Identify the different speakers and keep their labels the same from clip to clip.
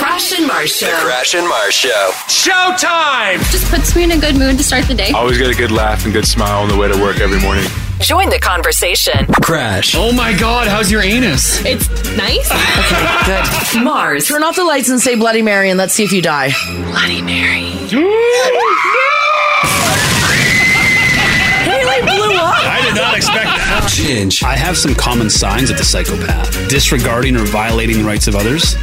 Speaker 1: Mars
Speaker 2: The
Speaker 1: Show.
Speaker 2: Crash and Mars Show.
Speaker 3: Showtime!
Speaker 4: Just puts me in a good mood to start the day.
Speaker 5: Always get a good laugh and good smile on the way to work every morning.
Speaker 6: Join the conversation.
Speaker 2: Crash.
Speaker 3: Oh my god, how's your anus?
Speaker 4: It's nice.
Speaker 6: Good. Mars.
Speaker 1: Turn off the lights and say Bloody Mary and let's see if you die.
Speaker 6: Bloody Mary.
Speaker 3: I did not expect that.
Speaker 2: Ginge.
Speaker 7: I have some common signs of the psychopath disregarding or violating the rights of others.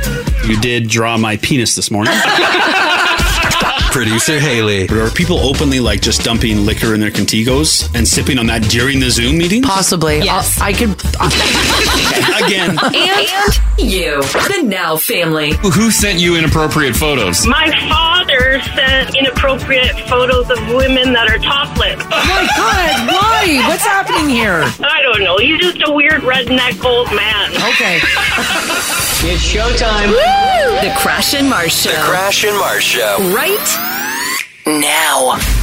Speaker 7: You did draw my penis this morning.
Speaker 2: Producer Haley.
Speaker 7: but are people openly like just dumping liquor in their contigos and sipping on that during the Zoom meetings?
Speaker 1: Possibly. Uh,
Speaker 4: Yes.
Speaker 1: I, I could.
Speaker 7: Again,
Speaker 6: And you. The Now family.
Speaker 3: Who sent you inappropriate photos?
Speaker 8: My father sent inappropriate photos of women that are topless.
Speaker 1: Oh my God, why? What's happening here?
Speaker 8: I don't know. He's just a weird redneck old man.
Speaker 1: Okay.
Speaker 6: The Crash and Mars Show.
Speaker 2: Crash and Mars Show.
Speaker 6: right now.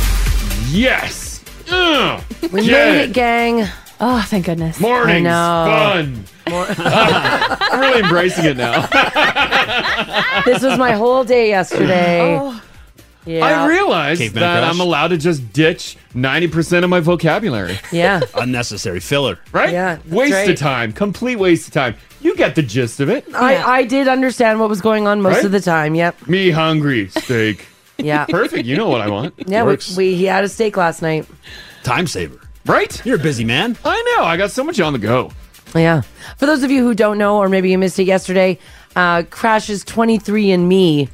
Speaker 3: Yes! Ugh.
Speaker 9: We
Speaker 3: Yeah.
Speaker 9: made it, gang. Oh, thank goodness.
Speaker 3: Morning's
Speaker 9: I
Speaker 3: fun. I'm really embracing it now.
Speaker 9: know. this was my whole day yesterday.
Speaker 1: Oh.
Speaker 9: Yeah.
Speaker 3: Oh. I realized
Speaker 7: Caveman
Speaker 3: that
Speaker 7: Crash.
Speaker 3: I'm allowed to just ditch 90% of my vocabulary.
Speaker 9: yeah.
Speaker 7: unnecessary filler.
Speaker 3: Right?
Speaker 9: Yeah, that's
Speaker 3: Waste of
Speaker 9: right. Uh,
Speaker 3: time. Complete waste of time. You get the gist of it.
Speaker 9: I, I did understand what was going on most
Speaker 3: Right?
Speaker 9: of the time. Yep.
Speaker 3: Me hungry. Steak.
Speaker 9: Yeah.
Speaker 3: Perfect. You know what I want.
Speaker 9: yeah. We,
Speaker 7: Works.
Speaker 9: we he had a steak last night.
Speaker 7: Time saver.
Speaker 3: Right?
Speaker 7: You're a busy man.
Speaker 3: I know. I got so much on the go.
Speaker 9: Yeah. For those of you who don't know, or maybe you missed it yesterday, uh, Crash's 23andMe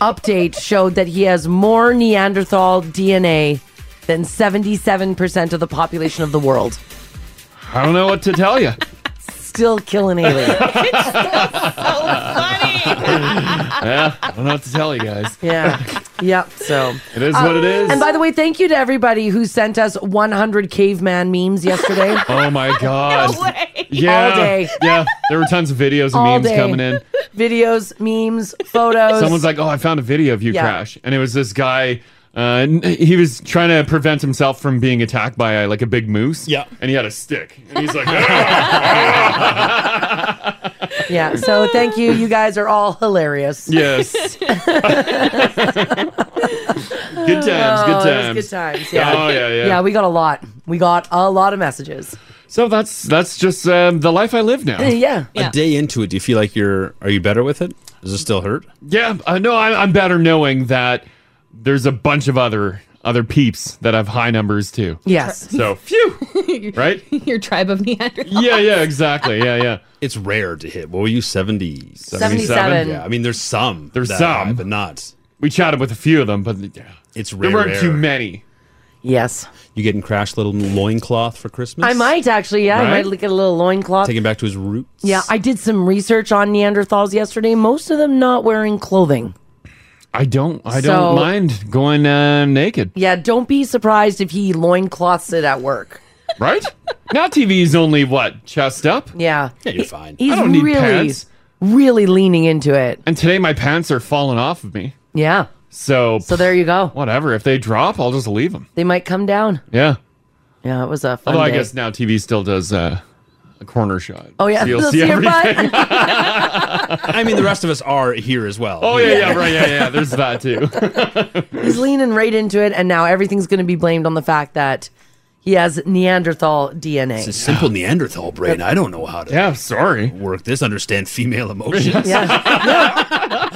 Speaker 9: update showed that he has more Neanderthal DNA than 77% of the population of the world.
Speaker 3: I don't know what to tell you.
Speaker 9: Still killing alien.
Speaker 3: Yeah, I don't know what to tell you guys.
Speaker 9: yeah. Yep. So. um,
Speaker 3: It is what it is.
Speaker 9: And by the way, thank you to everybody who sent us 100 caveman memes yesterday.
Speaker 3: oh my god. Yeah.
Speaker 9: All day.
Speaker 3: Yeah. There were tons of videos and
Speaker 9: All
Speaker 3: memes
Speaker 9: day.
Speaker 3: coming in.
Speaker 9: Videos, memes, photos.
Speaker 3: Someone's like, "Oh, I found a video of you
Speaker 9: Yeah.
Speaker 3: crash," and it was this guy. Uh, n- he was trying to prevent himself from being attacked by uh, like a big moose.
Speaker 7: Yeah.
Speaker 3: And he had a stick. And he's like, "Ah."
Speaker 9: yeah. So thank you. You guys are all hilarious.
Speaker 3: yes. good times. Good
Speaker 9: Oh, it
Speaker 3: times.
Speaker 9: was good times. Yeah.
Speaker 3: Oh yeah, yeah.
Speaker 9: Yeah, we got a lot. We got a lot of messages.
Speaker 3: so that's that's just um, the life I live now.
Speaker 9: Yeah.
Speaker 7: A day into it, do you feel like you're? Are you better with it? Does it still hurt?
Speaker 3: Yeah, uh, no, I'm, I'm better knowing that there's a bunch of other other peeps that have high numbers too.
Speaker 9: Yes.
Speaker 3: So, phew, right?
Speaker 4: Your tribe of Neanderthals.
Speaker 3: Yeah, yeah, exactly. Yeah, yeah.
Speaker 7: It's rare to hit. What were you? Seventy.
Speaker 9: 77.
Speaker 7: Yeah. I mean, there's some.
Speaker 3: There's
Speaker 7: that
Speaker 3: some.
Speaker 7: high, but not.
Speaker 3: We chatted with a few of them, but yeah,
Speaker 7: It's rare.
Speaker 3: there weren't
Speaker 7: rare.
Speaker 3: too many.
Speaker 9: Yes.
Speaker 7: You getting Crash little loincloth for Christmas?
Speaker 9: I might actually. Yeah, I
Speaker 3: Right?
Speaker 9: might look at a little loincloth.
Speaker 7: Take him back to his roots.
Speaker 9: Yeah, I did some research on Neanderthals yesterday. Most of them not wearing clothing.
Speaker 3: I don't, I
Speaker 9: So-
Speaker 3: don't mind going uh, naked,
Speaker 9: Yeah, don't be surprised if he loincloths it at work.
Speaker 3: right? now TV's only what chest up,
Speaker 9: Yeah.
Speaker 7: Yeah, you're fine.
Speaker 9: He's
Speaker 3: I don't need
Speaker 9: really,
Speaker 3: pants.
Speaker 9: really leaning into it.
Speaker 3: and today my pants are falling off of me.
Speaker 9: Yeah.
Speaker 3: So,
Speaker 9: So there you go.
Speaker 3: whatever. If they drop, I'll just leave them.
Speaker 9: They might come down.
Speaker 3: Yeah.
Speaker 9: Yeah, it was a fun
Speaker 3: Although I
Speaker 9: day.
Speaker 3: guess now TV still does uh, a corner shot.
Speaker 9: Oh yeah,
Speaker 3: So you'll
Speaker 9: They'll
Speaker 3: see
Speaker 9: see your
Speaker 3: everything.
Speaker 9: butt.
Speaker 7: I mean, the rest of us are here as well.
Speaker 3: Oh yeah, yeah, right, yeah, yeah. There's that too.
Speaker 9: He's leaning right into it, and now everything's going to be blamed on the fact that he has Neanderthal DNA.
Speaker 7: It's a simple Neanderthal brain. I don't know how to
Speaker 3: yeah, sorry.
Speaker 7: work this. Understand female emotions.
Speaker 9: yeah,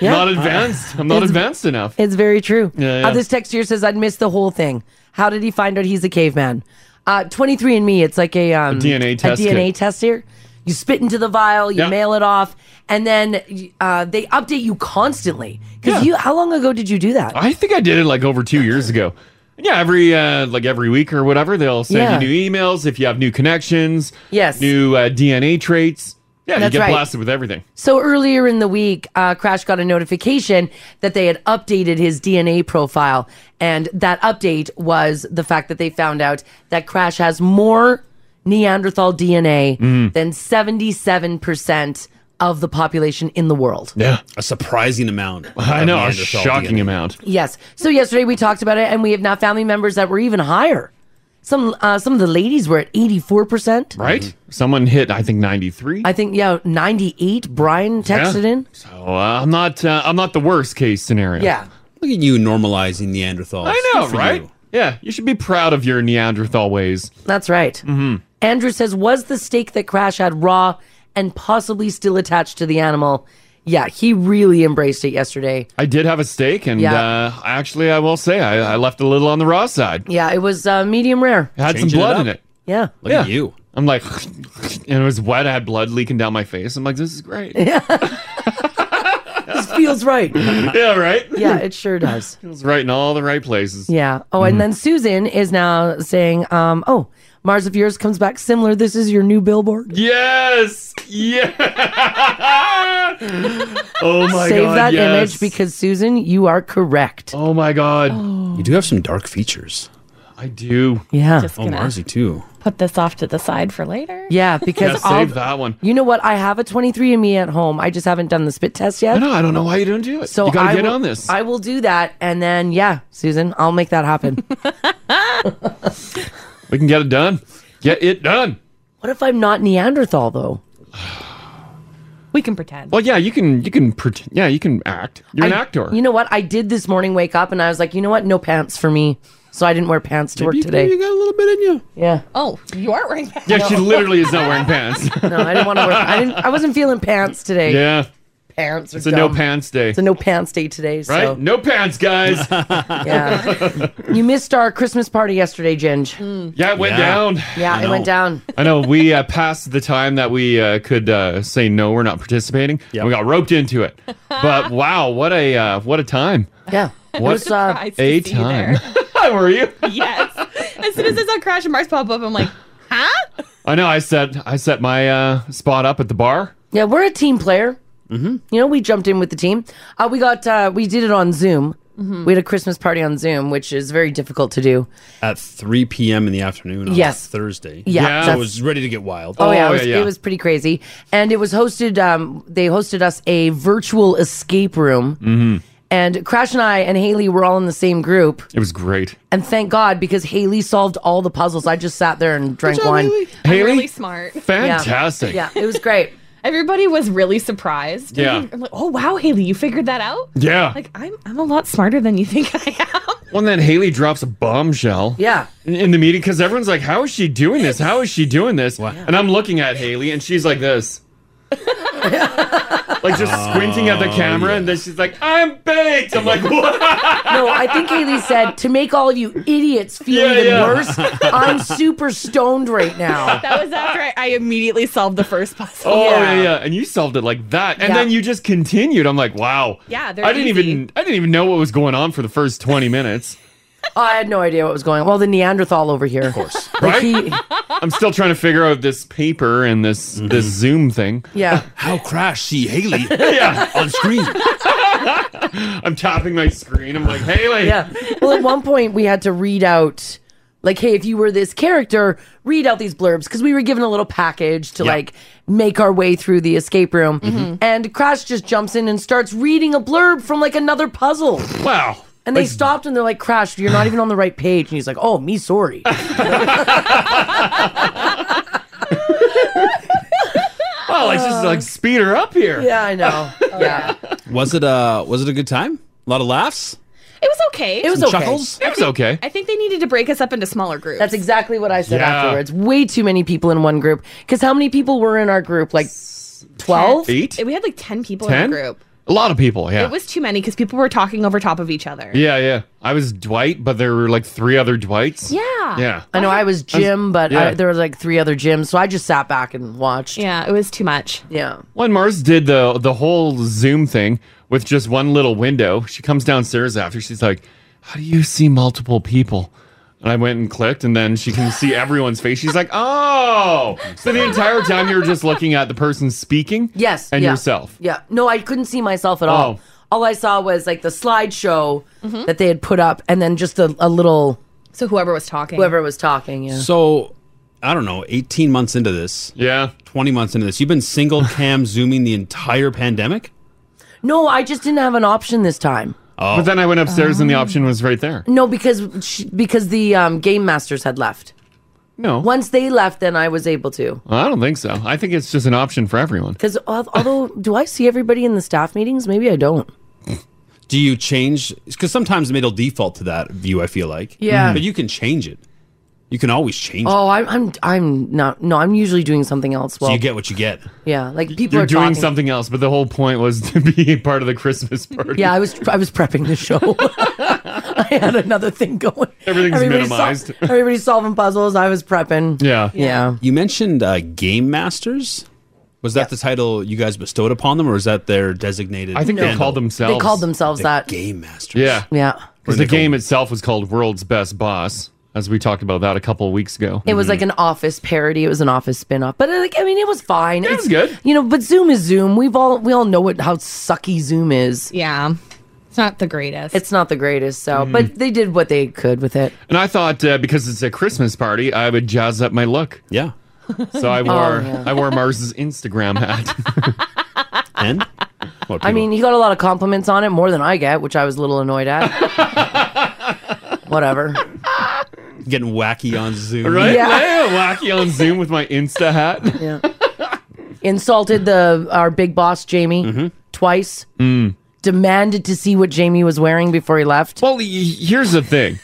Speaker 9: Yeah.
Speaker 3: Not advanced. I'm not advanced enough.
Speaker 9: it's very true.
Speaker 3: Yeah, yeah.
Speaker 9: Uh, this text here says I'd miss the whole thing. How did he find out he's a caveman? Uh, 23andMe, it's like a, um,
Speaker 3: DNA test
Speaker 9: A DNA
Speaker 3: kit.
Speaker 9: test here. You spit into the vial, you
Speaker 3: Yeah.
Speaker 9: mail it off, and then uh, they update you constantly. Because
Speaker 3: Yeah.
Speaker 9: you, how long ago did you do that?
Speaker 3: I think I did it like over two years ago. And Yeah, every uh, like every week or whatever, they'll send
Speaker 9: Yeah.
Speaker 3: you new emails if you have new connections.
Speaker 9: Yes.
Speaker 3: New uh, DNA traits. Yeah,
Speaker 9: That's
Speaker 3: you get
Speaker 9: right. Mm-hmm.
Speaker 3: blasted with everything.
Speaker 9: So earlier in the week, uh, Crash got a notification that they had updated his DNA profile. And that update was the fact that they found out that Crash has more Neanderthal DNA
Speaker 3: Mm.
Speaker 7: Mm-hmm.
Speaker 9: than 77% of the population in the world.
Speaker 3: Yeah,
Speaker 7: A surprising amount.
Speaker 3: I
Speaker 7: of
Speaker 3: know. A
Speaker 7: Neanderthal
Speaker 3: shocking
Speaker 7: DNA.
Speaker 3: amount.
Speaker 9: Yes. So yesterday we talked about it, and we have now family members that were even higher. Some uh, some of the ladies were at eighty four percent.
Speaker 3: right? Someone hit, I think, ninety three.
Speaker 9: I think yeah, ninety eight. Brian texted in.
Speaker 3: So uh, I'm not, uh, I'm not the worst case scenario.
Speaker 9: Yeah.
Speaker 8: Look at you normalizing Neanderthals.
Speaker 3: I know,
Speaker 8: Good for
Speaker 3: right?
Speaker 8: you.
Speaker 3: Yeah, you should be proud of your Neanderthal ways.
Speaker 9: That's right. Mm-hmm. Andrew says, was the steak that Crash had raw and possibly still attached to the animal? Yeah, he really embraced it yesterday.
Speaker 3: I did have a steak, and
Speaker 9: Yeah.
Speaker 3: uh, actually, I will say I, I left a little on the raw side.
Speaker 9: Yeah, it was uh, medium rare.
Speaker 3: It had
Speaker 8: Changing
Speaker 3: some
Speaker 8: it
Speaker 3: blood
Speaker 8: up.
Speaker 3: in it.
Speaker 9: Yeah.
Speaker 8: Look at
Speaker 3: Yeah.
Speaker 8: you.
Speaker 3: I'm like, and it was wet. I had blood leaking down my face. I'm like, this is great.
Speaker 9: This feels right.
Speaker 3: yeah, right?
Speaker 9: yeah, it sure does.
Speaker 3: It was right in all the right places.
Speaker 9: Yeah. Oh,
Speaker 3: Hmm.
Speaker 9: and then Susan is now saying, um, oh, Mars of Yours comes back similar. This is your new billboard.
Speaker 3: Yes. Yeah. oh my
Speaker 9: Save
Speaker 3: god.
Speaker 9: that
Speaker 3: yes.
Speaker 9: image because, Susan, you are correct.
Speaker 3: Oh my god.
Speaker 8: You do have some dark features.
Speaker 3: I do.
Speaker 9: Yeah.
Speaker 4: Just
Speaker 8: Oh,
Speaker 4: gonna
Speaker 8: Marzi too.
Speaker 4: put this off to the side for later.
Speaker 9: Yeah,
Speaker 3: Yeah,
Speaker 9: Uh, because all,
Speaker 3: save that one.
Speaker 9: you know what? I have a 23andMe at home. I just haven't done the spit test yet.
Speaker 3: I know, I don't know why you don't do it.
Speaker 9: So
Speaker 3: you gotta
Speaker 9: I
Speaker 3: get
Speaker 9: will,
Speaker 3: on this.
Speaker 9: I will do that, and then yeah, Susan, I'll make that happen.
Speaker 3: we can get it done. Get it done.
Speaker 9: what if I'm not Neanderthal though?
Speaker 4: We can pretend.
Speaker 3: Well, yeah, you can you can pretend yeah, you can act. You're an
Speaker 9: I-
Speaker 3: actor.
Speaker 9: You know what? I did this morning wake up, and I was like, you know what? No pants for me, so I didn't wear pants to work
Speaker 8: You-
Speaker 9: today.
Speaker 8: You got a little bit in you.
Speaker 9: Yeah,
Speaker 4: Oh, you are wearing that.
Speaker 3: yeah, she literally is not wearing pants.
Speaker 9: no, I didn't want to wear. I didn't. I wasn't feeling pants today.
Speaker 3: yeah.
Speaker 9: Pants. Are
Speaker 3: It's a no
Speaker 9: dumb.
Speaker 3: pants day.
Speaker 9: It's a no pants day today.
Speaker 3: right?
Speaker 9: So
Speaker 3: No pants, guys.
Speaker 9: yeah, you missed our Christmas party yesterday, Ginge.
Speaker 3: yeah, it went
Speaker 8: Yeah.
Speaker 3: down.
Speaker 9: Yeah, it went down.
Speaker 3: I know we uh, passed the time that we uh, could uh, say no, we're not participating.
Speaker 8: Yep.
Speaker 3: We got roped into it. But wow, what a uh, what a time!
Speaker 9: Yeah, it
Speaker 3: What
Speaker 9: was, uh,
Speaker 4: Surprised to
Speaker 3: a
Speaker 4: see you there.
Speaker 3: time! Were you?
Speaker 4: Yes. As soon as I saw Crash and Mars pop up, I'm like, huh?
Speaker 3: I know. I set I set my uh, spot up at the bar.
Speaker 9: Yeah, we're a team player.
Speaker 3: Mm-hmm.
Speaker 9: You know, we jumped in with the team. Uh, we got uh, we did it on Zoom.
Speaker 4: Mm-hmm.
Speaker 9: We had a Christmas party on Zoom, which is very difficult to do.
Speaker 8: At 3 p.m. in the afternoon on
Speaker 9: Yes.
Speaker 8: Thursday.
Speaker 9: Yeah,
Speaker 3: Yeah.
Speaker 8: I
Speaker 9: that's-
Speaker 8: was ready to get wild.
Speaker 9: oh, yeah,
Speaker 3: Oh,
Speaker 9: it was,
Speaker 3: yeah, yeah.
Speaker 9: it was pretty crazy. And it was hosted. Um, they hosted us a virtual escape room.
Speaker 3: Mm-hmm.
Speaker 9: And Crash and I and Haley were all in the same group,
Speaker 3: It was great.
Speaker 9: and thank God because Haley solved all the puzzles. I just sat there and drank wine.
Speaker 4: I'm
Speaker 3: Haley,
Speaker 4: really smart.
Speaker 3: fantastic.
Speaker 9: Yeah, it was great.
Speaker 4: Everybody was really surprised.
Speaker 3: Yeah.
Speaker 4: I'm like, oh wow, Haley, you figured that out?
Speaker 3: Yeah.
Speaker 4: Like I'm I'm a lot smarter than you think I am.
Speaker 3: well, and then Haley drops a bombshell.
Speaker 9: Yeah.
Speaker 3: In, in the meeting, because everyone's like, "How is she doing this? How is she doing this?" And I'm looking at Haley, and she's like this. like just squinting at the camera, and then she's like, "I'm baked." I'm like, "What?"
Speaker 9: No, I think Haley said to make all of you idiots feel
Speaker 3: Yeah,
Speaker 9: even
Speaker 3: yeah.
Speaker 9: worse. I'm super stoned right now.
Speaker 4: That was after I, I immediately solved the first puzzle.
Speaker 3: Oh
Speaker 9: Yeah.
Speaker 3: yeah. yeah, and you solved it like that, and
Speaker 9: Yeah.
Speaker 3: then you just continued. I'm like, wow.
Speaker 4: Yeah, they're
Speaker 3: I didn't
Speaker 4: easy.
Speaker 3: even I didn't even know what was going on for the first 20 minutes.
Speaker 9: I had no idea what was going on. Well, the Neanderthal over here. Of course.
Speaker 3: Right? I'm still trying to figure out this paper and this this Zoom thing.
Speaker 9: yeah.
Speaker 8: How crash see Haley on screen.
Speaker 3: I'm tapping my screen. I'm like, Haley.
Speaker 9: Yeah. Well, at one point, we had to read out, like, hey, if you were this character, read out these blurbs because we were given a little package to,
Speaker 8: Yeah.
Speaker 9: like, make our way through the escape room. And Crash just jumps in and starts reading a blurb from, like, another puzzle.
Speaker 3: Wow.
Speaker 9: And they stopped and they're like, Crash, you're not even on the right page. And he's like, oh, me, sorry.
Speaker 3: Oh, like just like speed her up here.
Speaker 9: yeah, I know. Yeah.
Speaker 8: Was it uh was it a good time? A lot of laughs?
Speaker 4: It was okay.
Speaker 9: It was
Speaker 8: Some
Speaker 9: okay.
Speaker 8: chuckles?
Speaker 3: It was okay.
Speaker 4: I think they needed to break us up into smaller groups.
Speaker 9: That's exactly what I said
Speaker 3: Yeah.
Speaker 9: afterwards. Way too many people in one group. Because how many people were in our group? Like 12?
Speaker 3: Eight?
Speaker 4: we had like ten people
Speaker 3: Ten?
Speaker 4: in the group.
Speaker 3: A lot of people, yeah.
Speaker 4: It was too many because people were talking over top of each other.
Speaker 3: yeah, yeah. I was Dwight, but there were like three other Dwights.
Speaker 4: Yeah.
Speaker 3: Yeah.
Speaker 9: I know I was Jim, but I,
Speaker 3: yeah.
Speaker 9: there was like three other gyms, so I just sat back and watched.
Speaker 4: Yeah, it was too much.
Speaker 9: Yeah.
Speaker 3: When Mars did the the whole Zoom thing with just one little window, she comes downstairs after she's like, "How do you see multiple people?" And I went and clicked, and then she can see everyone's face. She's like, "Oh!" So the entire time you were just looking at the person speaking,
Speaker 9: Yes.
Speaker 3: and
Speaker 9: yeah.
Speaker 3: yourself.
Speaker 9: Yeah. No, I couldn't see myself at all.
Speaker 3: Oh.
Speaker 9: All I saw was like the slideshow that they had put up, and then just a, a little
Speaker 4: Mm-hmm. So whoever was talking.
Speaker 9: whoever was talking. Yeah.
Speaker 8: So I don't know, 18 months into this,
Speaker 3: Yeah,
Speaker 8: 20 months into this, you've been single cam zooming the entire pandemic?
Speaker 9: No, I just didn't have an option this time.
Speaker 7: Oh.
Speaker 9: Oh.
Speaker 3: but then I went upstairs, and the option was right there.
Speaker 9: No, because sh- because the um, game masters had left.
Speaker 3: No.
Speaker 9: Once they left, then I was able to.
Speaker 3: I don't think so. I think it's just an option for everyone.
Speaker 9: Because although, do I see everybody in the staff meetings? Maybe I don't.
Speaker 7: Do you change? Because sometimes it'll default to that view. I feel like.
Speaker 9: Yeah. Mhm.
Speaker 7: But you can change it. You can always change it.
Speaker 9: Oh, I'm, I'm, I'm not. No, I'm usually doing something else.
Speaker 7: So
Speaker 9: Well,
Speaker 7: you get what you get.
Speaker 9: yeah, like people
Speaker 3: You're
Speaker 9: are
Speaker 3: doing
Speaker 9: talking.
Speaker 3: something else, but the whole point was to be part of the Christmas party.
Speaker 9: Yeah, I was, I was prepping the show. I had another thing going.
Speaker 3: Everything's
Speaker 9: Everybody's sol-
Speaker 3: minimized.
Speaker 9: everybody's solving puzzles. I was prepping. yeah.
Speaker 7: You mentioned uh, game masters. Was that the title you guys bestowed upon them, or is that their designated?
Speaker 3: I think they
Speaker 7: handle?
Speaker 3: called themselves.
Speaker 9: They called themselves
Speaker 7: The
Speaker 9: that.
Speaker 7: Game Master.
Speaker 3: Yeah.
Speaker 9: Yeah.
Speaker 3: Because the game itself was called World's Best Boss, as we talked about that a couple of weeks ago.
Speaker 9: It was like an office parody. It was an office spin-off. But uh, like I mean it was fine. it was
Speaker 3: good.
Speaker 9: You know, but Zoom is Zoom. We've all we all know what how sucky Zoom is.
Speaker 4: Yeah. It's not the greatest.
Speaker 9: It's not the greatest, so
Speaker 3: Mm.
Speaker 9: but they did what they could with it.
Speaker 3: And I thought uh, because it's a Christmas party, I would jazz up my look.
Speaker 7: Yeah.
Speaker 3: So I
Speaker 9: Oh,
Speaker 3: wore
Speaker 9: yeah.
Speaker 3: I wore Mars's Instagram hat.
Speaker 7: and
Speaker 9: I mean, he got a lot of compliments on it, more than I get, which I was a little annoyed at. Whatever.
Speaker 7: Getting wacky on Zoom.
Speaker 3: right?
Speaker 9: Yeah.
Speaker 3: Yeah. Wacky on Zoom with my Insta hat.
Speaker 9: Yeah. Insulted the our big boss Jamie
Speaker 3: Mm-hmm.
Speaker 9: twice.
Speaker 3: Mm.
Speaker 9: Demanded to see what Jamie was wearing before he left.
Speaker 3: Well, here's the thing.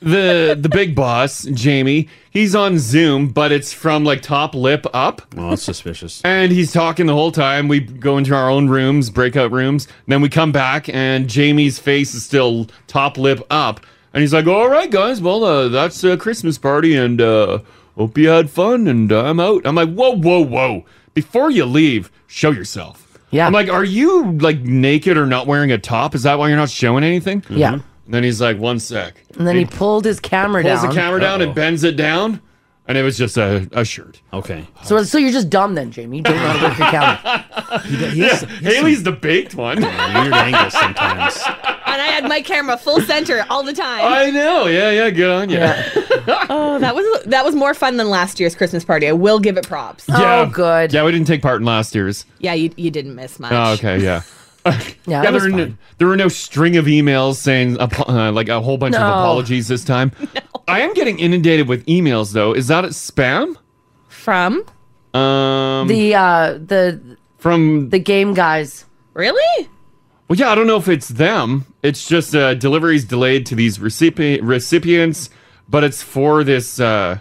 Speaker 3: The the big boss, Jamie, he's on Zoom, but it's from like top lip up.
Speaker 7: Well, that's suspicious.
Speaker 3: And he's talking the whole time. We go into our own rooms, breakout rooms. Then we come back, and Jamie's face is still top lip up. And he's like, "All right, guys. Well, uh, that's a Christmas party, and uh, hope you had fun. And I'm out." I'm like, "Whoa, whoa, whoa! Before you leave, show yourself." Yeah. I'm like, "Are you like naked or not wearing a top? Is that why you're not showing anything?"
Speaker 9: Yeah. Mhm.
Speaker 3: And then he's like, "One sec."
Speaker 9: And then he pulled his camera
Speaker 3: pulls
Speaker 9: down.
Speaker 3: the camera down and bends it down, and it was just a, a shirt.
Speaker 7: Okay.
Speaker 9: So, so you're just dumb then, Jamie. You don't know how to work your camera.
Speaker 3: Yeah, Haley's the baked one.
Speaker 7: Weird angles sometimes.
Speaker 4: and I had my camera full center all the time.
Speaker 3: I know. Yeah, yeah. Good on you.
Speaker 4: oh, that was that was more fun than last year's Christmas party. I will give it props.
Speaker 9: good.
Speaker 3: Yeah, we didn't take part in last year's.
Speaker 4: Yeah, you, you didn't miss much.
Speaker 3: Oh, okay, yeah.
Speaker 9: Yeah,
Speaker 3: there, were no, there were no string of emails saying apo- uh, like a whole bunch of
Speaker 4: No.
Speaker 3: apologies this time. I am getting inundated with emails though. Is that a spam?
Speaker 4: From
Speaker 3: Um,
Speaker 9: the uh the
Speaker 3: from
Speaker 9: the game guys.
Speaker 4: Really?
Speaker 3: Well, yeah, I don't know if it's them. It's just uh, deliveries delayed to these recipi- recipients, but it's for this uh,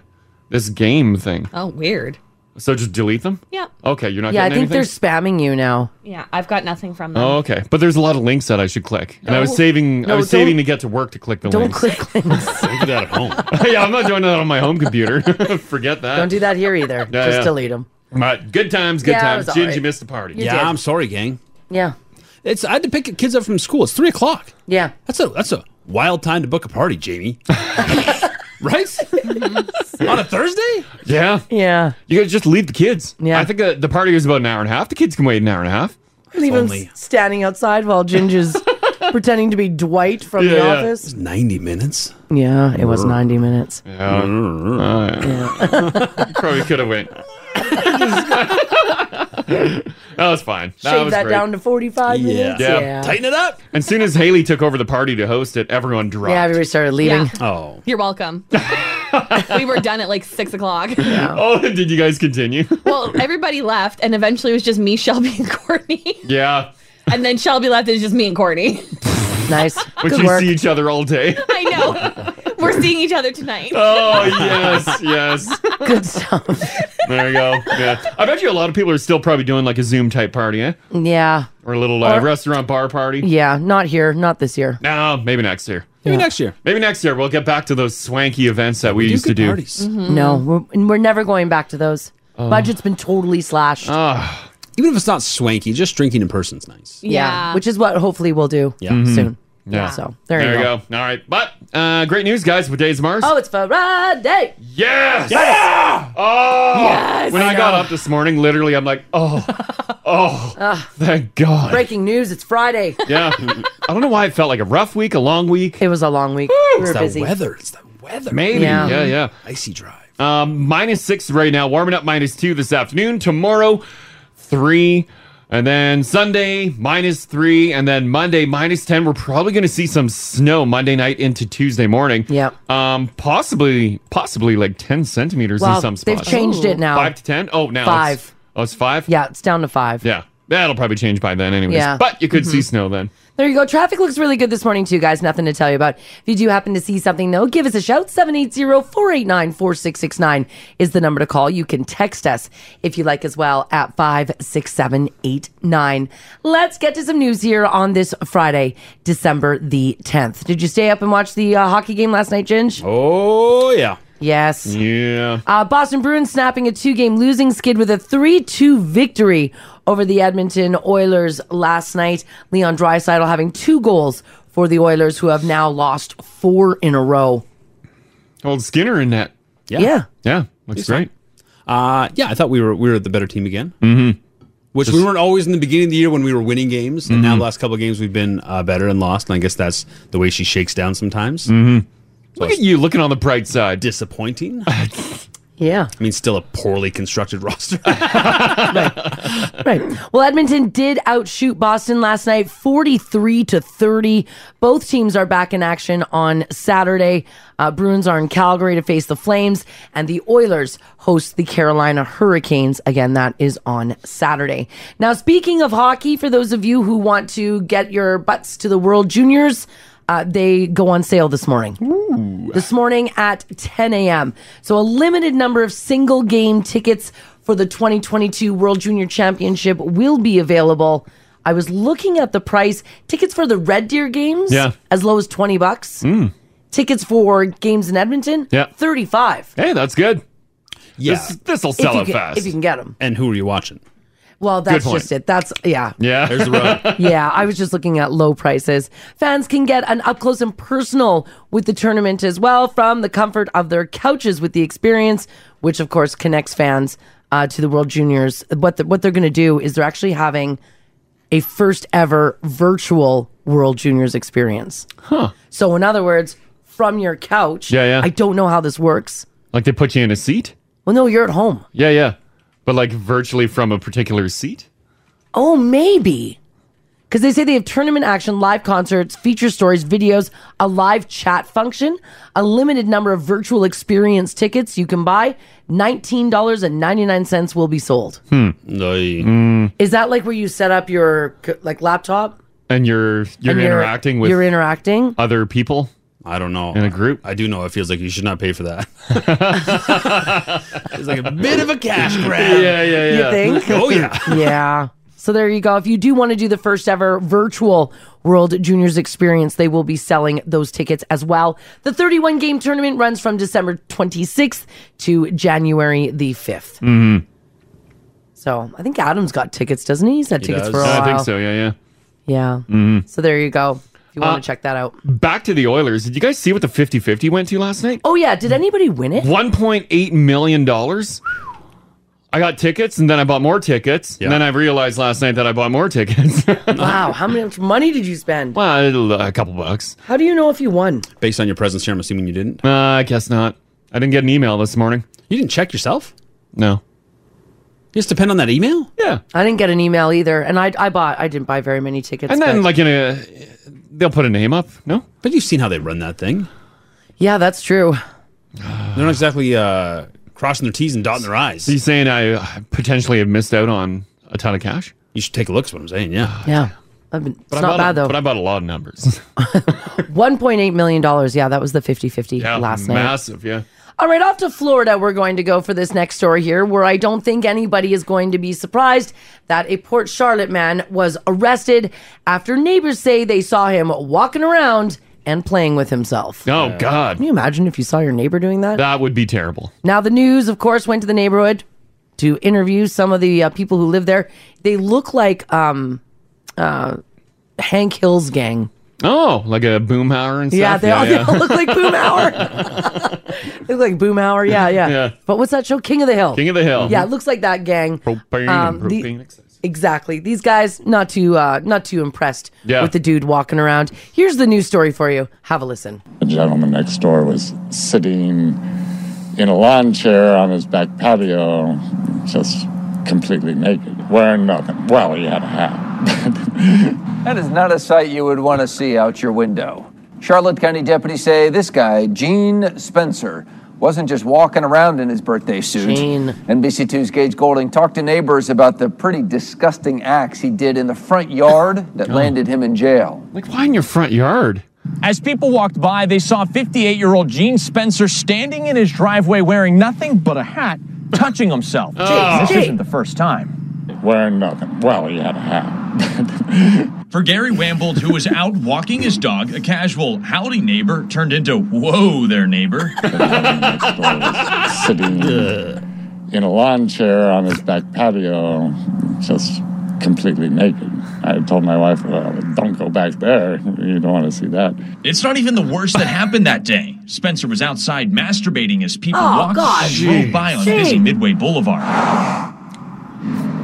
Speaker 3: this game thing.
Speaker 4: Oh, weird.
Speaker 3: So just delete them.
Speaker 4: Yeah.
Speaker 3: Okay, you're not.
Speaker 9: yeah, I
Speaker 3: getting
Speaker 9: think they're
Speaker 3: anything?
Speaker 9: spamming you now.
Speaker 4: Yeah, I've got nothing from them.
Speaker 3: Oh, okay. But there's a lot of links that I should click, and I was
Speaker 4: No.
Speaker 3: saving. I
Speaker 4: No,
Speaker 3: was saving
Speaker 4: don't-
Speaker 3: to get to work to click the
Speaker 9: Don't
Speaker 3: links.
Speaker 9: click links.
Speaker 7: do that at home.
Speaker 3: yeah, I'm not doing that on my home computer. Forget that.
Speaker 9: Don't do that here either.
Speaker 3: Yeah,
Speaker 9: just
Speaker 3: yeah.
Speaker 9: delete them.
Speaker 3: But good times, good
Speaker 9: Yeah, it
Speaker 3: times.
Speaker 9: was all
Speaker 3: Ginge, you
Speaker 9: right.
Speaker 3: missed the party.
Speaker 9: You Yeah, did. I'm
Speaker 7: sorry, gang.
Speaker 9: Yeah.
Speaker 7: It's I had to pick kids up from school. It's three o'clock.
Speaker 9: Yeah.
Speaker 7: That's a that's a wild time to book a party, Jamie. right? On a Thursday?
Speaker 3: Yeah.
Speaker 9: Yeah.
Speaker 3: You guys just leave the kids. Yeah. I think uh, the party was about an hour and a half. The kids can wait an hour and a half.
Speaker 9: Leave him
Speaker 3: only-
Speaker 9: s- standing outside while Ginger's pretending to be Dwight from
Speaker 3: Yeah,
Speaker 9: the
Speaker 3: yeah.
Speaker 9: office.
Speaker 7: Ninety minutes.
Speaker 9: Yeah, it was 90 minutes.
Speaker 3: Yeah. Probably could have went. that was fine. that
Speaker 9: Shave
Speaker 3: was
Speaker 9: that
Speaker 3: great.
Speaker 9: down to 45 minutes.
Speaker 3: Yeah.
Speaker 7: it up.
Speaker 3: As soon as Haley took over the party to host it, everyone dropped.
Speaker 9: Yeah, everybody started leaving. Yeah.
Speaker 7: Oh.
Speaker 4: You're welcome. we were done at like six o'clock.
Speaker 3: Oh, did you guys continue?
Speaker 4: Well, everybody left, and eventually it was just me, Shelby, and Courtney.
Speaker 3: yeah.
Speaker 4: And then Shelby left, and it was just me and Courtney.
Speaker 9: Nice.
Speaker 3: But
Speaker 4: Good
Speaker 3: you
Speaker 4: work.
Speaker 3: see each other all day.
Speaker 4: I know. We're seeing each other tonight.
Speaker 3: Oh yes, yes.
Speaker 9: Good stuff.
Speaker 3: There you go. Yeah. I bet you a lot of people are still probably doing like a Zoom type party, eh?
Speaker 9: Yeah.
Speaker 3: Or a little uh,
Speaker 9: Or-
Speaker 3: restaurant bar party.
Speaker 9: Yeah, not here, not this year.
Speaker 3: No, maybe next year.
Speaker 7: Maybe next year.
Speaker 3: Maybe next year we'll get back to those swanky events that we, used to do.
Speaker 9: Mhm. No, we're, and we're never going back to those.
Speaker 3: Oh.
Speaker 9: Budget's been totally slashed.
Speaker 3: Ah.
Speaker 7: Even if it's not swanky, just drinking in person's nice.
Speaker 9: yeah. Which is what hopefully we'll do
Speaker 3: Mm-hmm.
Speaker 9: soon.
Speaker 3: Yeah.
Speaker 9: So there, you go.
Speaker 3: All right. But uh, great news, guys, with Days of Mars.
Speaker 9: Oh, it's Friday.
Speaker 3: Yes. Yeah. Oh. When I, got up this morning, literally, I'm like, oh, oh, thank God.
Speaker 9: Ah, Breaking news, it's Friday.
Speaker 3: Yeah. I don't know why it felt like a rough week, a long week.
Speaker 9: It was a long week. We
Speaker 7: It's
Speaker 9: were
Speaker 7: that
Speaker 9: busy.
Speaker 7: weather. It's that weather.
Speaker 3: Maybe. Yeah, yeah.
Speaker 7: Icy drive.
Speaker 3: Um, minus six right now, warming up minus two this afternoon. Tomorrow, three. And then Sunday, minus three. And then Monday, minus 10. We're probably going to see some snow Monday night into Tuesday morning. Yeah. Um, possibly, possibly like 10 centimeters
Speaker 9: Well,
Speaker 3: in some
Speaker 9: they've
Speaker 3: spots.
Speaker 9: changed it now.
Speaker 3: Five to 10? Oh, now. It's,
Speaker 9: Five.
Speaker 3: oh, it's five?
Speaker 9: Yeah, it's down to five.
Speaker 3: Yeah. That'll probably change by then, anyways.
Speaker 9: Yeah. Mm-hmm.
Speaker 3: But you could see snow then.
Speaker 9: There you go. Traffic looks really good this morning, too, guys. Nothing to tell you about. If you do happen to see something, though, give us a shout. 780-489-4669 is the number to call. You can text us if you like as well at 56789. Let's get to some news here on this Friday, December the 10th. Did you stay up and watch the uh, hockey game last night, Ginge?
Speaker 7: Oh, yeah.
Speaker 9: Yes.
Speaker 3: Yeah.
Speaker 9: Uh, Boston Bruins snapping a two game losing skid with a 3 2 victory over the Edmonton Oilers last night. Leon Dreisidel having two goals for the Oilers, who have now lost four in a row.
Speaker 3: Old Skinner in that.
Speaker 7: Yeah.
Speaker 9: Yeah.
Speaker 3: Yeah. Looks great.
Speaker 7: Uh, yeah, I thought we were we were the better team again.
Speaker 3: Mm-hmm.
Speaker 7: Which we weren't always in the beginning of the year when we were winning games, and
Speaker 3: Mm-hmm.
Speaker 7: now the last couple of games we've been uh, better and lost. And I guess that's the way she shakes down sometimes.
Speaker 3: Mm-hmm. Look at you looking on the bright side.
Speaker 7: Disappointing.
Speaker 9: Yeah.
Speaker 7: I mean, still a poorly constructed roster.
Speaker 9: Right. Well, Edmonton did outshoot Boston last night 43 to 30. Both teams are back in action on Saturday. Uh, Bruins are in Calgary to face the Flames, and the Oilers host the Carolina Hurricanes. Again, that is on Saturday. Now, speaking of hockey, for those of you who want to get your butts to the World Juniors, uh, they go on sale this morning. This morning at 10 a.m. So, a limited number of single game tickets for the 2022 World Junior Championship will be available. I was looking at the price. Tickets for the Red Deer games,
Speaker 3: Yeah.
Speaker 9: as low as 20 bucks.
Speaker 3: Mm.
Speaker 9: Tickets for games in Edmonton,
Speaker 3: Yeah.
Speaker 9: 35.
Speaker 3: Hey, that's good.
Speaker 7: Yeah.
Speaker 3: This will
Speaker 9: If
Speaker 3: sell
Speaker 9: you
Speaker 3: it
Speaker 9: can-
Speaker 3: fast.
Speaker 9: If you can get them.
Speaker 7: and who are you watching?
Speaker 9: Well,
Speaker 7: Good
Speaker 9: that's
Speaker 7: point.
Speaker 9: just it. That's, yeah.
Speaker 3: Yeah.
Speaker 7: There's the road.
Speaker 9: yeah, I was just looking at low prices. Fans can get an up close and personal with the tournament as well from the comfort of their couches with the experience, which of course connects fans uh, to the World Juniors. What the, what they're going to do is they're actually having a first ever virtual World Juniors experience. Huh. So in other words, from your couch.
Speaker 3: Yeah, yeah.
Speaker 9: I don't know how this works.
Speaker 3: Like they put you in a seat?
Speaker 9: Well, no, you're at home.
Speaker 3: Yeah, yeah. But like virtually from a particular seat?
Speaker 9: Oh, maybe. Because they say they have tournament action, live concerts, feature stories, videos, a live chat function, a limited number of virtual experience tickets you can buy. $19.99 will be sold.
Speaker 3: Hmm.
Speaker 9: Is that like where you set up your c- like laptop?
Speaker 3: And you're you're
Speaker 9: And you're-
Speaker 3: interacting with
Speaker 9: you're interacting?
Speaker 3: other people?
Speaker 7: I don't know.
Speaker 3: In a group?
Speaker 7: I do know it feels like you should not pay for that. it's like a bit of a cash grab.
Speaker 3: Yeah, yeah,
Speaker 9: You think?
Speaker 7: Oh yeah.
Speaker 9: yeah. So there you go. If you do want to do the first ever virtual World Juniors experience, they will be selling those tickets as well. The 31 game tournament runs from December 26th to January the 5th.
Speaker 3: Mm-hmm.
Speaker 9: So I think Adam's got tickets, doesn't he? He's had tickets for a while.
Speaker 3: I think so, yeah, yeah.
Speaker 9: Yeah.
Speaker 3: hmm
Speaker 9: So there you go. If you want
Speaker 3: Uh,
Speaker 9: to check that out.
Speaker 3: Back to the Oilers. Did you guys see what the 50 50 went to last night?
Speaker 9: Oh yeah. Did anybody win it?
Speaker 3: $1.8 million. I got tickets and then I bought more tickets. And then I realized last night that I bought more tickets.
Speaker 9: wow. How much money did you spend?
Speaker 3: well, a couple bucks.
Speaker 9: How do you know if you won?
Speaker 7: Based on your presence here, I'm assuming you didn't.
Speaker 3: Uh, I guess not. I didn't get an email this morning.
Speaker 7: You didn't check yourself?
Speaker 3: No.
Speaker 7: You just depend on that email?
Speaker 3: Yeah.
Speaker 9: I didn't get an email either, and I I bought I didn't buy very many tickets.
Speaker 3: and then,
Speaker 9: but-
Speaker 3: like in a, they'll put a name up. No,
Speaker 7: but you've seen how they run that thing.
Speaker 9: yeah, that's true.
Speaker 7: They're not exactly uh, crossing their T's and dotting their I's.
Speaker 3: So you saying I uh, potentially have missed out on a ton of cash?
Speaker 7: You should take a look. Is what I'm saying. Yeah.
Speaker 9: Yeah. I've been, it's
Speaker 3: I
Speaker 9: not
Speaker 3: bought a-
Speaker 9: bad though.
Speaker 3: But I bought a lot of numbers.
Speaker 9: $1.8 million. Yeah, that was the 50 50 last night.
Speaker 3: Massive. Yeah.
Speaker 9: All right, off to Florida, we're going to go for this next story here, where I don't think anybody is going to be surprised that a Port Charlotte man was arrested after neighbors say they saw him walking around and playing with himself.
Speaker 3: Oh God. Can
Speaker 9: you imagine if you saw your neighbor doing that?
Speaker 3: That would be terrible.
Speaker 9: Now, the news, of course, went to the neighborhood to interview some of the uh, people who live there. They look like um, uh, Hank Hill's gang.
Speaker 3: Oh, like a boom hour and stuff.
Speaker 9: Yeah, they, all, they all look like Boom Hour. they look like Boom Hour. Yeah, yeah,
Speaker 3: Yeah.
Speaker 9: But what's that show? King of the Hill.
Speaker 3: King of the Hill.
Speaker 9: Yeah, it looks like that gang.
Speaker 3: Propane
Speaker 9: Um,
Speaker 3: and
Speaker 9: the-
Speaker 3: propane excess.
Speaker 9: Exactly. These guys not too uh, not too impressed
Speaker 10: Yeah.
Speaker 9: with the dude walking around. Here's the news story for you. Have a listen.
Speaker 10: The gentleman next door was sitting in a lawn chair on his back patio, just completely naked. wearing nothing. Well, he had a hat.
Speaker 11: That is not a sight you would want to see out your window. Charlotte County deputies say this guy, Gene Spencer, wasn't just walking around in his birthday suit.
Speaker 9: Gene.
Speaker 11: NBC2's Gage Golding talked to neighbors about the pretty disgusting acts he did in the front yard that landed him in jail.
Speaker 3: Like, why in your front yard?
Speaker 12: As people walked by, they saw 58 year old Gene Spencer standing in his driveway wearing nothing but a hat, touching himself.
Speaker 10: Jeez,
Speaker 12: this
Speaker 10: Jake.
Speaker 12: isn't the first time.
Speaker 10: Wearing nothing. Well, he had a hat.
Speaker 12: For Gary Wambold, who was out walking his dog, a casual howdy neighbor turned into whoa there neighbor.
Speaker 10: sitting in a lawn chair on his back patio, just completely naked. I told my wife, well, don't go back there. You don't want to see that.
Speaker 12: It's not even the worst that happened that day. Spencer was outside masturbating as people
Speaker 10: Oh,
Speaker 12: walked
Speaker 10: God.
Speaker 12: slow by on busy
Speaker 10: Jeez.
Speaker 12: Midway Boulevard.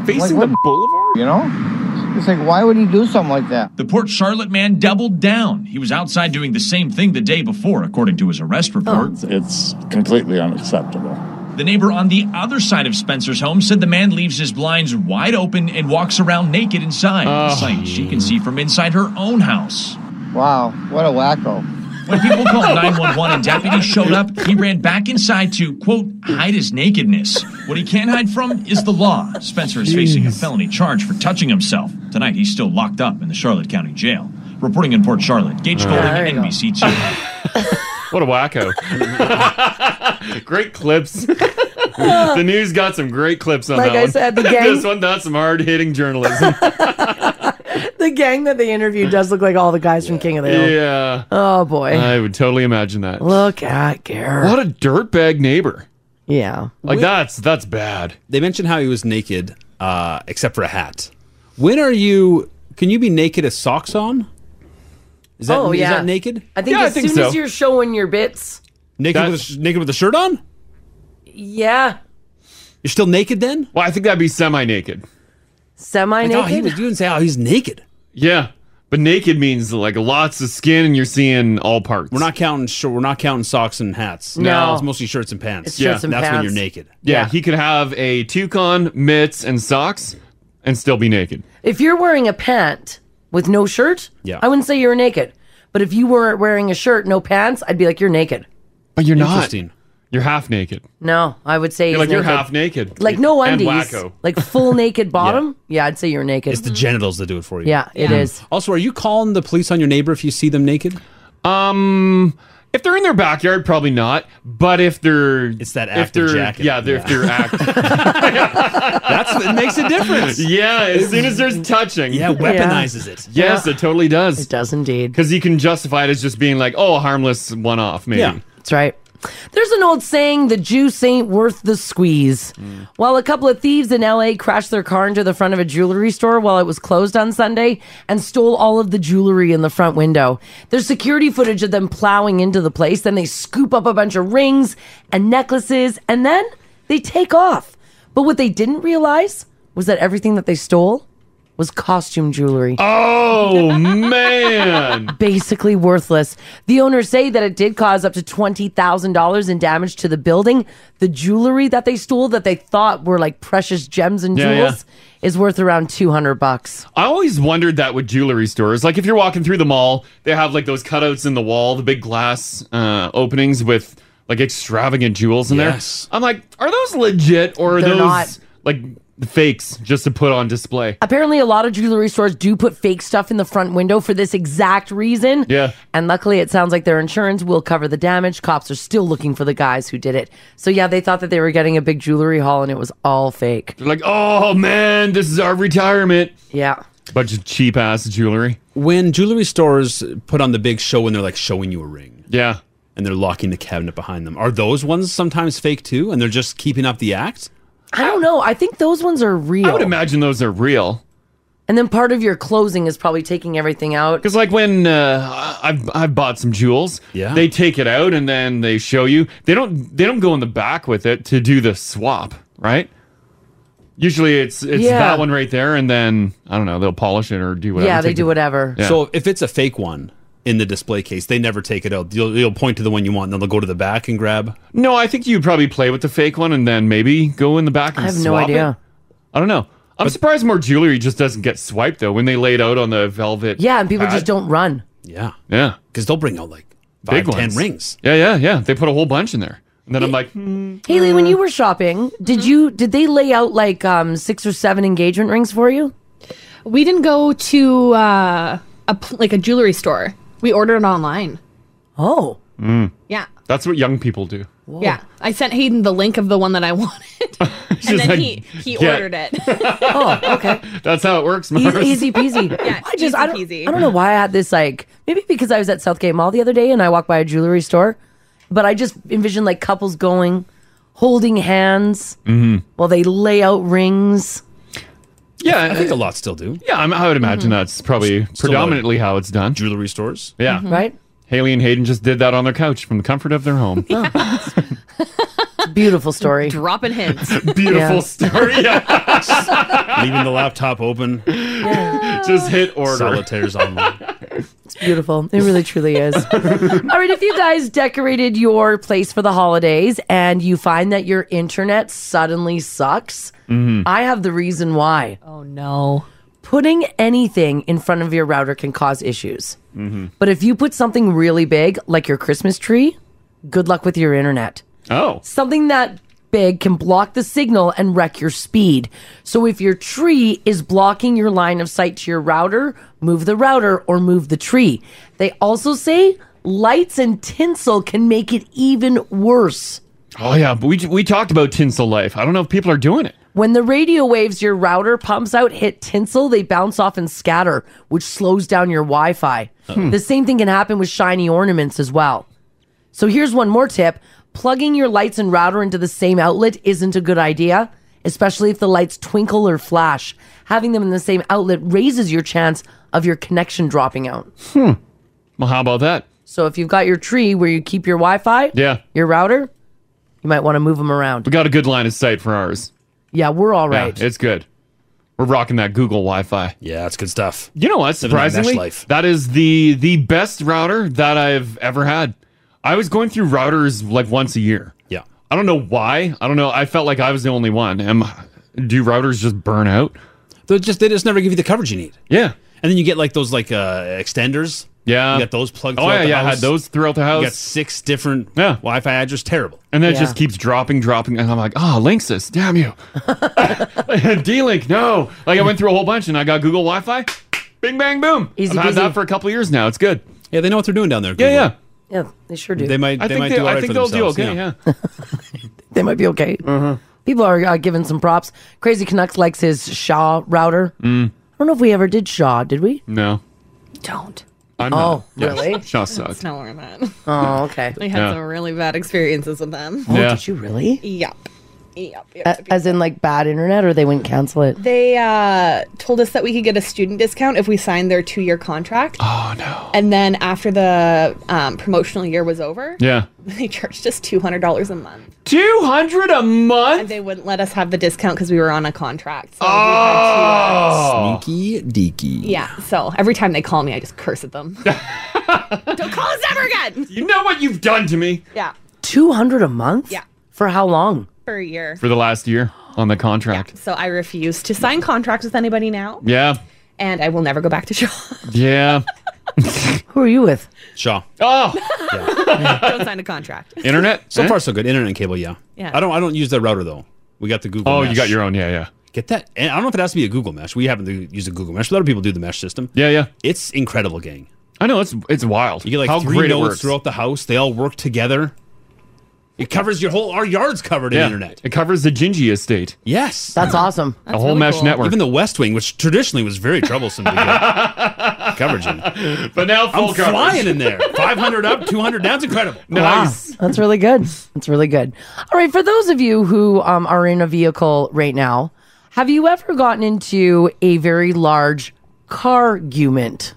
Speaker 3: Facing the boulevard?
Speaker 12: You know? It's like, why would he do something like that? The Port Charlotte man doubled down. He was outside doing the same thing the day before, according to his arrest report.
Speaker 10: It's completely unacceptable.
Speaker 12: The neighbor on the other side of Spencer's home said the man leaves his blinds wide open and walks around naked inside, a sight she can see from inside her own house.
Speaker 13: Wow, what a wacko.
Speaker 12: When people called 911 and deputies showed up, he ran back inside to, quote, hide his nakedness. What he can't hide from is the law. Spencer is facing a felony charge for touching himself. Tonight, he's still locked up in the Charlotte County Jail. Reporting in Port Charlotte, Gage
Speaker 3: All
Speaker 12: Golding,
Speaker 3: right.
Speaker 12: NBC2.
Speaker 3: What a wacko. great clips. the news got some great clips on
Speaker 9: Like
Speaker 3: that
Speaker 9: I
Speaker 3: one.
Speaker 9: said, the gang-
Speaker 3: this one got some hard hitting journalism.
Speaker 9: the gang that they interviewed does look like all the guys from King of the Hill.
Speaker 3: yeah.
Speaker 9: Oh boy.
Speaker 3: I would totally imagine that.
Speaker 9: Look at Garrett.
Speaker 3: What a dirtbag neighbor.
Speaker 9: Yeah.
Speaker 3: Like that's that's bad.
Speaker 7: They mentioned how he was naked, uh, except for a hat. When are you? Can you be naked with socks on? Is that,
Speaker 9: oh
Speaker 7: is
Speaker 9: yeah.
Speaker 7: that naked?
Speaker 9: I think as soon as you're showing your bits,
Speaker 7: naked with, a, sh- naked with a shirt on.
Speaker 9: yeah,
Speaker 7: You're still naked then?
Speaker 3: Well, I think that'd be semi naked.
Speaker 9: semi
Speaker 7: Like, oh, he
Speaker 9: naked.
Speaker 7: was, you didn't say, oh, he's naked.
Speaker 3: Yeah. But naked means like lots of skin and you're seeing all parts. We're
Speaker 7: not counting shor- we're not counting socks and hats.
Speaker 3: No.
Speaker 7: It's mostly shirts and pants.
Speaker 3: It's shirts and
Speaker 7: That's when
Speaker 3: pants.
Speaker 7: you're naked.
Speaker 3: Yeah, he could have a toucan, mitts, and socks and still be naked.
Speaker 9: If you're wearing a pant with no shirt,
Speaker 3: Yeah.
Speaker 9: I wouldn't say you're naked. But if you were wearing a shirt, no pants, I'd be like, you're naked.
Speaker 3: But you're not.
Speaker 7: Interesting.
Speaker 3: You're half naked.
Speaker 9: No, I would say
Speaker 3: You're
Speaker 9: he's
Speaker 3: like, you're
Speaker 9: naked.
Speaker 3: half naked.
Speaker 9: Like no
Speaker 3: And
Speaker 9: undies,
Speaker 3: wacko.
Speaker 9: like full naked bottom. yeah. I'd say you're naked. It's the
Speaker 7: genitals that do it for you.
Speaker 9: Yeah, it is.
Speaker 7: Also, are you calling the police on your neighbor if you see them naked?
Speaker 3: Um, if they're in their backyard, probably not. But if they're, it's that
Speaker 7: active jacket.
Speaker 3: Yeah, they're, if they're act. That's
Speaker 7: it makes a difference.
Speaker 3: Yeah, as soon as there's touching,
Speaker 7: Yeah, weaponizes Yeah. it.
Speaker 3: Yes,
Speaker 7: Yeah.
Speaker 3: it totally does. It
Speaker 9: does indeed.
Speaker 3: Because you can justify it as just being like, oh, a harmless one-off, maybe.
Speaker 9: Yeah. That's right. There's an old saying, the juice ain't worth the squeeze. While a couple of thieves in LA crashed their car into the front of a jewelry store while it was closed on Sunday and stole all of the jewelry in the front window. There's security footage of them plowing into the place, then they scoop up a bunch of rings and necklaces, and then they take off. But what they didn't realize was that everything that they stole was costume jewelry.
Speaker 3: Oh man.
Speaker 9: Basically worthless. The owners say that it did cause up to $20,000 in damage to the building. The jewelry that they stole that they thought were like precious gems and
Speaker 3: Yeah, yeah.
Speaker 9: jewels is worth around 200 bucks.
Speaker 3: I always wondered that with jewelry stores. Like if you're walking through the mall, they have like those cutouts in the wall, the big glass uh, openings with like extravagant jewels in
Speaker 7: Yes.
Speaker 3: there. I'm like, are those legit or are
Speaker 9: They're
Speaker 3: those
Speaker 9: not.
Speaker 3: like fakes just to put on display?
Speaker 9: Apparently a lot of jewelry stores do put fake stuff in the front window for this exact reason.
Speaker 3: Yeah.
Speaker 9: And luckily it sounds like their insurance will cover the damage. Cops are still looking for the guys who did it. So yeah, they thought that they were getting a big jewelry haul and it was all fake.
Speaker 3: They're like, oh man, this is our retirement.
Speaker 9: Yeah.
Speaker 3: Bunch of cheap ass jewelry.
Speaker 7: When jewelry stores put on the big show when they're like showing you a ring.
Speaker 3: Yeah.
Speaker 7: And they're locking the cabinet behind them. Are those ones sometimes fake too? And they're just keeping up the act?
Speaker 9: I don't know. I think those ones are real.
Speaker 3: I would imagine those are real.
Speaker 9: And then part of your closing is probably taking everything out.
Speaker 3: Because like when uh, I- I've I've bought some jewels, yeah. they take it out and then they show you. They don't they don't go in the back with it to do the swap, right? Usually it's it's
Speaker 9: Yeah.
Speaker 3: that one right there, and then I don't know they'll polish it or do whatever.
Speaker 9: yeah, they
Speaker 3: take
Speaker 9: do
Speaker 3: it-
Speaker 9: whatever.
Speaker 3: Yeah.
Speaker 7: So if it's a fake one in the display case, they never take it out. You'll, you'll point to the one you want, and then they'll go to the back and grab.
Speaker 3: No, I think you'd probably play with the fake one and then maybe go in the back and
Speaker 9: I have no
Speaker 3: swap
Speaker 9: idea.
Speaker 3: it. I don't know. I'm surprised more jewelry just doesn't get swiped though when they lay it out on the velvet.
Speaker 9: Yeah, and people
Speaker 3: pad.
Speaker 9: just don't run.
Speaker 7: Yeah.
Speaker 3: Yeah.
Speaker 7: Because they'll bring out like
Speaker 3: big
Speaker 7: five, ten
Speaker 3: ones.
Speaker 7: rings.
Speaker 3: Yeah, yeah, yeah. They put a whole bunch in there. And then I'm like, hmm.
Speaker 14: Mm-hmm.
Speaker 9: Haley, when you were shopping, did you did they lay out like um six or seven engagement rings for you?
Speaker 14: We didn't go to uh, a pl- like a jewelry store. We ordered it online.
Speaker 9: Oh.
Speaker 3: mm.
Speaker 14: Yeah.
Speaker 3: That's what young people do.
Speaker 14: Yeah. I sent Hayden the link of the one that I wanted. and then
Speaker 3: like,
Speaker 14: he, he
Speaker 3: "Get it."
Speaker 14: ordered it.
Speaker 3: That's how it works,
Speaker 9: Eas-
Speaker 3: Mars.
Speaker 9: Oh, Easy, peasy.
Speaker 14: Yeah,
Speaker 9: I just I don't
Speaker 14: easy peasy.
Speaker 9: I don't know why I had this like maybe because I was at Southgate Mall the other day and I walked by a jewelry store, but I just envisioned like couples going, holding hands
Speaker 3: Mhm.
Speaker 9: while they lay out rings.
Speaker 3: Yeah, I
Speaker 7: think a lot still do.
Speaker 3: Yeah, I'm, I would imagine
Speaker 9: Mhm.
Speaker 3: that's probably predominantly how it's done.
Speaker 7: Jewelry stores.
Speaker 3: Yeah.
Speaker 9: Mhm. Right?
Speaker 3: Haley and Hayden just did that on their couch from the comfort of their home.
Speaker 9: Oh. Beautiful story.
Speaker 14: Dropping hints.
Speaker 3: Beautiful story.
Speaker 7: Leaving the laptop open.
Speaker 3: Just hit order.
Speaker 7: Solitaires online.
Speaker 9: It's beautiful. It really truly is. All right, if you guys decorated your place for the holidays and you find that your internet suddenly sucks,
Speaker 6: Mhm.
Speaker 9: I have the reason why. Oh no. Putting anything in front of your router can cause issues.
Speaker 6: Mm-hmm.
Speaker 9: But if you put something really big, like your Christmas tree, good luck with your internet.
Speaker 3: Oh.
Speaker 9: Something that big can block the signal and wreck your speed. So if your tree is blocking your line of sight to your router, move the router or move the tree. They also say lights and tinsel can make it even worse.
Speaker 3: Oh yeah, but we we talked about tinsel life. I don't know if people are doing it.
Speaker 9: When the radio waves your router pumps out hit tinsel, they bounce off and scatter, which slows down your Wi Fi.
Speaker 6: Uh-oh.
Speaker 9: The same thing can happen with shiny ornaments as well. So here's one more tip plugging your lights and router into the same outlet isn't a good idea, especially if the lights twinkle or flash. Having them in the same outlet raises your chance of your connection dropping out.
Speaker 3: Hmm. Well, how about that?
Speaker 9: So if you've got your tree where you keep your Wi Fi,
Speaker 3: Yeah.
Speaker 9: your router, you might want to move them around.
Speaker 3: We got a good line of sight for ours.
Speaker 9: Yeah, we're all right.
Speaker 3: Yeah, it's good. We're rocking that Google Wi-Fi.
Speaker 7: Yeah, that's good stuff.
Speaker 3: You know what?
Speaker 7: Living that mesh
Speaker 3: Surprisingly,
Speaker 7: life.
Speaker 3: that is the the best router that I've ever had. I was going through routers like once a year.
Speaker 7: Yeah.
Speaker 3: I don't know why. I don't know. I felt like I was the only one. Am do routers just burn out?
Speaker 7: They just they just never give you the coverage you need.
Speaker 3: Yeah.
Speaker 7: And then you get like those like uh extenders.
Speaker 3: Yeah.
Speaker 7: You got those plugged
Speaker 3: Oh
Speaker 7: throughout
Speaker 3: yeah,
Speaker 7: the
Speaker 3: yeah. I
Speaker 7: house.
Speaker 3: had those throughout the house.
Speaker 7: You got six different
Speaker 3: yeah.
Speaker 7: Wi-Fi addresses. Terrible.
Speaker 3: And then
Speaker 7: Yeah.
Speaker 3: it just keeps dropping, dropping, and I'm like, oh, Linksys, damn you. D-Link, no. Like I went through a whole bunch, and I got Google Wi-Fi. Bing, bang, boom.
Speaker 9: Easy
Speaker 3: I've had
Speaker 9: peasy.
Speaker 3: that for a couple of years now. It's good.
Speaker 7: Yeah, they know what they're doing down there.
Speaker 3: Yeah, yeah.
Speaker 9: Yeah, they sure do.
Speaker 7: They might-
Speaker 3: I
Speaker 7: they
Speaker 3: think
Speaker 7: might
Speaker 3: they,
Speaker 7: do all
Speaker 3: I
Speaker 7: right
Speaker 3: think
Speaker 7: for
Speaker 3: they'll do
Speaker 7: themselves,
Speaker 3: okay.
Speaker 7: yeah.
Speaker 3: Yeah. Uh-huh.
Speaker 9: they might be okay. People are uh, giving some props. Crazy Canucks likes his Shaw router.
Speaker 3: Mm,
Speaker 9: I don't know if we ever did Shaw, did we?
Speaker 3: no.
Speaker 14: Don't.
Speaker 3: I'm
Speaker 9: Oh,
Speaker 3: not. Yeah,
Speaker 9: really?
Speaker 3: Shaw
Speaker 14: That's
Speaker 3: sucked.
Speaker 14: not where I'm at.
Speaker 9: Oh, okay.
Speaker 14: I had
Speaker 3: Yeah.
Speaker 14: some really bad experiences with them.
Speaker 3: Oh, Yeah. did
Speaker 9: you really? Uh,
Speaker 14: Yep. Yep. yep.
Speaker 9: A- as in like bad internet, or they wouldn't cancel it.
Speaker 14: They uh, told us that we could get a student discount if we signed their two year contract.
Speaker 3: Oh, no.
Speaker 14: And then after the um, promotional year was over,
Speaker 3: Yeah.
Speaker 14: they charged us $200 a month.
Speaker 3: 200 a month?
Speaker 14: And they wouldn't let us have the discount because we were on a contract. So
Speaker 3: Oh.
Speaker 7: Sneaky deaky.
Speaker 14: uh, Yeah, so every time they call me, I just curse at them. Don't call us ever again.
Speaker 3: You know what you've done to me
Speaker 14: Yeah,
Speaker 9: Two hundred a month?
Speaker 14: Yeah.
Speaker 9: For how long?
Speaker 14: for a year.
Speaker 3: For the last year on the contract.
Speaker 14: So I refuse to sign contracts with anybody now,
Speaker 3: Yeah.
Speaker 14: and I will never go back to Shaw.
Speaker 3: Yeah.
Speaker 9: Who are you with?
Speaker 7: Shaw.
Speaker 3: Oh,
Speaker 14: don't sign a contract.
Speaker 3: Internet?
Speaker 7: So
Speaker 3: Eh?
Speaker 7: far so good. Internet and cable, yeah.
Speaker 14: Yeah.
Speaker 7: I don't I don't use that router though. We got the Google
Speaker 3: Oh, you
Speaker 7: Mesh.
Speaker 3: got your own, yeah, yeah.
Speaker 7: Get that. And I don't know if it has to be a Google Mesh. We happen to use a Google Mesh. A lot of people do the mesh system.
Speaker 3: Yeah, yeah.
Speaker 7: It's incredible, gang.
Speaker 3: I know it's it's wild.
Speaker 7: You get like
Speaker 3: How
Speaker 7: three
Speaker 3: great it
Speaker 7: nodes
Speaker 3: works.
Speaker 7: throughout the house. They all work together. It covers your whole our yard's covered
Speaker 3: Yeah.
Speaker 7: in internet.
Speaker 3: It covers the Gingy estate.
Speaker 7: Yes.
Speaker 9: That's awesome.
Speaker 3: a whole mesh network.
Speaker 7: Even the West Wing, which traditionally was very troublesome to get coverage in.
Speaker 3: But now full
Speaker 7: I'm
Speaker 3: coverage.
Speaker 7: flying in there. 500 up, 200 down. It's incredible.
Speaker 9: Wow, that's really good. That's really good. All right, for those of you who um, are in a vehicle right now, have you ever gotten into a very large car argument?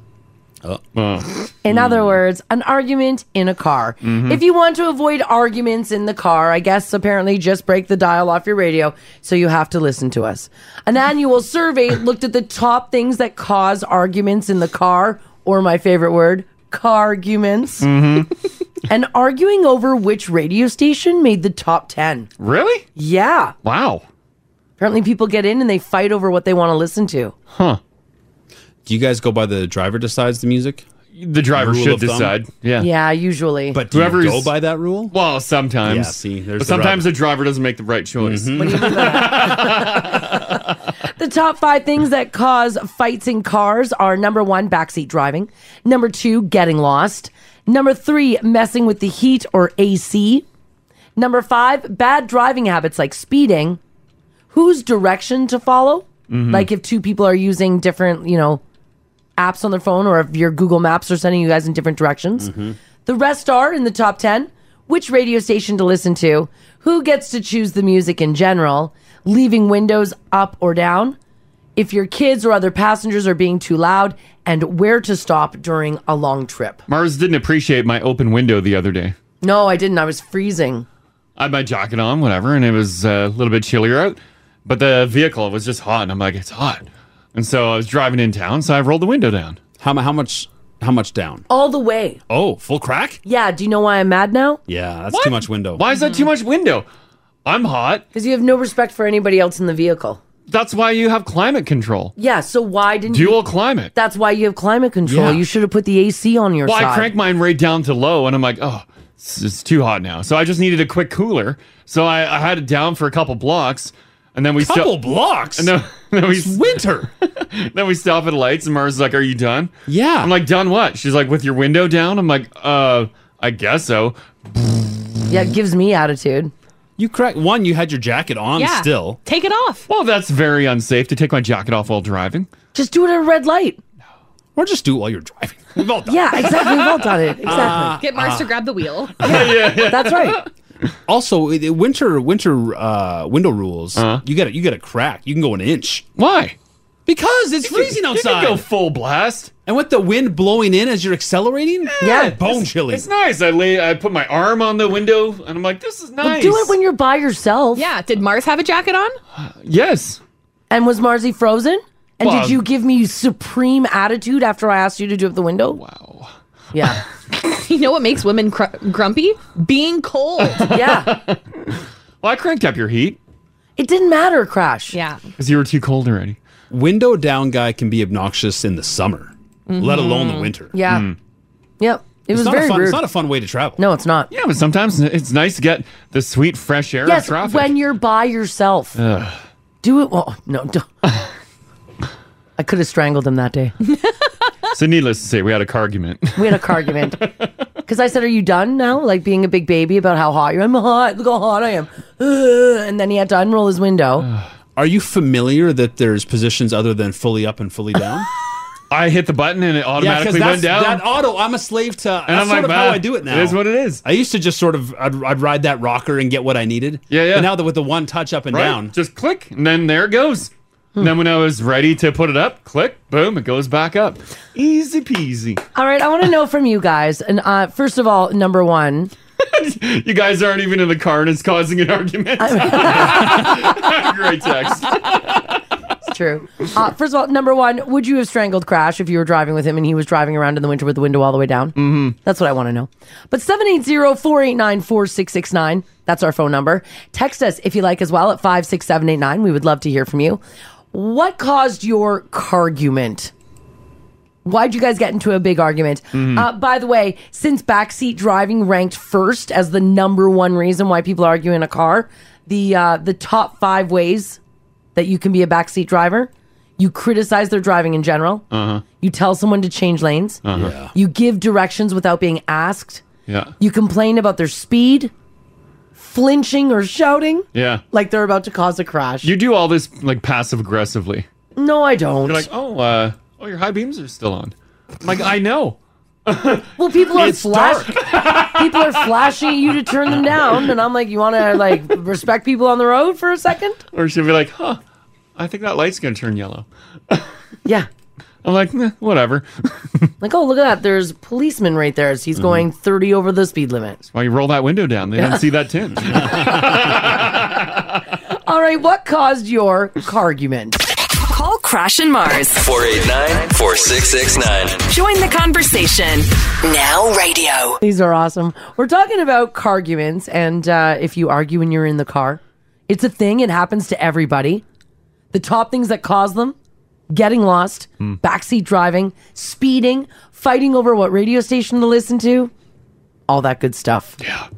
Speaker 3: Uh.
Speaker 7: Oh.
Speaker 3: Hmm.
Speaker 9: In other words, an argument in a car.
Speaker 3: Mm-hmm.
Speaker 6: Mhm.
Speaker 9: If you want to avoid arguments in the car, I guess apparently just break the dial off your radio so you have to listen to us. An annual survey looked at the top things that cause arguments in the car, or my favorite word, car arguments.
Speaker 3: Mm-hmm.
Speaker 9: and arguing over which radio station made the top 10.
Speaker 3: Really?
Speaker 9: Yeah.
Speaker 3: Wow.
Speaker 9: Apparently, people get in and they fight over what they want to listen to.
Speaker 3: Huh.
Speaker 7: Do you guys go by the driver decides the music?
Speaker 3: The driver should decide, yeah.
Speaker 9: Yeah, usually.
Speaker 7: But do you go by that rule?
Speaker 3: Well, oh, sometimes.
Speaker 7: Yeah, see, there's
Speaker 3: but
Speaker 7: the rub. Mm-hmm.
Speaker 3: sometimes the driver doesn't make the right choice.
Speaker 9: The top five things that cause fights in cars are number one, backseat driving. Number two, getting lost. Number three, messing with the heat or AC. Number five, bad driving habits like speeding. Whose direction to follow?
Speaker 15: Mhm.
Speaker 9: Like if two people are using different, you know, apps on their phone or if your Google Maps are sending you guys in different directions.
Speaker 8: Mm-hmm.
Speaker 3: Mm-hmm.
Speaker 9: The rest are in the top 10 which radio station to listen to, who gets to choose the music in general, leaving windows up or down, if your kids or other passengers are being too loud, and where to stop during a long trip.
Speaker 3: Mars didn't appreciate my open window the other day.
Speaker 9: No, I didn't. I was freezing.
Speaker 3: I had my jacket on, whatever, and it was uh, a little bit chillier out, but the vehicle was just hot, and I'm like, it's hot. And so I was driving in town, so I rolled the window down.
Speaker 7: How, mu- how much? How much down?
Speaker 9: All the way.
Speaker 7: Oh, full crack?
Speaker 9: Yeah, do you know why I'm mad now?
Speaker 7: Yeah, that's
Speaker 9: What?
Speaker 7: too much window.
Speaker 3: Why is that too much window? I'm hot.
Speaker 9: Because you have no respect for anybody else in the vehicle.
Speaker 3: That's why you have climate control.
Speaker 9: Yeah, so why didn't
Speaker 3: Dual
Speaker 9: you?
Speaker 3: climate.
Speaker 9: That's why you have climate control.
Speaker 3: Yeah.
Speaker 9: You should have put the AC on your
Speaker 3: Well,
Speaker 9: side.
Speaker 3: I cranked mine right down to low, and I'm like, oh, it's, it's too hot now. So I just needed a quick cooler. So I, I had it down for a couple blocks, and then we sto-
Speaker 7: Couple blocks?
Speaker 3: And then, then we,
Speaker 7: It's winter.
Speaker 3: then we stop at lights, and Mara's like, "Are you done?"
Speaker 7: Yeah.
Speaker 3: I'm like, "Done what?" She's like, "With your window down." I'm like, "Uh, I guess so."
Speaker 9: yeah, it gives me attitude.
Speaker 7: You crack one. You had your jacket on
Speaker 14: Yeah.
Speaker 7: still.
Speaker 14: Take it off.
Speaker 3: Well, that's very unsafe to take my jacket off while driving.
Speaker 9: Just do it at a red light.
Speaker 7: Or just do it while you're driving. We've all done. it.
Speaker 9: Yeah, exactly. We've all done it. Exactly.
Speaker 3: Uh,
Speaker 7: Ah,
Speaker 14: Get Mars
Speaker 7: ah.
Speaker 14: to grab the wheel.
Speaker 9: That's right.
Speaker 7: Also, i- i- winter winter uh, window rules. You got you got a crack. You can go an inch.
Speaker 3: Uh-huh. Why?
Speaker 7: Because it's
Speaker 3: You can-
Speaker 7: freezing
Speaker 3: you can
Speaker 7: outside.
Speaker 3: go full blast.
Speaker 7: And with the wind blowing in as you're accelerating,
Speaker 9: yeah,
Speaker 7: bone
Speaker 3: it's,
Speaker 7: chilly.
Speaker 3: It's nice. I lay, I put my arm on the window, and I'm like, "This is nice."
Speaker 9: Well, do it when you're by yourself. Yeah.
Speaker 14: Did Mars have a jacket on?
Speaker 3: yes.
Speaker 9: And was Marzi frozen? And
Speaker 3: Well-
Speaker 9: did you give me supreme attitude after I asked you to do up the window?
Speaker 3: Wow.
Speaker 9: Yeah.
Speaker 14: you know what makes women cr- grumpy? Being cold.
Speaker 9: yeah.
Speaker 3: Well, I cranked up your heat
Speaker 9: It didn't matter, Crash.
Speaker 14: Yeah.
Speaker 3: because you were too cold already.
Speaker 7: Window down guy can be obnoxious in the summer,
Speaker 3: Mm-hmm.
Speaker 7: let alone the
Speaker 9: Mhm.
Speaker 7: winter.
Speaker 9: Yeah.
Speaker 3: Hmm.
Speaker 9: Yep. It
Speaker 7: Mm-hmm. Mm. It's
Speaker 9: was
Speaker 7: not a
Speaker 9: very
Speaker 7: fun-
Speaker 9: rude.
Speaker 7: It's not a fun way to travel.
Speaker 9: No, it's not.
Speaker 3: Yeah, but sometimes it's nice to get the sweet fresh air
Speaker 9: yes,
Speaker 3: of traffic.
Speaker 9: when you're by yourself.
Speaker 3: Ugh.
Speaker 9: Do it. Well, no, don't. I could have strangled him that day.
Speaker 3: so, needless to say, we had a car argument.
Speaker 9: We had a car argument. Because I said, Are you done now? Like being a big baby about how hot you're. I'm hot. Look how hot I am. Ugh. And then he had to unroll his window.
Speaker 7: Are you familiar that there's positions other than fully up and fully down?
Speaker 3: I hit the button and it automatically
Speaker 7: that's-
Speaker 3: went down.
Speaker 7: That auto, I'm a slave to.
Speaker 3: And
Speaker 7: that's
Speaker 3: I'm
Speaker 7: sort
Speaker 3: like,
Speaker 7: of how
Speaker 3: "Bah,
Speaker 7: I do it now.
Speaker 3: it is what it is.
Speaker 7: I used to just sort of, I'd, I'd ride that rocker and get what I needed.
Speaker 3: Yeah, yeah.
Speaker 7: But now that with the one touch up and
Speaker 3: Right,
Speaker 7: down,
Speaker 3: Just click, and then there it goes.
Speaker 9: Hmm.
Speaker 3: And then when I was ready to put it up, click, boom, it goes back up. Easy peasy.
Speaker 9: All right. I want to know from you guys. And uh, first of all, number one,
Speaker 3: You guys aren't even in the car and it's causing an argument. Great text.
Speaker 9: It's true. Uh, first of all, number one, would you have strangled Crash if you were driving with him and he was driving around in the winter with the window all the way down? Mm-hmm. That's what I want to know. But 780-489-4669, that's our phone number. Text us if you like as well at 56789. We would love to hear from you. What caused your cargument? Why'd you guys get into a big argument?
Speaker 15: Mhm.
Speaker 3: Mm-hmm.
Speaker 9: Uh, by the way, since backseat driving ranked first as the number one reason why people argue in a car, the uh, the top five ways that you can be a backseat driver: you criticize their driving in general,
Speaker 7: Uh-huh.
Speaker 3: Uh huh.
Speaker 9: you tell someone to change lanes,
Speaker 3: Uh-huh. Yeah.
Speaker 9: you give directions without being asked,
Speaker 3: Yeah.
Speaker 9: you complain about their speed, flinching or shouting
Speaker 3: Yeah.
Speaker 9: like they're about to cause a crash.
Speaker 3: You do all this like passive aggressively.
Speaker 9: No, I don't.
Speaker 3: You're like, oh, uh, oh, your high beams are still on. I'm like, I know.
Speaker 9: Well, people are
Speaker 3: It's
Speaker 9: flash- people are flashing at you to turn them down, and I'm like, you want to like respect people on the road for a second?
Speaker 3: Or she'll be like, huh, I think that light's going to turn yellow.
Speaker 9: yeah.
Speaker 3: I'm like, "Meh, whatever.
Speaker 9: Like, oh, look at that! There's a policeman right there. as He's going 30 over the speed limit.
Speaker 3: Why you roll that window down? They
Speaker 9: Yeah.
Speaker 3: don't see that tint.
Speaker 9: All right, what caused your cargument?
Speaker 6: Call Crash and Mars.
Speaker 5: 489 4669.
Speaker 6: Join the conversation. Now radio.
Speaker 9: These are awesome. We're talking about carguments, and uh, if you argue when you're in the car, It's a thing. It happens to everybody. The top things that cause them getting lost, backseat driving, speeding, fighting over what radio station to listen to. all that good stuff.
Speaker 3: Yeah.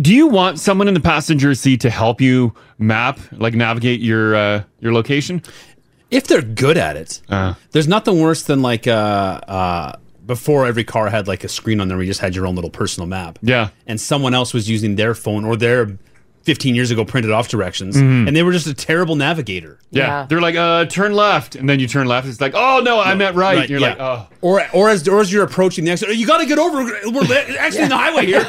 Speaker 3: Do you want someone in the passenger seat to help you map, like navigate your uh, your location? Uh,
Speaker 7: If they're good at it. There's nothing worse than like uh, uh, before every car had like a screen on there where you just had your own little personal map.
Speaker 3: Yeah.
Speaker 7: And someone else was using their phone or their 15 years ago printed off directions
Speaker 3: Mhm.
Speaker 7: and they were just a terrible navigator.
Speaker 3: Yeah. They're like, uh, turn left, and then you turn left. It's like, oh no, I meant right. You're like, oh.
Speaker 7: Or, or as or as you're approaching the exit, "Oh, you got to get over. We're la- actually in the highway here.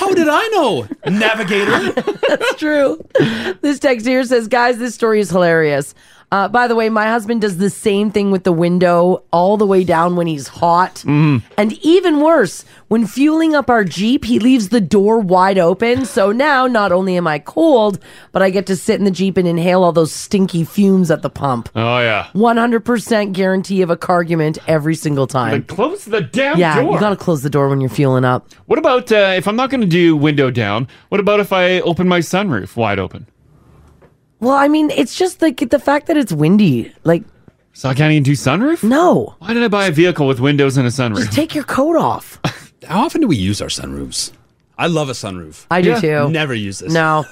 Speaker 7: How did I know, navigator?
Speaker 9: That's true. this text here says, guys, this story is hilarious. Uh, by the way, my husband does the same thing with the window all the way down when he's hot.
Speaker 1: Mm-hmm.
Speaker 9: And even worse, when fueling up our Jeep, he leaves the door wide open. So now not only am I cold, but I get to sit in the Jeep and inhale all those stinky fumes at the pump.
Speaker 3: Oh yeah.
Speaker 9: 100% guarantee of a cargument every single time.
Speaker 3: Like, close the damn
Speaker 9: yeah,
Speaker 3: door.
Speaker 9: you got to close the door when you're fueling up.
Speaker 3: What about uh, if I'm not going to do window down? What about if I open my sunroof wide open?
Speaker 9: Well, I mean, it's just like the fact that it's windy. Like,
Speaker 3: so I can't even do sunroof?
Speaker 9: No.
Speaker 3: Why did I buy a vehicle with windows and a sunroof?
Speaker 9: Take your coat off.
Speaker 7: How often do we use our sunroofs? I love a sunroof.
Speaker 9: I do too.
Speaker 7: Never use this.
Speaker 9: No.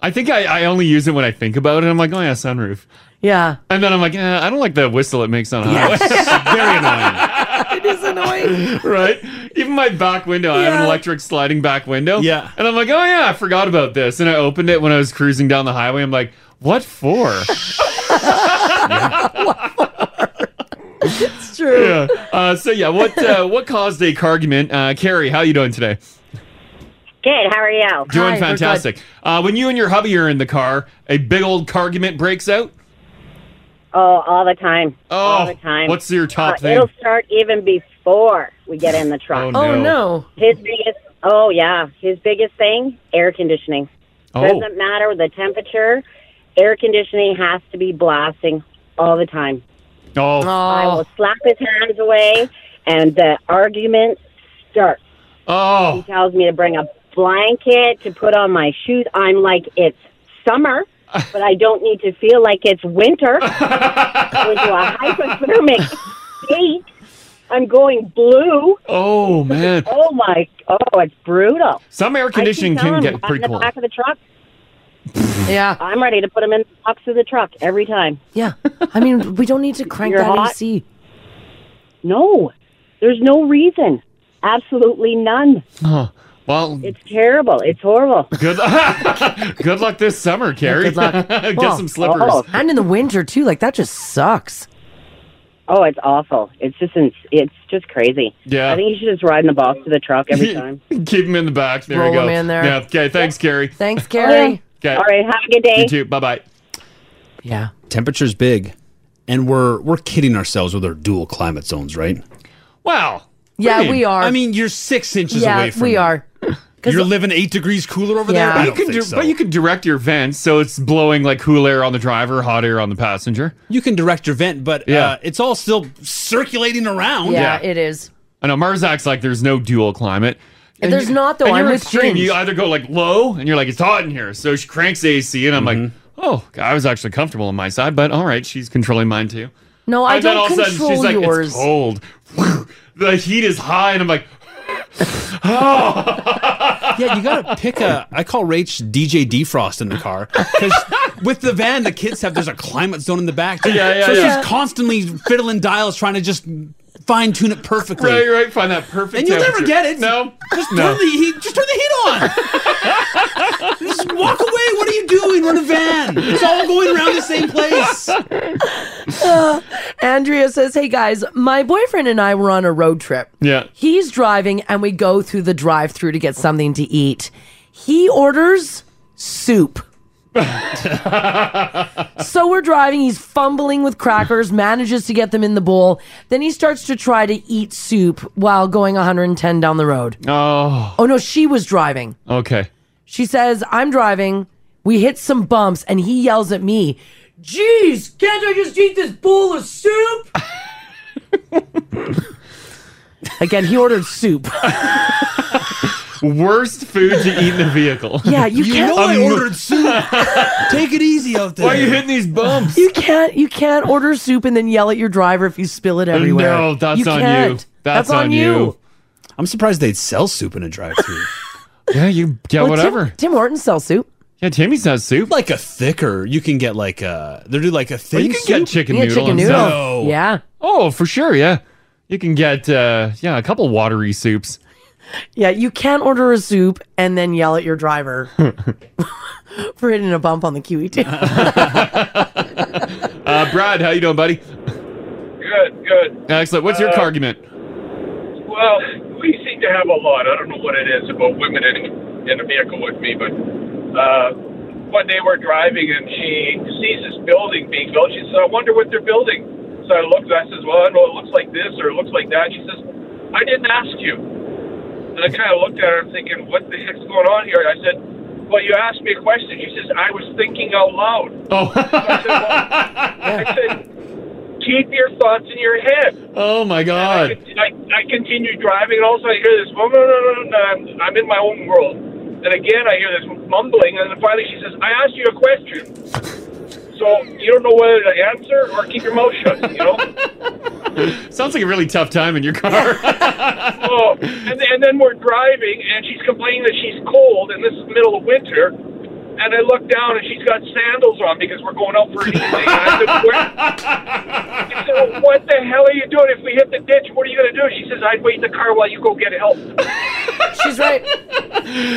Speaker 3: I think I, I only use it when I think about it. I'm like, oh yeah, sunroof.
Speaker 9: Yeah.
Speaker 3: And then I'm like, eh, I don't like the whistle it makes on a highway. right? Even my back window, I have an
Speaker 9: Yeah.
Speaker 3: electric sliding back window. Yeah. And I'm like, oh yeah, I forgot about this. And I opened it when I was cruising down the highway. I'm like, what for?
Speaker 9: it's true.
Speaker 3: Yeah. Uh, so yeah, what uh, what caused a cargument? Uh, Carrie, how you doing today?
Speaker 15: Good. How are you?
Speaker 3: Doing fantastic. Uh, when you and your hubby are in the car, a big old cargument breaks out.
Speaker 15: Oh, all the time. Oh, all
Speaker 3: Oh,
Speaker 15: the time.
Speaker 3: what's your top
Speaker 15: Uh,
Speaker 3: thing?
Speaker 15: It'll start even before we get in the truck.
Speaker 3: Oh, no. Oh,
Speaker 9: no.
Speaker 15: His biggest. Oh yeah, his biggest thing: air conditioning.
Speaker 3: Oh.
Speaker 15: Doesn't matter the temperature. Air conditioning has to be blasting all the time.
Speaker 3: Oh.
Speaker 15: I will slap his hands away, and the argument starts.
Speaker 3: Oh.
Speaker 15: He tells me to bring a blanket to put on my shoes. I'm like, it's summer, but I don't need to feel like it's winter. I went to a hypothermic state. I'm going blue.
Speaker 3: Oh man.
Speaker 15: Oh my. Oh, it's brutal.
Speaker 3: Some air
Speaker 15: I keep
Speaker 3: conditioning can
Speaker 15: telling
Speaker 3: get
Speaker 15: him, "Hop
Speaker 3: pretty
Speaker 15: in the
Speaker 3: cold."
Speaker 15: back of the truck.
Speaker 9: Yeah.
Speaker 15: I'm ready to put him in the box of the truck every time.
Speaker 9: Yeah. I mean, we don't need to crank
Speaker 15: You're
Speaker 9: that
Speaker 15: hot?
Speaker 9: AC.
Speaker 15: No, there's no reason. Absolutely none.
Speaker 3: Oh, well,
Speaker 15: It's terrible. It's horrible.
Speaker 3: good, good luck this summer, Carrie.
Speaker 9: Good luck.
Speaker 3: Get
Speaker 9: Well,
Speaker 3: some slippers.
Speaker 9: Oh. And in the winter too, like that just sucks.
Speaker 15: Oh, it's awful. It's just ins- it's just crazy.
Speaker 3: Yeah.
Speaker 15: I think you should just ride in the box of the truck every time.
Speaker 3: Keep them in the back. There
Speaker 15: Roll
Speaker 3: you go.
Speaker 15: 'em in there.
Speaker 3: Yeah. Okay. Thanks, Carrie.
Speaker 9: Thanks,
Speaker 15: Carrie. All right. Have a good day.
Speaker 3: You too. Bye bye.
Speaker 9: Yeah.
Speaker 7: Temperature's big, and we're we're kidding ourselves with our dual climate zones, right?
Speaker 3: Wow.
Speaker 9: Yeah, we are.
Speaker 7: I mean, you're six inches
Speaker 9: yeah,
Speaker 7: away from.
Speaker 9: we
Speaker 7: me.
Speaker 9: are.
Speaker 7: You're living eight degrees cooler over
Speaker 9: Yeah.
Speaker 7: there. I
Speaker 3: you
Speaker 7: don't
Speaker 3: can
Speaker 7: think
Speaker 3: dir-
Speaker 7: so.
Speaker 3: but you can direct your vents so it's blowing like cool air on the driver, hot air on the passenger.
Speaker 7: You can direct your vent, but
Speaker 3: yeah,
Speaker 7: uh, it's all still circulating around.
Speaker 9: Yeah, it is.
Speaker 3: I know Mars acts like there's no dual climate. And
Speaker 9: There's
Speaker 3: you-
Speaker 9: not, though.
Speaker 3: And
Speaker 9: I'm
Speaker 3: you're
Speaker 9: with
Speaker 3: extreme.
Speaker 9: Ginge.
Speaker 3: You either go like low, and you're like it's hot in here, so she cranks the AC, and I'm
Speaker 9: Mm-hmm.
Speaker 3: like, oh, God, I was actually comfortable on my side, but all right, she's controlling mine too.
Speaker 9: No, I
Speaker 3: and then
Speaker 9: don't
Speaker 3: all of a sudden
Speaker 9: control
Speaker 3: she's like,
Speaker 9: yours.
Speaker 3: it's cold. The heat is high, and I'm like, oh,
Speaker 7: yeah, you gotta pick a. I call Rach DJ Defrost in the car because with the van, the kids have there's a climate zone in the back.
Speaker 3: Yeah, yeah,
Speaker 7: So
Speaker 3: yeah.
Speaker 7: she's constantly fiddling dials, trying to just fine tune it perfectly.
Speaker 3: right, right, find that perfect.
Speaker 7: And you'll never
Speaker 3: temperature.
Speaker 7: get it.
Speaker 3: No,
Speaker 7: Just
Speaker 3: no.
Speaker 7: turn the heat. Just turn the heat on. just walk away. What are you doing? We're in a van. It's all going around the same place.
Speaker 9: Uh, Andrea says, "Hey guys, my boyfriend and I were on a road trip.
Speaker 3: Yeah.
Speaker 9: He's driving, and we go through the drive-through to get something to eat. He orders soup." so we're driving. He's fumbling with crackers, manages to get them in the bowl. Then he starts to try to eat soup while going 110 down the road.
Speaker 3: Oh.
Speaker 9: Oh, no, she was driving.
Speaker 3: Okay.
Speaker 9: She says, I'm driving. We hit some bumps, and he yells at me, Jeez, can't I just eat this bowl of soup? Again, he ordered soup.
Speaker 3: Worst food to eat in a vehicle.
Speaker 9: Yeah, you You can't- know I ordered
Speaker 3: soup.
Speaker 9: Take it easy out
Speaker 3: Why are you hitting these bumps?
Speaker 9: You can't. You can't order soup and then yell at your driver if you spill it everywhere.
Speaker 7: No, that's
Speaker 9: You
Speaker 7: on you.
Speaker 9: can't.
Speaker 7: That's on you.
Speaker 9: I'm surprised they'd sell soup in a drive-through.
Speaker 3: yeah, you
Speaker 7: get whatever.
Speaker 9: Tim, Tim Hortons sells soup.
Speaker 3: Yeah, Timmy's has soup.
Speaker 7: Like a thicker. You can get like a. They do like a thin.
Speaker 3: Well, you can
Speaker 7: soup.
Speaker 3: get chicken noodle. and stuff.
Speaker 9: Yeah.
Speaker 3: Oh, for sure. Yeah. You can get uh yeah a couple watery soups.
Speaker 9: Yeah, you can't order a soup and then yell at your driver for hitting a bump on the QE2.
Speaker 3: Uh, Brad, how you doing, buddy?
Speaker 14: Good, good.
Speaker 3: Excellent. What's your
Speaker 14: Uh,
Speaker 3: argument?
Speaker 14: Well, we seem to have a lot. I don't know what it is about women in in a vehicle with me, but uh, one day we're driving and she sees this building being built. She says, "I wonder what they're building." So I looked. I says, "Well, I know it looks like this or it looks like that." She says, "I didn't ask you." And I kind of looked at her, I'm thinking, "What the heck's going on here?" And I said, "Well, you asked me a question." She says, "I was thinking out loud."
Speaker 3: Oh.
Speaker 14: I said, "Keep your thoughts in your head."
Speaker 3: Oh my God.
Speaker 14: I, I continue driving, and all of a sudden I hear this, "Well, no, no, no, no, no, I'm, I'm in my own world. And again, I hear this mumbling, and then finally she says, I asked you a question. So you don't know whether to answer or keep your mouth shut, you know?
Speaker 3: Sounds like a really tough time in your car.
Speaker 14: oh, and, and then we're driving, and she's complaining that she's cold, and this is middle of winter. And I look down, and she's got sandals on because we're going out for an evening. And I said, Where? I said, well, "What the hell are you doing? If we hit the ditch, what are you going to do?" She says, "I'd wait in the car while you go get help."
Speaker 9: she's right.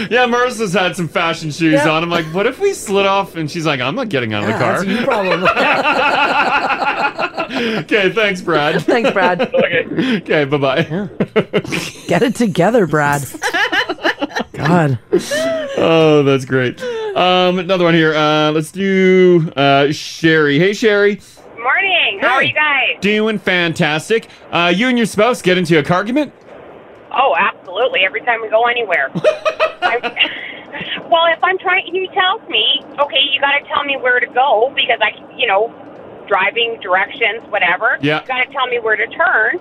Speaker 3: yeah, Marissa's had some fashion shoes
Speaker 14: Yeah.
Speaker 3: on. I'm like, what if we slid off? And she's like, I'm not getting out of
Speaker 9: Yeah, that's
Speaker 3: the
Speaker 9: your problem.
Speaker 3: car. okay, thanks, Brad.
Speaker 9: Thanks, Brad.
Speaker 3: okay. Okay, bye bye.
Speaker 9: Get it together, Brad. God.
Speaker 3: Oh, that's great. Um, another one here. Uh, let's do uh, Sherry. Hey, Sherry.
Speaker 16: Morning. How are you guys?
Speaker 3: Doing fantastic. Uh, you and your spouse get into a car argument?
Speaker 16: Oh, absolutely. Every time we go anywhere. I'm- well, if I'm trying, he tells me, okay, you got to tell me where to go because I, you know, driving directions, whatever.
Speaker 17: Yeah.
Speaker 16: You got to tell me where to turn,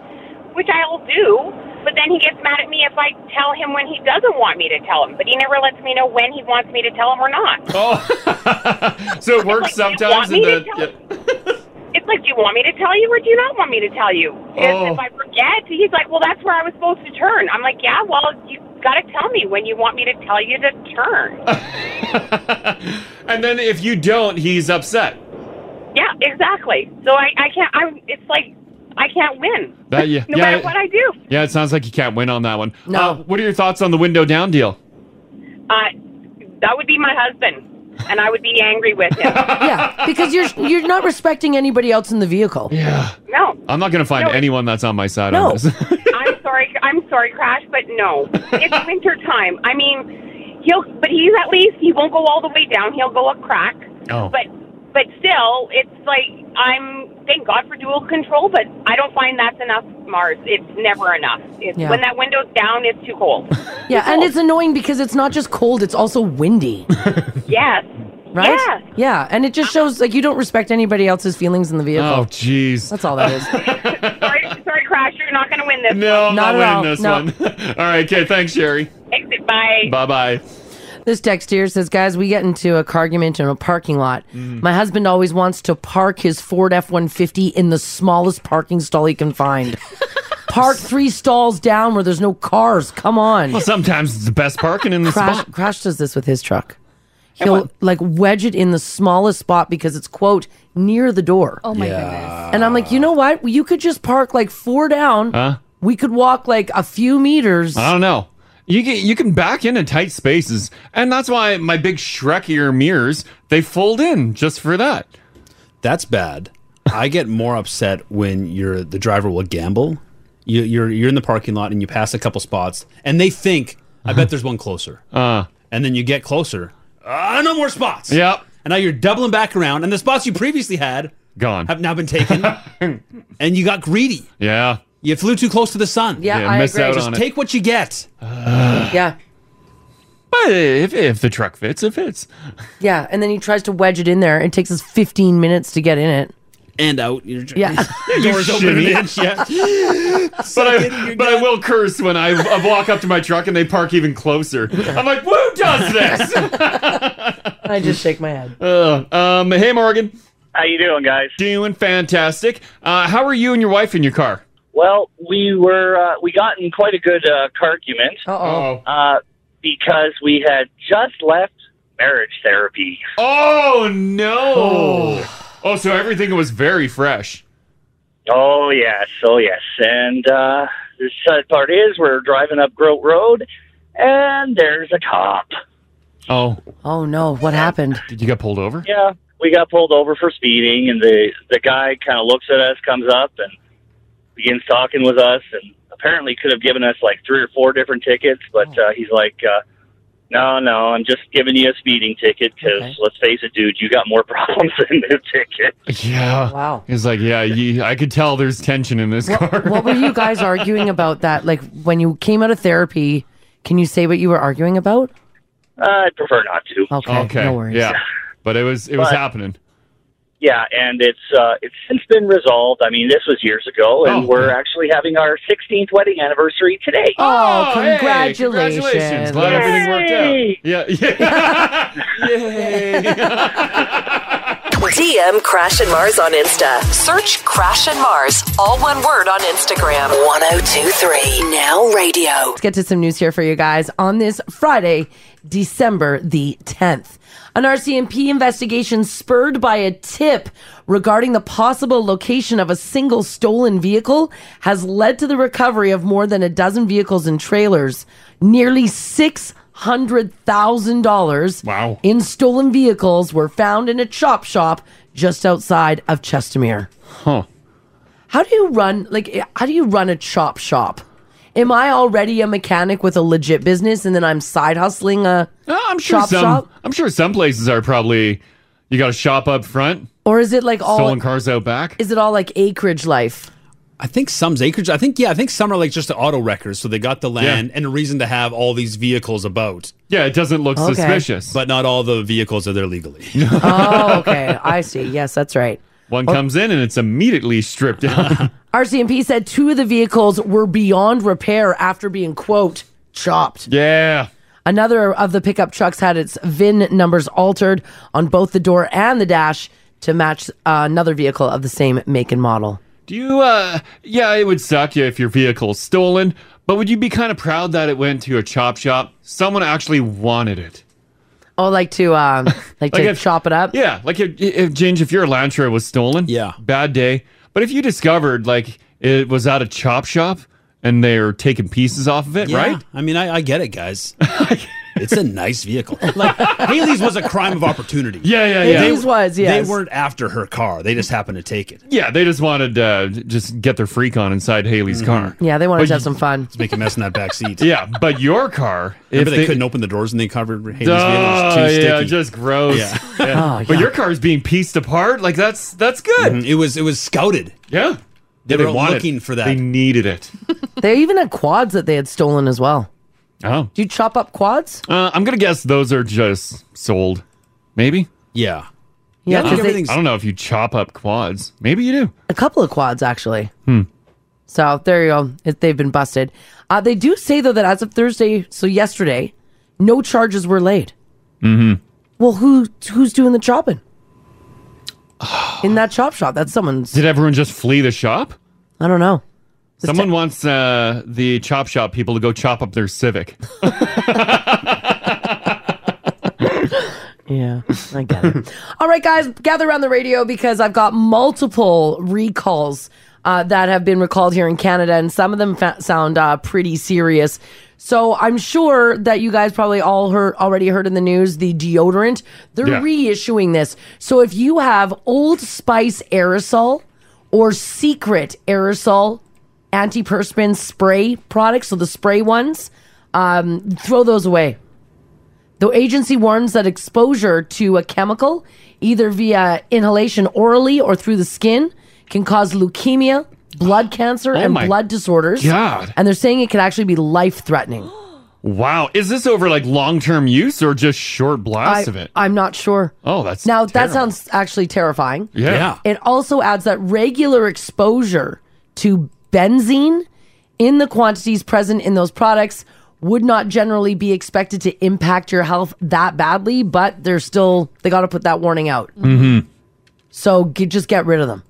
Speaker 16: which I'll do. But then he gets mad at me if I tell him when he doesn't want me to tell him. But he never lets me know when he wants me to tell him or not.
Speaker 3: Oh. So it works
Speaker 16: want
Speaker 3: sometimes. And
Speaker 16: me
Speaker 3: the,
Speaker 16: to It's like, do you want me to tell you or do you not want me to tell you? And
Speaker 3: Oh.
Speaker 16: if I forget, he's like, well, that's where I was supposed to turn. I'm like, yeah, well, you got to tell me when you want me to tell you to turn.
Speaker 3: Uh. yeah. and then if you don't, he's upset.
Speaker 16: yeah, exactly. So I, I can't. I'm. It's like I can't win.
Speaker 3: That- yeah,
Speaker 16: no
Speaker 3: yeah,
Speaker 16: matter
Speaker 3: I-
Speaker 16: what I do.
Speaker 3: Yeah, it sounds like you can't win on that one. No. what are your thoughts on the window down deal?
Speaker 16: Uh, that would be my husband, and I would be angry with him.
Speaker 9: yeah, because you're you're not respecting anybody else in the vehicle.
Speaker 3: Yeah.
Speaker 16: No,
Speaker 3: I'm not going to find
Speaker 16: No.
Speaker 3: anyone that's on my side
Speaker 16: No.
Speaker 3: on this.
Speaker 16: I'm sorry. I'm sorry, Crash, but no. It's winter time. I mean, he'll, but he's at least he won't go all the way down. He'll go a crack.
Speaker 3: Oh.
Speaker 16: But but still, it's like I'm. Thank God for dual control, but I don't find that's enough, Mars. It's never enough. It's,
Speaker 9: Yeah.
Speaker 16: When that window's down, it's too cold.
Speaker 9: Yeah, and it's annoying because it's not just cold, it's also windy.
Speaker 16: yes.
Speaker 9: Right?
Speaker 16: Yeah.
Speaker 9: Yeah, and it just shows like you don't respect anybody else's feelings in the vehicle.
Speaker 3: Oh, jeez.
Speaker 9: That's all that is.
Speaker 16: sorry, sorry, Crash. You're not going to win this.
Speaker 3: No, I'm not,
Speaker 9: Not at all.
Speaker 3: winning this
Speaker 9: No.
Speaker 3: one. all right, okay, thanks, Sherry.
Speaker 16: Exit. Bye.
Speaker 3: Bye bye.
Speaker 9: This text here says, guys, we get into a car argument in a parking lot.
Speaker 3: Mm.
Speaker 9: My husband always wants to park his Ford F 150 in the smallest parking stall he can find. park three stalls down where there's no cars. Come on.
Speaker 3: Well, sometimes it's the best parking in the
Speaker 9: Crash,
Speaker 3: spot.
Speaker 9: Crash does this with his truck. He'll like wedge it in the smallest spot because it's, quote, near the door.
Speaker 18: Oh my
Speaker 9: goodness. And I'm like, you know what? You could just park like four down.
Speaker 3: Huh?
Speaker 9: We could walk like a few meters.
Speaker 3: I don't know. You can you can back into tight spaces, and that's why my big Shrekier mirrors they fold in just for that.
Speaker 7: That's bad. I get more upset when you're the driver will gamble. You, you're you're in the parking lot and you pass a couple spots and they think I bet there's one closer.
Speaker 3: Uh,
Speaker 7: and then you get closer. Ah, no more spots.
Speaker 3: Yep.
Speaker 7: And now you're doubling back around, and the spots you previously had
Speaker 3: gone
Speaker 7: have now been taken. and you got greedy.
Speaker 3: Yeah.
Speaker 7: You flew too close to the sun.
Speaker 9: Yeah, Yeah, I miss agree. out
Speaker 7: Just
Speaker 9: on it.
Speaker 7: take what you get.
Speaker 9: yeah.
Speaker 3: But if if the truck fits, it fits.
Speaker 9: Yeah. And then he tries to wedge it in there. It takes us 15 minutes to get in it.
Speaker 7: and out. You're,
Speaker 9: Yeah.
Speaker 7: doors
Speaker 3: You
Speaker 7: open an
Speaker 3: shimmy.
Speaker 7: inch. Yeah.
Speaker 3: but I, but I will curse when I, I walk up to my truck and they park even closer. I'm like, who does this?
Speaker 9: I just shake my head.
Speaker 3: Uh, um, hey, Morgan.
Speaker 19: How you doing, guys?
Speaker 3: Doing fantastic. Uh, how are you and your wife in your car?
Speaker 19: Well, we were uh, we got in quite a good uh, argument
Speaker 3: Uh-oh.
Speaker 19: uh, because we had just left marriage therapy.
Speaker 3: Oh no! Oh. so everything was very fresh.
Speaker 19: Oh yes, oh yes, and uh, the sad part is we're driving up Grote Road, and there's a cop.
Speaker 3: Oh.
Speaker 9: Oh no! What happened?
Speaker 3: Did you get pulled over?
Speaker 19: Yeah, we got pulled over for speeding, and the the guy kind of looks at us, comes up, and begins talking with us, and apparently could have given us like three or four different tickets, but uh, he's like, uh, "No, no, I'm just giving you a speeding ticket because let's face it, dude, you got more problems than this ticket."
Speaker 3: Yeah. Wow. It's like, yeah, you, I could tell there's tension in this car.
Speaker 9: What were you guys arguing about? That like when you came out of therapy, can you say what you were arguing about?
Speaker 19: I'd prefer not to.
Speaker 9: Okay, no worries.
Speaker 3: Yeah. But it was it was
Speaker 19: But-
Speaker 3: happening.
Speaker 19: Yeah, and it's uh, it's since been resolved. I mean, this was years ago, and
Speaker 3: Oh.
Speaker 19: we're actually having our 16th wedding anniversary today.
Speaker 9: Oh,
Speaker 3: hey,
Speaker 9: congratulations.
Speaker 3: congratulations. Glad everything worked out. Yeah.
Speaker 6: DM Crash and Mars on Insta. Search Crash and Mars, all one word on Instagram. 1023 Now Radio.
Speaker 9: Let's get to some news here for you guys on this Friday, December the 10th. An RCMP investigation spurred by a tip regarding the possible location of a single stolen vehicle has led to the recovery of more than a dozen vehicles and trailers, nearly $600,000 wow. in stolen vehicles were found in a chop shop just outside of Chestermere.
Speaker 3: Huh.
Speaker 9: How do you run like how do you run a chop shop? Am I already a mechanic with a legit business and then I'm side hustling a
Speaker 3: Uh, I'm sure
Speaker 9: chop
Speaker 3: some
Speaker 9: shop?
Speaker 3: I'm sure some places are probably you got to shop up front,
Speaker 9: Or is it like all
Speaker 3: stolen cars out back.
Speaker 9: is it all like acreage life?
Speaker 7: I think some's acreage. I think yeah. I think some are like just the auto records, so they got the land and a reason to have all these vehicles about.
Speaker 3: Yeah, it doesn't look Okay. suspicious.
Speaker 7: but not all the vehicles are there legally.
Speaker 9: oh, okay. I see. Yes, that's right.
Speaker 3: One comes in and it's immediately stripped down.
Speaker 9: RCMP said two of the vehicles were beyond repair after being quote chopped.
Speaker 3: yeah.
Speaker 9: Another of the pickup trucks had its VIN numbers altered on both the door and the dash to match uh, another vehicle of the same make and model.
Speaker 3: Do you uh yeah, it would suck if your vehicle's stolen, but would you be kind of proud that it went to a chop shop? Someone actually wanted it.
Speaker 9: Oh, like to um, like, to
Speaker 3: if-
Speaker 9: chop it up.
Speaker 3: Yeah, like if, if Ginge, if your Elantra was stolen, yeah, bad day. But if you discovered like it was at a chop shop and they're taking pieces off of it,
Speaker 7: Yeah,
Speaker 3: right?
Speaker 7: I mean, I, I get it, guys. it's a nice vehicle. Like Haley's was a crime of opportunity.
Speaker 3: Yeah, yeah, yeah. Haley's was, yes.
Speaker 7: They weren't after her car. They just happened to take it.
Speaker 3: Yeah, they just wanted to uh, just get their freak on inside Haley's car.
Speaker 9: Yeah, they wanted
Speaker 3: But
Speaker 9: to have
Speaker 3: you-
Speaker 9: some fun.
Speaker 7: Mm-hmm. Let's make a mess in that back seat.
Speaker 3: Yeah, but your car, if
Speaker 7: Remember they,
Speaker 3: they-
Speaker 7: couldn't open the doors and they covered Haley's
Speaker 3: Duh,
Speaker 7: vehicle. It was too
Speaker 3: yeah,
Speaker 7: sticky.
Speaker 3: just gross.
Speaker 7: Yeah.
Speaker 3: Yeah.
Speaker 7: Oh,
Speaker 3: But
Speaker 7: yeah.
Speaker 3: your car is being pieced apart. Like that's that's good.
Speaker 7: Mm-hmm. It was it was scouted.
Speaker 3: Yeah,
Speaker 7: They
Speaker 3: Yeah,
Speaker 7: were
Speaker 3: wanted-
Speaker 7: looking for that.
Speaker 3: They needed it.
Speaker 9: They even had quads that they had stolen as well.
Speaker 3: Oh,
Speaker 9: do you chop up quads?
Speaker 3: Uh, I'm gonna guess those are just sold, maybe.
Speaker 7: Yeah.
Speaker 9: Yeah, Yeah, I think 'cause they-
Speaker 3: I
Speaker 9: everything's-
Speaker 3: don't know if you chop up quads. Maybe you do.
Speaker 9: A couple of quads actually.
Speaker 3: Hmm.
Speaker 9: So there you go. It, they've been busted. Uh, they do say though that as of Thursday, so yesterday, no charges were laid.
Speaker 3: Mm-hmm.
Speaker 9: Well, who who's doing the chopping? In that chop shop, that's someone's.
Speaker 3: Did everyone just flee the shop?
Speaker 9: I don't know.
Speaker 3: Someone wants uh, the chop shop people to go chop up their Civic.
Speaker 9: yeah, I get it. All right, guys, gather around the radio because I've got multiple recalls uh, that have been recalled here in Canada, and some of them fa- sound uh, pretty serious. So I'm sure that you guys probably all heard already heard in the news the deodorant. They're
Speaker 6: Yeah.
Speaker 9: reissuing this. So if you have Old Spice aerosol or Secret aerosol antiperspirant spray products, so the spray ones, um, throw those away. The agency warns that exposure to a chemical, either via inhalation orally or through the skin, can cause leukemia, blood cancer,
Speaker 3: Oh
Speaker 9: and
Speaker 3: my
Speaker 9: blood disorders.
Speaker 3: God.
Speaker 9: And they're saying it could actually be life threatening.
Speaker 3: Wow. Is this over like long term use or just short blasts of it?
Speaker 9: I'm not sure.
Speaker 3: Oh, that's
Speaker 9: Now that
Speaker 3: terrible.
Speaker 9: sounds actually terrifying.
Speaker 3: Yeah. Yeah.
Speaker 9: It also adds that regular exposure to benzene in the quantities present in those products would not generally be expected to impact your health that badly, but they're still they got to put that warning out.
Speaker 3: Mm-hmm.
Speaker 9: So g- just get rid of them.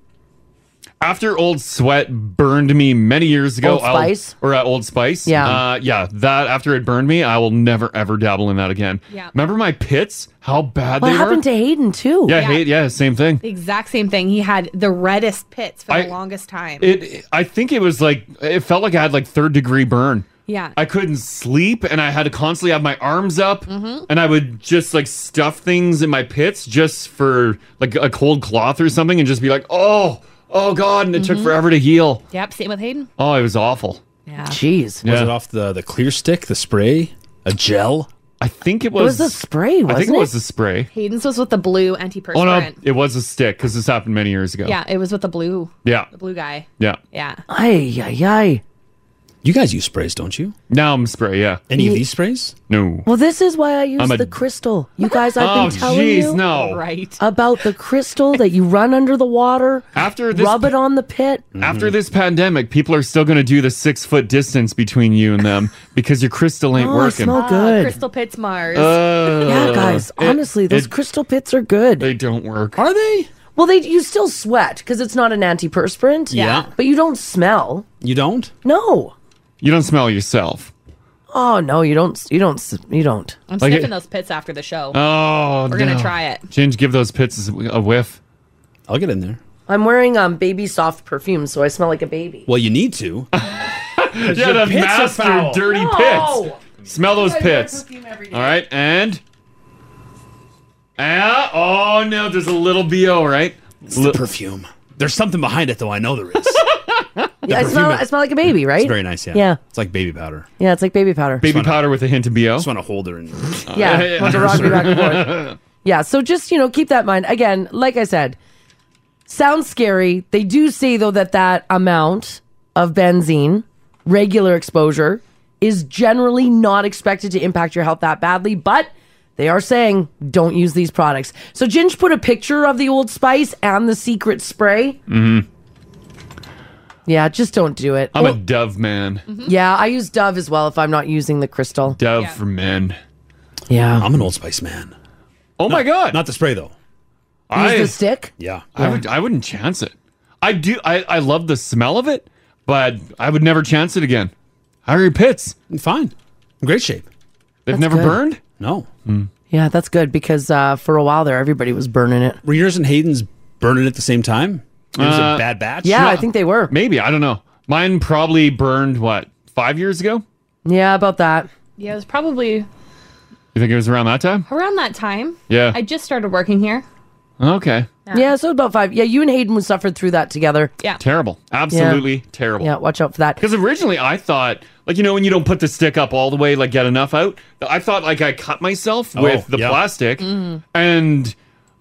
Speaker 3: After Old Sweat burned me many years ago,
Speaker 9: Old
Speaker 3: I'll-
Speaker 9: Spice?
Speaker 3: or uh, Old Spice,
Speaker 9: Yeah.
Speaker 3: uh, yeah, that after it burned me, I will never ever dabble in that again.
Speaker 4: Yeah.
Speaker 3: Remember my pits? How bad
Speaker 4: What
Speaker 3: they
Speaker 4: happened
Speaker 3: were.
Speaker 4: to
Speaker 9: Hayden too?
Speaker 3: Yeah, hate. Yeah, same thing.
Speaker 4: The exact same thing. He had the reddest pits for
Speaker 3: I-
Speaker 4: the longest time.
Speaker 3: It. I think it was like it felt like I had like third degree burn.
Speaker 4: yeah.
Speaker 3: I couldn't sleep, and I had to constantly have my arms up,
Speaker 9: Mm-hmm.
Speaker 14: Mm-hmm.
Speaker 4: Mhm.
Speaker 3: and I would just like stuff things in my pits just for like a cold cloth or something, and just be like, oh, oh god, and it took
Speaker 9: Mm-hmm.
Speaker 4: Mhm.
Speaker 3: forever to heal.
Speaker 4: Yep. Same with Hayden.
Speaker 3: Oh, it was awful.
Speaker 9: Yeah. Jeez.
Speaker 7: Was it off Uh, the the clear stick, the spray, a gel?
Speaker 3: I think it
Speaker 4: was
Speaker 7: was.
Speaker 4: the spray,
Speaker 3: I think
Speaker 4: wasn't
Speaker 3: it
Speaker 4: it?
Speaker 3: was the spray.
Speaker 4: Hayden's was with the blue antiperspirant.
Speaker 3: Oh no, it was a stick because this happened many years ago.
Speaker 4: Yeah. It was with the blue.
Speaker 3: yeah,
Speaker 4: The blue guy.
Speaker 3: yeah.
Speaker 4: Yeah.
Speaker 9: Ay, ay, ay.
Speaker 7: You guys use sprays, don't you?
Speaker 3: Now I'm spray. Yeah.
Speaker 7: Any of these sprays?
Speaker 3: No.
Speaker 9: Well, this is why I use
Speaker 7: I'm a-
Speaker 9: the crystal. You guys, I've
Speaker 7: Oh,
Speaker 9: been telling
Speaker 7: jeez,
Speaker 9: you
Speaker 7: no.
Speaker 4: right.
Speaker 9: about the crystal that you run under the water.
Speaker 3: After this-
Speaker 9: rub it on the pit.
Speaker 3: After
Speaker 7: Mm-hmm.
Speaker 3: this pandemic, people are still going to do the six foot distance between you and them because your crystal ain't
Speaker 9: Oh, I
Speaker 3: working.
Speaker 9: smell good.
Speaker 4: Ah, Crystal pits Mars.
Speaker 3: Uh,
Speaker 9: yeah, guys.
Speaker 3: it-
Speaker 9: honestly, those
Speaker 3: it-
Speaker 9: crystal pits are good.
Speaker 3: They don't work.
Speaker 9: Are they? Well, they you still sweat because it's not an antiperspirant.
Speaker 3: Yeah.
Speaker 9: But you don't smell.
Speaker 7: You don't?
Speaker 9: No.
Speaker 3: You don't smell yourself.
Speaker 9: Oh no, you don't. You don't. s- You don't.
Speaker 4: I'm
Speaker 3: Like
Speaker 4: sniffing
Speaker 3: it-
Speaker 4: those pits after the show.
Speaker 3: Oh,
Speaker 4: We're gonna
Speaker 3: no.
Speaker 4: try it.
Speaker 3: Ginge, give those pits a whiff.
Speaker 7: I'll get in there.
Speaker 9: I'm wearing um baby soft perfume, so I smell like a baby.
Speaker 7: Well, you need to.
Speaker 3: Yeah, the master dirty
Speaker 9: No.
Speaker 3: pits. Smell those
Speaker 9: You guys wear
Speaker 3: pits. All right, and ah, oh no, there's a little bo, right?
Speaker 7: It's the perfume. There's something behind it, though. I know there is.
Speaker 9: Yeah, I smell. I smell like a baby, right?
Speaker 7: It's very nice. Yeah.
Speaker 9: Yeah.
Speaker 7: It's like baby powder.
Speaker 9: Yeah, it's like baby powder.
Speaker 3: Baby powder with a hint of bo. Just
Speaker 7: want to hold her. And,
Speaker 9: Yeah, want to rock me back and Yeah, so just, you know, keep that in mind. Again, like I said, sounds scary. They do say, though, that that amount of benzene, regular exposure, is generally not expected to impact your health that badly, but they are saying don't use these products. So Ginge put a picture of the Old Spice and the secret spray.
Speaker 3: Mm-hmm.
Speaker 9: Yeah, just don't do it. Oh.
Speaker 3: I'm
Speaker 9: Well,
Speaker 3: a dove man.
Speaker 4: Mm-hmm.
Speaker 9: yeah, I use Dove as well if I'm not using the crystal.
Speaker 3: Dove for men.
Speaker 9: Yeah.
Speaker 7: I'm an Old Spice man.
Speaker 3: Oh my god!
Speaker 7: Not the spray though.
Speaker 3: I-
Speaker 9: stick?
Speaker 7: Yeah.
Speaker 3: I would. I wouldn't chance it. I do. I, I love the smell of it, but I would never chance it again. How are your pits?
Speaker 7: Fine. In great shape.
Speaker 3: They've
Speaker 9: That's
Speaker 3: never
Speaker 9: good.
Speaker 3: burned.
Speaker 7: No.
Speaker 9: Yeah, that's good because uh, for a while there, everybody was burning it.
Speaker 7: Were yours and Hayden's burning at the same time? It was a
Speaker 3: Uh,
Speaker 7: bad batch.
Speaker 9: Yeah, I think they were.
Speaker 3: Maybe I don't know. Mine probably burned what five years ago.
Speaker 9: Yeah, about that.
Speaker 4: Yeah, it was probably
Speaker 3: You think it was around that time?
Speaker 4: around that time.
Speaker 3: Yeah.
Speaker 4: I just started working here.
Speaker 3: Okay.
Speaker 9: Yeah. so about five. Yeah, you and Hayden would suffered through that together.
Speaker 4: Yeah.
Speaker 3: Terrible. Absolutely terrible.
Speaker 9: Yeah, watch out for that.
Speaker 3: Because originally I thought, like, you know, when you don't put the stick up all the way, like, get enough out, I thought, like, I cut myself
Speaker 7: Oh,
Speaker 3: with the
Speaker 7: yeah.
Speaker 3: plastic.
Speaker 9: Mm.
Speaker 3: And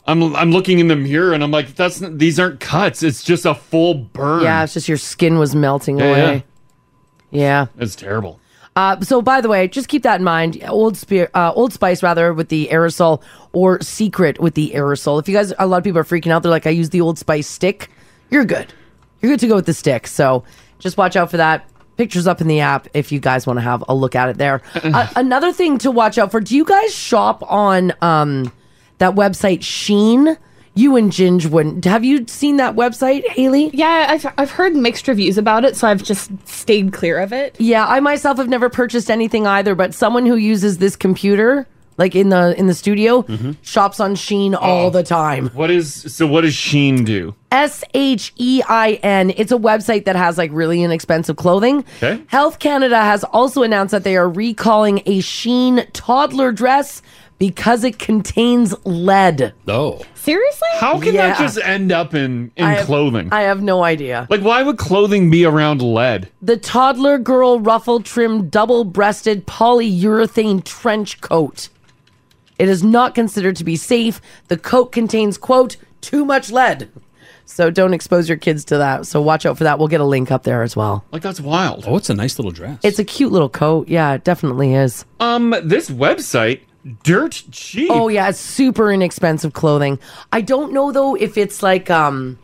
Speaker 3: I'm, I'm looking in the mirror and I'm like, that's n- these aren't cuts. It's just a full burn.
Speaker 9: Yeah, it's just your skin was melting
Speaker 3: Yeah,
Speaker 9: away. Yeah.
Speaker 3: It's terrible.
Speaker 9: Uh, so, by the way, just keep that in mind. Old Spice, uh, Old Spice, rather, with the aerosol, or Secret with the aerosol. If you guys, a lot of people are freaking out. They're like, I use the Old Spice stick. You're good. You're good to go with the stick. So, just watch out for that. Pictures up in the app if you guys want to have a look at it there. uh, another thing to watch out for: Do you guys shop on um, that website Sheen? You and Ginge wouldn't. Have you seen that website, Haley?
Speaker 4: Yeah, I've, I've heard mixed reviews about it, so I've just stayed clear of it.
Speaker 9: Yeah, I myself have never purchased anything either, but someone who uses this computer, like in the in the studio, shops on Sheen all the time.
Speaker 3: What is, so what does Sheen do?
Speaker 9: S H E I N. It's a website that has like really inexpensive clothing.
Speaker 3: Okay.
Speaker 9: Health Canada has also announced that they are recalling a Sheen toddler dress because it contains lead.
Speaker 7: No.
Speaker 4: Seriously?
Speaker 3: How can
Speaker 9: Yeah.
Speaker 3: that just end up in, in
Speaker 9: I have-
Speaker 3: clothing?
Speaker 9: I have no idea.
Speaker 3: like, why would clothing be around lead?
Speaker 9: The toddler girl ruffle trim double breasted polyurethane trench coat. It is not considered to be safe. The coat contains, quote, too much lead. So don't expose your kids to that. So watch out for that. We'll get a link up there as well.
Speaker 3: Like that's wild.
Speaker 7: Oh, it's a nice little dress.
Speaker 9: It's a cute little coat. Yeah, it definitely is.
Speaker 3: Um, this website, dirt cheap.
Speaker 9: Oh yeah, it's super inexpensive clothing. I don't know though if it's like um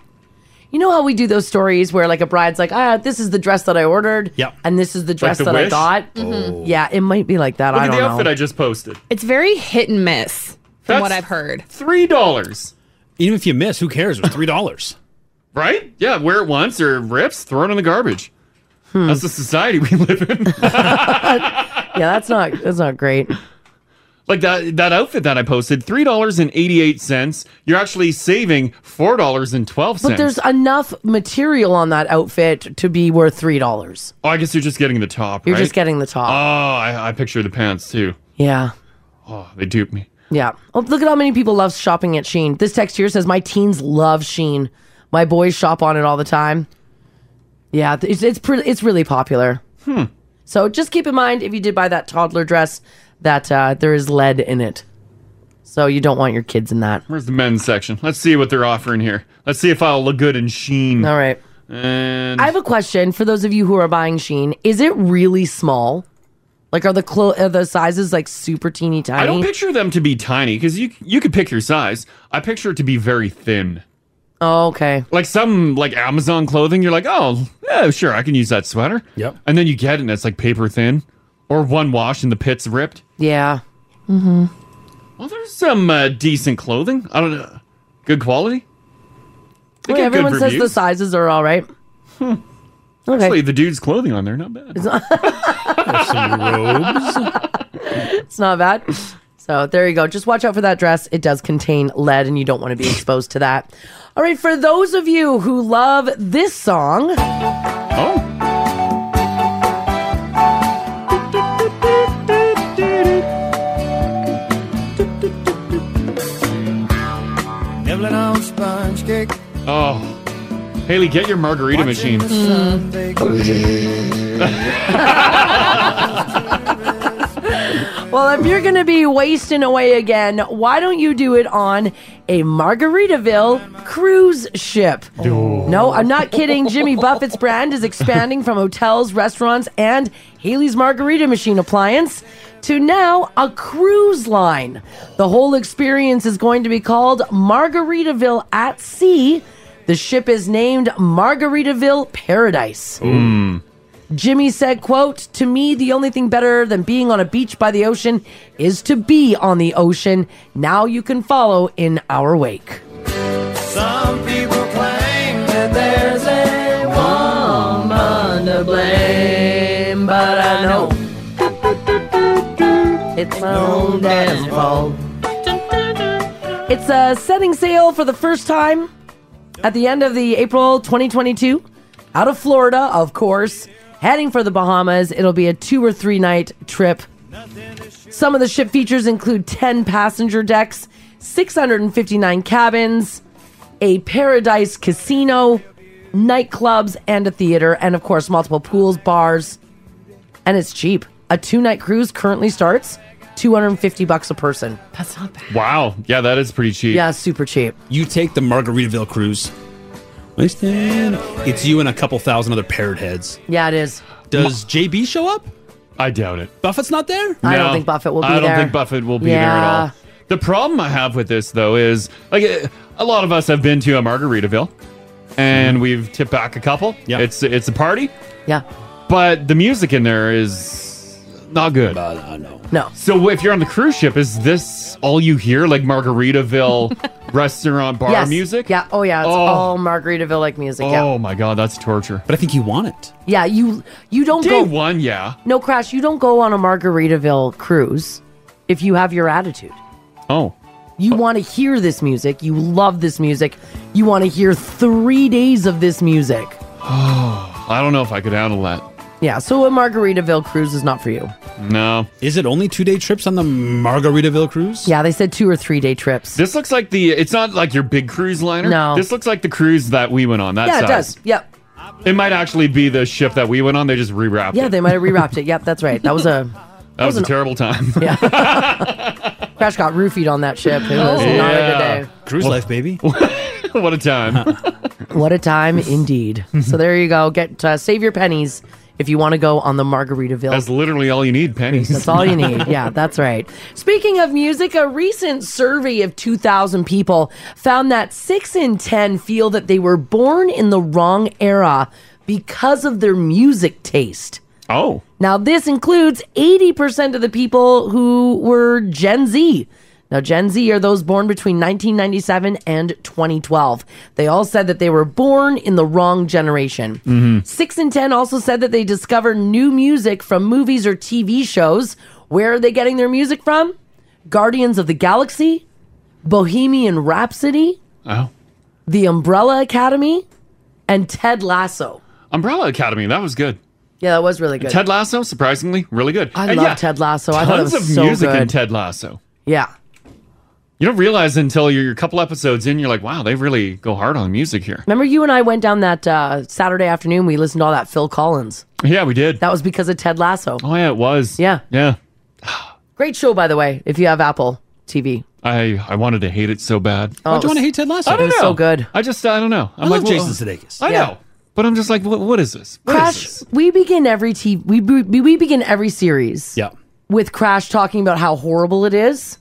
Speaker 9: you know how we do those stories where like a bride's like, ah, this is the dress that I ordered.
Speaker 3: Yep.
Speaker 9: And this is the dress
Speaker 3: the
Speaker 9: that I
Speaker 3: wish?
Speaker 9: got.
Speaker 3: Mhm.
Speaker 9: Yeah, it might be like that.
Speaker 3: Look
Speaker 9: I
Speaker 3: at
Speaker 9: don't
Speaker 3: the outfit
Speaker 9: know.
Speaker 3: I just posted.
Speaker 14: It's very hit and miss from what
Speaker 3: That's
Speaker 14: I've heard.
Speaker 3: Three dollars.
Speaker 7: Even if you miss, who cares? It's three dollars.
Speaker 3: right? Yeah, wear it once or rips, throw it in the garbage.
Speaker 9: Hmm.
Speaker 3: That's the society we live in.
Speaker 9: yeah, that's not that's not great.
Speaker 3: Like that that outfit that I posted, three dollars and eighty eight cents. You're actually saving four dollars and twelve cents.
Speaker 9: But there's enough material on that outfit to be worth three dollars.
Speaker 3: Oh, I guess you're just getting the top.
Speaker 9: You're
Speaker 3: right?
Speaker 9: just getting the top.
Speaker 3: Oh, I, I picture the pants too.
Speaker 9: Yeah.
Speaker 3: Oh, they duped me.
Speaker 9: Yeah. Oh, look at how many people love shopping at Sheen. This text here says, My teens love Sheen. My boys shop on it all the time. Yeah, th- it's it's, pre- it's really popular.
Speaker 3: Hmm.
Speaker 9: So just keep in mind if you did buy that toddler dress that uh, there is lead in it. So you don't want your kids in that.
Speaker 3: Where's the men's section? Let's see what they're offering here. Let's see if I'll look good in sheen. All
Speaker 9: right.
Speaker 3: And
Speaker 9: I have a question for those of you who are buying Sheen. Is it really small? Like are the clo- are the sizes like super teeny tiny?
Speaker 3: I don't picture them to be tiny because you you could pick your size. I picture it to be very thin.
Speaker 9: Oh, okay.
Speaker 3: Like some like Amazon clothing, you're like, oh, yeah, sure, I can use that sweater. Yep. And then you get it and it's like paper thin, or one wash and the pits ripped.
Speaker 9: Yeah. Mm-hmm.
Speaker 3: Well, there's some uh, decent clothing. I don't know, good quality. They
Speaker 9: Well,
Speaker 3: get good
Speaker 9: everyone says the
Speaker 3: reviews.
Speaker 9: sizes are all right. Hmm. Okay.
Speaker 3: Actually, the dude's clothing on there, not bad.
Speaker 9: it's not bad. So there you go. Just watch out for that dress. It does contain lead, and you don't want to be exposed to that. All right, for those of you who love this song.
Speaker 3: Oh.
Speaker 20: Nibbling on sponge cake.
Speaker 3: Oh, Haley, get your margarita machine.
Speaker 9: Mm. Well, if you're going to be wasting away again, why don't you do it on a Margaritaville cruise ship? No, I'm not kidding. Jimmy Buffett's brand is expanding from hotels, restaurants, and Haley's Margarita Machine appliance to now a cruise line. The whole experience is going to be called Margaritaville at Sea. The ship is named Margaritaville Paradise.
Speaker 3: Mm.
Speaker 9: Jimmy said, quote, to me, the only thing better than being on a beach by the ocean is to be on the ocean. Now you can follow in our wake.
Speaker 20: Some people claim that there's a woman to blame, but I know
Speaker 9: it's my own damn fault. It's a setting sail for the first time at the end of the April 2022 out of Florida, of course, heading for the Bahamas. It'll be a two or three night trip. Some of the ship features include 10 passenger decks, 659 cabins, a paradise casino, nightclubs, and a theater, and of course, multiple pools, bars, and it's cheap. A two night cruise currently starts 250 bucks a person. That's not bad.
Speaker 3: Wow. Yeah, that is pretty cheap.
Speaker 9: Yeah, super cheap.
Speaker 7: You take the Margaritaville cruise. Listen, It's you and a couple thousand other parrot heads.
Speaker 9: Yeah, it is.
Speaker 7: Does JB show up?
Speaker 3: I doubt it.
Speaker 7: Buffett's not there?
Speaker 9: I don't think Buffett will be
Speaker 3: I don't
Speaker 9: there.
Speaker 3: think Buffett will be there
Speaker 9: Yeah.
Speaker 3: at all. The problem I have with this though is like eh, a lot of us have been to a Margaritaville,
Speaker 7: Mm-hmm.
Speaker 3: and we've tipped back a couple. Yeah, it's it's a party.
Speaker 9: Yeah,
Speaker 3: but the music in there is not good.
Speaker 7: no.
Speaker 9: No.
Speaker 3: So if you're on the cruise ship, is this all you hear? Like Margaritaville restaurant bar
Speaker 9: Yes.
Speaker 3: music?
Speaker 9: Yeah. Oh, yeah. It's
Speaker 3: Oh.
Speaker 9: all Margaritaville like music. Yeah.
Speaker 3: Oh my god, that's torture.
Speaker 7: But I think you want it.
Speaker 9: Yeah. You you don't
Speaker 3: Day
Speaker 9: go.
Speaker 3: one, yeah.
Speaker 9: No, Crash. You don't go on a Margaritaville cruise if you have your attitude.
Speaker 3: Oh.
Speaker 9: You want to hear this music. You love this music. You want to hear three days of this music.
Speaker 3: Oh, I don't know if I could handle that.
Speaker 9: Yeah. So a Margaritaville cruise is not for you.
Speaker 3: No.
Speaker 7: Is it only two day trips on the Margaritaville cruise?
Speaker 9: Yeah. They said two or three day trips.
Speaker 3: This looks like the. It's not like your big cruise liner.
Speaker 9: No.
Speaker 3: This looks like the cruise that we went on. That
Speaker 9: yeah, it
Speaker 3: size.
Speaker 9: does. Yep.
Speaker 3: It might actually be the ship that we went on. They just rewrapped.
Speaker 9: Yeah,
Speaker 3: it.
Speaker 9: they might have rewrapped it. Yep, that's right. That was a
Speaker 3: That was a terrible time.
Speaker 9: crash.
Speaker 3: Oh.
Speaker 9: Got roofied on that ship. It was not a good day.
Speaker 7: Cruise life, baby.
Speaker 3: what a time.
Speaker 9: What a time indeed. so there you go. Get uh, save your pennies if you want to go on the Margaritaville.
Speaker 3: That's literally all you need, pennies.
Speaker 9: That's all you need. Yeah, that's right. Speaking of music, a recent survey of 2,000 people found that 6 in 10 feel that they were born in the wrong era because of their music taste.
Speaker 3: Oh.
Speaker 9: Now, this includes 80% of the people who were Gen Z. Now, Gen Z are those born between 1997 and 2012. They all said that they were born in the wrong generation.
Speaker 3: Mm-hmm.
Speaker 9: Six in 10 also said that they discover new music from movies or TV shows. Where are they getting their music from? Guardians of the Galaxy, Bohemian Rhapsody,
Speaker 3: Oh.
Speaker 9: The Umbrella Academy, and Ted Lasso.
Speaker 3: Umbrella Academy, that was good.
Speaker 9: Yeah, that was really good.
Speaker 3: Ted Lasso, surprisingly, really good.
Speaker 9: I love Ted Lasso. I thought it
Speaker 3: Tons
Speaker 9: was
Speaker 3: of
Speaker 9: so
Speaker 3: music in
Speaker 9: good.
Speaker 3: Ted Lasso.
Speaker 9: yeah.
Speaker 3: You don't realize until you're, you're a couple episodes in, you're like, wow, they really go hard on music here.
Speaker 9: Remember you and I went down that uh, Saturday afternoon, we listened to all that Phil Collins.
Speaker 3: Yeah, we did.
Speaker 9: That was because of Ted Lasso.
Speaker 3: Oh, yeah, it was.
Speaker 9: Yeah.
Speaker 3: Yeah.
Speaker 9: Great show, by the way, if you have Apple TV.
Speaker 3: I, I wanted to hate it so bad.
Speaker 9: Oh,
Speaker 7: Why do you want to hate Ted Lasso?
Speaker 3: I don't
Speaker 9: It was
Speaker 3: know.
Speaker 9: so good.
Speaker 3: I just, I don't know.
Speaker 7: I love Jason Sudeikis.
Speaker 3: I
Speaker 9: Yeah.
Speaker 3: know. But I'm just like, what, what is this? What is this?
Speaker 9: Crash, we begin every TV, we, be- we begin every series
Speaker 7: Yeah.
Speaker 9: with Crash talking about how horrible it is.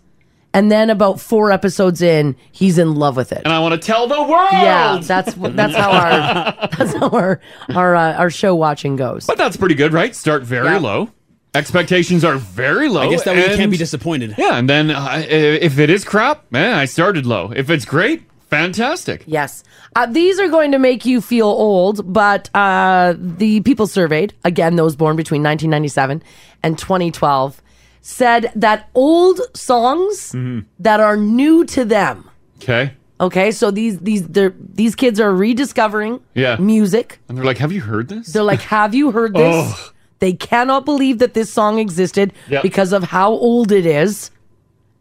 Speaker 9: And then about four episodes in, he's in love with it.
Speaker 3: And I want to tell the world.
Speaker 9: Yeah, that's wh- that's how our that's how our our uh, our show watching goes.
Speaker 3: But that's pretty good, right? Start very
Speaker 9: Yeah.
Speaker 3: low. Expectations are very low.
Speaker 7: I guess that way you
Speaker 3: and-
Speaker 7: can't be disappointed.
Speaker 3: Yeah, and then uh, if it is crap, man, I started low. If it's great, fantastic.
Speaker 9: Yes. Uh, these are going to make you feel old, but uh, the people surveyed, again, those born between 1997 and 2012, said that old songs
Speaker 3: Mm-hmm.
Speaker 9: that are new to them.
Speaker 3: Okay.
Speaker 9: Okay, so these these they're, these kids are rediscovering
Speaker 3: Yeah.
Speaker 9: music.
Speaker 3: And they're like, have you heard this?
Speaker 9: They're like, "Have you heard this?"
Speaker 3: Oh.
Speaker 9: They cannot believe that this song existed
Speaker 3: Yep.
Speaker 9: because of how old it is.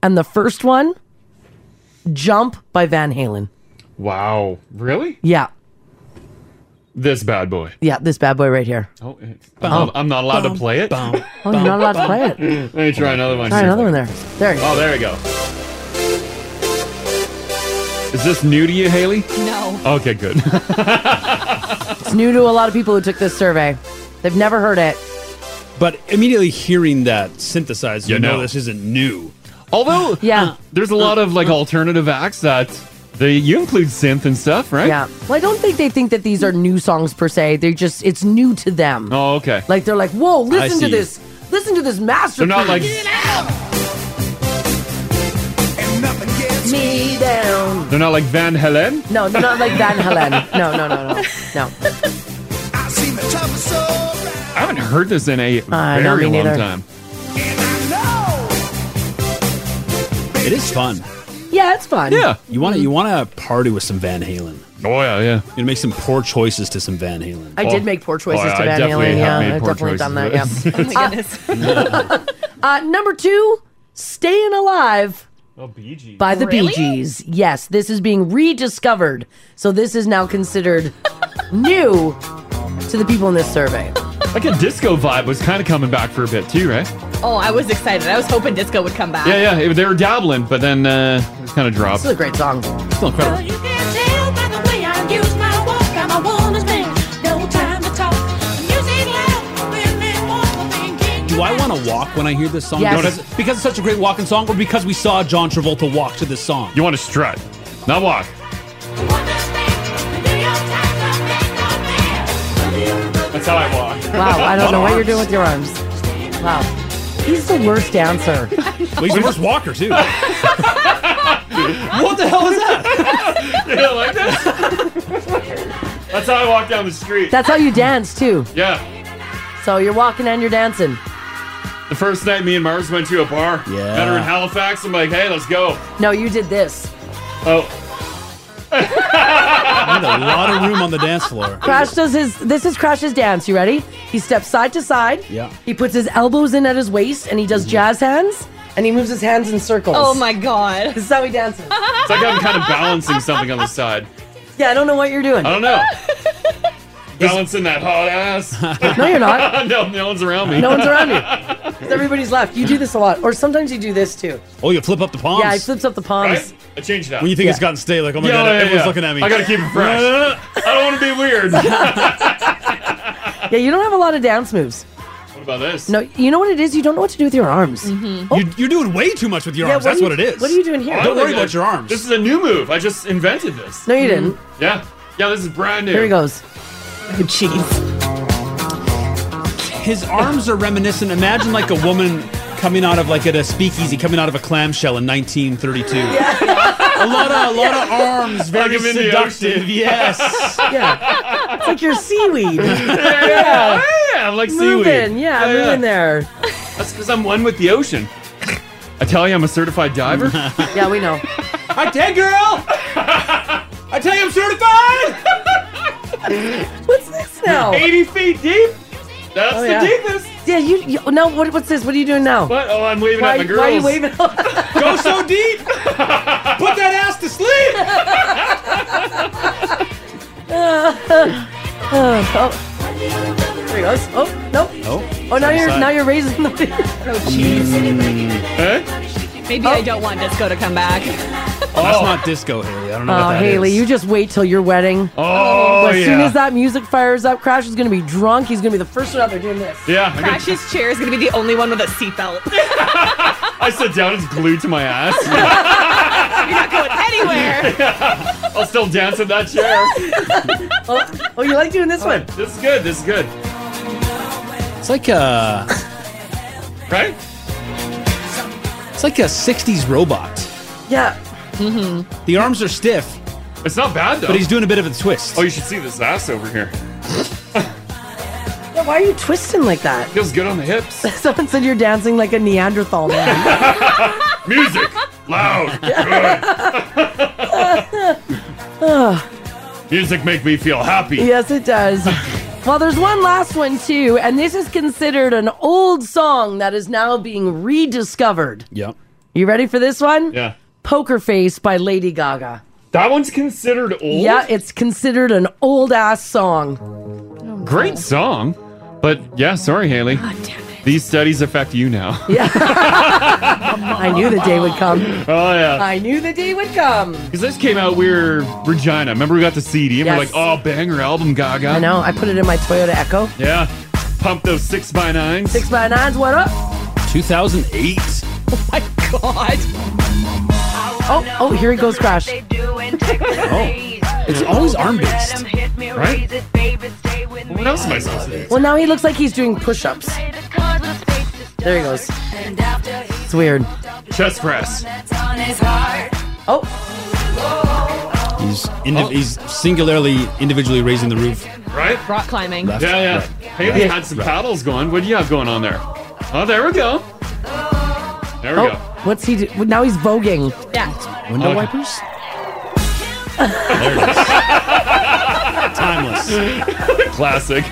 Speaker 9: And the first one, "Jump" by Van Halen.
Speaker 3: Wow. Really?
Speaker 9: Yeah,
Speaker 3: This bad boy.
Speaker 9: yeah, this bad boy right here.
Speaker 3: Oh, it- I'm, not, I'm not allowed to play it.
Speaker 9: Oh, you're not allowed to play it.
Speaker 3: Let me try another one.
Speaker 9: Try
Speaker 3: here.
Speaker 9: another one there. There you go.
Speaker 3: Oh, there we go. Is this new to you, Haley?
Speaker 9: No.
Speaker 3: Okay, good.
Speaker 9: It's new to a lot of people who took this survey. They've never heard it.
Speaker 7: But immediately hearing that synthesizer, you,
Speaker 3: You
Speaker 7: know
Speaker 3: know.
Speaker 7: this isn't new. Uh,
Speaker 3: Although,
Speaker 9: yeah,
Speaker 3: there's a lot of like alternative acts that they you include synth and stuff, right?
Speaker 9: Yeah. Well, I don't think they think that these are new songs per se. They're just, it's new to them.
Speaker 3: Oh, okay.
Speaker 9: Like, they're like, whoa, listen to
Speaker 3: see.
Speaker 9: this. Listen to this masterpiece.
Speaker 3: not like-
Speaker 9: Me down.
Speaker 3: They're not like Van Halen.
Speaker 9: No, they're not like Van Halen. No, no, no, no. No.
Speaker 3: I haven't heard this in a
Speaker 9: I know,
Speaker 3: very
Speaker 9: Uh, me
Speaker 3: long
Speaker 9: neither.
Speaker 3: time.
Speaker 7: It is fun.
Speaker 9: Yeah, it's fun.
Speaker 7: You want to you want to party with some Van Halen.
Speaker 3: Oh yeah, yeah.
Speaker 7: You know, make some poor choices to some Van Halen.
Speaker 9: I did make poor
Speaker 3: oh,
Speaker 9: choices to Van Halen. Yeah, I've definitely done that. Yeah. Uh, number two, Staying Alive.
Speaker 3: Oh, Bee Gees.
Speaker 9: By the
Speaker 3: Really?
Speaker 9: Bee Gees. Yes, this is being rediscovered. So this is now considered new to the people in this survey.
Speaker 3: Like a disco vibe was kind of coming back for a bit too, right?
Speaker 4: Oh, I was excited. I was hoping disco would come back.
Speaker 3: Yeah, yeah. it- They were dabbling, but then uh, it kind of dropped.
Speaker 9: This is a great song.
Speaker 3: Still incredible.
Speaker 7: Do I want to walk when I hear this song?
Speaker 3: Yes.
Speaker 7: Because, because it's such a great walking song, or because we saw John Travolta walk to this song?
Speaker 3: You want to strut, not walk. That's how I walk.
Speaker 9: Wow, I don't know what you're doing with your arms. Wow. He's the worst dancer.
Speaker 7: Well, he's the worst walker too.
Speaker 3: What the hell is that? you don't like that? That's how I walk down the street.
Speaker 9: That's how you dance too.
Speaker 3: yeah.
Speaker 9: So you're walking and you're dancing.
Speaker 3: The first night me and Mars went to a bar. Yeah. Met her in Halifax. I'm like, hey, let's go.
Speaker 9: No, you did this.
Speaker 3: Oh,
Speaker 7: I had a lot of room on the dance floor.
Speaker 9: Crash does his this is Crash's dance. You ready? He steps side to side.
Speaker 7: Yeah. Mhm.
Speaker 9: He puts his elbows in at his waist and he does jazz hands and he moves his hands in circles.
Speaker 4: Oh my god.
Speaker 9: This is how he dances.
Speaker 3: it's like I'm kind of balancing something on the side.
Speaker 9: Yeah, I don't know what you're doing.
Speaker 3: I don't know. Balancing that hot ass.
Speaker 9: No, you're not.
Speaker 3: no, no one's around me.
Speaker 9: No one's around you. 'Cause Everybody's left. You do this a lot, or sometimes you do this too.
Speaker 7: Oh, you flip up the palms.
Speaker 9: Yeah, I flips up the palms.
Speaker 3: Right? I changed that.
Speaker 7: When you think it's gotten stale, like, oh my
Speaker 3: Yeah,
Speaker 7: god,
Speaker 3: yeah, yeah,
Speaker 7: everyone's
Speaker 3: yeah.
Speaker 7: looking at me.
Speaker 3: I gotta keep it fresh. I don't want to be weird.
Speaker 9: Yeah, you don't have a lot of dance moves.
Speaker 3: What about this?
Speaker 9: No, you know what it is. You don't know what to do with your arms. Oh.
Speaker 7: You, you're doing way too much with your
Speaker 9: Yeah,
Speaker 7: arms.
Speaker 9: what
Speaker 7: That's
Speaker 9: do you-
Speaker 7: what it is.
Speaker 9: what are you doing here?
Speaker 3: I
Speaker 7: Don't worry
Speaker 3: think I-
Speaker 7: about your arms.
Speaker 3: This is a new move. I just invented this.
Speaker 9: No, you didn't.
Speaker 3: Yeah. Yeah, this is brand new.
Speaker 9: Here he goes.
Speaker 7: Oh, jeez. His arms are reminiscent. Imagine like a woman coming out of like at a speakeasy, coming out of a clamshell in 1932. a lot of a lot of arms, very
Speaker 20: Like I'm in the
Speaker 7: seductive.
Speaker 20: ocean.
Speaker 7: Yes.
Speaker 9: yeah. It's like your seaweed.
Speaker 3: yeah. yeah, I'm like
Speaker 9: Moving,
Speaker 3: seaweed.
Speaker 9: yeah, moving there.
Speaker 3: That's because I'm one with the ocean. I tell you, I'm a certified diver.
Speaker 9: Yeah, we know.
Speaker 7: I tell girl. I tell you, I'm certified.
Speaker 9: What's this now?
Speaker 3: 80 feet deep. That's the
Speaker 9: deepest. Oh, Yeah, you, you now what, what's this? What are you doing now?
Speaker 3: What? Oh, I'm waving
Speaker 9: why,
Speaker 3: at my
Speaker 9: Why are you
Speaker 3: girls.
Speaker 9: waving?
Speaker 7: Go so deep. Put that ass to
Speaker 9: Uh, oh. There he goes. Oh, nope. Oh, now you're now you're raising the
Speaker 4: Oh, jeez. Maybe I
Speaker 9: Oh.
Speaker 4: don't want disco to come back.
Speaker 7: That's not disco, Haley. I don't know
Speaker 9: Oh,
Speaker 7: what that is.
Speaker 9: Haley, you just wait till your wedding.
Speaker 7: Oh,
Speaker 9: as soon
Speaker 7: yeah.
Speaker 9: as that music fires up, Crash is going to be drunk. He's going to be the first one out there doing this.
Speaker 3: Yeah. I, got-
Speaker 4: Crash's chair is going to be the only one with a seatbelt.
Speaker 3: I sit down, it's glued to my ass.
Speaker 4: You're not going anywhere.
Speaker 3: I'll still dance in that chair.
Speaker 9: oh, oh, you like doing this one?
Speaker 3: This is good. This is good.
Speaker 7: It's like a
Speaker 3: right.
Speaker 7: It's like a '60s robot.
Speaker 9: Yeah.
Speaker 5: Mm-hmm.
Speaker 7: The arms are stiff.
Speaker 3: It's not bad though.
Speaker 7: But he's doing a bit of a twist.
Speaker 3: Oh, you should see this ass over here.
Speaker 9: Yeah, why are you twisting like that?
Speaker 3: Feels good on the hips.
Speaker 9: Someone said you're dancing like a Neanderthal man.
Speaker 3: Music loud. Good.
Speaker 9: Ugh.
Speaker 3: Music make me feel happy.
Speaker 9: Yes, it does. well, there's one last one too, and this is considered an old song that is now being rediscovered.
Speaker 7: Yep.
Speaker 9: You ready for this one?
Speaker 3: Yeah.
Speaker 9: Poker Face by Lady Gaga.
Speaker 3: That one's considered old.
Speaker 9: Yeah, it's considered an old ass song.
Speaker 3: Great song. But yeah, sorry, Haley. These studies affect you now.
Speaker 9: I knew the day would come.
Speaker 3: Oh yeah.
Speaker 9: I knew the day would come.
Speaker 3: Because this came out, we were Regina. Remember, we got the CD and
Speaker 9: Yes.
Speaker 3: we're like, oh, banger album, Gaga.
Speaker 9: I know. I put it in my Toyota Echo.
Speaker 3: Yeah. Pump those six by nines.
Speaker 9: Six by nines. What up?
Speaker 7: 2008.
Speaker 9: God. Oh, oh, here he goes, Crash.
Speaker 7: Oh, It's always arm based.
Speaker 3: Right? What else am I supposed to do?
Speaker 9: Well, now he looks like he's doing push ups. There he goes. It's weird.
Speaker 3: Chest press.
Speaker 9: Oh,
Speaker 7: He's indi-
Speaker 3: Oh.
Speaker 7: he's singularly individually raising the roof.
Speaker 3: Right?
Speaker 4: Rock climbing.
Speaker 7: Left.
Speaker 3: yeah, yeah.
Speaker 7: right,
Speaker 3: Haley had some paddles going. What do you have going on there? Oh, there we go. There we go.
Speaker 9: oh, what's he do? well, Now he's voguing.
Speaker 4: Yeah.
Speaker 7: Window
Speaker 3: Okay.
Speaker 7: wipers?
Speaker 3: Timeless. Classic.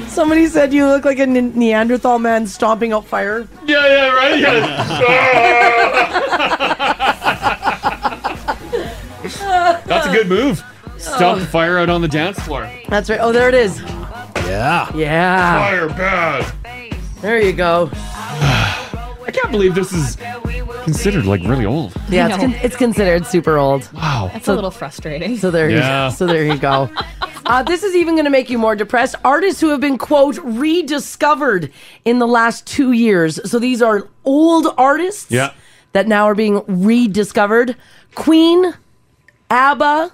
Speaker 9: Somebody said you look like a ne- Neanderthal man stomping out fire.
Speaker 3: Yeah, yeah, right? Yeah. That's a good move. Stop the fire out on the dance floor.
Speaker 9: That's right. Oh, there it is.
Speaker 7: Yeah.
Speaker 9: Yeah.
Speaker 3: ah, Fire bad.
Speaker 9: There you go.
Speaker 3: I can't believe this is considered like really old.
Speaker 9: Yeah, it's, con- it's considered super old.
Speaker 3: Wow.
Speaker 4: That's a little frustrating.
Speaker 9: So there,
Speaker 3: Yeah.
Speaker 9: you, so there you go. Uh, this is even going to make you more depressed. Artists who have been quote rediscovered in the last two years. So these are old artists
Speaker 20: Yeah.
Speaker 9: that now are being rediscovered. Queen, ABBA,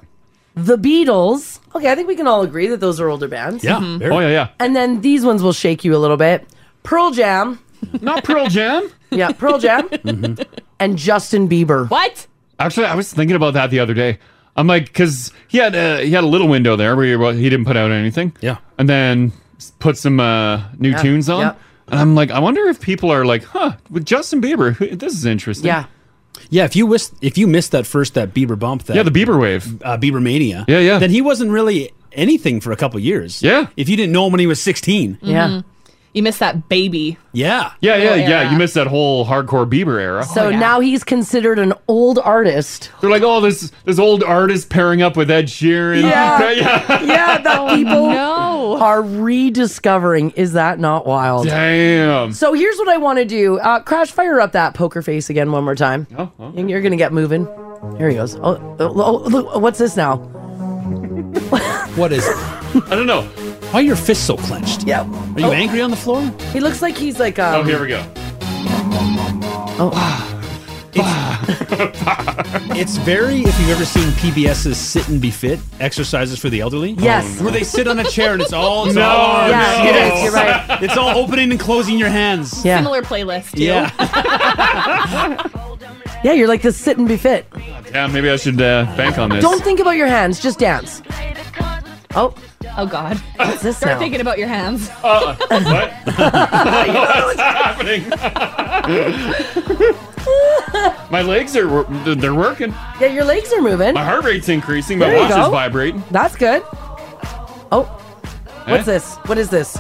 Speaker 9: The Beatles. Okay, I think we can all agree that those are older bands.
Speaker 3: Oh yeah, yeah.
Speaker 9: And then these ones will shake you a little bit. Pearl Jam.
Speaker 3: Not Pearl Jam. Mm-hmm.
Speaker 9: yeah, Pearl Jam. And Justin Bieber.
Speaker 4: What?
Speaker 3: Actually, I was thinking about that the other day. I'm like, because he had uh, he had a little window there where he, well, he didn't put out anything. Yeah. And then s- put some uh, new
Speaker 9: Yeah,
Speaker 3: tunes on.
Speaker 9: yeah.
Speaker 3: And I'm like, I wonder if people are like, huh, with Justin Bieber, who- this is interesting.
Speaker 9: Yeah.
Speaker 7: Yeah, if you wish, if you missed that first that Bieber bump, that
Speaker 3: Yeah, the Bieber wave,
Speaker 7: uh, Bieber mania.
Speaker 3: Yeah, yeah.
Speaker 7: Then he wasn't really anything for a couple years. Yeah. If you didn't know him when he was 16.
Speaker 4: Yeah. Mhm. You missed that baby.
Speaker 7: Yeah.
Speaker 3: Yeah, yeah,
Speaker 4: Little
Speaker 3: yeah.
Speaker 4: era.
Speaker 3: You missed that whole hardcore Bieber era. Oh,
Speaker 9: So now he's considered an old artist.
Speaker 3: They're like, oh, this this old artist pairing up with Ed Sheeran.
Speaker 9: Yeah.
Speaker 3: yeah.
Speaker 9: Yeah, that people are rediscovering. Is that not wild?
Speaker 3: Damn.
Speaker 9: So here's what I want to do. Uh, Crash, fire up that poker face again one more time.
Speaker 3: Oh,
Speaker 9: And you're going to get moving. Here he goes. Oh, oh, oh, look, what's this now?
Speaker 7: What is it?
Speaker 3: I don't know.
Speaker 7: Why are your fists so clenched?
Speaker 9: Yeah.
Speaker 7: Are you angry on the floor?
Speaker 9: He looks like he's like. Um,
Speaker 7: Oh, here we go.
Speaker 9: Oh.
Speaker 7: It's very, if you've ever seen PBS's Sit and Be Fit exercises for the elderly.
Speaker 9: Yes.
Speaker 7: Where they sit on a chair and it's all, it's
Speaker 20: No,
Speaker 7: all arms.
Speaker 20: yeah,
Speaker 7: It's-
Speaker 20: yes, you're right.
Speaker 7: It's all opening and closing your hands.
Speaker 4: Similar playlist. Too.
Speaker 7: Yeah.
Speaker 9: Yeah, you're like this sit and be fit.
Speaker 3: Yeah, maybe I should uh, bank on this.
Speaker 9: Don't think about your hands, just dance. Oh.
Speaker 4: Oh God.
Speaker 9: What's this
Speaker 4: Start
Speaker 9: now?
Speaker 4: thinking about your hands.
Speaker 3: Oh, What's happening? my legs are wor- they're working.
Speaker 9: Yeah, your legs are moving.
Speaker 3: My heart rate's increasing. My
Speaker 9: There you
Speaker 3: watch is
Speaker 9: go.
Speaker 3: vibrating.
Speaker 9: That's good. Oh.
Speaker 3: Eh?
Speaker 9: What's this? What is this?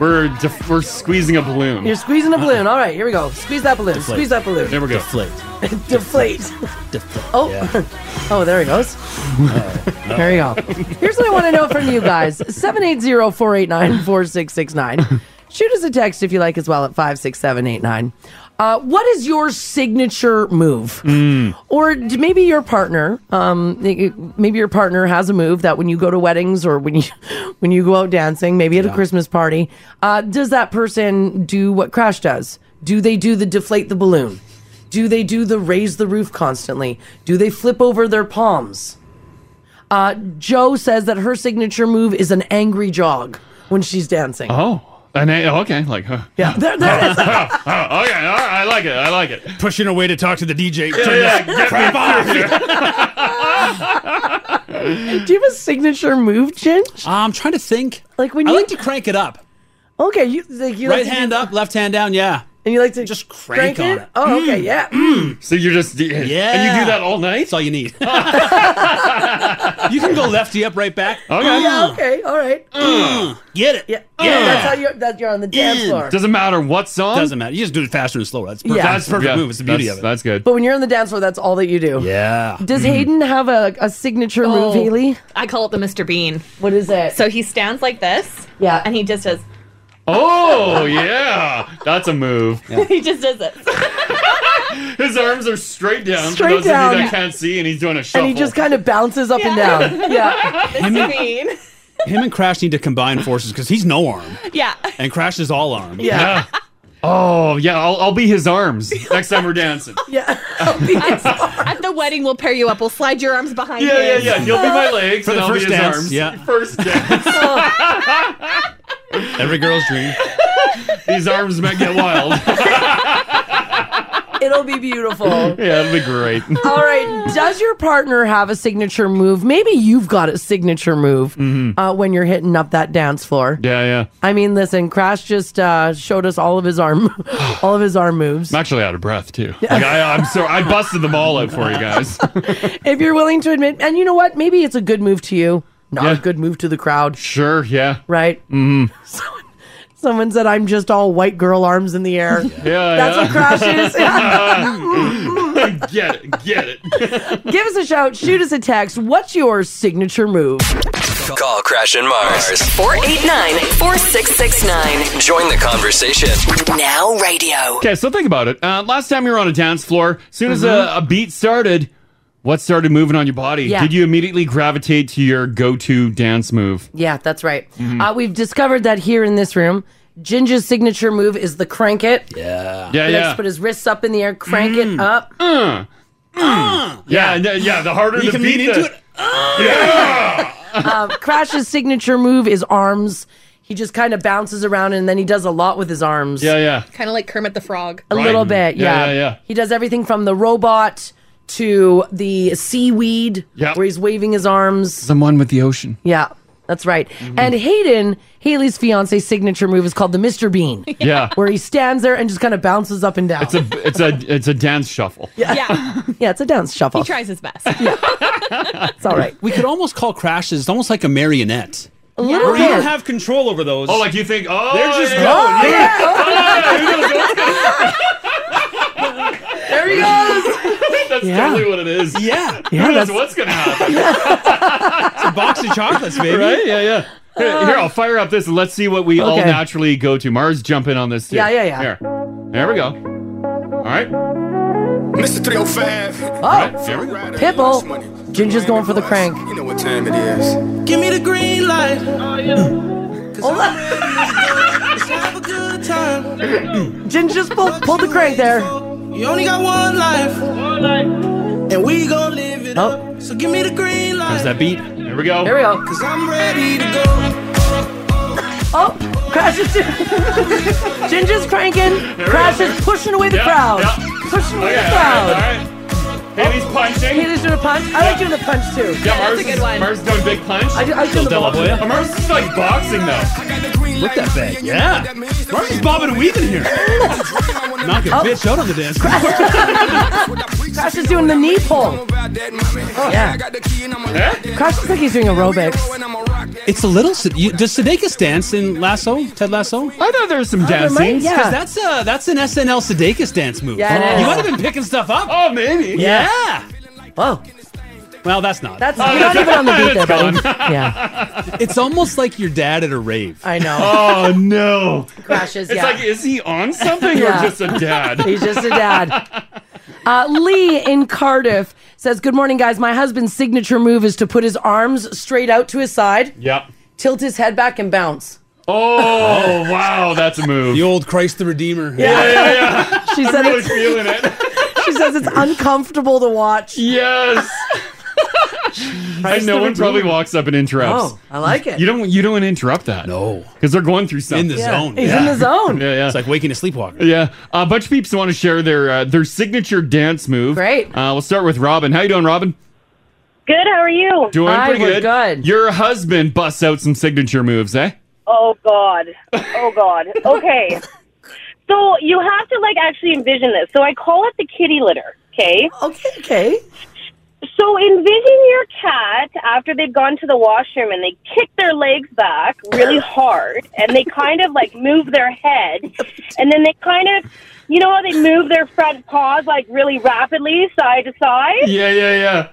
Speaker 3: We're def- we're squeezing a balloon.
Speaker 9: You're squeezing a balloon. All right, here we go. Squeeze that balloon.
Speaker 3: Um, Deflate.
Speaker 9: Squeeze that balloon.
Speaker 3: There we go.
Speaker 7: Deflate.
Speaker 9: Deflate. Oh. oh, there he goes.
Speaker 3: Oh.
Speaker 9: There you go. Here's what I want to know from you guys 780 489 4669. Shoot us a text if you like as well at 56789. Uh, what is your signature move? Or d- maybe your partner, um, maybe your partner has a move that when you go to weddings or when you when you go out dancing, maybe at a Christmas party, uh, does that person do what Crash does? Do they do the deflate the balloon? Do they do the raise the roof constantly? Do they flip over their palms? Uh, Joe says that her signature move is an angry jog when she's dancing.
Speaker 3: Oh, and I, okay, like huh.
Speaker 9: Yeah, there, there it is.
Speaker 3: Oh, okay, all right, I like it. I like it.
Speaker 7: Pushing away to talk to the DJ.
Speaker 3: Yeah, yeah, get me
Speaker 9: Do you have a signature move, Ginge?
Speaker 7: I'm Um, trying to think.
Speaker 9: Like when
Speaker 7: I
Speaker 9: you
Speaker 7: like to crank it up.
Speaker 9: Okay, you like you
Speaker 7: right
Speaker 9: like to
Speaker 7: hand
Speaker 9: do-
Speaker 7: up, left hand down. Yeah.
Speaker 9: and you like to
Speaker 7: just crank, on it. Mm.
Speaker 9: Oh, okay, yeah.
Speaker 3: So you're just yeah,
Speaker 7: Yeah.
Speaker 3: and you do that all night. That's
Speaker 7: all you need. you can go lefty up, right back.
Speaker 9: Yeah, okay, all right.
Speaker 7: Mm.
Speaker 3: Hmm.
Speaker 7: Get it.
Speaker 9: Yeah,
Speaker 7: Yeah.
Speaker 9: that's how you're. That you're on the dance
Speaker 7: In.
Speaker 9: floor.
Speaker 3: Doesn't matter what song.
Speaker 7: Doesn't matter. You just do it faster and slower. That's perfect.
Speaker 9: Yeah.
Speaker 7: That's the perfect
Speaker 3: Yeah,
Speaker 7: move. It's the beauty
Speaker 3: that's-
Speaker 7: of it.
Speaker 3: That's good.
Speaker 9: But when you're on the dance floor, that's all that you do.
Speaker 7: Yeah.
Speaker 9: Does
Speaker 3: Mm-hmm.
Speaker 9: Hayden have a, a signature move, Haley?
Speaker 4: Oh, I call it the Mr. Bean.
Speaker 9: What is it?
Speaker 4: So he stands like this.
Speaker 9: Yeah.
Speaker 4: And he just does.
Speaker 3: Oh yeah, that's a move.
Speaker 4: he just does it.
Speaker 3: His arms are straight down.
Speaker 9: Straight
Speaker 3: for those Of
Speaker 9: down.
Speaker 3: you that can't see, and he's doing a
Speaker 9: And
Speaker 3: shuffle.
Speaker 9: he just kind of bounces up and down. Yeah.
Speaker 7: Mr.
Speaker 4: Bean.
Speaker 7: Him and Crash need to combine forces because he's no arm
Speaker 4: Yeah.
Speaker 7: and Crash is all arm.
Speaker 4: Yeah.
Speaker 3: Oh yeah, I'll, I'll be his arms next time we're dancing.
Speaker 4: at, at the wedding, we'll pair you up. We'll slide your arms behind
Speaker 3: Yeah, yeah,
Speaker 4: his.
Speaker 3: yeah. He'll be my legs
Speaker 7: For
Speaker 3: and
Speaker 7: the
Speaker 3: I'll
Speaker 7: first
Speaker 3: be his
Speaker 7: dance,
Speaker 3: arms.
Speaker 7: yeah.
Speaker 3: First dance.
Speaker 7: Every girl's dream.
Speaker 3: These arms might get wild.
Speaker 9: It'll be beautiful.
Speaker 3: yeah, it'll be great.
Speaker 9: All right. Does your partner have a signature move? Maybe you've got a signature move uh, when you're hitting up that dance floor.
Speaker 3: Mm-hmm. Yeah, yeah.
Speaker 9: I mean, listen, Crash just uh, showed us all of his arm, all of his arm moves.
Speaker 3: I'm actually out of breath too. Like I, I'm sorry, I busted them all out for you guys.
Speaker 9: If you're willing to admit, and you know what, maybe it's a good move to you, not a good move to the crowd.
Speaker 3: Sure, yeah.
Speaker 9: Right.
Speaker 3: Mm.
Speaker 9: Someone said, "I'm just all white girl arms in the air."
Speaker 3: Yeah, Uh,
Speaker 9: That's
Speaker 3: yeah.
Speaker 9: what Crash is.
Speaker 3: get it, get it.
Speaker 9: Give us a shout. Shoot us a text. What's your signature move?
Speaker 5: Call Crash and Mars.
Speaker 6: 489 4669.
Speaker 5: Join the conversation.
Speaker 6: Now radio.
Speaker 3: Okay, so think about it. Uh, last time you were on a dance floor, as soon as a, a beat started, what started moving on your body?
Speaker 9: Mm-hmm. Yeah.
Speaker 3: Did you immediately gravitate to your go-to dance move?
Speaker 9: Yeah, that's right.
Speaker 3: Mm-hmm.
Speaker 9: Uh, we've discovered that here in this room, Ginger's signature move is the crank it.
Speaker 3: Yeah,
Speaker 9: He
Speaker 3: yeah,
Speaker 9: likes
Speaker 3: yeah.
Speaker 9: to put his wrists up in the air, crank it up.
Speaker 3: Mm. Yeah, and, uh, yeah. The harder
Speaker 9: Uh. You
Speaker 3: the
Speaker 9: can
Speaker 3: beat,
Speaker 9: lean
Speaker 3: the-
Speaker 9: into it. Uh, Crash's signature move is arms. He just kind of bounces around and then he does a lot with his arms.
Speaker 3: Yeah, yeah.
Speaker 4: Kind of like Kermit the Frog.
Speaker 9: A little bit, yeah.
Speaker 3: yeah, yeah.
Speaker 9: He does everything from the robot to the seaweed,
Speaker 3: Yeah.
Speaker 9: where he's waving his arms.
Speaker 3: Someone with the ocean.
Speaker 9: Yeah, that's right.
Speaker 3: Mm-hmm.
Speaker 9: And Hayden, Haley's fiance's signature move is called the Mr. Bean.
Speaker 3: Yeah.
Speaker 9: Where he stands there and just kind of bounces up and down.
Speaker 3: It's a it's a it's a dance shuffle.
Speaker 9: yeah.
Speaker 4: yeah.
Speaker 9: it's a dance shuffle.
Speaker 4: He tries his best.
Speaker 9: It's all right.
Speaker 7: We could almost call Crash is almost like a marionette.
Speaker 9: A little
Speaker 7: Or you don't
Speaker 9: bit.
Speaker 7: have control over those.
Speaker 3: Oh, like you think? Oh,
Speaker 7: they're just
Speaker 3: yeah.
Speaker 7: going.
Speaker 3: Oh,
Speaker 7: yeah.
Speaker 9: There he goes.
Speaker 3: That's
Speaker 7: Yeah.
Speaker 3: totally what it is.
Speaker 7: Yeah.
Speaker 3: Who
Speaker 7: Yeah,
Speaker 3: knows
Speaker 7: that's-
Speaker 3: what's gonna happen?
Speaker 7: It's a box of chocolates, baby.
Speaker 3: Right? Yeah, yeah.
Speaker 9: Uh.
Speaker 3: Here, here, I'll fire up this and let's see what we all
Speaker 7: Okay.
Speaker 3: naturally go to. Mars, jump in on this too.
Speaker 8: Yeah, yeah, yeah.
Speaker 3: Here. There we go. All right.
Speaker 8: Mr. 305.
Speaker 9: Oh, Pitbull. Ginger's going for the crank.
Speaker 8: You know what time it is. Give me the green light.
Speaker 9: Oh, Ginger just pulled, pulled the crank there.
Speaker 8: You only got one life. And we gon' live it
Speaker 7: Oh.
Speaker 8: up. So give me the green light.
Speaker 3: There's that beat. There we go.
Speaker 8: There we go. Cause I'm ready to go.
Speaker 9: Oh, Crash is Ginger's cranking. Crash is pushing away the
Speaker 8: Yeah,
Speaker 9: crowd.
Speaker 8: yeah.
Speaker 9: Pushing away
Speaker 8: Okay,
Speaker 9: the crowd.
Speaker 3: Haley's punching.
Speaker 9: Haley's doing a punch. I like doing the punch too.
Speaker 3: Yeah, Mars, is- Mars is doing big punch.
Speaker 9: I do- I do
Speaker 3: Still
Speaker 9: the
Speaker 3: Della
Speaker 9: boxing.
Speaker 3: Hoya. Mars is like boxing though.
Speaker 7: Look that bag.
Speaker 3: Yeah.
Speaker 7: Mars is bobbing and weaving here. Knock a
Speaker 9: Oh.
Speaker 7: bitch out on the dance floor.
Speaker 9: Crash is doing the knee pull. Yeah. Crash looks like he's doing aerobics.
Speaker 7: It's a little. sed- You, does Sudeikis dance in Lasso? Ted Lasso?
Speaker 3: I thought there's some
Speaker 9: there might-
Speaker 7: dancing.
Speaker 9: yeah.
Speaker 7: Because that's a that's an SNL Sudeikis dance move.
Speaker 9: Yeah, it is.
Speaker 7: You might have been picking stuff up.
Speaker 3: Oh, maybe.
Speaker 7: Yeah.
Speaker 9: Whoa.
Speaker 7: Well, that's not.
Speaker 9: That's
Speaker 3: Oh,
Speaker 9: you're not even on the beat there, buddy. Yeah.
Speaker 7: It's almost like your dad at a rave.
Speaker 9: I know.
Speaker 3: Oh no.
Speaker 9: Crashes,
Speaker 3: It's
Speaker 9: yeah.
Speaker 3: like, is he on something
Speaker 9: Yeah.
Speaker 3: or just a dad?
Speaker 9: He's just a dad. Uh, Lee in Cardiff says, Good morning, guys. My husband's signature move is to put his arms straight out to his side,
Speaker 3: Yep.
Speaker 9: tilt his head back, and bounce.
Speaker 3: Oh wow, that's a move. The
Speaker 7: old Christ the Redeemer.
Speaker 3: Yeah, yeah, yeah.
Speaker 9: She said
Speaker 3: really
Speaker 9: it's,
Speaker 3: feeling it.
Speaker 9: She says it's uncomfortable to watch.
Speaker 3: Yes. And no one probably walks up and interrupts.
Speaker 9: Oh, I like it.
Speaker 3: You don't. You don't want to interrupt that. No, because they're going through something.
Speaker 7: In the Yeah, zone. he's
Speaker 9: in the zone.
Speaker 3: yeah, yeah. It's
Speaker 7: like waking a sleepwalker.
Speaker 3: Yeah. Uh, A bunch of peeps want to share their uh, their signature dance move. Great. Uh, we'll start with Robin. How you doing, Robin?
Speaker 1: Good. How are you?
Speaker 3: Doing pretty good. Your husband busts out some signature moves, eh?
Speaker 1: Oh God. Oh God. Okay. so you have to like actually envision this. So I call it the kitty litter. Okay.
Speaker 9: Okay. Okay.
Speaker 1: So envision your cat after they've gone to the washroom and they kick their legs back really hard and they kind of like move their head and then they kind of you know how they move their front paws like really rapidly side to side?
Speaker 3: Yeah, yeah, yeah.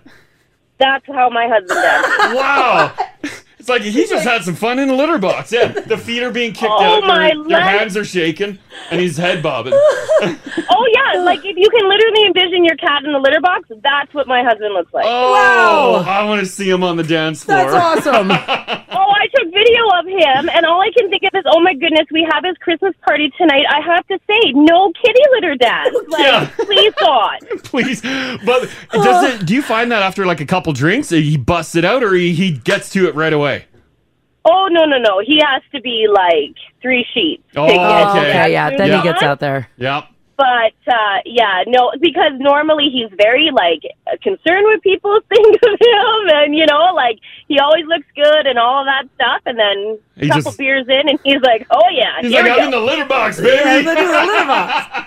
Speaker 1: That's how my husband does.
Speaker 3: Wow. Oh. It's like he just had some fun in the litter box. Yeah, the feet are being kicked
Speaker 1: Oh,
Speaker 3: out. their-
Speaker 1: my
Speaker 3: their,
Speaker 1: leg.
Speaker 3: hands are shaking, and he's head bobbing.
Speaker 1: Oh yeah, like if you can literally envision your cat in the litter box, that's what my husband looks like.
Speaker 3: Oh, I want to see him on the dance floor.
Speaker 1: oh, I took video of him, and all I can think of is, oh my goodness, we have his Christmas party tonight. I have to say, no kitty litter dance. Like, please God.
Speaker 3: Please, but does it? Do you find that after like a couple drinks, he busts it out, or he, he gets to it right away?
Speaker 1: Oh no, no, no. He has to be like three sheets. to
Speaker 3: Oh,
Speaker 1: get
Speaker 3: okay.
Speaker 1: to
Speaker 3: Okay,
Speaker 1: that
Speaker 3: yeah, then he
Speaker 1: move
Speaker 3: gets
Speaker 1: on.
Speaker 9: out there.
Speaker 3: Yep.
Speaker 1: But uh, yeah, no, because normally he's very like concerned what people think of him, and you know, like he always looks good and all that stuff. And then
Speaker 3: He
Speaker 1: a couple
Speaker 3: just-
Speaker 1: beers in, and he's like, "Oh yeah,
Speaker 3: He's
Speaker 1: here we
Speaker 3: like, I'm in
Speaker 1: go."
Speaker 3: the litter box, baby.
Speaker 1: Yeah, I'm in the litter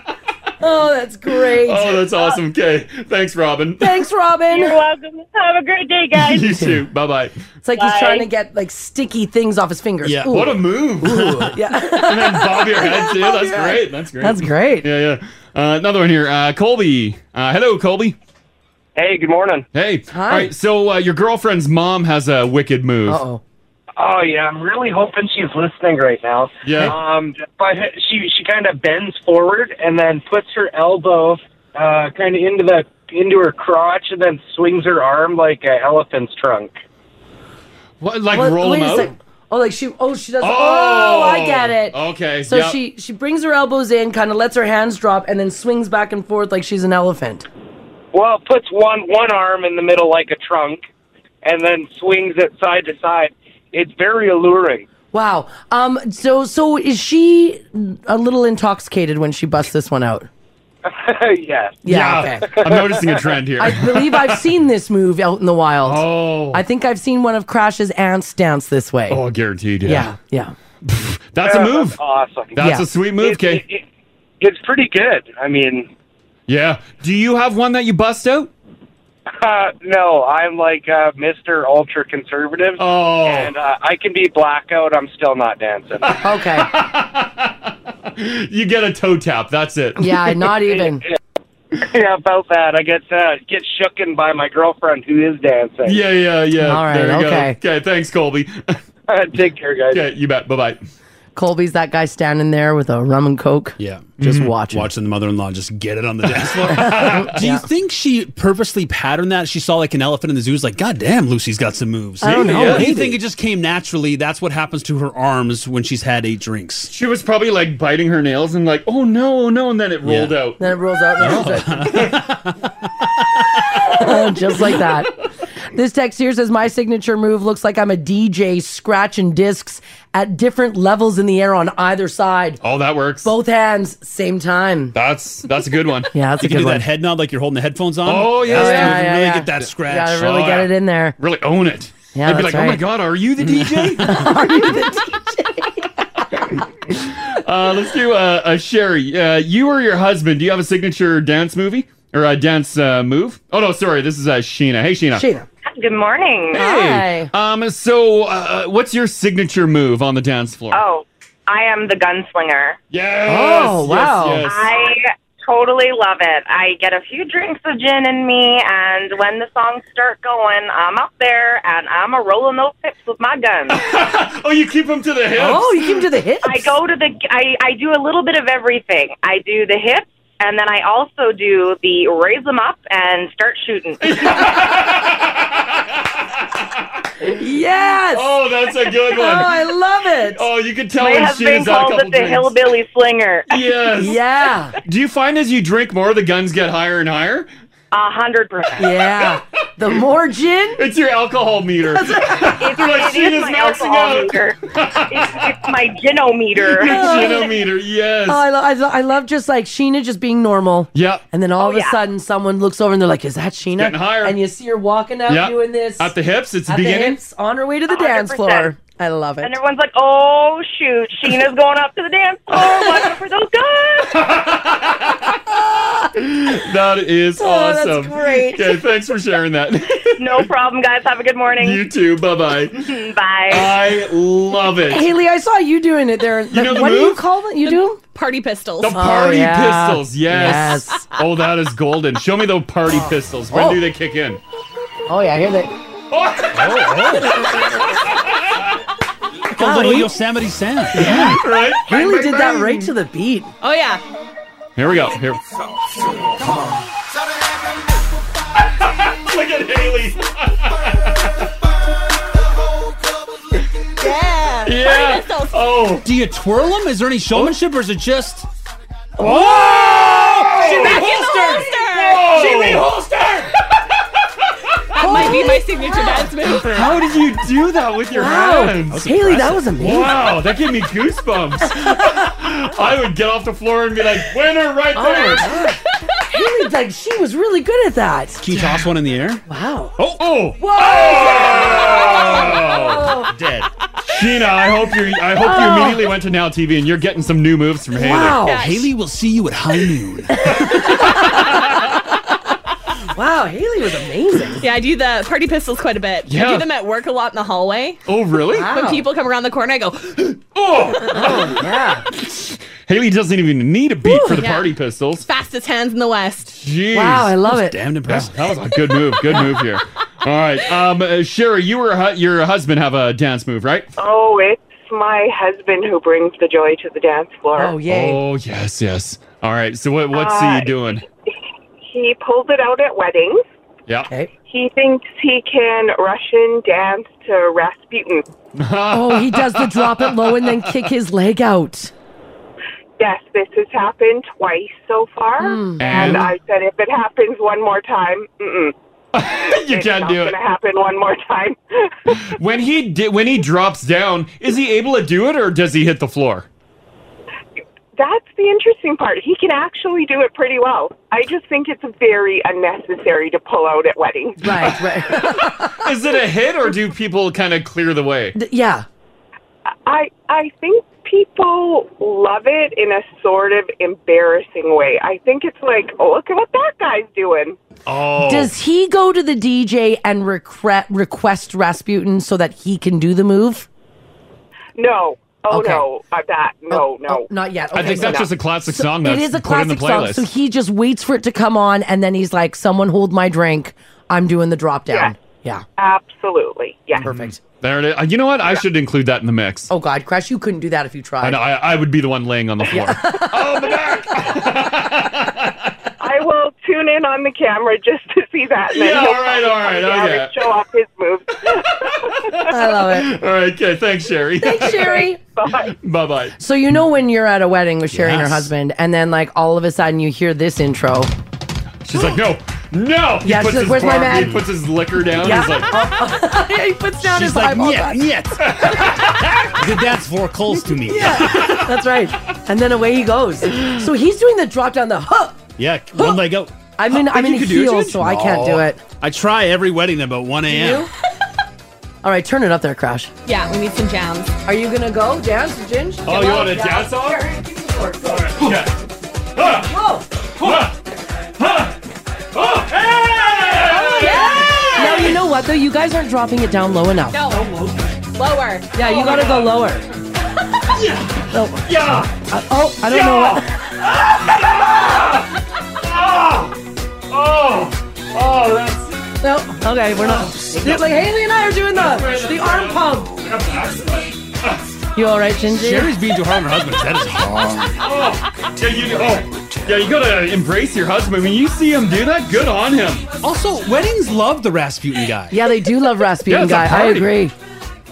Speaker 9: Oh, that's great. Uh,
Speaker 3: Oh, that's awesome. Okay, thanks, Robin.
Speaker 9: Thanks, Robin. You're
Speaker 1: welcome. Have a great day, guys.
Speaker 3: you too. Bye bye.
Speaker 9: It's like he's trying to get like sticky things off his fingers. Ooh.
Speaker 3: What a move.
Speaker 9: yeah.
Speaker 3: and then bob your head too.
Speaker 9: Bob
Speaker 3: That's
Speaker 9: your head.
Speaker 3: great. That's great.
Speaker 9: That's great.
Speaker 3: Yeah, yeah. Uh, another one here. Uh, Colby. Uh, hello, Colby.
Speaker 21: Hey, good morning.
Speaker 3: Hey.
Speaker 21: Hi.
Speaker 3: All right. So uh, your girlfriend's mom has a wicked move.
Speaker 21: Uh-oh. Oh yeah, I'm really hoping she's listening right now.
Speaker 3: Yeah.
Speaker 21: Um, but she she kind of bends forward and then puts her elbow uh, kind of into the into her crotch and then swings her arm like an elephant's trunk.
Speaker 3: What? Like
Speaker 9: What-
Speaker 3: roll
Speaker 9: wait
Speaker 3: him
Speaker 9: a
Speaker 3: out.
Speaker 9: sec. Oh, like she. Oh, she does. Oh,
Speaker 3: Oh,
Speaker 9: I get it.
Speaker 3: okay,
Speaker 9: So
Speaker 3: yeah.
Speaker 9: she she brings her elbows in, kind of lets her hands drop, and then swings back and forth like she's an elephant.
Speaker 21: Well, puts one one arm in the middle like a trunk, and then swings it side to side. It's very alluring.
Speaker 9: Wow. Um. So so is she a little intoxicated when she busts this one out?
Speaker 21: yeah.
Speaker 9: Yeah, okay.
Speaker 3: I'm noticing a trend here.
Speaker 9: I believe I've seen this move out in the wild.
Speaker 3: Oh.
Speaker 9: I think I've seen one of Crash's ants dance this way.
Speaker 3: Oh, guaranteed. Yeah.
Speaker 9: Yeah. Yeah.
Speaker 3: That's a
Speaker 21: Yeah,
Speaker 3: move.
Speaker 21: that's awesome.
Speaker 3: That's
Speaker 9: Yeah.
Speaker 3: a sweet move,
Speaker 21: It-
Speaker 3: Kay.
Speaker 21: it- it- it's pretty good. I mean,
Speaker 3: Yeah. Do you have one that you bust out?
Speaker 21: Uh, no, I'm like uh, Mr. Ultra Conservative. Oh. And uh, I can be blackout. I'm still not dancing.
Speaker 9: Okay.
Speaker 3: You get a toe tap. That's it.
Speaker 9: Yeah, not even.
Speaker 21: yeah, about that. I get uh, get shooken by my girlfriend who is dancing.
Speaker 3: Yeah, yeah, yeah.
Speaker 9: All right,
Speaker 3: There you go.
Speaker 9: okay.
Speaker 3: Okay, thanks, Colby.
Speaker 21: Take care, guys.
Speaker 3: Yeah, you bet. Bye bye.
Speaker 9: Colby's that guy standing there with a rum and coke. Yeah. Just
Speaker 3: Mm-hmm.
Speaker 9: watching.
Speaker 7: Watching the mother-in-law just get it on the dance floor. Do
Speaker 9: Yeah.
Speaker 7: you think she purposely patterned that? She saw like an elephant in the zoo. Is like, God damn, Lucy's got some moves.
Speaker 3: I don't know,
Speaker 7: Do
Speaker 3: maybe.
Speaker 7: you think it just came naturally? That's what happens to her arms when she's had eight drinks.
Speaker 3: She was probably like biting her nails and like, oh no, oh no, and then it rolled out.
Speaker 9: Then it rolls out. Then it's- Just like that. This text here says my signature move looks like I'm a DJ scratching discs at different levels in the air on either side.
Speaker 3: Oh, that works.
Speaker 9: Both hands, same time.
Speaker 3: That's that's a good one.
Speaker 9: yeah, that's
Speaker 7: you
Speaker 9: a good
Speaker 7: can do
Speaker 9: one.
Speaker 7: that head nod like you're holding the headphones on.
Speaker 3: Oh, yeah. Oh,
Speaker 7: That's
Speaker 3: Yeah,
Speaker 7: good. You
Speaker 3: yeah,
Speaker 7: really
Speaker 3: yeah.
Speaker 7: get that scratch.
Speaker 9: You gotta really get it in there.
Speaker 3: Really own it.
Speaker 9: Yeah,
Speaker 3: They'd be
Speaker 9: that's
Speaker 3: like, oh my
Speaker 9: right.
Speaker 3: god, are you the DJ? uh, let's do uh, uh, Sherry. Uh, you or your husband? Do you have a signature dance movie or a dance uh, move? Oh no, sorry. This is uh, Sheena. Hey, Sheena.
Speaker 1: Good morning.
Speaker 3: Hey. Um. So, uh, what's your signature move on the dance
Speaker 17: Uh,
Speaker 3: floor?
Speaker 1: Oh, I am the gunslinger.
Speaker 3: Yes, Oh, yes, wow. yes.
Speaker 1: I totally love it. I get a few drinks of gin in me, and when the songs start going, I'm up there and I'm a rolling those hips with my gun.
Speaker 3: oh, you keep them to the hips.
Speaker 9: Oh, you keep them to the hips.
Speaker 1: I go to the. I I do a little bit of everything. I do the hips. And then I also do the raise them up and start shooting.
Speaker 9: yes.
Speaker 3: Oh, that's a good one.
Speaker 1: Oh, I
Speaker 9: love it.
Speaker 3: Oh, you could tell
Speaker 1: My
Speaker 3: when
Speaker 1: husband
Speaker 3: Sheena's had a
Speaker 1: calls
Speaker 3: couple
Speaker 1: it the
Speaker 3: drinks.
Speaker 1: hillbilly slinger.
Speaker 3: Yes. Do you find as you drink more, the guns get higher and higher?
Speaker 1: A hundred percent.
Speaker 9: Yeah. The more gin,
Speaker 3: it's your alcohol meter.
Speaker 1: It's,
Speaker 3: They're like,
Speaker 1: it is
Speaker 3: "Sheena's
Speaker 1: my
Speaker 3: maxing
Speaker 1: alcohol
Speaker 3: out."
Speaker 1: meter. it's, it's my ginometer.
Speaker 9: Your
Speaker 3: ginometer, yes.
Speaker 9: Oh, I, lo- I, lo- I love just like Sheena just being normal.
Speaker 3: Yeah.
Speaker 9: And then all of a
Speaker 1: Oh, yeah.
Speaker 9: sudden, someone looks over and they're like, "Is that Sheena?"
Speaker 3: getting higher.
Speaker 9: And you see her walking out
Speaker 3: Yeah.
Speaker 9: doing this
Speaker 3: At the hips, it's the
Speaker 9: at
Speaker 3: beginning.
Speaker 9: hips on her way to the dance
Speaker 1: 100%.
Speaker 9: floor. I love it.
Speaker 1: And everyone's like, "Oh shoot, Sheena's going up to the dance floor, watching for those guns."
Speaker 3: that is
Speaker 1: Oh, that's
Speaker 3: awesome.
Speaker 1: great.
Speaker 3: Okay, thanks for sharing that.
Speaker 1: no problem, guys. Have a good morning.
Speaker 3: you too. Bye bye.
Speaker 1: Bye.
Speaker 3: I love it.
Speaker 9: Haley, I saw you doing it there. The-
Speaker 3: know the
Speaker 9: what do you
Speaker 3: move?
Speaker 9: call it? You do
Speaker 4: party pistols.
Speaker 9: The
Speaker 3: Party pistols, yes. Oh, that is golden. Show me the party pistols. When
Speaker 9: Oh.
Speaker 3: do they kick in?
Speaker 9: Oh yeah, I hear that.
Speaker 3: Oh,
Speaker 7: Like a little Yosemite Sam.
Speaker 3: Yeah. right?
Speaker 9: Haley did that right to the beat.
Speaker 4: Oh yeah.
Speaker 3: Here we go. Here. Look at Haley.
Speaker 4: Yeah.
Speaker 3: Yeah. Oh.
Speaker 7: Do you twirl them? Is there any showmanship, or is it just?
Speaker 3: Oh!
Speaker 4: She back in the holster.
Speaker 7: She
Speaker 3: reholstered.
Speaker 4: That might be my
Speaker 8: Oh!
Speaker 4: signature dance move.
Speaker 3: How did you do that with your
Speaker 4: Wow.
Speaker 3: hands?
Speaker 4: Haley, that was amazing.
Speaker 3: Wow, that gave me goosebumps. I would get off the floor and be like, winner right
Speaker 9: Oh, my
Speaker 3: there.
Speaker 9: God. Haley, like she was really good at that.
Speaker 7: Can you toss one in the air?
Speaker 9: Wow.
Speaker 3: Oh, oh.
Speaker 9: Whoa.
Speaker 3: Oh.
Speaker 7: Dead.
Speaker 3: Sheena, I hope you I hope
Speaker 7: Oh.
Speaker 3: you immediately went to Now TV and you're getting some new moves from Haley.
Speaker 7: Wow. Haley will see you at high noon.
Speaker 9: Wow, Haley was amazing.
Speaker 4: Yeah, I do the party pistols quite a bit.
Speaker 3: Yeah.
Speaker 4: I do them at work a lot in the hallway.
Speaker 3: Oh, really?
Speaker 4: When people come around the corner, I go,
Speaker 3: oh,
Speaker 9: yeah.
Speaker 3: Haley doesn't even need a beat for the
Speaker 4: Yeah.
Speaker 3: party pistols.
Speaker 4: fastest hands in the West.
Speaker 3: Jeez.
Speaker 4: Wow, I love
Speaker 3: That was
Speaker 4: it.
Speaker 7: Damn impressive.
Speaker 3: That was a good move. Good move here. All right, um, uh, Sherry, you or hu- your husband have a dance move, right?
Speaker 22: Oh, it's my husband who brings the joy to the dance floor.
Speaker 3: Oh yes, yes. All right. So what what's
Speaker 22: Uh,
Speaker 3: he doing?
Speaker 22: He pulls it out at weddings.
Speaker 3: Yeah.
Speaker 22: He thinks he can Russian dance to Rasputin.
Speaker 9: Oh, he does the drop it low and then kick his leg out.
Speaker 22: Yes, this has happened twice so far. And
Speaker 9: Mm. And?
Speaker 22: I said, if it happens one more time, mm-mm.
Speaker 3: You
Speaker 22: it's
Speaker 3: can't
Speaker 22: not
Speaker 3: do
Speaker 22: going
Speaker 3: it.
Speaker 22: to happen one more time.
Speaker 3: When he di- when he drops down, is he able to do it or does he hit the floor?
Speaker 22: That's the interesting part. He can actually do it pretty well. I just think it's very unnecessary to pull out at weddings.
Speaker 9: Right, right.
Speaker 3: Is it a hit or do people kind of clear the way?
Speaker 9: yeah.
Speaker 22: I I think
Speaker 17: people love it in a sort of embarrassing way. I think it's like, oh, look at what that guy's doing.
Speaker 3: Oh.
Speaker 9: Does he go to the DJ and recre- request Rasputin so that he can do the move?
Speaker 17: No. Oh, no. Uh, that, no, no.
Speaker 9: Oh, not yet.
Speaker 3: I think that's just a classic song. That's
Speaker 9: it is a
Speaker 3: put in the
Speaker 9: classic song.
Speaker 3: playlist.
Speaker 9: So he just waits for it to come on, and then he's like, "Someone hold my drink. I'm doing the drop down." Yeah.
Speaker 17: Absolutely. Yeah.
Speaker 9: Perfect.
Speaker 3: There it is. Uh, You know what? I should include that in the mix.
Speaker 9: Oh God, Crash, you couldn't do that if you tried.
Speaker 3: I, know, I, I would be the one laying on the floor.
Speaker 17: I will tune in on the camera just to see that. and then
Speaker 3: Yeah,
Speaker 17: he'll
Speaker 3: all right, all right,
Speaker 17: come down
Speaker 3: okay.
Speaker 17: and Show off his moves.
Speaker 9: I love it.
Speaker 3: All right. Okay. Thanks, Sherry.
Speaker 9: Thanks, Sherry.
Speaker 17: Bye.
Speaker 3: Bye. Bye.
Speaker 9: So you know when you're at a wedding with Sherry and her
Speaker 3: Yes.
Speaker 9: husband, and then like all of a sudden you hear this intro.
Speaker 3: She's like, no, no. He
Speaker 9: Yeah, she's like,
Speaker 3: puts his
Speaker 9: "Where's my
Speaker 3: bar-
Speaker 9: man?"
Speaker 3: He puts his liquor down.
Speaker 9: Yeah. Oh,
Speaker 3: He's like,
Speaker 9: he puts down
Speaker 7: She's
Speaker 9: his
Speaker 7: like,
Speaker 9: eyeball.
Speaker 7: "Yeah, The dance floor calls to me.
Speaker 9: Yeah, that's right. And then away he goes. So he's doing the drop down the hook.
Speaker 7: Yeah, one leg out.
Speaker 9: I'm in-
Speaker 7: Think
Speaker 9: I'm in
Speaker 7: Uh, you could do it,
Speaker 9: heels,
Speaker 7: Jen?
Speaker 9: so I can't do it.
Speaker 7: I try every wedding at about 1 a.m.
Speaker 9: All right, turn it up there, Crash.
Speaker 4: Yeah, we need some jams.
Speaker 9: Are you gonna go dance, Ginge?
Speaker 4: Oh, you want a dance
Speaker 3: off? Oh,
Speaker 9: Now you know what though? You guys aren't dropping it down low enough.
Speaker 4: No. Lower.
Speaker 9: Yeah, you gotta go lower.
Speaker 3: Yeah.
Speaker 9: oh, I don't know what.
Speaker 3: Oh, oh, that's.
Speaker 9: No, okay, we're not. It's like Haley and I are doing the the arm pump. You all right, Ginger?
Speaker 7: Sherry's being too hard on her husband. That is
Speaker 3: oh, yeah, you, oh, yeah, you gotta embrace your husband. When you see him do that, good on him.
Speaker 7: Also, weddings love the Rasputin guy.
Speaker 9: Yeah, they do love
Speaker 7: Yeah,
Speaker 9: Rasputin
Speaker 7: it's a
Speaker 9: guy. I
Speaker 7: party.
Speaker 9: agree.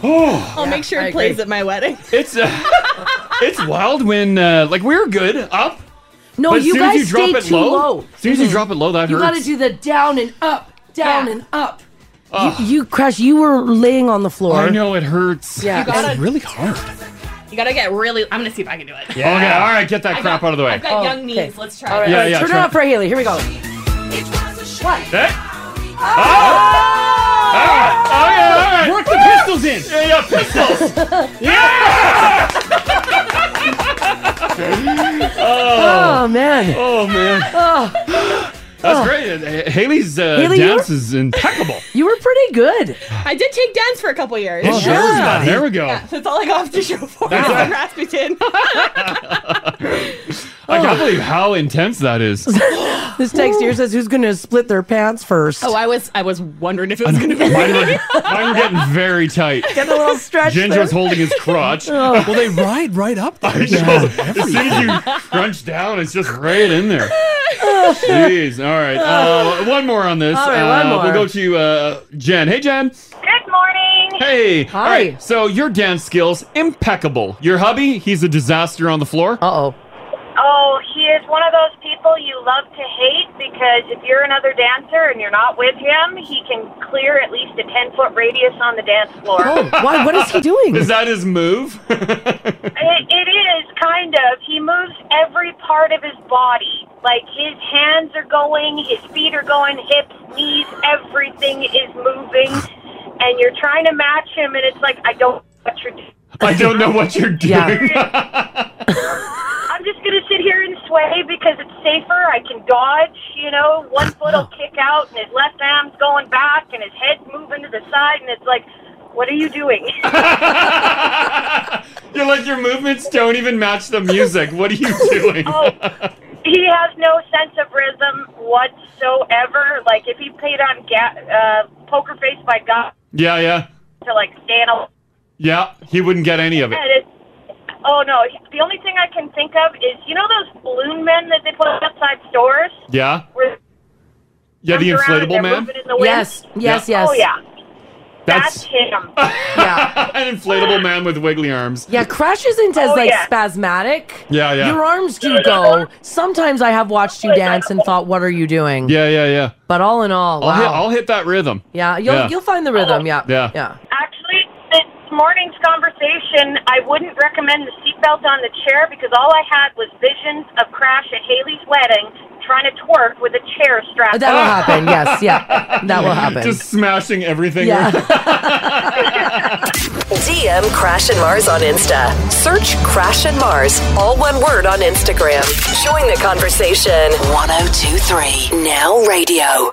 Speaker 3: Oh,
Speaker 4: I'll make sure it plays at my wedding.
Speaker 3: It's uh, it's wild when uh, like we're good up.
Speaker 9: No,
Speaker 3: but as
Speaker 9: you
Speaker 3: soon as
Speaker 9: guys
Speaker 3: you drop
Speaker 9: stay
Speaker 3: it
Speaker 9: too low. Mm-hmm.
Speaker 3: As soon as you drop it low, that
Speaker 9: You
Speaker 3: hurts.
Speaker 9: gotta do the down and up, down and up.
Speaker 3: Ugh.
Speaker 9: You, you crash. You were laying on the floor.
Speaker 3: I know it hurts.
Speaker 9: Yeah,
Speaker 4: gotta-
Speaker 7: really hard.
Speaker 4: You gotta get really. I'm gonna see if I can do it.
Speaker 3: Yeah. Okay, all right, get that
Speaker 4: I
Speaker 3: crap out of the way.
Speaker 4: I've got
Speaker 3: Oh,
Speaker 4: young knees. Let's try.
Speaker 9: All right,
Speaker 3: Yeah,
Speaker 9: all right,
Speaker 3: yeah,
Speaker 9: turn it
Speaker 3: try-
Speaker 9: up for Haley. Here we go.
Speaker 3: Eh? Ah! All right, all right.
Speaker 7: Work the pistols in.
Speaker 3: Yeah, yeah, pistols. yeah.
Speaker 9: Oh, man. Ah,
Speaker 3: Oh man. That's great. Uh, Haley's uh,
Speaker 9: Haley, you
Speaker 3: dance is impeccable.
Speaker 9: You were pretty good.
Speaker 4: I did take dance for a couple years.
Speaker 9: Oh,
Speaker 3: It shows, Yeah. buddy. There we go.
Speaker 4: Yeah, that's all I got off to show for.
Speaker 3: That's
Speaker 4: is
Speaker 3: it.
Speaker 4: Rasputin.
Speaker 3: I
Speaker 9: Oh.
Speaker 3: can't believe how intense that is.
Speaker 9: This text here says, "Who's gonna split their pants first?
Speaker 4: Oh, I was I was wondering if it was gonna be.
Speaker 3: Mine were, mine were getting very tight.
Speaker 9: Getting a little stretch
Speaker 3: Ginger
Speaker 9: there.
Speaker 3: was holding his crotch.
Speaker 9: Oh.
Speaker 7: Well, they ride right up there.
Speaker 3: I know. As soon as you crunch down, it's just right in there. Jeez. All right. Uh, one more on this.
Speaker 20: All right, one
Speaker 3: Uh,
Speaker 20: more.
Speaker 3: We'll go to uh, Jen. Hey, Jen.
Speaker 20: Good morning.
Speaker 3: Hey. Hi. All right. So your dance skills impeccable. Your hubby, he's a disaster on the floor.
Speaker 9: Uh oh.
Speaker 1: Oh, he is one of those people you love to hate because if you're another dancer and you're not with him, he can clear at least a 10 foot radius on the dance floor.
Speaker 9: Oh, Why? What is he doing?
Speaker 3: Is that his move?
Speaker 1: It, it is kind of. He moves every part of his body. Like his hands are going, his feet are going, hips, knees, everything is moving. And you're trying to match him, and it's like, I don't know what you're doing.
Speaker 3: I don't know what you're doing.
Speaker 1: I'm just going to sit here and sway because it's safer. I can dodge, you know. One foot will kick out, and his left hand's going back, and his head's moving to the side, and it's like, what are you doing?
Speaker 3: You're like your movements don't even match the music. What are you doing?
Speaker 9: Oh.
Speaker 1: He has no sense of rhythm whatsoever. Like if he played on ga- uh, Poker Face by God
Speaker 3: Yeah, yeah,
Speaker 1: to like stay in a
Speaker 3: yeah. He wouldn't get any of it.
Speaker 1: and it's, oh no. The only thing I can think of is you know those balloon men that they put outside stores
Speaker 3: Yeah,
Speaker 1: where
Speaker 3: yeah. The
Speaker 1: arms around and
Speaker 3: inflatable
Speaker 1: they're
Speaker 3: man.
Speaker 1: moving in the wind?
Speaker 9: Yes, yes,
Speaker 3: Yeah.
Speaker 1: Oh
Speaker 9: yes.
Speaker 1: yeah,
Speaker 3: That's
Speaker 1: him.
Speaker 3: an inflatable man with wiggly arms.
Speaker 9: Yeah, Crash isn't as
Speaker 1: Oh,
Speaker 9: like
Speaker 1: yeah.
Speaker 9: spasmodic.
Speaker 3: Yeah, yeah.
Speaker 9: Your arms do go. Sometimes I have watched you dance and thought, "What are you doing?"
Speaker 3: Yeah, yeah, yeah.
Speaker 9: But all in all,
Speaker 3: I'll hit,
Speaker 9: wow.
Speaker 3: I'll hit that rhythm.
Speaker 9: yeah, you'll
Speaker 3: Yeah.
Speaker 9: you'll find the rhythm. Yeah,
Speaker 3: Yeah.
Speaker 9: yeah.
Speaker 1: Actually, this morning's conversation, I wouldn't recommend the seatbelt on the chair because all I had was visions of Crash at Haley's wedding trying to twerk with a chair strapped.
Speaker 9: That'll happen. Yes. Yeah. That will happen.
Speaker 3: Just smashing everything.
Speaker 6: DM Crash and Mars on Insta. Search Crash and Mars, all one word on Instagram. Join the conversation. 1023 Now Radio.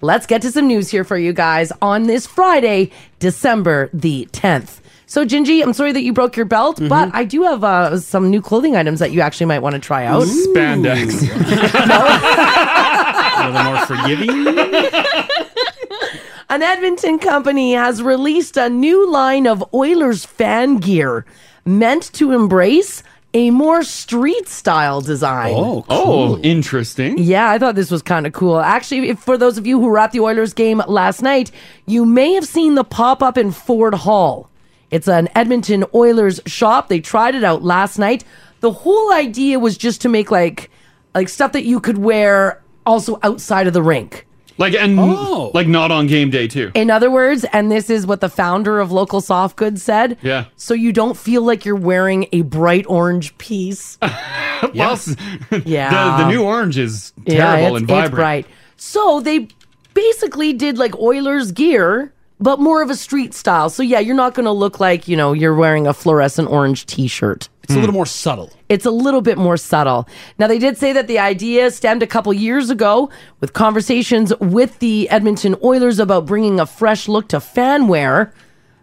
Speaker 9: Let's get to some news here for you guys on this Friday, December the 10th. So, Gingy, I'm sorry that you broke your belt, but I do have uh, some new clothing items that you actually might want to try out.
Speaker 3: Mm-hmm. Spandex.
Speaker 7: A little more forgiving.
Speaker 9: An Edmonton company has released a new line of Oilers fan gear meant to embrace a more street style design.
Speaker 3: Oh, interesting.
Speaker 9: Yeah, I thought this was kind of cool. Actually, if, for those of you who were at the Oilers game last night, you may have seen the pop up in Ford Hall. It's an Edmonton Oilers shop. They tried it out last night. The whole idea was just to make like like stuff that you could wear also outside of the rink.
Speaker 3: Like and
Speaker 7: Oh.
Speaker 3: like not on game day too.
Speaker 9: In other words, and this is what the founder of Local Soft Goods said.
Speaker 3: Yeah.
Speaker 9: So you don't feel like you're wearing a bright orange piece.
Speaker 3: Plus,
Speaker 9: Yeah.
Speaker 3: the, the new orange is terrible
Speaker 9: Yeah, it's-
Speaker 3: and vibrant.
Speaker 9: It's bright. So they basically did like Oilers gear, but more of a street style. So yeah, you're not going to look like you know you're wearing a fluorescent orange T-shirt.
Speaker 7: It's a little more subtle.
Speaker 9: It's a little bit more subtle. Now, they did say that the idea stemmed a couple years ago with conversations with the Edmonton Oilers about bringing a fresh look to fanware.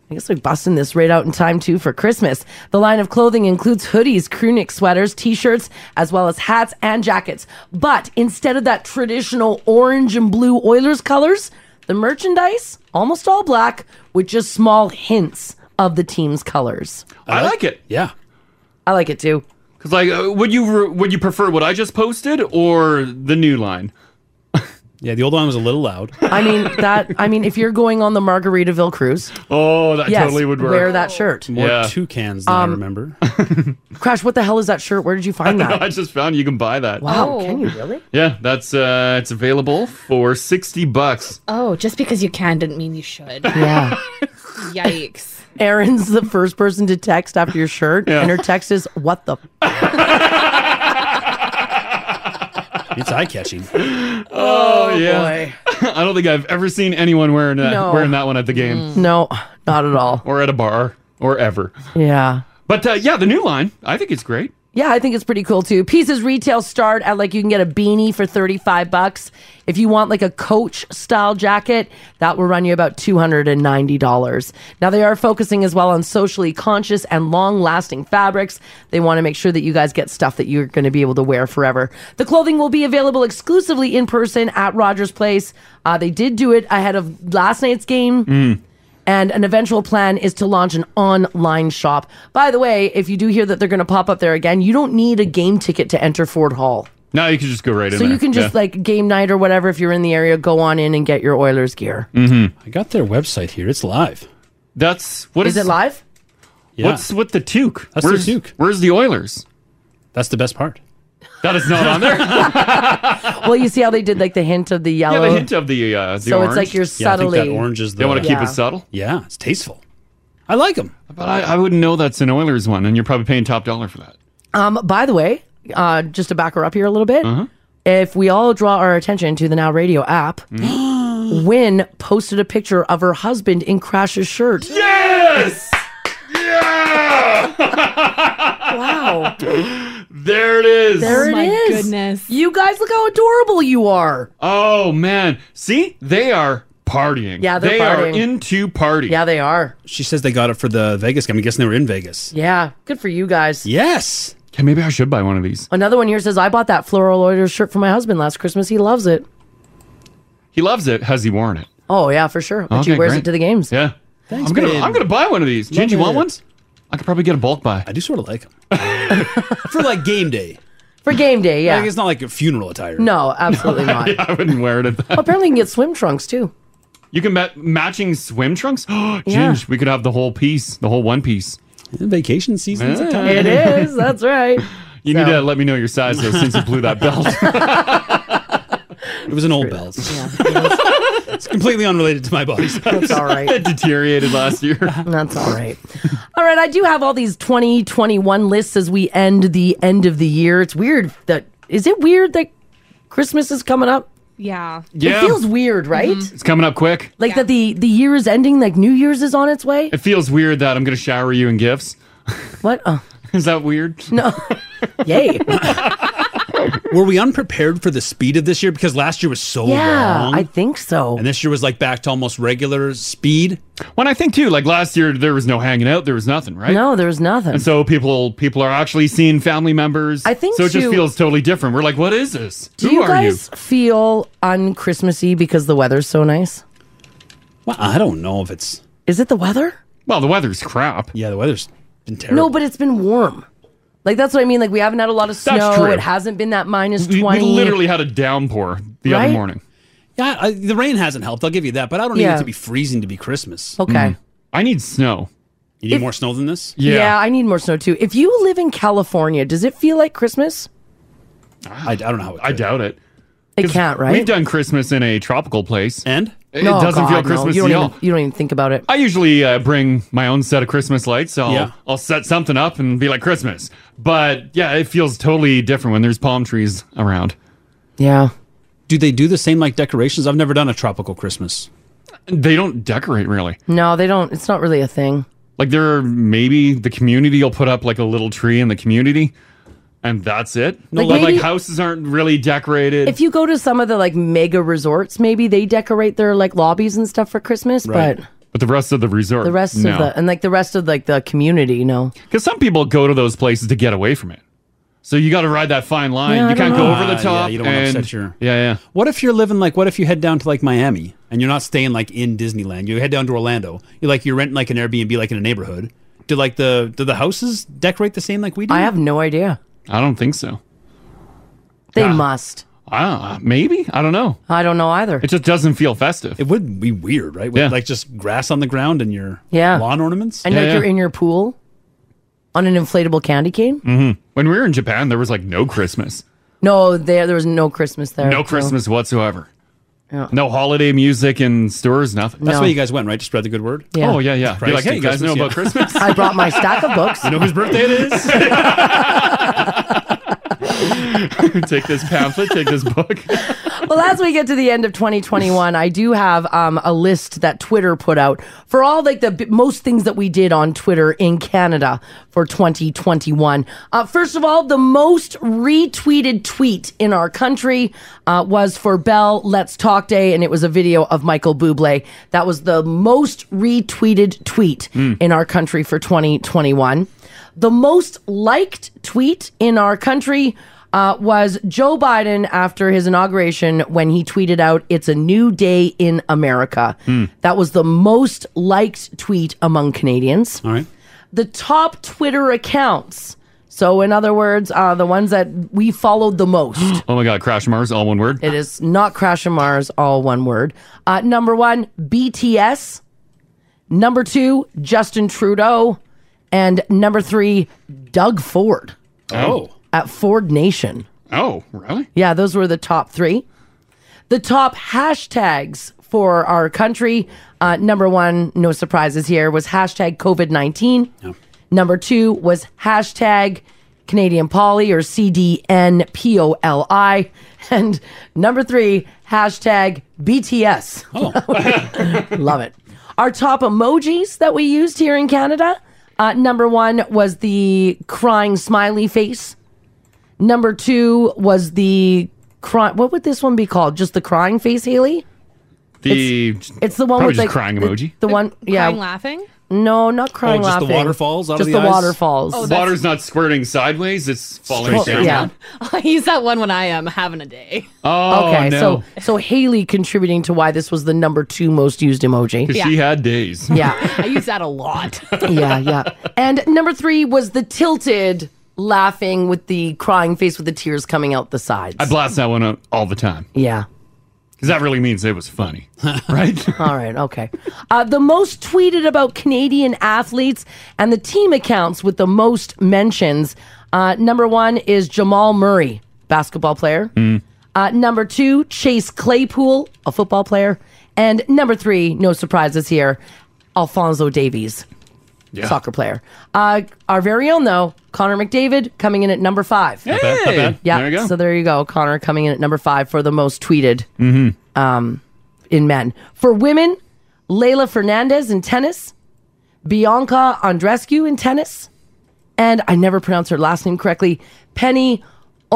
Speaker 9: I guess we're busting this right out in time, too, for Christmas. The line of clothing includes hoodies, crew neck sweaters, t shirts, as well as hats and jackets. But instead of that traditional orange and blue Oilers colors, the merchandise, almost all black, with just small hints of the team's colors.
Speaker 3: I like it.
Speaker 7: Yeah.
Speaker 9: I like it too.
Speaker 3: Cause like, uh, would you re- would you prefer what I just posted or the new line?
Speaker 7: yeah, the old line was a little loud.
Speaker 9: I mean that. I mean, if you're going on the Margaritaville cruise,
Speaker 3: oh, that
Speaker 9: yes,
Speaker 7: totally would work.
Speaker 9: Wear that shirt.
Speaker 7: More toucans than
Speaker 9: Um,
Speaker 7: I remember.
Speaker 9: Crash, what the hell is that shirt? Where did you find that?
Speaker 3: I just found you can buy that.
Speaker 9: Wow, can you really?
Speaker 3: Yeah, that's uh, it's available for sixty bucks.
Speaker 14: Oh, just because you can didn't mean you should.
Speaker 9: Yeah.
Speaker 14: Yikes.
Speaker 9: Aaron's the first person to text after your shirt, and her text is "What the."
Speaker 7: It's eye catching.
Speaker 3: Oh, yeah. I don't think I've ever seen anyone wearing that
Speaker 9: No.
Speaker 3: wearing that one at the game.
Speaker 9: No, not at all.
Speaker 3: Or at a bar, or ever.
Speaker 9: Yeah.
Speaker 3: But uh, yeah, the new line, I think it's great.
Speaker 9: Yeah, I think it's pretty cool too. Pieces retail start at like you can get a beanie for 35 bucks. If you want like a coach style jacket, that will run you about $290. Now they are focusing as well on socially conscious and long-lasting fabrics. They want to make sure that you guys get stuff that you're going to be able to wear forever. The clothing will be available exclusively in person at Rogers Place. Uh, they did do it ahead of last night's game.
Speaker 3: Mm.
Speaker 9: And an eventual plan is to launch an online shop. By the way, if you do hear that they're going to pop up there again, you don't need a game ticket to enter Ford Hall.
Speaker 3: Now you can just go right in
Speaker 9: so
Speaker 3: there.
Speaker 9: you can just like game night or whatever, if you're in the area, go on in and get your Oilers gear.
Speaker 7: Mm-hmm. I got their website here. It's live.
Speaker 3: That's what
Speaker 9: Is it live?
Speaker 7: Yeah.
Speaker 3: What's with the toque?
Speaker 7: That's
Speaker 3: where's,
Speaker 7: the toque.
Speaker 3: Where's the Oilers?
Speaker 7: That's the best part.
Speaker 3: That is not on there.
Speaker 9: well, you see how they did like the hint of the
Speaker 3: yeah,
Speaker 9: yellow.
Speaker 3: the hint of the uh, the
Speaker 9: So it's like
Speaker 3: orange.
Speaker 9: you're Yeah, I think that subtly- orange is
Speaker 3: They
Speaker 9: the-
Speaker 3: want to
Speaker 9: Yeah.
Speaker 3: keep it subtle.
Speaker 7: Yeah, it's tasteful. I like them,
Speaker 3: but I, I wouldn't know that's an Oilers one, and you're probably paying top dollar for that.
Speaker 9: Um, by the way, uh, just to back her up here a little bit, if we all draw our attention to the Now Radio app, Wynn posted a picture of her husband in Crash's shirt.
Speaker 3: Yes.
Speaker 9: wow.
Speaker 3: There it is.
Speaker 9: Oh. There it is. You guys, look how adorable you are.
Speaker 3: Oh man, see, they are partying.
Speaker 9: Yeah, they're
Speaker 3: They
Speaker 9: partying.
Speaker 3: are into party.
Speaker 9: Yeah, they are.
Speaker 7: She says they got it for the Vegas game. I'm guessing they were in Vegas.
Speaker 9: Yeah, good for you guys.
Speaker 7: Yes.
Speaker 3: Yeah, maybe I should buy one of these.
Speaker 9: Another one here says, I bought that floral order shirt for my husband last Christmas. He loves it.
Speaker 3: He loves it. Has he worn it?
Speaker 9: Oh, yeah, for sure. But she
Speaker 3: Okay,
Speaker 9: wears
Speaker 3: great.
Speaker 9: it to the games.
Speaker 3: Yeah. I'm gonna
Speaker 7: babe.
Speaker 3: I'm gonna buy one of these.
Speaker 7: Love
Speaker 3: Gingy, you want
Speaker 7: it.
Speaker 3: ones? I could probably get a bulk buy.
Speaker 7: I do sort of like them for like game day.
Speaker 9: For game day, yeah.
Speaker 7: Like, it's not like a funeral attire.
Speaker 9: No, absolutely not.
Speaker 3: Yeah, I wouldn't wear it at that.
Speaker 9: Well, apparently, you can get swim trunks too.
Speaker 3: You can ma- matching swim trunks. Ginge,
Speaker 9: Yeah.
Speaker 3: we could have the whole piece, the whole one piece.
Speaker 7: Vacation season's a time.
Speaker 9: It is. That's right.
Speaker 3: You need to let me know your size though, since you blew that belt.
Speaker 7: It was an old Bell's. it's completely unrelated to my body.
Speaker 9: That's all right.
Speaker 7: it
Speaker 3: deteriorated last year.
Speaker 9: That's all right. All right, I do have all these 2021 lists as we end the end of the year. It's weird that is it weird that Christmas is coming up?
Speaker 14: Yeah.
Speaker 9: It feels weird, right?
Speaker 3: It's coming up quick.
Speaker 9: Like that the the year is ending, like New Year's is on its way.
Speaker 3: It feels weird that I'm going to shower you in gifts.
Speaker 9: What? Oh.
Speaker 3: Is that weird?
Speaker 9: No. Yay.
Speaker 7: Were we unprepared for the speed of this year? Because last year was so
Speaker 9: Yeah,
Speaker 7: long.
Speaker 9: I think so.
Speaker 7: And this year was like back to almost regular speed.
Speaker 3: When I think too, like last year there was no hanging out, there was nothing, right?
Speaker 9: No, there was nothing.
Speaker 3: And so people people are actually seeing family members.
Speaker 9: I think
Speaker 3: so. It just
Speaker 9: too-
Speaker 3: feels totally different. We're like, what is this?
Speaker 9: Do
Speaker 3: Who
Speaker 9: you
Speaker 3: are
Speaker 9: guys feel un-Christmassy because the weather's so nice?
Speaker 7: Well, I don't know if it's.
Speaker 9: Is it the weather?
Speaker 3: Well, the weather's crap.
Speaker 7: Yeah, the weather's been terrible.
Speaker 9: No, but it's been warm. Like that's what I mean. Like we haven't had a lot of
Speaker 3: That's
Speaker 9: snow.
Speaker 3: true.
Speaker 9: It hasn't been that minus
Speaker 3: you? We
Speaker 9: twenty.
Speaker 3: literally had a downpour the
Speaker 9: Right?
Speaker 3: other morning.
Speaker 7: Yeah, I, the rain hasn't helped. I'll give you that, but I don't need
Speaker 9: Yeah.
Speaker 7: it to be freezing to be Christmas.
Speaker 9: Okay. Mm.
Speaker 3: Mm-hmm. I need snow.
Speaker 7: You need
Speaker 9: If-
Speaker 7: more snow than this?
Speaker 9: Yeah. I need more snow too. If you live in California, does it feel like Christmas?
Speaker 7: I, I don't know how. It
Speaker 3: I doubt it.
Speaker 9: It
Speaker 3: 'Cause
Speaker 9: can't, right?
Speaker 3: We've done Christmas in a tropical place,
Speaker 7: and
Speaker 3: it
Speaker 9: No,
Speaker 3: doesn't feel
Speaker 9: God, no.
Speaker 3: Christmas
Speaker 9: You
Speaker 3: at
Speaker 9: don't,
Speaker 3: all.
Speaker 9: even, you don't even think about it.
Speaker 3: I usually uh, bring my own set of Christmas lights, so I'll,
Speaker 9: Yeah.
Speaker 3: I'll set something up and be like Christmas. But yeah, it feels totally different when there's palm trees around.
Speaker 9: Yeah.
Speaker 7: Do they do the same like decorations? I've never done a tropical Christmas.
Speaker 3: They don't decorate really.
Speaker 9: No, they don't. It's not really a thing.
Speaker 3: Like there are maybe the community will put up like a little tree in the community, and that's it.
Speaker 9: No,
Speaker 3: No,
Speaker 9: Like,
Speaker 3: like,
Speaker 9: maybe-
Speaker 3: houses aren't really decorated.
Speaker 9: If you go to some of the like mega resorts, maybe they decorate their like lobbies and stuff for Christmas, but
Speaker 3: the rest of the resort,
Speaker 9: the rest of the and like the rest of like the community, no.
Speaker 3: because some people go to those places to get away from it. So you got to ride that fine line.
Speaker 7: Yeah, I
Speaker 3: you
Speaker 7: don't
Speaker 3: can't go
Speaker 7: know.
Speaker 3: over
Speaker 7: Ah,
Speaker 3: the
Speaker 7: yeah,
Speaker 3: top.
Speaker 7: you don't wanna
Speaker 3: and-
Speaker 7: upset your-
Speaker 3: yeah, yeah.
Speaker 7: What if you're living like? What if you head down to like Miami and you're not staying like in Disneyland? You head down to Orlando. You like you're renting like an Airbnb like in a neighborhood. Do like the do the houses decorate the same like we do?
Speaker 9: I have no idea.
Speaker 3: I don't think so.
Speaker 9: They must.
Speaker 3: Ah, maybe I don't know.
Speaker 9: I don't know either.
Speaker 3: It just doesn't feel festive.
Speaker 7: It would be weird, right? With like just grass on the ground and your
Speaker 9: Yeah.
Speaker 7: lawn ornaments.
Speaker 9: And like you're in your pool on an inflatable candy cane?
Speaker 3: hmm When we were in Japan, there was like no Christmas,
Speaker 9: No, there there was no Christmas there.
Speaker 3: no Christmas whatsoever.
Speaker 9: Yeah.
Speaker 3: No holiday music in stores, nothing.
Speaker 7: That's why you guys went, right? To spread the good word.
Speaker 3: Oh yeah, yeah.
Speaker 7: Christ
Speaker 3: You're like,
Speaker 7: and
Speaker 3: hey, you guys
Speaker 7: Christmas,
Speaker 3: know
Speaker 7: yeah."
Speaker 3: about Christmas?
Speaker 9: I brought my stack of books.
Speaker 7: You know whose birthday it is?
Speaker 3: take this pamphlet, take this book.
Speaker 9: well, as we get to the end of 2021, I do have um, a list that Twitter put out for all like the b- most things that we did on Twitter in Canada for 2021. Uh, first of all, the most retweeted tweet in our country uh, was for Bell Let's Talk Day, and it was a video of Michael Bublé. That was the most retweeted tweet in our country for 2021. The most liked tweet in our country uh, was Joe Biden after his inauguration when he tweeted out, It's a new day in America.
Speaker 7: Hmm.
Speaker 9: That was the most liked tweet among Canadians.
Speaker 7: All right.
Speaker 9: The top Twitter accounts. So, in other words, uh, the ones that we followed the most.
Speaker 3: Oh my God, Crash Mars, all one word.
Speaker 9: it is not Crash and Mars, all one word. Uh, number one, BTS. Number two, Justin Trudeau. And number three, Doug Ford.
Speaker 3: Oh.
Speaker 9: At Ford Nation.
Speaker 3: Oh, really?
Speaker 9: Yeah, those were the top three. The top hashtags for our country. Uh, number one, no surprises here, was hashtag COVID 19. Number two was hashtag Canadian Poly or CDN P O L I. And number three, hashtag BTS. Love it. Our top emojis that we used here in Canada. Uh, number one was the crying smiley face. Number two was the cry. What would this one be called? Just the crying face, Haley.
Speaker 3: The
Speaker 9: It's the one
Speaker 3: Probably
Speaker 9: with
Speaker 3: just
Speaker 9: like
Speaker 3: crying
Speaker 9: the-
Speaker 3: emoji.
Speaker 9: The, one, yeah,
Speaker 14: Crying laughing.
Speaker 9: No, not crying
Speaker 3: Oh, just the
Speaker 9: laughing.
Speaker 3: waterfalls
Speaker 9: just the, waterfalls.
Speaker 3: Oh, Water's not squirting sideways; it's falling
Speaker 9: Well,
Speaker 3: down.
Speaker 9: yeah.
Speaker 14: I use that one when I am having a day.
Speaker 3: Oh
Speaker 9: okay,
Speaker 3: no,
Speaker 9: so so Haley contributing to why this was the number two most used emoji.
Speaker 3: 'Cause she had days.
Speaker 9: Yeah.
Speaker 14: I use that a lot.
Speaker 9: yeah, yeah. And number three was the tilted laughing with the crying face with the tears coming out the sides.
Speaker 3: I blast that one out all the time.
Speaker 9: Yeah.
Speaker 3: Because that really means it was funny, right?
Speaker 9: All right, okay. Uh, the most tweeted about Canadian athletes and the team accounts with the
Speaker 3: Mm.
Speaker 9: most mentions. Uh, number one is Jamal Murray, basketball player. Uh, number two, Chase Claypool, a football player. And number three, no surprises here, Alfonso Davies, soccer player. Uh, our very own, though, Connor McDavid coming in at number five.
Speaker 3: Not bad, not bad.
Speaker 9: Yeah,
Speaker 3: There you go.
Speaker 9: so there you go. Connor coming in at number five for the most tweeted
Speaker 3: Mm-hmm.
Speaker 9: um, in men. For women, Layla Fernandez in tennis, Bianca Andrescu in tennis, and I never pronounce her last name correctly, Penny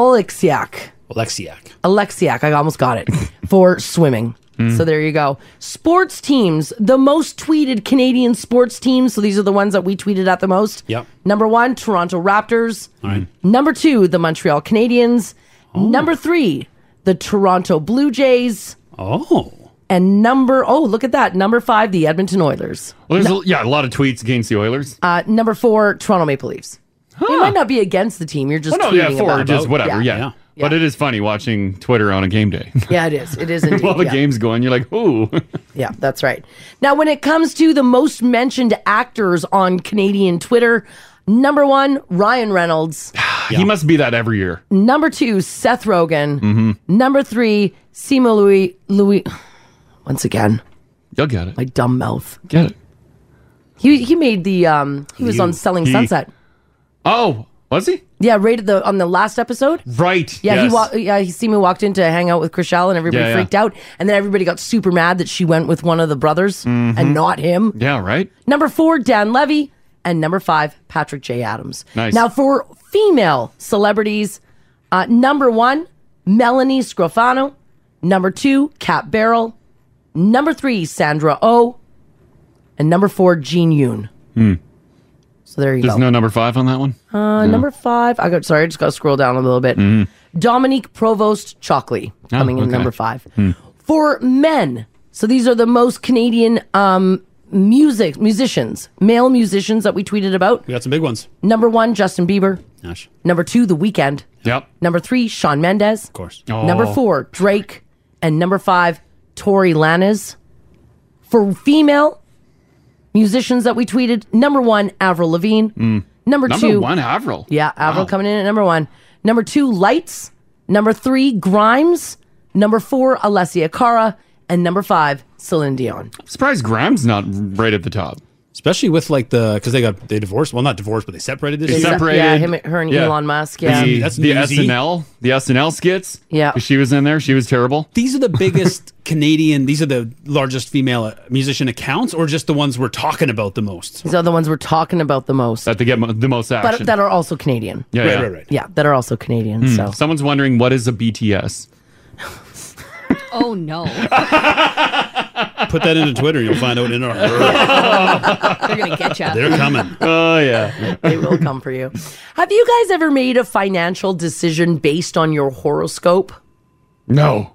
Speaker 9: Oleksiak.
Speaker 8: Oleksiak.
Speaker 9: Alexiak, I almost got it, for swimming.
Speaker 8: Mm.
Speaker 9: So there you go. Sports teams, the most tweeted Canadian sports teams. So these are the ones that we tweeted at the most.
Speaker 8: Yep.
Speaker 9: Number one, Toronto Raptors.
Speaker 8: All right.
Speaker 9: Number two, the Montreal Canadiens.
Speaker 3: Oh.
Speaker 9: Number three, the Toronto Blue Jays.
Speaker 8: Oh.
Speaker 9: And number, oh, look at that. Number five, the Edmonton Oilers.
Speaker 3: Well, there's a, yeah, a lot of tweets against the Oilers.
Speaker 9: Uh, number four, Toronto Maple Leafs. You might not be against the team. You're just
Speaker 3: Well,
Speaker 9: tweeting
Speaker 3: no, yeah, four,
Speaker 9: about
Speaker 3: just
Speaker 9: it.
Speaker 3: whatever, yeah. But it is funny watching Twitter on a game day.
Speaker 9: Yeah, it is. It is indeed.
Speaker 3: While the
Speaker 9: yeah.
Speaker 3: game's going, you're like, ooh.
Speaker 9: Yeah, that's right. Now, when it comes to the most mentioned actors on Canadian Twitter, number one, Ryan Reynolds.
Speaker 3: He must be that every year.
Speaker 9: number two, Seth Rogen.
Speaker 3: Mm-hmm.
Speaker 9: Number three, Seymour Louis. Louis. Once again,
Speaker 3: you'll get it.
Speaker 9: My dumb mouth.
Speaker 3: Get it.
Speaker 9: He he made the um he was
Speaker 3: You-
Speaker 9: on Selling
Speaker 3: he-
Speaker 9: Sunset.
Speaker 3: Oh, was he?
Speaker 9: Yeah, right at the on the last episode.
Speaker 3: Right.
Speaker 9: Yeah,
Speaker 3: yes.
Speaker 9: he wa- yeah, he Seymour walked in to hang out with Chriselle and everybody
Speaker 3: Yeah, yeah.
Speaker 9: freaked out and then everybody got super mad that she went with one of the brothers
Speaker 3: Mhm.
Speaker 9: and not him.
Speaker 3: Yeah, right?
Speaker 9: Number four, Dan Levy. And number five, Patrick J. Adams.
Speaker 3: Nice.
Speaker 9: Now, for female celebrities, uh, number one, Melanie Scrofano. Number two, Kat Barrel. Number three, Sandra Oh. And number four, Jean Yoon.
Speaker 3: Hmm.
Speaker 9: So there you
Speaker 3: There's
Speaker 9: go.
Speaker 3: no number five on that one?
Speaker 9: Uh,
Speaker 3: No.
Speaker 9: Number five, I got sorry, I just got to scroll down a little bit.
Speaker 3: Mm.
Speaker 9: Dominique Provost Chalkley
Speaker 3: Oh,
Speaker 9: coming in
Speaker 3: okay.
Speaker 9: number five
Speaker 3: Hmm.
Speaker 9: for men. So these are the most Canadian um, music musicians, male musicians that we tweeted about.
Speaker 8: We got some big ones.
Speaker 9: Number one, Justin Bieber.
Speaker 8: Gosh.
Speaker 9: Number two, The Weeknd.
Speaker 3: Yep.
Speaker 9: Number three, Sean Mendes. Of
Speaker 8: course.
Speaker 9: Number
Speaker 8: Oh.
Speaker 9: four, Drake. And number five, Tori Lanez. For female musicians that we tweeted, number one, Avril Lavigne.
Speaker 3: Mm.
Speaker 9: Number,
Speaker 3: Number
Speaker 9: two,
Speaker 3: one, Avril.
Speaker 9: Yeah, Avril coming in at number one. Number two, Lights. Number three, Grimes. Number four, Alessia Cara. And number five, Celine Dion.
Speaker 3: Surprised Grimes not right at the top.
Speaker 8: Especially with like the because they got they divorced. Well, not divorced, but they separated this
Speaker 9: They
Speaker 8: year.
Speaker 9: sep- Separated. yeah, him- her and Elon Musk, yeah.
Speaker 3: The,
Speaker 8: That's
Speaker 3: the
Speaker 8: newsy.
Speaker 3: SNL, the SNL skits.
Speaker 9: Yeah.
Speaker 3: She was in there. She was terrible.
Speaker 8: These are the biggest Canadian. These are the largest female uh, musician accounts, or just the ones we're talking about the most.
Speaker 9: These are the ones we're talking about the most.
Speaker 3: That they get mo- the most action.
Speaker 9: But that are also Canadian.
Speaker 3: Yeah, Right, yeah. right, right.
Speaker 9: Yeah, that are also Canadian.
Speaker 3: Hmm.
Speaker 9: So
Speaker 3: Someone's wondering what is a BTS.
Speaker 14: Oh no.
Speaker 8: Put that into Twitter, you'll find out in our.
Speaker 14: They're gonna get you.
Speaker 8: They're coming.
Speaker 3: Oh yeah,
Speaker 9: they will come for you. Have you guys ever made a financial decision based on your horoscope?
Speaker 3: No.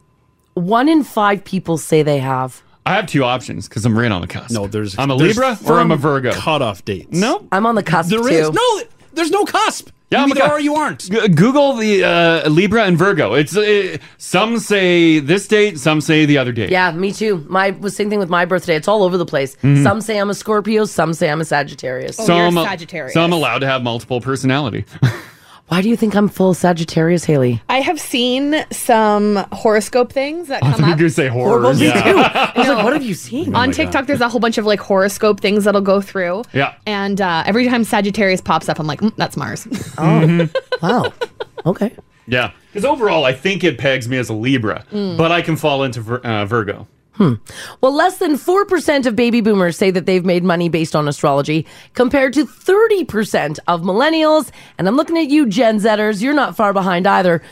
Speaker 9: One in five people say they have.
Speaker 3: I have two options because I'm right on the cusp. No, there's I'm a
Speaker 8: there's
Speaker 3: Libra or I'm a
Speaker 8: firm
Speaker 3: Virgo.
Speaker 8: Cutoff dates.
Speaker 3: No,
Speaker 9: I'm on the cusp
Speaker 8: There
Speaker 9: too.
Speaker 8: is no. There's no cusp.
Speaker 3: Yeah,
Speaker 8: you
Speaker 3: I'm a
Speaker 8: either
Speaker 3: cu-
Speaker 8: are or you aren't.
Speaker 3: G- Google the uh, Libra and Virgo. It's uh, some say this date, some say the other date.
Speaker 9: Yeah, me too. My was same thing with my birthday. It's all over the place.
Speaker 3: Mhm.
Speaker 9: Some say I'm a Scorpio. Some say I'm Oh, a Sagittarius.
Speaker 3: some, uh, Some allowed to have multiple personality.
Speaker 9: Why do you think I'm full Sagittarius, Haley?
Speaker 4: I have seen some horoscope things that
Speaker 3: I
Speaker 4: come
Speaker 3: thought you
Speaker 4: up.
Speaker 3: were gonna say horrors.
Speaker 4: me
Speaker 3: Yeah.
Speaker 4: too.
Speaker 9: I was like, what have you seen?
Speaker 4: On TikTok, there's a whole bunch of like horoscope things that'll go through.
Speaker 3: Yeah.
Speaker 4: And uh, every time Sagittarius pops up, I'm like, mm, that's Mars.
Speaker 3: Mhm.
Speaker 9: Oh, wow. Okay.
Speaker 3: Yeah, because overall, I think it pegs me as a Libra,
Speaker 9: Mm.
Speaker 3: but I can fall into Vir- uh, Virgo.
Speaker 9: Well, less than 4% of baby boomers say that they've made money based on astrology, compared to 30% of millennials. And I'm looking at you, Gen Zers. You're not far behind either.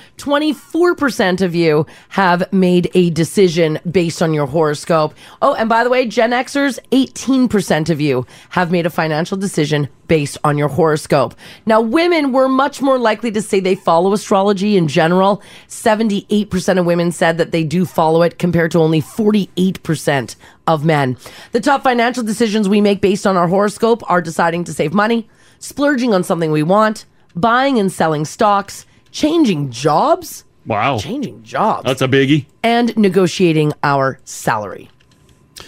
Speaker 9: 24% of you have made a decision based on your horoscope. Oh, and by the way, Gen Xers, 18% of you have made a financial decision based on your horoscope. Now, women were much more likely to say they follow astrology in general. 78% of women said that they do follow it compared to only 48% of men. The top financial decisions we make based on our horoscope are deciding to save money, splurging on something we want, buying and selling stocks, changing jobs.
Speaker 3: Wow.
Speaker 9: Changing jobs.
Speaker 3: That's a biggie.
Speaker 9: And negotiating our salary.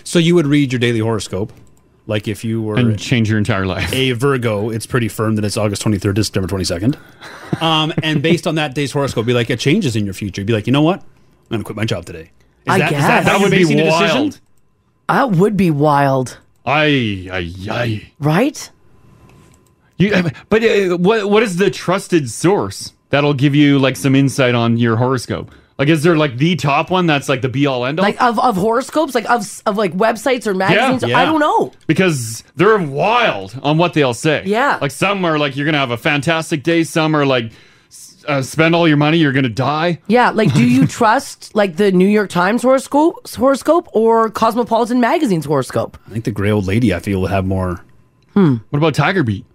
Speaker 8: So you would read your daily horoscope. Like if you were
Speaker 3: and change your entire life.
Speaker 8: a Virgo, it's pretty firm that it's August 23rd to September 22nd. Um, and based on that day's horoscope, be like, it changes in your future. Be like, you know what? I'm going to quit my job today.
Speaker 9: I
Speaker 8: that,
Speaker 9: guess.
Speaker 8: that, how
Speaker 9: That
Speaker 8: you're
Speaker 9: would be
Speaker 8: basing a decision?
Speaker 9: wild. That would be wild.
Speaker 3: Ay, ay, ay.
Speaker 9: Right?
Speaker 3: You, but uh, what what is the trusted source that'll give you like some insight on your horoscope? Like, is there like the top one that's like the be all end all?
Speaker 9: Like of, of horoscopes, like of of like websites or magazines. I don't know.
Speaker 3: Because they're wild on what they'll say.
Speaker 9: Yeah.
Speaker 3: Like some are like, you're going to have a fantastic day. Some are like, s- uh, spend all your money, you're going to die.
Speaker 9: Yeah, like do you trust like the New York Times horoscope horoscope or Cosmopolitan magazine's horoscope?
Speaker 8: I think the gray old lady, I feel, would have more.
Speaker 9: Hmm.
Speaker 3: What about Tiger Beat?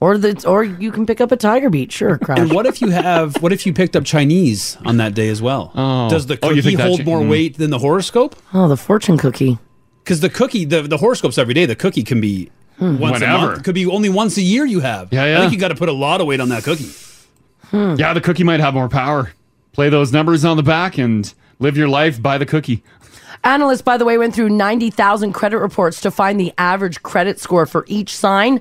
Speaker 9: or the or you can pick up a tiger beat, sure, crash.
Speaker 8: And what if you have, what if you picked up Chinese on that day as well? Oh. Does the
Speaker 9: Oh,
Speaker 8: cookie
Speaker 9: you think that
Speaker 8: hold
Speaker 9: cha-
Speaker 8: more
Speaker 3: hmm.
Speaker 9: mm.
Speaker 8: weight than the horoscope?
Speaker 9: oh, the fortune cookie.
Speaker 8: Because the cookie, the, the horoscope's every day. The cookie can be
Speaker 9: Hmm.
Speaker 8: once a
Speaker 3: Whenever.
Speaker 8: month. Could be only once a year you have.
Speaker 3: Yeah,
Speaker 8: I
Speaker 3: yeah.
Speaker 8: think you got to put a lot of weight on that cookie.
Speaker 9: Hmm.
Speaker 3: Yeah, the cookie might have more power. Play those numbers on the back and live your life by the cookie.
Speaker 9: Analysts, by the way, went through 90,000 credit reports to find the average credit score for each sign.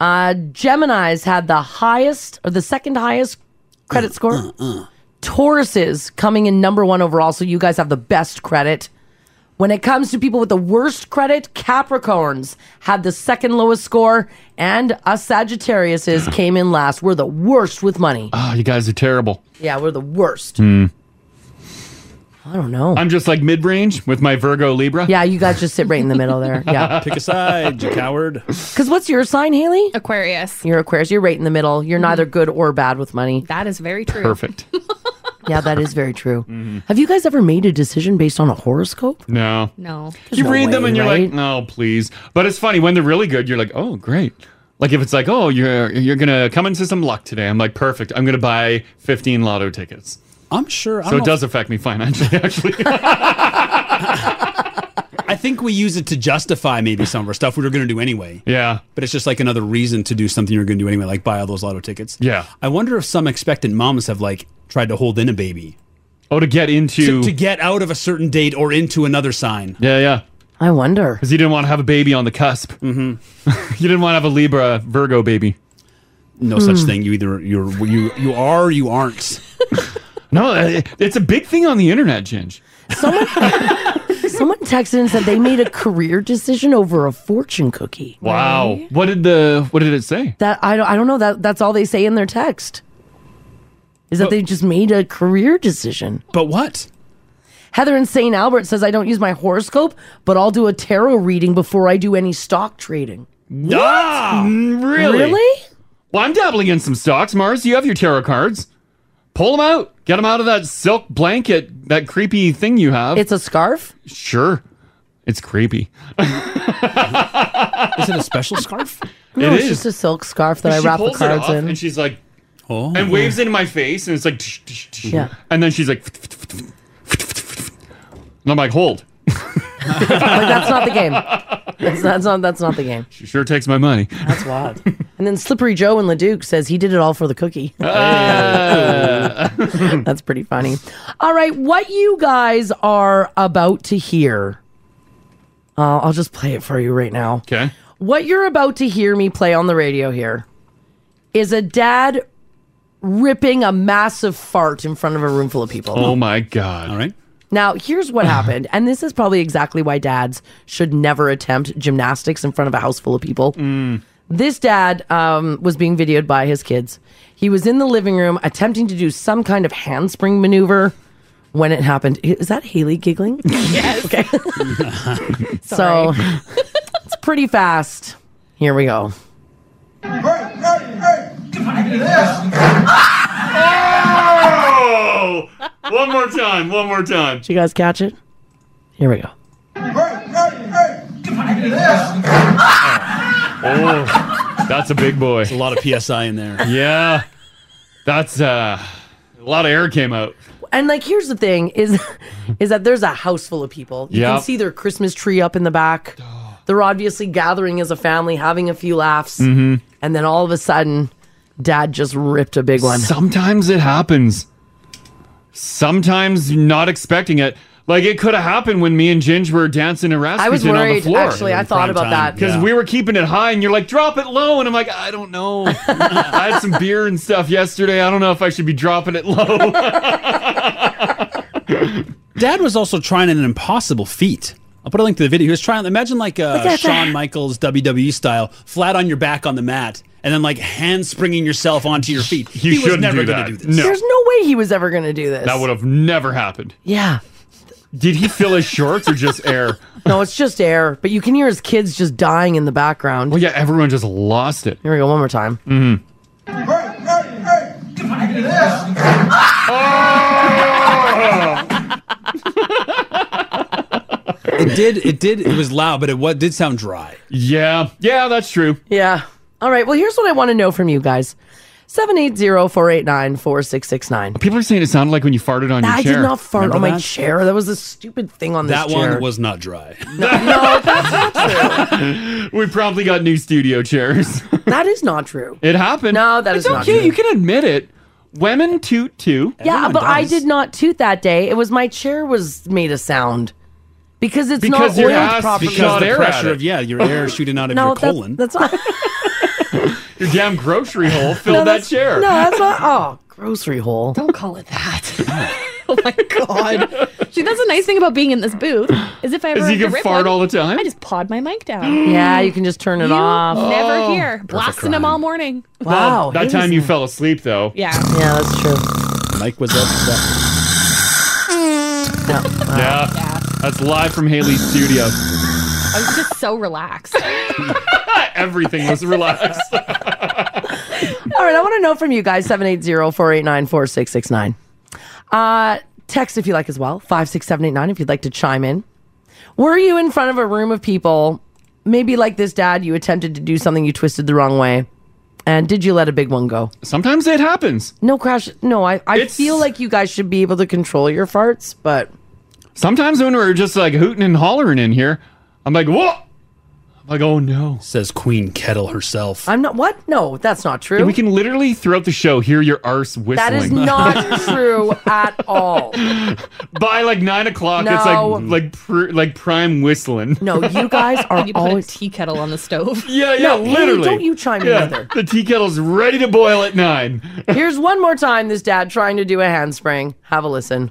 Speaker 9: Uh, Gemini's had the highest or the second highest credit score.
Speaker 23: Uh,
Speaker 9: Tauruses coming in number one overall, so you guys have the best credit. When it comes to people with the worst credit, Capricorns had the second lowest score, and us Sagittariuses came in last. We're the worst with money.
Speaker 3: Oh, you guys are terrible.
Speaker 9: Yeah, we're the worst.
Speaker 3: Hmm.
Speaker 9: I don't know.
Speaker 3: I'm just like mid range with my Virgo Libra.
Speaker 9: Yeah, you guys just sit right in the middle there. Yeah.
Speaker 8: Pick a side, you coward.
Speaker 9: Because what's your sign, Haley? Aquarius. You're Aquarius. You're right in the middle. You're neither good or bad with money. That is very true.
Speaker 3: Perfect.
Speaker 9: yeah, that is very true. Have you guys ever made a decision based on a horoscope?
Speaker 3: No.
Speaker 14: No.
Speaker 3: you
Speaker 9: no
Speaker 3: read them
Speaker 9: way,
Speaker 3: and you're
Speaker 9: right?
Speaker 3: like, no, please. But it's funny when they're really good. You're like, oh, great. Like if it's like, oh, you're you're gonna come into some luck today. I'm like, perfect. I'm gonna buy 15 lotto tickets.
Speaker 8: I'm sure. I
Speaker 3: So
Speaker 8: don't
Speaker 3: it
Speaker 8: know
Speaker 3: does affect me financially. Actually,
Speaker 8: I think we use it to justify maybe some of our stuff we were going to do anyway.
Speaker 3: Yeah.
Speaker 8: But it's just like another reason to do something you're going to do anyway, like buy all those lotto tickets.
Speaker 3: Yeah.
Speaker 8: I wonder if some expectant moms have like tried to hold in a baby.
Speaker 3: Oh, to get into.
Speaker 8: To, get out of a certain date or into another sign.
Speaker 3: yeah, yeah.
Speaker 9: I wonder
Speaker 3: because you didn't want to have a baby on the cusp. Mm-hmm. you didn't want to have a Libra Virgo baby.
Speaker 8: No such Hmm. thing. You either you're you you are or you aren't.
Speaker 3: no, it- it's a big thing on the internet, Ginge.
Speaker 9: Someone texted and said they made a career decision over a fortune cookie.
Speaker 3: Wow. What did the what did it say?
Speaker 9: That I don't I don't know that that's all they say in their text. Is that they just made a career decision.
Speaker 8: But what?
Speaker 9: Heather in St. Albert says I don't use my horoscope, but I'll do a tarot reading before I do any stock trading.
Speaker 3: What? Mm, really?
Speaker 9: Really?
Speaker 3: Well, I'm dabbling in some stocks. Mars, you have your tarot cards. Pull them out. Get them out of that silk blanket, that creepy thing you have.
Speaker 9: It's a scarf?
Speaker 3: Sure. It's creepy.
Speaker 8: Is it a special scarf?
Speaker 9: No,
Speaker 3: it
Speaker 9: it's
Speaker 3: is.
Speaker 9: just a silk scarf that
Speaker 3: And
Speaker 9: I
Speaker 3: she
Speaker 9: wrap the
Speaker 3: pulls it
Speaker 9: cards
Speaker 3: off
Speaker 9: in.
Speaker 3: And she's like,
Speaker 8: oh.
Speaker 3: and waves into my face, and it's like, tsh, tsh, tsh.
Speaker 9: Yeah.
Speaker 3: And then she's like, and I'm like, hold.
Speaker 9: like that's not the game. That's, that's not that's not the game.
Speaker 3: She sure takes my money.
Speaker 9: That's wild. And then Slippery Joe and LeDuc says he did it all for the cookie. that's pretty funny. All right, what you guys are about to hear. Uh, I'll just play it for you right now.
Speaker 3: Okay.
Speaker 9: What you're about to hear me play on the radio here is a dad ripping a massive fart in front of a room full of people.
Speaker 3: Oh my God. All
Speaker 8: right.
Speaker 9: Now, here's what happened, and this is probably exactly why dads should never attempt gymnastics in front of a house full of people. This dad um, was being videoed by his kids. He was in the living room attempting to do some kind of handspring maneuver when it happened. Is that Haley giggling? yes. Okay. so it's pretty fast. Here we go.
Speaker 3: Oh! One more time. One more time.
Speaker 9: Did you guys catch it? Here we go.
Speaker 3: Oh, that's a big boy. It's a
Speaker 8: lot of PSI in there.
Speaker 3: Yeah. That's uh, a lot of air came out.
Speaker 9: And like, here's the thing: is is that there's a house full of people. You
Speaker 3: Yep.
Speaker 9: can see their Christmas tree up in the back. They're obviously gathering as a family, having a few laughs,
Speaker 3: Mhm.
Speaker 8: Mm-hmm.
Speaker 9: and then all of a sudden, Dad just ripped a big one.
Speaker 3: Sometimes it happens. Sometimes not expecting it. Like it could have happened when me and Ginge were dancing in Rasputin
Speaker 9: I was
Speaker 3: on the
Speaker 9: worried,
Speaker 3: floor.
Speaker 9: actually. I thought about that.
Speaker 3: because
Speaker 9: Yeah.
Speaker 3: we were keeping it high, and you're like, drop it low, and I'm like, I don't know. I had some beer and stuff yesterday. I don't know if I should be dropping it low.
Speaker 8: Dad was also trying an impossible feat. I'll put a link to the video. He was trying. Imagine like
Speaker 7: Look
Speaker 8: uh,
Speaker 7: at
Speaker 8: Shawn
Speaker 7: that.
Speaker 8: Michaels WWE style, flat on your back on the mat, and then like hand springing yourself onto your feet.
Speaker 3: You
Speaker 8: he was
Speaker 3: shouldn't
Speaker 8: never
Speaker 3: do
Speaker 8: going
Speaker 3: that.
Speaker 8: to do this.
Speaker 9: There's no way he was ever going to do this.
Speaker 3: that would have never happened.
Speaker 9: Yeah.
Speaker 3: Did he fill his shorts or just air?
Speaker 9: No, it's just air, but you can hear his kids just dying in the background. Well,
Speaker 3: yeah, everyone just lost it.
Speaker 9: Here we go, one more time.
Speaker 3: Mm-hmm.
Speaker 8: It did. It did. It was loud, but it what did sound dry.
Speaker 3: Yeah. Yeah, that's true.
Speaker 9: Yeah. All right. Well, here's what I want to know from you guys 780 489 4669.
Speaker 3: People are saying it sounded like when you farted on your
Speaker 9: I
Speaker 3: chair.
Speaker 9: did not fart
Speaker 3: Remember
Speaker 9: on my
Speaker 3: that?
Speaker 9: chair. That was a stupid thing on this
Speaker 8: That
Speaker 9: chair.
Speaker 8: one was not dry.
Speaker 3: we probably got new studio chairs.
Speaker 9: that is not true.
Speaker 3: It happened.
Speaker 9: No, that
Speaker 3: it's
Speaker 9: is not
Speaker 3: okay.
Speaker 9: true.
Speaker 3: You can admit it. Women toot too.
Speaker 9: yeah, but I did not toot that day. It was my chair was made a sound because it's
Speaker 8: Because
Speaker 9: not
Speaker 8: your
Speaker 9: oiled
Speaker 8: ass
Speaker 9: properly.
Speaker 8: shot air
Speaker 9: No,
Speaker 8: at it.
Speaker 9: that's- That's not
Speaker 3: Your damn grocery hole filled
Speaker 9: No,
Speaker 3: that
Speaker 9: that's-
Speaker 3: chair.
Speaker 9: No, that's not. Oh, grocery hole. Don't call it that.
Speaker 14: God. See, that's the nice thing about being in this booth is if I
Speaker 9: Is
Speaker 14: ever
Speaker 9: you
Speaker 14: have to
Speaker 9: can
Speaker 14: rip
Speaker 9: fart
Speaker 14: one,
Speaker 9: all the time?
Speaker 14: I just pod my mic down.
Speaker 9: yeah, you can just turn it
Speaker 14: You
Speaker 9: off.
Speaker 14: Uh, Never hear blasting them all morning.
Speaker 3: Well, that time you fell asleep though.
Speaker 14: Yeah.
Speaker 9: Yeah, that's true.
Speaker 8: Mike was up.
Speaker 3: yeah. That's live from Haley's studio.
Speaker 14: I was just so relaxed.
Speaker 3: Everything was relaxed.
Speaker 9: All right, I want to know from you guys 780-489-4669. Uh text if you like as well. 56789 if you'd like to chime in. Were you in front of a room of people, maybe like this dad, you attempted to do something you twisted the wrong way? And did you let a big one go?
Speaker 3: Sometimes it happens.
Speaker 9: No crash. No, I, I feel like you guys should be able to control your farts, but
Speaker 3: Sometimes when we're just like hooting and hollering in here, I'm like, whoa. I'm like, oh no.
Speaker 8: Says Queen Kettle herself.
Speaker 9: I'm not what? No, that's not true.
Speaker 3: we can literally throughout the show hear your arse whistling.
Speaker 9: that is not true at all.
Speaker 3: By like nine o'clock, it's
Speaker 9: No.
Speaker 3: like like pr- like prime whistling.
Speaker 9: No, you guys are
Speaker 14: you put
Speaker 9: always
Speaker 14: a tea kettle on the stove.
Speaker 3: Yeah, yeah, literally.
Speaker 9: don't you chime in
Speaker 3: Yeah,
Speaker 9: either.
Speaker 3: The tea kettle's ready to boil at nine.
Speaker 9: Here's one more time this dad trying to do a handspring. Have a listen.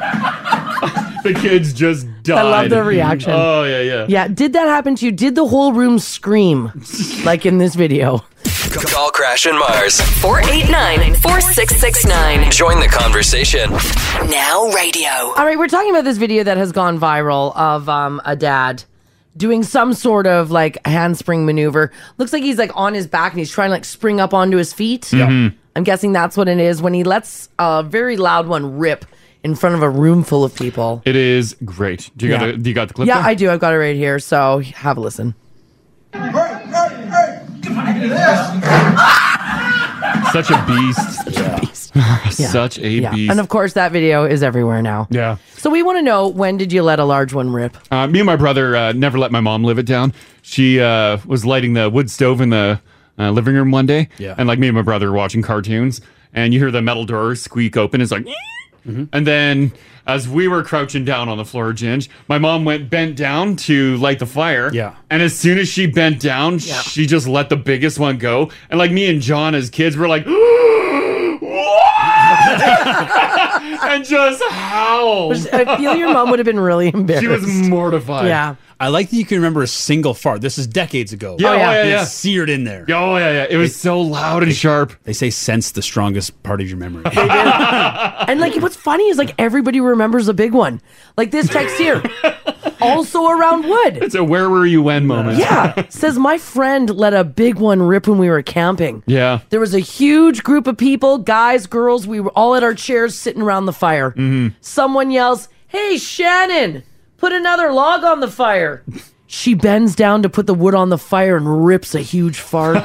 Speaker 3: The kids just died.
Speaker 9: I love their reaction.
Speaker 3: Oh yeah, yeah.
Speaker 9: Yeah, did that happen to you? Did the whole room scream like in this video?
Speaker 5: Call Crash and Mars.
Speaker 6: 489 4669.
Speaker 5: Join the conversation.
Speaker 6: Now radio.
Speaker 9: All right, we're talking about this video that has gone viral of um, a dad doing some sort of like handspring maneuver. Looks like he's like on his back and he's trying to like spring up onto his feet.
Speaker 6: Yeah. Mhm.
Speaker 9: I'm guessing that's what it is when he lets a very loud one rip in front of a room full of people.
Speaker 3: It is great. Do you
Speaker 9: Yeah.
Speaker 3: got a, do you got the clip?
Speaker 9: yeah,
Speaker 3: there?
Speaker 9: I do. I've got it right here. So have a listen.
Speaker 3: Such a beast. Such a
Speaker 9: beast.
Speaker 3: Such a beast.
Speaker 9: And of course, that video is everywhere now.
Speaker 3: yeah.
Speaker 9: So we want to know when did you let a large one rip?
Speaker 3: Uh, me and my brother uh, never let my mom live it down. She uh, was lighting the wood stove in the uh, living room one day,
Speaker 7: Yeah.
Speaker 3: and like me and my brother were watching cartoons, and you hear the metal door squeak open. It's like, and then as we were crouching down on the floor, Ginge, my mom went bent down to light the fire. Yeah, and as soon as she bent down, she just let the biggest one go, and like me and John as kids were like. oh, and just howl.
Speaker 9: I feel your mom would have been really embarrassed.
Speaker 3: She was mortified.
Speaker 9: Yeah.
Speaker 8: I like that you can remember a single fart. This is decades ago.
Speaker 3: Yeah, Oh, yeah. oh, yeah,
Speaker 8: It's
Speaker 3: yeah.
Speaker 8: seared in there.
Speaker 3: Oh yeah, yeah. It was so loud and sharp.
Speaker 8: They say sense the strongest part of your memory.
Speaker 9: And like, what's funny is like everybody remembers a big one, like this text here, also around wood.
Speaker 3: It's a where were you when moment.
Speaker 9: Yeah, says my friend let a big one rip when we were camping.
Speaker 3: Yeah.
Speaker 9: There was a huge group of people, guys, girls. We were all at our chairs sitting around the fire.
Speaker 3: Mm-hmm.
Speaker 9: Someone yells, Hey, Shannon, put another log on the fire. She bends down to put the wood on the fire and rips a huge fart.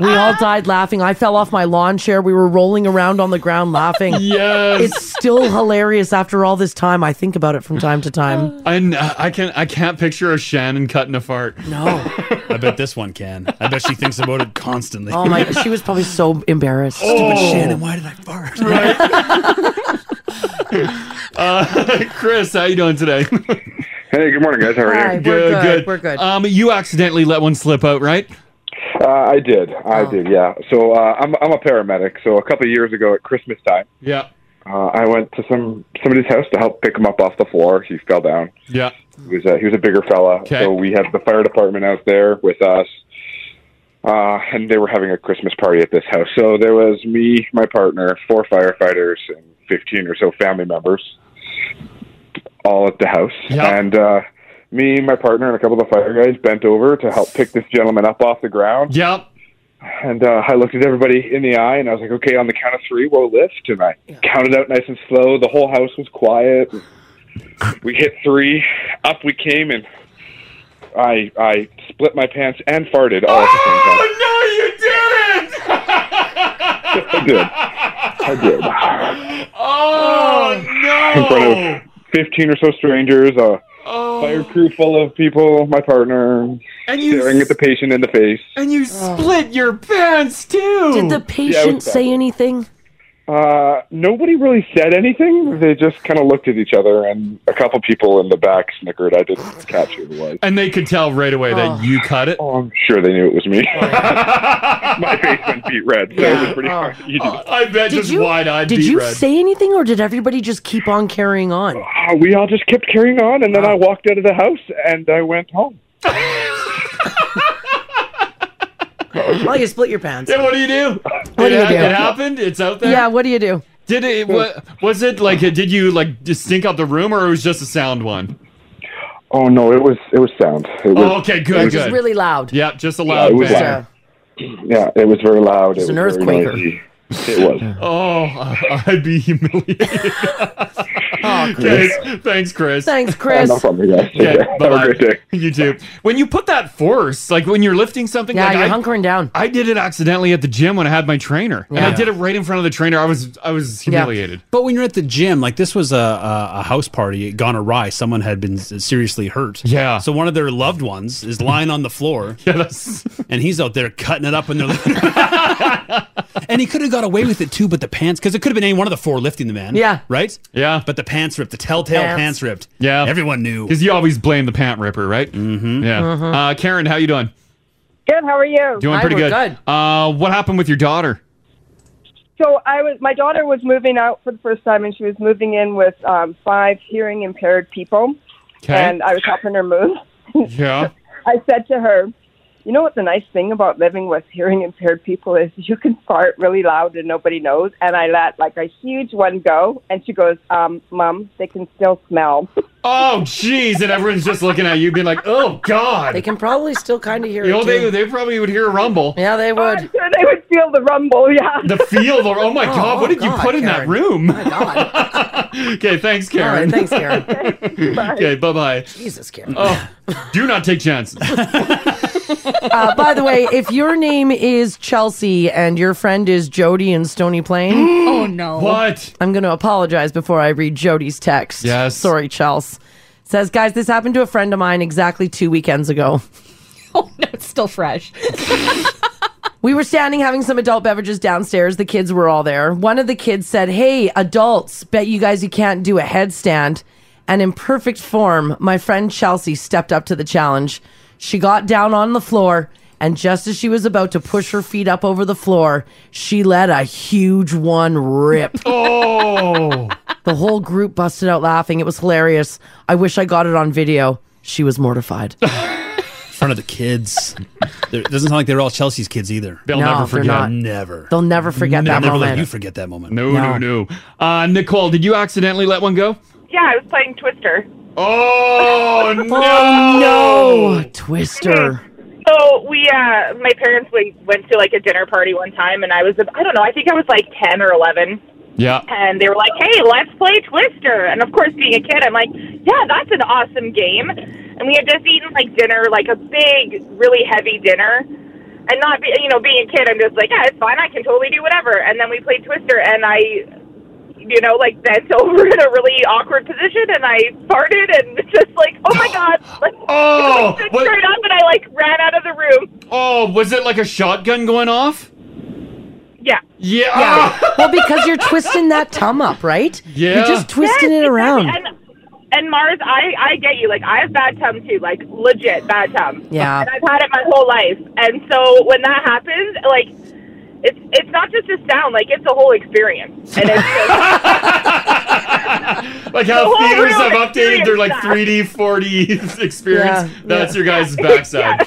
Speaker 9: we all died laughing. I fell off my lawn chair. We were rolling around on the ground laughing.
Speaker 3: Yes.
Speaker 9: It's still hilarious after all this time. I think about it from time to time.
Speaker 3: I, kn- I can't I can't picture a Shannon cutting a fart.
Speaker 9: No.
Speaker 8: I bet this one can. I bet she thinks about it constantly.
Speaker 9: Oh my, she was probably so embarrassed.
Speaker 23: Oh,
Speaker 8: Stupid Shannon, why did I fart?
Speaker 3: Uh, Chris, how you doing today?
Speaker 23: Hey, good morning, guys. How are you?
Speaker 3: good, good. We're good. Um, you accidentally let one slip out, right?
Speaker 23: Uh, I did. I did. Yeah. So uh, I'm I'm a paramedic. So a couple of years ago at Christmas time,
Speaker 3: Yeah.
Speaker 23: uh, I went to some somebody's house to help pick him up off the floor. He fell down.
Speaker 3: Yeah.
Speaker 23: He was a, he was a bigger fella.
Speaker 3: Okay.
Speaker 23: So we had the fire department out there with us. Uh, and they were having a Christmas party at this house. So there was me, my partner, four firefighters, and 15 or so family members all at the house. And uh, me, my partner, and a couple of the fire guys bent over to help pick this gentleman up off the ground.
Speaker 3: Yep.
Speaker 23: And uh, I looked at everybody in the eye and I was like, okay, on the count of three, we'll lift. And I counted out nice and slow. The whole house was quiet. We hit three. Up we came and I I split my pants and farted all at the same time. I did. I did.
Speaker 3: Oh
Speaker 23: In front of 15 or so strangers, a fire crew full of people, my partner,
Speaker 3: Oh. And you
Speaker 23: staring at the patient in the face.
Speaker 3: And you split your pants too.
Speaker 9: Did the
Speaker 23: Yeah, it
Speaker 9: patient
Speaker 23: was bad.
Speaker 9: say anything?
Speaker 23: Uh, nobody really said anything. They just kind of looked at each other, and a couple people in the back snickered. I didn't catch who it was.
Speaker 3: And they could tell right away
Speaker 23: Oh.
Speaker 3: that you cut it.
Speaker 23: Oh, I'm sure they knew it was me. My face went beat red, so it was pretty hard. You just-
Speaker 3: Oh. I bet
Speaker 9: Did
Speaker 3: just
Speaker 9: you-
Speaker 3: wide eyed.
Speaker 9: Did you say anything, or did everybody just keep on carrying on? Oh.
Speaker 23: Uh, we all just kept carrying on, and then I walked out of the house and I went home.
Speaker 9: well, you split your pants.
Speaker 3: Yeah, what do you do?
Speaker 9: What
Speaker 3: it,
Speaker 9: do you
Speaker 3: hap-
Speaker 9: do?
Speaker 3: it happened. It's out there.
Speaker 9: Yeah, what do you do?
Speaker 3: Did it? What, was it like? Did you like just stink up the room, or it was just a sound one?
Speaker 23: Oh no, it was it was sound. It was,
Speaker 3: Oh, okay, good,
Speaker 23: it was-
Speaker 3: good.
Speaker 9: really loud.
Speaker 3: Yep, just a
Speaker 23: Yeah,
Speaker 3: loud
Speaker 23: it was
Speaker 3: bang.
Speaker 23: loud. Yeah, it was very loud.
Speaker 3: It's
Speaker 23: it
Speaker 3: an
Speaker 23: was very
Speaker 3: earthquaker.
Speaker 23: noisy. It was.
Speaker 3: Oh, I- I'd be humiliated. oh,
Speaker 23: Chris.
Speaker 3: Thanks, Chris.
Speaker 9: Thanks,
Speaker 23: Chris. Oh, no problem, you guys. Take care. Have a great
Speaker 3: day. You too. When you put that force, like when you're lifting something,
Speaker 9: Yeah,
Speaker 3: like
Speaker 9: you're
Speaker 3: I,
Speaker 9: hunkering down.
Speaker 3: I did it accidentally at the gym when I had my trainer, and I
Speaker 8: Yeah.
Speaker 3: did it right in front of the trainer. I was, I was humiliated.
Speaker 8: But when you're at the gym, like this was a, a, a house party it gone awry. Someone had been s- seriously hurt.
Speaker 3: Yeah.
Speaker 8: So one of their loved ones is lying on the floor.
Speaker 3: yes.
Speaker 8: And he's out there cutting it up in their. and he could have got away with it too, but the pants, because it could have been any one of the four lifting the man.
Speaker 9: Yeah.
Speaker 8: Right.
Speaker 3: Yeah.
Speaker 8: But the pants ripped. The telltale
Speaker 3: Pants.
Speaker 8: pants, ripped.
Speaker 3: Yeah,
Speaker 8: everyone knew
Speaker 3: because you always blame the pant ripper, right? Mm-hmm. Yeah.
Speaker 8: Mhm.
Speaker 3: Uh, Karen, how you doing?
Speaker 24: Good. How are you?
Speaker 3: Doing pretty good. Uh, what happened with your daughter?
Speaker 24: So I was. My daughter was moving out for the first time, and she was moving in with um, five hearing impaired people,
Speaker 25: 'Kay.
Speaker 24: and I was helping her move.
Speaker 3: Yeah.
Speaker 24: I said to her, "You know what the nice thing about living with hearing impaired people is? You can fart really loud and nobody knows." And I let like a huge one go, and she goes, um, "Mom, they can still smell."
Speaker 3: Oh, jeez, and everyone's just looking at you, being like, "Oh God."
Speaker 9: They can probably still kind of hear
Speaker 3: You
Speaker 9: it.
Speaker 3: know, they,
Speaker 9: too.
Speaker 3: they probably would hear a rumble.
Speaker 9: Yeah, they would.
Speaker 24: Ah, they would feel the rumble. Yeah.
Speaker 3: The feel, the, oh my
Speaker 9: Oh,
Speaker 3: God,
Speaker 9: oh
Speaker 3: what did you
Speaker 9: God,
Speaker 3: put in that
Speaker 9: Karen.
Speaker 3: room? okay, thanks,
Speaker 9: All right,
Speaker 3: Karen.
Speaker 9: thanks, Karen.
Speaker 3: okay, bye bye.
Speaker 9: Jesus, Karen.
Speaker 3: Oh, do not take chances.
Speaker 9: Uh, by the way, if your name is Chelsea and your friend is Jody in Stony Plain,
Speaker 14: Oh, no.
Speaker 3: What?
Speaker 9: I'm going to apologize before I read Jody's text.
Speaker 3: Yes.
Speaker 9: Sorry, Chelsea. Says, guys, this happened to a friend of mine exactly two weekends ago.
Speaker 14: Oh no, it's still fresh.
Speaker 9: We were standing having some adult beverages downstairs. The kids were all there. One of the kids said, Hey, adults, bet you guys you can't do a headstand. And in perfect form, my friend Chelsea stepped up to the challenge. She got down on the floor, and just as she was about to push her feet up over the floor, she let a huge one rip.
Speaker 3: Oh.
Speaker 9: The whole group busted out laughing. It was hilarious. I wish I got it on video. She was mortified.
Speaker 8: in front of the kids. There- it doesn't sound like they're all Chelsea's kids either.
Speaker 9: They'll No, never they're forget. not.
Speaker 8: Never.
Speaker 9: They'll never forget
Speaker 8: They'll
Speaker 9: that
Speaker 8: never
Speaker 9: moment.
Speaker 8: let you forget that moment.
Speaker 3: No, no, no. Uh, Nicole, did you accidentally let one go?
Speaker 17: Yeah, I was playing Twister.
Speaker 3: Oh no!
Speaker 9: Oh, no. Twister.
Speaker 17: So we, uh, my parents, we went to like a dinner party one time, and I was, I don't know, I think I was like ten or eleven,
Speaker 3: Yeah.
Speaker 17: and they were like, "Hey, let's play Twister." And of course, being a kid, I'm like, "Yeah, that's an awesome game." And we had just eaten like dinner, like a big, really heavy dinner, and not be, you know, being a kid, I'm just like, yeah, it's fine. I can totally do whatever. And then we played Twister, and I, you know, like bent over in a really awkward position, and I farted, and it's just like, oh my god, like,
Speaker 3: Oh,
Speaker 17: it, like, stood
Speaker 3: what-
Speaker 17: straight up, and I like ran out of the room.
Speaker 3: Oh, was it like a shotgun going off?
Speaker 17: Yeah.
Speaker 3: Yeah.
Speaker 9: well, because you're twisting that tum up, right?
Speaker 3: Yeah.
Speaker 9: You're just twisting
Speaker 17: Yes,
Speaker 9: it around.
Speaker 17: exactly. And, and Mars, I, I get you. Like, I have bad tum too. Like, legit bad tum.
Speaker 9: Yeah.
Speaker 17: And I've had it my whole life. And so when that happens, like, it's it's not just a sound. Like, it's a whole experience. And it's
Speaker 3: Like
Speaker 17: The
Speaker 3: how
Speaker 17: whole
Speaker 3: theaters
Speaker 17: real
Speaker 3: have updated their like
Speaker 17: experience.
Speaker 3: 3D, 4D experience.
Speaker 17: Yeah,
Speaker 3: That's
Speaker 17: yeah.
Speaker 3: your guys'
Speaker 17: Yeah,
Speaker 3: backside.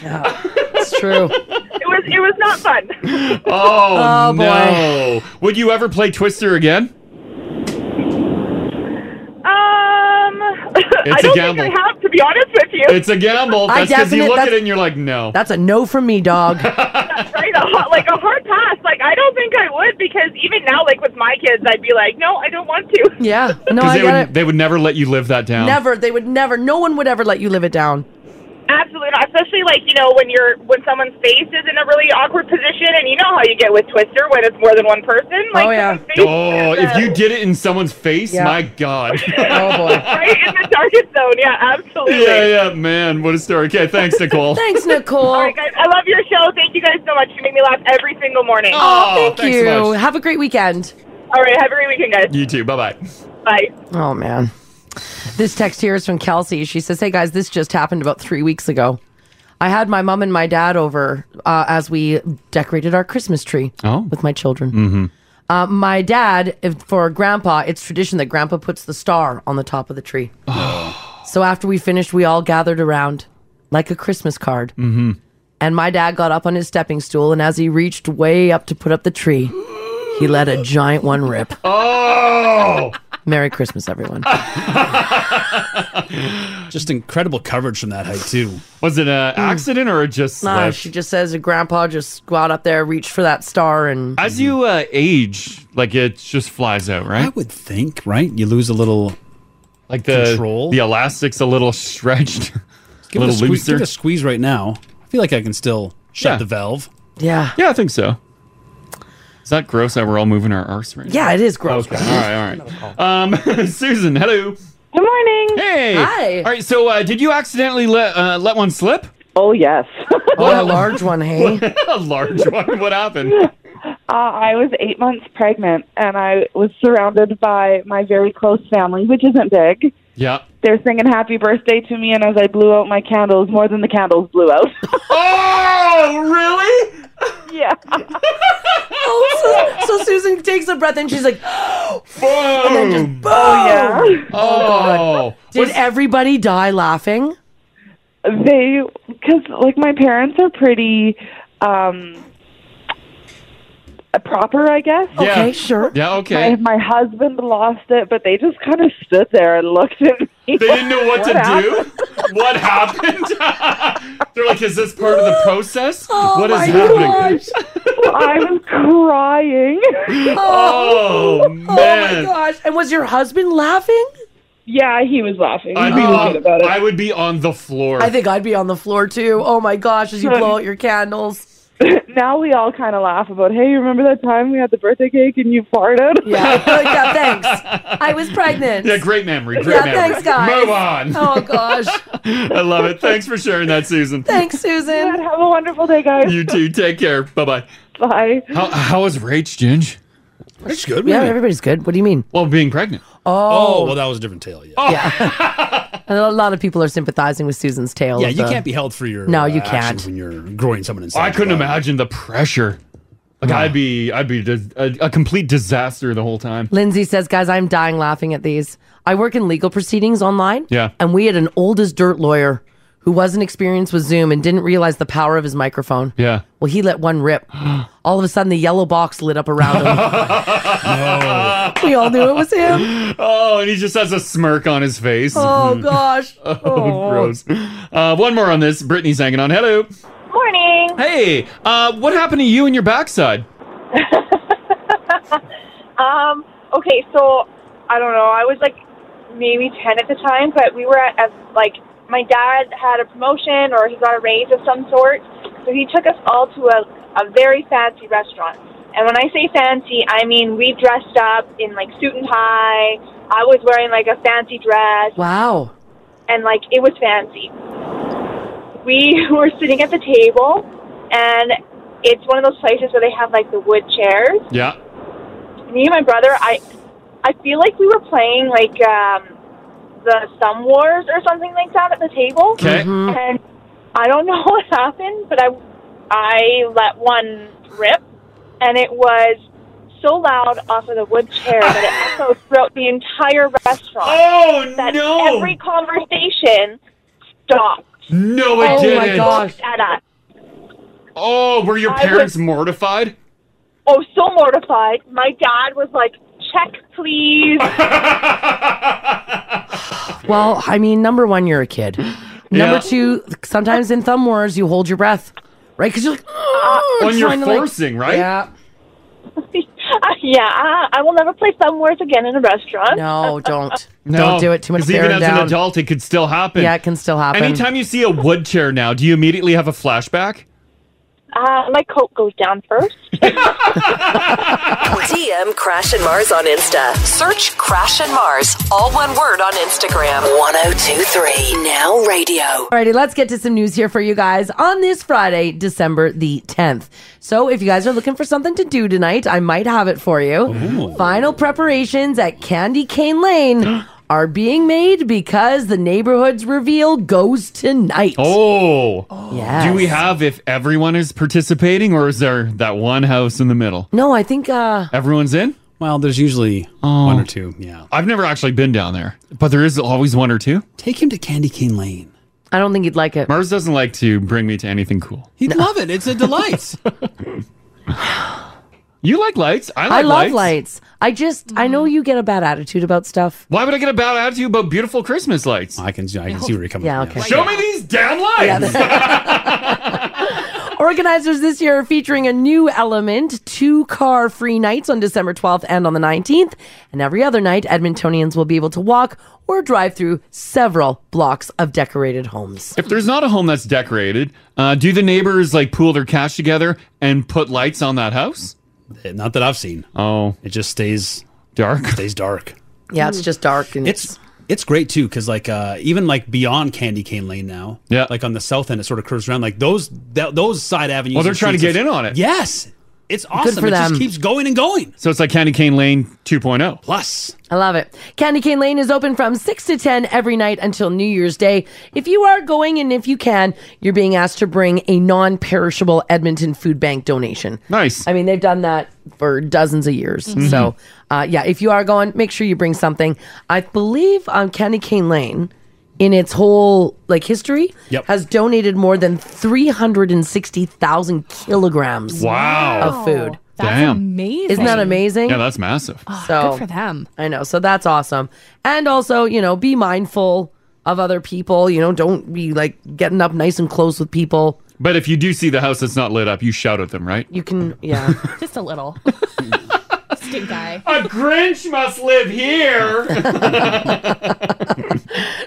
Speaker 9: It's true.
Speaker 17: it was it was not fun.
Speaker 3: Oh,
Speaker 17: Oh, boy.
Speaker 3: no! Would you ever play Twister again?
Speaker 17: Um,
Speaker 3: It's
Speaker 17: I
Speaker 3: a
Speaker 17: don't
Speaker 3: gamble.
Speaker 17: think I have to be honest with you.
Speaker 3: It's a gamble.
Speaker 9: I
Speaker 3: That's because you
Speaker 9: definite-
Speaker 3: look at
Speaker 9: that's-
Speaker 3: it and you're like, no.
Speaker 9: That's a no from me, dog.
Speaker 17: right? A hot, like a hard pass. Like I don't think I would because even now, like with my kids, I'd be like, no, I don't want to.
Speaker 9: Yeah. No,
Speaker 3: 'Cause
Speaker 9: I
Speaker 3: they
Speaker 9: got
Speaker 3: would,
Speaker 9: it.
Speaker 3: They would never let you live that down.
Speaker 9: Never. They would never. No one would ever let you live it down.
Speaker 17: Absolutely not. Especially like you know when you're when someone's face is in a really awkward position, and you know how you get with Twister when it's more than one person. Like, someone's face
Speaker 3: Oh,
Speaker 17: is,
Speaker 3: if
Speaker 17: uh,
Speaker 3: you did it in someone's face,
Speaker 17: Yeah.
Speaker 3: my god.
Speaker 9: oh boy.
Speaker 17: right in the target zone, yeah, absolutely.
Speaker 3: Yeah, yeah, man. What a story. Okay, thanks, Nicole.
Speaker 9: Nicole.
Speaker 17: All right, guys, I love your show. Thank you guys so much. You make me laugh every single morning.
Speaker 9: Oh, thank you. Have a great weekend.
Speaker 17: All right, have a great weekend, guys.
Speaker 3: You too. Bye bye.
Speaker 17: Bye.
Speaker 9: Oh man. This text here is from Kelsey. She says, "Hey guys, this just happened about three weeks ago. I had my mom and my dad over uh, as we decorated our Christmas tree
Speaker 3: Oh.
Speaker 9: with my children.
Speaker 20: Mm-hmm.
Speaker 9: Uh, my dad, if, for grandpa, it's tradition that grandpa puts the star on the top of the tree. so after we finished, we all gathered around like a Christmas card. Mm-hmm. And my dad got up on his stepping stool, and as he reached way up to put up the tree, he let a giant one rip.
Speaker 3: Oh!
Speaker 9: Merry Christmas, everyone.
Speaker 8: Just incredible coverage from that height too.
Speaker 3: Was it an accident or just
Speaker 9: Nah, she just says that grandpa just got up there, reached for that star, and
Speaker 3: As you uh, age, like it just flies out, right? I
Speaker 8: would think, right? You lose a little
Speaker 3: like the
Speaker 8: control.
Speaker 3: The elastic's a little stretched, a
Speaker 8: Give it a
Speaker 3: little
Speaker 8: squeeze,
Speaker 3: looser.
Speaker 8: Give it a squeeze right now. I feel like I can still shut the valve.
Speaker 9: Yeah.
Speaker 3: Yeah, I think so. Is that gross that we're all moving our arse right
Speaker 9: Yeah, it is gross.
Speaker 3: Okay. All right, all right. Um, Susan, hello.
Speaker 10: Good morning.
Speaker 3: Hey.
Speaker 10: Hi.
Speaker 3: All right. So, uh, did you accidentally let uh, let one slip?
Speaker 10: Oh yes.
Speaker 9: Oh, a large one, hey?
Speaker 3: a large one. What happened?
Speaker 10: Uh, I was eight months pregnant, and I was surrounded by my very close family, which isn't big.
Speaker 3: Yeah.
Speaker 10: They're singing happy birthday to me, and as I blew out my candles, more than the candles blew out.
Speaker 3: oh, really?
Speaker 10: Yeah.
Speaker 9: oh, so, so Susan takes a breath and she's like,
Speaker 3: boom. And
Speaker 9: then just boom.
Speaker 10: Oh, yeah.
Speaker 9: Oh, God. Did everybody die laughing?
Speaker 10: They, because like my parents are pretty um, uh, proper, I guess.
Speaker 3: Yeah.
Speaker 10: Okay,
Speaker 9: sure.
Speaker 3: Yeah, okay.
Speaker 10: My, my husband lost it, but they just kind of stood there and looked at me.
Speaker 3: They didn't know what, to do. What happened? They're like, "Is this part of the process? what is happening?"
Speaker 10: Oh I was crying.
Speaker 3: Oh,
Speaker 9: Oh my
Speaker 3: man.
Speaker 9: gosh! And was your husband laughing?
Speaker 10: Yeah, he was laughing.
Speaker 3: I'd be on, I would be on the floor.
Speaker 9: I think I'd be on the floor too. Oh my gosh! As you blow out your candles.
Speaker 10: now we all kind of laugh about, hey, you remember that time we had the birthday cake and you farted?
Speaker 9: Yeah, yeah thanks. I was pregnant.
Speaker 3: Yeah, great memory. Great
Speaker 9: Yeah,
Speaker 3: memory.
Speaker 9: thanks, guys.
Speaker 3: Move on.
Speaker 9: Oh gosh!
Speaker 3: I love it. Thanks for sharing that, Susan.
Speaker 9: Thanks, Susan.
Speaker 10: have a wonderful day, guys.
Speaker 3: You too. Take care. Bye bye.
Speaker 10: Bye.
Speaker 3: How how is Rach Ginge? Rach good.
Speaker 9: Yeah, everybody's good. What do you mean?
Speaker 3: Well, being pregnant.
Speaker 9: Oh.
Speaker 8: well, that was a different tale. Yeah,
Speaker 9: And a lot of people are sympathizing with Susan's tale.
Speaker 8: yeah.
Speaker 9: of
Speaker 8: You
Speaker 9: the-
Speaker 8: can't be held for your
Speaker 9: No,
Speaker 8: uh,
Speaker 9: you
Speaker 8: actions
Speaker 9: can't.
Speaker 8: when you're growing someone inside.
Speaker 3: I couldn't imagine the pressure. Like I'd be I'd be dis- a, a complete disaster the whole time.
Speaker 9: Lindsay says, guys, I'm dying laughing at these. I work in legal proceedings online.
Speaker 3: Yeah.
Speaker 9: And we had an old as dirt lawyer who wasn't experienced with Zoom and didn't realize the power of his microphone.
Speaker 3: Yeah.
Speaker 9: Well, he let one rip. All of a sudden, the yellow box lit up around him. We all knew it was him.
Speaker 3: Oh, and he just has a smirk on his face.
Speaker 9: oh,
Speaker 3: Mm.
Speaker 9: gosh. Oh.
Speaker 3: Oh, gross. Uh, one more on this. Brittany's hanging on. Hello.
Speaker 11: Morning.
Speaker 3: Hey, uh, what happened to you and your backside?
Speaker 11: Um, okay, so I don't know. I was like maybe 10 at the time, but we were at, at like my dad had a promotion or he got a raise of some sort. So he took us all to a, a very fancy restaurant. And when I say fancy, I mean we dressed up in like suit and tie. I was wearing like a fancy dress.
Speaker 9: Wow.
Speaker 11: And like it was fancy. We were sitting at the table, and it's one of those places where they have like the wood chairs.
Speaker 3: Yeah.
Speaker 11: Me and my brother, I, I feel like we were playing like um, the Sum Wars or something like that at the table.
Speaker 3: Okay. Mhm.
Speaker 11: And I don't know what happened, but I I let one rip, and it was so loud off of the wood chair that it echoed throughout the entire restaurant.
Speaker 3: Oh
Speaker 11: that no! Every conversation stopped.
Speaker 3: No, it
Speaker 11: And
Speaker 9: Oh
Speaker 3: didn't.
Speaker 11: looked At us.
Speaker 3: Oh, were your
Speaker 11: I
Speaker 3: parents
Speaker 11: was-
Speaker 3: mortified?
Speaker 11: Oh, so mortified. My dad was like, "Check, please."
Speaker 9: Well, I mean, number one, you're a kid. Number
Speaker 3: Yeah.
Speaker 9: two, sometimes in thumb wars, you hold your breath, right? Because you're like,
Speaker 11: Uh,
Speaker 9: "Oh, I'm
Speaker 3: When you're
Speaker 9: trying to, like-"
Speaker 3: forcing, right?
Speaker 9: Yeah.
Speaker 11: yeah, I, I will never play thumb wars again in a restaurant.
Speaker 9: No, don't.
Speaker 3: No,
Speaker 9: Don't do it too much.
Speaker 3: 'cause Even
Speaker 9: bearing
Speaker 3: as
Speaker 9: down.
Speaker 3: an adult, it could still happen.
Speaker 9: Yeah, it can still happen.
Speaker 3: Anytime you see a wood chair now, do you immediately have a flashback?
Speaker 11: Uh, my coat goes down first.
Speaker 6: DM Crash and Mars on Insta. Search Crash and Mars, all one word on Instagram. 1023 Now Radio.
Speaker 9: Alrighty, let's get to some news here for you guys on this Friday, December the 10th. So, if you guys are looking for something to do tonight, I might have it for you. Final preparations at Candy Cane Lane are being made because the neighborhood's reveal goes tonight.
Speaker 3: Oh.
Speaker 9: Yes.
Speaker 3: Do we have if everyone is participating, or is there that one house in the middle?
Speaker 9: No, I think uh
Speaker 3: Everyone's in? Oh.
Speaker 8: Well, there's usually one or two. Yeah.
Speaker 3: I've never actually been down there, but there is always one or two.
Speaker 8: Take him to Candy Cane Lane.
Speaker 9: I don't think you'd like it.
Speaker 3: Mars doesn't like to bring me to anything cool.
Speaker 8: He'd love it. It's a delight.
Speaker 3: You like lights? I like
Speaker 9: I love
Speaker 3: lights.
Speaker 9: lights. I just I know you get a bad attitude about stuff.
Speaker 3: Why would I get a bad attitude about beautiful Christmas lights? I
Speaker 8: can, I can see where you're coming
Speaker 9: Yeah, from, yeah. okay.
Speaker 3: Show me these damn lights.
Speaker 9: Organizers this year are featuring a new element, two car free nights on December 12th and on the 19th. And every other night, Edmontonians will be able to walk or drive through several blocks of decorated homes.
Speaker 3: If there's not a home that's decorated, uh, do the neighbors like pool their cash together and put lights on that house?
Speaker 8: Eh, Not that I've seen.
Speaker 3: Oh,
Speaker 8: it just stays
Speaker 3: dark.
Speaker 8: stays dark.
Speaker 9: Yeah, it's just dark and
Speaker 8: it's it's great too because like uh, even like beyond Candy Cane Lane now, yeah, like on the south end, it sort of curves around like those that, those side avenues.
Speaker 3: Oh, they're
Speaker 8: and
Speaker 3: trying to
Speaker 8: streets
Speaker 3: get
Speaker 8: is-
Speaker 3: in on it.
Speaker 8: Yes, it's awesome.
Speaker 9: for
Speaker 8: it
Speaker 9: them.
Speaker 8: just keeps going and going.
Speaker 3: So it's like Candy Cane Lane oh. 2.0.
Speaker 8: Plus,
Speaker 9: I love it. Candy Cane Lane is open from 6 to 10 every night until New Year's Day. If you are going and if you can, you're being asked to bring a non perishable Edmonton Food Bank donation.
Speaker 3: Nice.
Speaker 9: I mean, they've done that for dozens of years.
Speaker 6: Mhm.
Speaker 9: So, uh, yeah, if you are going, make sure you bring something. I believe um, Candy Cane Lane, in its whole like history,
Speaker 6: Yep.
Speaker 9: has donated more than 360,000 kilograms
Speaker 3: Wow.
Speaker 9: of food.
Speaker 3: That's Damn.
Speaker 14: amazing.
Speaker 9: Isn't that amazing?
Speaker 3: Yeah, that's massive.
Speaker 9: so
Speaker 14: good for
Speaker 9: Oh, them. I know. So that's awesome. And also, you know, be mindful of other people. You know, don't be like getting up nice and close with people.
Speaker 3: But if you do see the house that's not lit up, you shout at them, right?
Speaker 9: You can, Mm, yeah.
Speaker 14: Just a little. Stink eye.
Speaker 3: A Grinch must live here.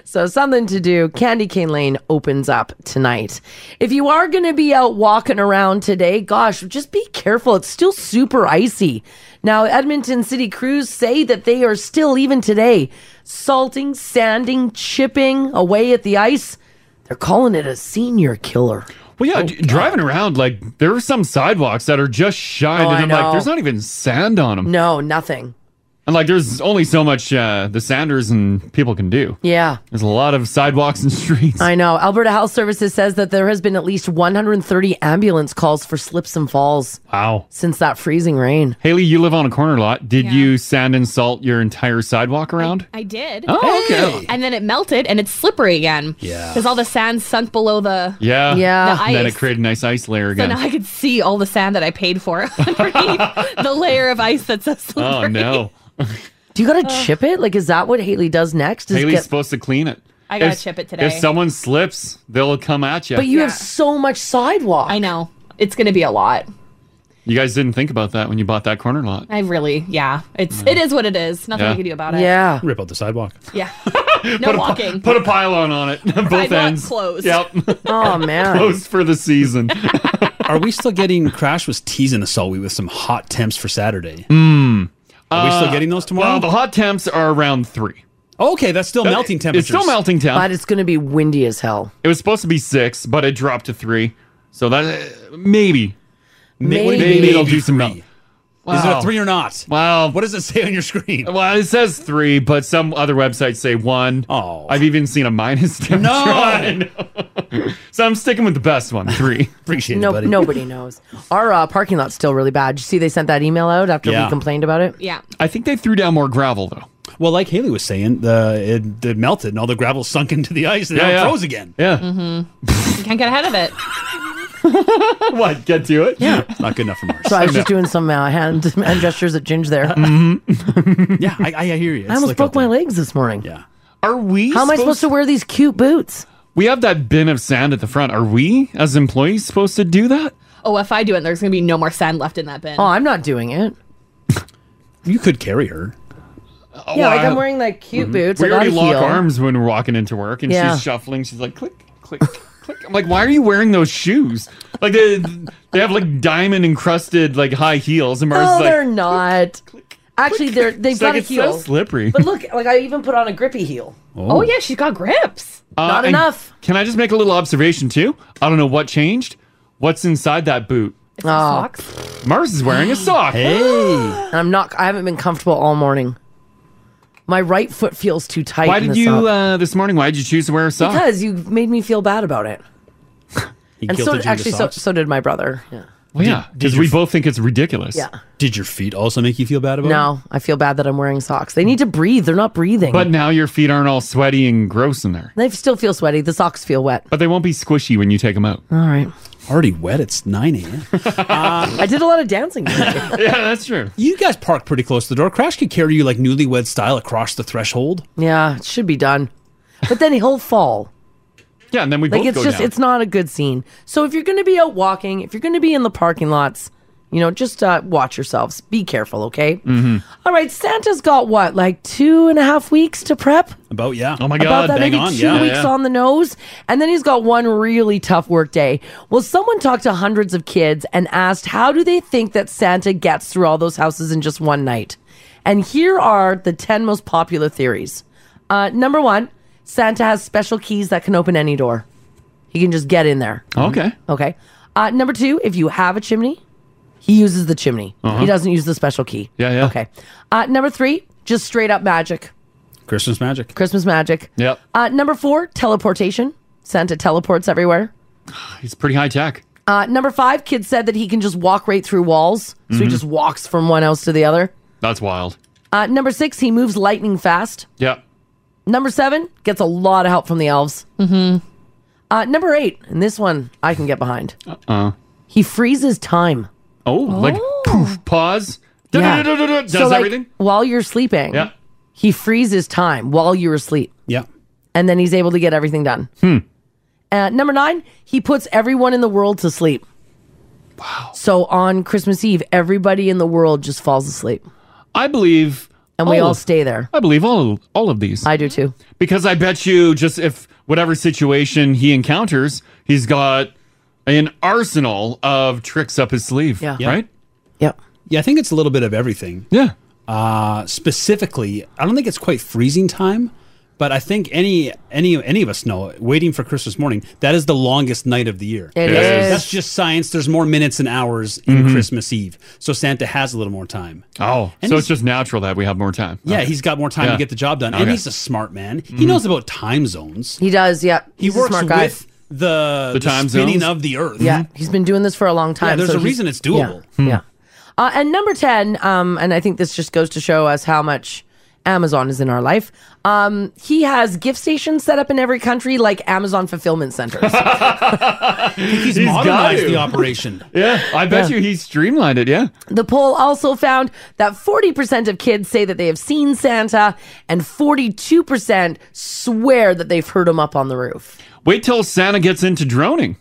Speaker 9: so something to do. Candy Cane Lane opens up tonight. If you are going to be out walking around today, gosh, just be careful. It's still super icy. Now, Edmonton City Crews say that they are still even today salting, sanding, chipping away at the ice. They're calling it a senior killer. Oh,
Speaker 3: Well, yeah, d- driving around, like, there are some sidewalks that are just shined,
Speaker 9: Oh,
Speaker 3: and
Speaker 9: I
Speaker 3: I'm
Speaker 9: know.
Speaker 3: like, there's not even sand on them.
Speaker 9: No, nothing.
Speaker 3: And, like, there's only so much uh, the sanders and people can do.
Speaker 9: Yeah.
Speaker 3: There's a lot of sidewalks and streets.
Speaker 9: I know. Alberta Health Services says that there has been at least 130 ambulance calls for slips and falls.
Speaker 3: Wow.
Speaker 9: Since that freezing rain.
Speaker 3: Haley, you live on a corner lot. Did you sand and salt your entire sidewalk around?
Speaker 14: I did.
Speaker 3: Oh, okay. Hey.
Speaker 14: And then it melted and it's slippery again.
Speaker 3: Yeah.
Speaker 14: Because all the sand sunk below the.
Speaker 3: Yeah.
Speaker 14: Yeah. The
Speaker 3: And then it
Speaker 14: ice.
Speaker 3: created a nice ice layer
Speaker 14: So
Speaker 3: again.
Speaker 14: now I could see all the sand that I paid for underneath the layer of ice that's so slippery.
Speaker 3: oh, no.
Speaker 9: Do you got to chip it? Like, is that what Haley does next? Is
Speaker 3: Haley's
Speaker 9: get-
Speaker 3: supposed to clean it.
Speaker 14: I gotta
Speaker 3: If-
Speaker 14: chip it today.
Speaker 3: If someone slips, they'll come at you.
Speaker 9: But you have so much sidewalk.
Speaker 14: I know. It's going to be a lot.
Speaker 3: You guys didn't think about that when you bought that corner lot.
Speaker 14: I really, yeah. It's it is what it is. Nothing
Speaker 3: Yeah.
Speaker 14: we can do about it.
Speaker 9: Yeah.
Speaker 8: Rip out the sidewalk.
Speaker 14: Yeah.
Speaker 8: No
Speaker 3: put A,
Speaker 8: walking.
Speaker 3: pi- put a pylon on it. Both
Speaker 8: Sidewalk
Speaker 3: ends.
Speaker 8: closed.
Speaker 3: Yep.
Speaker 9: Oh
Speaker 3: Closed for the season.
Speaker 7: Are we still getting? Crash was teasing us all week with some hot temps for Saturday.
Speaker 3: Mm.
Speaker 7: Are we still
Speaker 3: Uh,
Speaker 7: getting those tomorrow?
Speaker 3: Well, the hot temps are around three.
Speaker 7: Okay, that's still
Speaker 3: That- Uh,
Speaker 7: melting
Speaker 3: It's
Speaker 7: temperatures.
Speaker 3: still melting temp.
Speaker 9: But it's going to be windy as hell.
Speaker 3: It was supposed to be six, but it dropped to three. So that uh, maybe,
Speaker 7: Maybe.
Speaker 3: maybe,
Speaker 7: Maybe
Speaker 3: it'll do some melt.
Speaker 7: Is it a three or not?
Speaker 3: Wow.
Speaker 7: What does it say on your screen?
Speaker 3: Well, it says three, but some other websites say one. Oh, I've even seen a minus temperature.
Speaker 9: No.
Speaker 3: I know. so I'm sticking with the best one, three.
Speaker 7: Appreciate
Speaker 9: No, nobody knows. Our uh, parking lot's still really bad. Did you see they sent that email out after
Speaker 7: Yeah.
Speaker 9: we complained about it?
Speaker 4: Yeah.
Speaker 3: I think they threw down more gravel though.
Speaker 7: Well, like Haley was saying, the it, it melted and all the gravel sunk into the ice and
Speaker 3: Yeah,
Speaker 7: now
Speaker 3: yeah.
Speaker 7: it froze again.
Speaker 3: Yeah.
Speaker 4: Mm-hmm. you can't get ahead of it.
Speaker 3: what? Get to it?
Speaker 7: Yeah. Not good enough for Mars.
Speaker 9: Mm-hmm. So I was just doing some uh, hand, hand gestures at Ginge there.
Speaker 7: yeah, I, I hear you.
Speaker 9: I almost broke my legs this morning.
Speaker 7: Yeah.
Speaker 3: Mm-hmm. Are we?
Speaker 9: How am I supposed to wear these cute boots?
Speaker 3: We have that bin of sand at the front. Are we, as employees, supposed to do that?
Speaker 4: Oh, if I do it, there's gonna be no more sand left in that bin.
Speaker 9: Oh, I'm not doing it.
Speaker 7: You could carry her.
Speaker 9: yeah, like
Speaker 3: wow.
Speaker 9: I'm wearing like cute
Speaker 3: Mhm.
Speaker 9: boots.
Speaker 3: We
Speaker 9: I got
Speaker 3: already
Speaker 9: a
Speaker 3: lock
Speaker 9: heel.
Speaker 3: arms when we're walking into work, and
Speaker 9: Yeah.
Speaker 3: she's shuffling. She's like, click, click, click. I'm like, why are you wearing those shoes? Like they, they have like diamond encrusted like high heels, and Mars
Speaker 9: No,
Speaker 3: is like,
Speaker 9: Oh, they're not. Actually, they're they've
Speaker 3: It's
Speaker 9: got
Speaker 3: like,
Speaker 9: a
Speaker 3: it's so
Speaker 9: heel.
Speaker 3: slippery.
Speaker 9: But look, like I even put on a grippy heel.
Speaker 3: Oh. Oh, yeah,
Speaker 9: she's got grips.
Speaker 3: Uh,
Speaker 9: not
Speaker 3: and
Speaker 9: enough.
Speaker 3: Can I just make a little observation too? I don't know what changed. What's inside that boot?
Speaker 9: Oh. Socks.
Speaker 3: Mars is wearing a sock.
Speaker 9: And I'm not. I haven't been comfortable all morning. My right foot feels too tight.
Speaker 3: Why
Speaker 9: in
Speaker 3: did
Speaker 9: the
Speaker 3: you
Speaker 9: sock.
Speaker 3: uh, this morning? Why did you choose to wear a sock?
Speaker 9: Because you made me feel bad about it.
Speaker 7: He
Speaker 9: and so
Speaker 7: guilted you into
Speaker 9: actually, so,
Speaker 7: socks?
Speaker 9: so did my brother. Yeah.
Speaker 3: Well, yeah,
Speaker 7: did
Speaker 3: because
Speaker 7: your
Speaker 3: we
Speaker 7: f-
Speaker 3: both think it's ridiculous.
Speaker 9: Yeah.
Speaker 7: Did your feet also make you feel bad about it?
Speaker 9: No, I feel bad that I'm wearing socks. They need to breathe. They're not breathing.
Speaker 3: But now your feet aren't all sweaty and gross in there.
Speaker 9: they still feel sweaty. The socks feel wet.
Speaker 3: But they won't be squishy when you take them out.
Speaker 9: All right.
Speaker 7: Already wet. It's 9 a.m.
Speaker 3: Uh.
Speaker 9: I did a lot of dancing. today.
Speaker 3: yeah, that's true.
Speaker 7: You guys park pretty close to the door. Crash could carry you like newlywed style across the threshold.
Speaker 9: yeah, it should be done. But then he'll fall.
Speaker 3: Yeah, and then we
Speaker 9: like
Speaker 7: both
Speaker 9: it's
Speaker 7: go
Speaker 9: just
Speaker 7: down.
Speaker 9: it's not a good scene. So if you're going to be out walking, if you're going to be in the parking lots, you know, just uh, watch yourselves. Be careful, okay?
Speaker 3: Mm-hmm.
Speaker 9: All right, Santa's got what, like two and a half weeks to prep?
Speaker 7: About yeah. Oh
Speaker 3: my
Speaker 9: About that, maybe two weeks on the nose. And then he's got one really tough work day. Well, someone talked to hundreds of kids and asked, how do they think that Santa gets through all those houses in just one night? And here are the 10 most popular theories. Uh, number one, Santa has special keys that can open any door. He can just get in there.
Speaker 3: Okay.
Speaker 9: Okay. Uh, number two, if you have a chimney, he uses the chimney.
Speaker 7: Uh-huh.
Speaker 9: He doesn't use the special key.
Speaker 7: Yeah, yeah.
Speaker 9: Okay. Uh, number three, just straight up magic.
Speaker 7: Christmas magic.
Speaker 9: Christmas magic.
Speaker 3: Yep.
Speaker 9: Uh, number four, teleportation. Santa teleports everywhere.
Speaker 3: He's pretty high tech.
Speaker 9: Uh, number five, kid said that he can just walk right through walls. So he
Speaker 3: Mhm.
Speaker 9: just walks from one house to the other.
Speaker 3: That's wild.
Speaker 9: Uh, number six, he moves lightning fast.
Speaker 3: Yep.
Speaker 9: Number seven, gets a lot of help from the elves. Mm-hmm. Uh, number eight, and this one I can get behind.
Speaker 3: Uh.
Speaker 9: He freezes time.
Speaker 3: Oh, like poof, pause.
Speaker 9: Yeah.
Speaker 3: Da-da-da-da-da, Does
Speaker 9: So, like,
Speaker 3: everything.
Speaker 9: while you're sleeping.
Speaker 3: Yeah.
Speaker 9: He freezes time while you're asleep.
Speaker 7: Yeah.
Speaker 9: And then he's able to get everything done.
Speaker 3: Hmm.
Speaker 9: Uh, number nine, he puts everyone in the world to sleep. Wow. So on Christmas Eve, everybody in the world just falls asleep.
Speaker 3: I believe.
Speaker 9: And we all
Speaker 3: of-
Speaker 9: stay there.
Speaker 3: I believe all all of these. I
Speaker 9: do too.
Speaker 3: Because I bet you, just if whatever situation he encounters, he's got an arsenal of tricks up his sleeve. Yeah. Right.
Speaker 9: Yep.
Speaker 7: Yeah, I think it's a little bit of everything.
Speaker 3: Yeah.
Speaker 7: Uh, specifically, I don't think it's quite freezing time, but I think any any any of us know waiting for Christmas morning that is the longest night of the year.
Speaker 9: It
Speaker 7: that's,
Speaker 9: is.
Speaker 7: that's just science. There's more minutes and hours in
Speaker 3: Mm-hmm.
Speaker 7: Christmas Eve, so Santa has a little more time.
Speaker 3: Mm. Oh,
Speaker 7: And
Speaker 3: so
Speaker 7: he's-
Speaker 3: it's just natural that we have more time.
Speaker 7: Yeah,
Speaker 3: Okay.
Speaker 7: he's got more time
Speaker 3: Yeah.
Speaker 7: to get the job done,
Speaker 3: Okay.
Speaker 7: and he's a smart man. He
Speaker 3: Mhm.
Speaker 7: knows about time zones.
Speaker 9: He does, yep.
Speaker 7: He
Speaker 9: He's a
Speaker 7: works
Speaker 9: smart guy.
Speaker 7: with the, the
Speaker 3: time
Speaker 7: spinning
Speaker 3: zones?
Speaker 7: of the earth.
Speaker 9: Yeah, he's been doing this for a long time.
Speaker 7: Yeah, there's
Speaker 9: so
Speaker 7: a
Speaker 9: he's-
Speaker 7: reason it's doable.
Speaker 9: yeah. Yeah. Uh, and number 10, um, and I think this just goes to show us how much Amazon is in our life. Um, he has gift stations set up in every country, like Amazon fulfillment centers.
Speaker 7: He's,
Speaker 3: He's got
Speaker 7: modernized the
Speaker 3: to.
Speaker 7: operation.
Speaker 3: Yeah, I bet
Speaker 9: Yeah.
Speaker 3: you he streamlined it. Yeah.
Speaker 9: the poll also found that 40% of kids say that they have seen Santa, and 42% swear that they've heard him up on the roof.
Speaker 3: Wait till Santa gets into droning.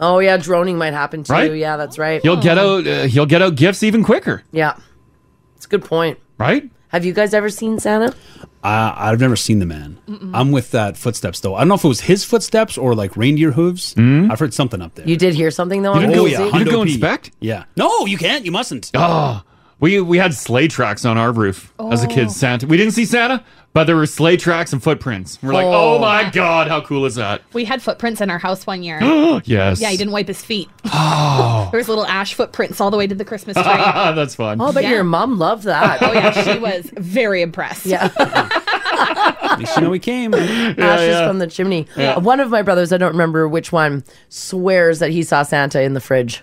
Speaker 9: Oh, yeah, droning might happen too.
Speaker 3: Right?
Speaker 9: Yeah, that's right. Uh-huh.
Speaker 3: He'll get out. Uh, he'll get out gifts even quicker.
Speaker 9: Yeah. It's a good point.
Speaker 3: Right.
Speaker 9: Have you guys ever seen Santa?
Speaker 7: I, I've never seen the man.
Speaker 9: Mm-mm.
Speaker 7: I'm with that footsteps though. I don't know if it was his footsteps or like reindeer hooves. I've heard something up there.
Speaker 9: You did hear something though. on
Speaker 7: oh,
Speaker 9: Google?
Speaker 7: yeah.
Speaker 3: Mm-hmm. you didn't
Speaker 7: Hondo
Speaker 3: go
Speaker 7: P.
Speaker 3: inspect?
Speaker 7: Yeah. No, you can't. You mustn't.
Speaker 3: Oh, we we had sleigh tracks on our roof as a
Speaker 9: Oh.
Speaker 3: kid. Santa. We didn't see Santa, but there were sleigh tracks and footprints. We're like,
Speaker 4: Oh.
Speaker 3: oh my god, how cool is that?
Speaker 4: We had footprints in our house one year.
Speaker 3: Yes.
Speaker 4: Yeah, he didn't wipe his feet.
Speaker 3: Oh,
Speaker 4: There was little ash footprints all the way to the Christmas tree.
Speaker 3: that's fun.
Speaker 9: Oh, but
Speaker 4: Yeah.
Speaker 9: your mom loved that.
Speaker 4: oh yeah, she was very impressed.
Speaker 9: Yeah.
Speaker 7: At least you know he came.
Speaker 9: Ashes from the chimney. Uh,
Speaker 7: Yeah.
Speaker 9: One of my brothers, I don't remember which one, swears that he saw Santa in the fridge.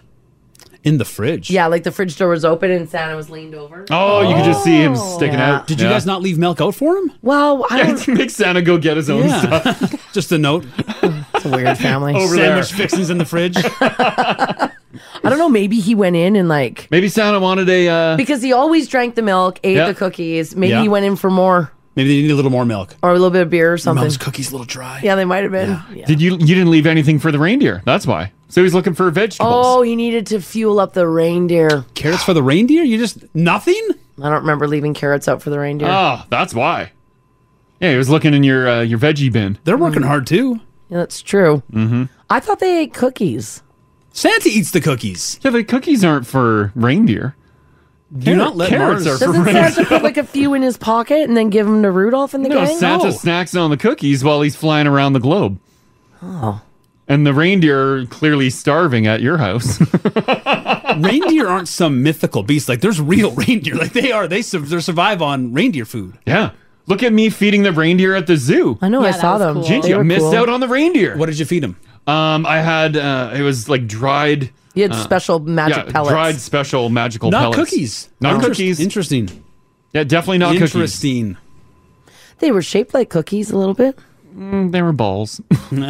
Speaker 7: in the fridge.
Speaker 9: Yeah, like the fridge door was open and Santa was leaned over.
Speaker 3: Oh, you could just see him sticking
Speaker 9: Yeah.
Speaker 3: out.
Speaker 7: Did you guys not leave milk out for him?
Speaker 9: Well, I don't.
Speaker 3: Make Santa go get his own stuff.
Speaker 7: Just a note.
Speaker 9: It's a weird family.
Speaker 3: Over
Speaker 7: Sandwich
Speaker 3: there.
Speaker 7: fixings in the fridge.
Speaker 9: I don't know. Maybe he went in and like
Speaker 3: maybe Santa wanted a uh,
Speaker 9: because he always drank the milk, ate
Speaker 7: Yeah.
Speaker 9: the cookies. Maybe
Speaker 7: Yeah.
Speaker 9: he went in for more
Speaker 7: Maybe they need a little more milk.
Speaker 9: or a little bit of beer or something.
Speaker 7: mom's cookies a little dry.
Speaker 9: Yeah, they might have been.
Speaker 3: Did you you didn't leave anything for the reindeer? That's why. So he's looking for vegetables.
Speaker 9: Oh, he needed to fuel up the reindeer.
Speaker 7: Carrots for the reindeer? You just nothing?
Speaker 9: I don't remember leaving carrots out for the reindeer.
Speaker 3: Oh, that's why. Yeah, he was looking in your uh, your veggie bin.
Speaker 7: They're working hard too.
Speaker 9: Yeah, that's true.
Speaker 3: Mm-hmm.
Speaker 9: I thought they ate cookies.
Speaker 7: Santa eats the cookies.
Speaker 3: Yeah, but cookies aren't for reindeer.
Speaker 7: Do not let
Speaker 3: carrots
Speaker 7: Mars-
Speaker 3: are for
Speaker 7: Doesn't
Speaker 3: reindeer.
Speaker 9: Santa put like a few in his pocket and then give them to Rudolph and the
Speaker 3: No,
Speaker 9: gang.
Speaker 3: Santa snacks on the cookies while he's flying around the globe.
Speaker 9: Oh.
Speaker 3: And the reindeer are clearly starving at your house.
Speaker 7: reindeer aren't some mythical beast. Like there's real reindeer. Like they are. They, su- they survive on reindeer food.
Speaker 3: yeah. Look at me feeding the reindeer at the zoo.
Speaker 9: I know, I Yeah, that saw was them. cool.
Speaker 3: Did
Speaker 9: They
Speaker 3: you
Speaker 9: were
Speaker 3: missed
Speaker 9: cool.
Speaker 3: out on the reindeer? What
Speaker 7: did you feed him?
Speaker 3: Um, I had uh, it was like dried.
Speaker 9: You had
Speaker 3: uh,
Speaker 9: special magic
Speaker 3: yeah,
Speaker 9: pellets.
Speaker 3: Dried special magical
Speaker 7: Not
Speaker 3: pellets.
Speaker 7: cookies.
Speaker 3: Not
Speaker 7: Oh.
Speaker 3: cookies.
Speaker 7: Interesting.
Speaker 3: Yeah, definitely not cookies.
Speaker 7: Interesting.
Speaker 9: They were shaped like cookies a little bit.
Speaker 3: Mm, they were balls.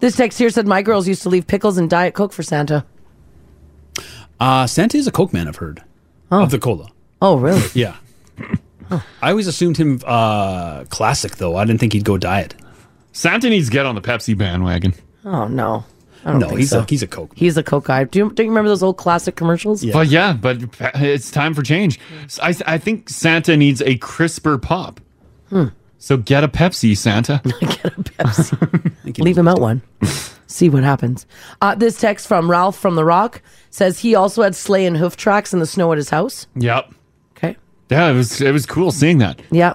Speaker 9: This text here said my girls used to leave pickles and Diet Coke for Santa.
Speaker 7: Uh, Santa is a Coke man, I've heard. Of the cola.
Speaker 9: Oh, really?
Speaker 7: Yeah. I always assumed him uh, classic, though. I didn't think he'd go diet.
Speaker 3: Santa needs to get on the Pepsi bandwagon.
Speaker 9: Oh no, I don't
Speaker 7: No,
Speaker 9: think
Speaker 7: he's
Speaker 9: so.
Speaker 7: a- he's a Coke.
Speaker 9: He's a Coke guy. Do you, do you remember those old classic commercials?
Speaker 3: Well, yeah, but pa- it's time for change. S- I, I think Santa needs a crisper pop.
Speaker 9: Hmm.
Speaker 3: So get a Pepsi, Santa.
Speaker 9: Leave him out one. See what happens. Uh, this text from Ralph from The Rock says he also had sleigh and hoof tracks in the snow at his house.
Speaker 3: yep.
Speaker 9: Okay.
Speaker 3: Yeah, it was it was cool seeing that.
Speaker 9: Yeah.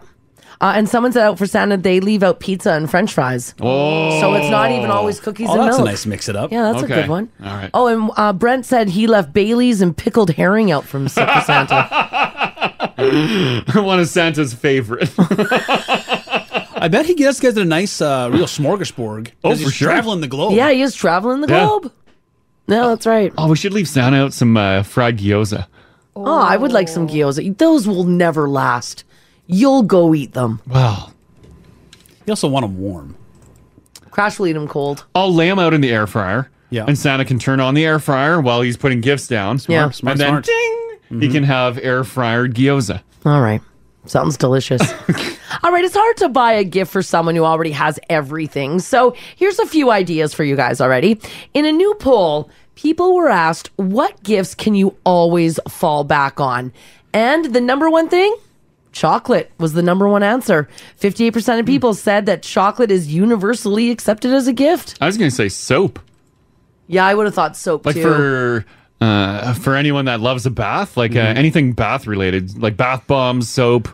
Speaker 9: Uh, and someone said out for Santa, they leave out pizza and french fries.
Speaker 3: Oh.
Speaker 9: So it's not even always cookies
Speaker 7: oh,
Speaker 9: and
Speaker 7: that's
Speaker 9: milk.
Speaker 7: a nice mix it up.
Speaker 9: Yeah, that's a good one.
Speaker 7: All right.
Speaker 9: Oh, and uh, Brent said he left Bailey's and pickled herring out from for Santa.
Speaker 3: one of Santa's favorite.
Speaker 7: I bet he gets guys a nice, uh, real smorgasbord.
Speaker 3: Oh,
Speaker 7: 'cause
Speaker 3: for
Speaker 7: he's
Speaker 3: sure.
Speaker 7: Traveling the globe.
Speaker 9: Yeah, he is traveling the
Speaker 3: Yeah.
Speaker 9: globe. No, that's right.
Speaker 3: Oh, we should leave Santa out some uh, fried gyoza.
Speaker 9: Oh. I would like some gyoza. Those will never last. You'll go eat them.
Speaker 3: Wow.
Speaker 7: You also want them warm.
Speaker 9: Crash will eat them cold.
Speaker 3: I'll lay him out in the air fryer.
Speaker 7: Yeah.
Speaker 3: And Santa can turn on the air fryer while he's putting gifts down.
Speaker 9: Smart, Yeah. smart,
Speaker 3: and then
Speaker 9: smart. Mm-hmm.
Speaker 3: ding, he can have air fryer gyoza.
Speaker 9: All right. Sounds delicious. All right, it's hard to buy a gift for someone who already has everything. So here's a few ideas for you guys already. In a new poll, people were asked, what gifts can you always fall back on? And the number one thing? Chocolate was the number one answer. 58% of
Speaker 7: Hmm.
Speaker 9: people said that chocolate is universally accepted as a gift.
Speaker 3: I was going to say soap.
Speaker 9: Yeah, I would have thought soap
Speaker 3: like
Speaker 9: too.
Speaker 3: for uh, for anyone that loves a bath, like uh,
Speaker 7: Mhm.
Speaker 9: Mm-hmm.
Speaker 3: anything bath related, like bath bombs, soap.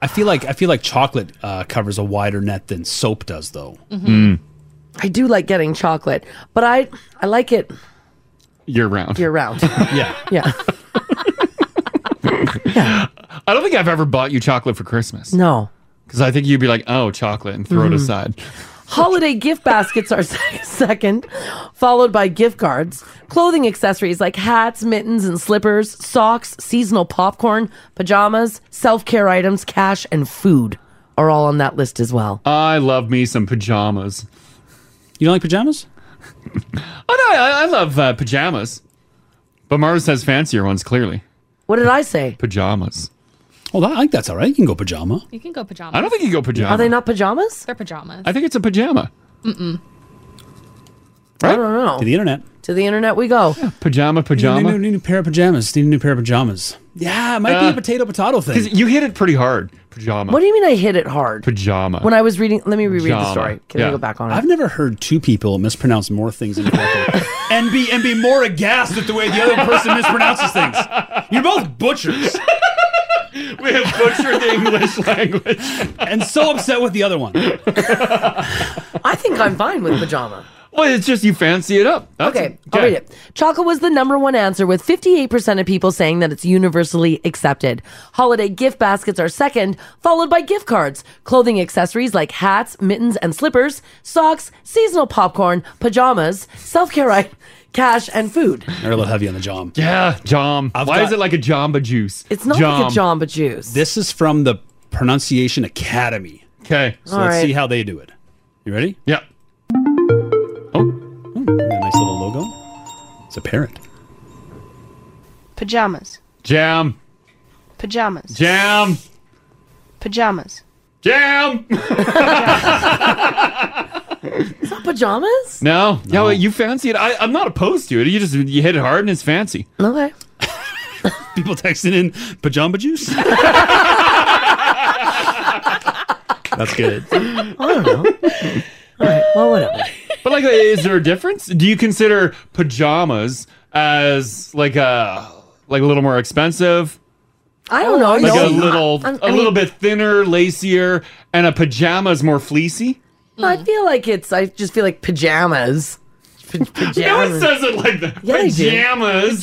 Speaker 7: I feel like I feel like chocolate uh, covers a wider net than soap does, though.
Speaker 3: Mm.
Speaker 9: I do like getting chocolate, but I I like it
Speaker 3: year round.
Speaker 9: year round.
Speaker 7: yeah,
Speaker 9: yeah.
Speaker 3: I don't think I've ever bought you chocolate for Christmas.
Speaker 9: No.
Speaker 3: Because I think you'd be like, oh, chocolate, and throw
Speaker 9: Mhm.
Speaker 3: it aside.
Speaker 9: Holiday gift baskets are sec- second, followed by gift cards, clothing accessories like hats, mittens, and slippers, socks, seasonal popcorn, pajamas, self care items, cash, and food are all on that list as well.
Speaker 3: I love me some pajamas.
Speaker 7: You don't like pajamas?
Speaker 3: oh, no, I, I love uh, pajamas. But Mars has fancier ones, clearly.
Speaker 9: What did I say?
Speaker 3: Pajamas.
Speaker 7: Well, I think that's all right. You can go pajama.
Speaker 4: You can go pajamas.
Speaker 3: I don't think you go pajama.
Speaker 9: Are they not pajamas?
Speaker 4: They're pajamas.
Speaker 3: I think it's a pajama.
Speaker 4: Mm-mm.
Speaker 9: I don't know.
Speaker 7: To the internet.
Speaker 9: To the internet we go.
Speaker 3: Pajama,
Speaker 7: Need
Speaker 3: pajama.
Speaker 7: a new, new pair of pajamas. Need a new pair of pajamas. Yeah, it might be
Speaker 3: Uh,
Speaker 7: a potato potato thing.
Speaker 3: 'Cause you hit it pretty hard. Pajama.
Speaker 9: What do you mean I hit it hard?
Speaker 3: Pajama.
Speaker 9: When I was reading, let me reread the
Speaker 7: Pajama.
Speaker 9: story. Can we go back on it?
Speaker 7: I've never heard two people mispronounce more things incorrectly and be and be more aghast at the way the other person mispronounces things. You're both butchers.
Speaker 3: we have butchered the English language.
Speaker 7: And so upset with the other one.
Speaker 9: I think I'm fine with pajama.
Speaker 3: Well, it's just you fancy it up. That's-
Speaker 9: Okay, I'll read it. Chocolate was the number one answer, with 58% of people saying that it's universally accepted. Holiday gift baskets are second, followed by gift cards, clothing accessories like hats, mittens, and slippers, socks, seasonal popcorn, pajamas, self care items, cash, and food.
Speaker 7: They're a little heavy on the jom.
Speaker 3: Yeah, jom. Why is it like a Jamba Juice?
Speaker 9: It's not like a Jamba Juice.
Speaker 7: This is from the Pronunciation Academy.
Speaker 3: Okay.
Speaker 7: So
Speaker 9: All
Speaker 7: let's see
Speaker 9: right.
Speaker 7: how they do it. You ready?
Speaker 3: Yeah.
Speaker 7: Oh, a nice little logo. It's a parrot.
Speaker 8: Pajamas.
Speaker 3: Jam.
Speaker 8: Pajamas.
Speaker 3: Jam.
Speaker 8: Pajamas.
Speaker 3: Jam.
Speaker 9: It's not pajamas?
Speaker 3: No. Yeah, well, you fancy it. I, I'm not opposed to it. You just you hit it hard and it's fancy.
Speaker 9: Okay.
Speaker 7: People texting in pajama juice. That's good.
Speaker 9: I don't know. All right, well, whatever.
Speaker 3: But like, uh, is there a difference? Do you consider pajamas as like a like a little more expensive?
Speaker 9: I don't know.
Speaker 3: Like
Speaker 9: no.
Speaker 3: a little,
Speaker 9: I- I
Speaker 3: a little
Speaker 9: mean-
Speaker 3: bit thinner, lacier, and a pajama is more fleecy.
Speaker 9: I feel like it's, I just feel like pajamas. Pa-
Speaker 3: No
Speaker 9: pajamas.
Speaker 3: one says it like that.
Speaker 9: Yeah, they do.
Speaker 3: pajamas.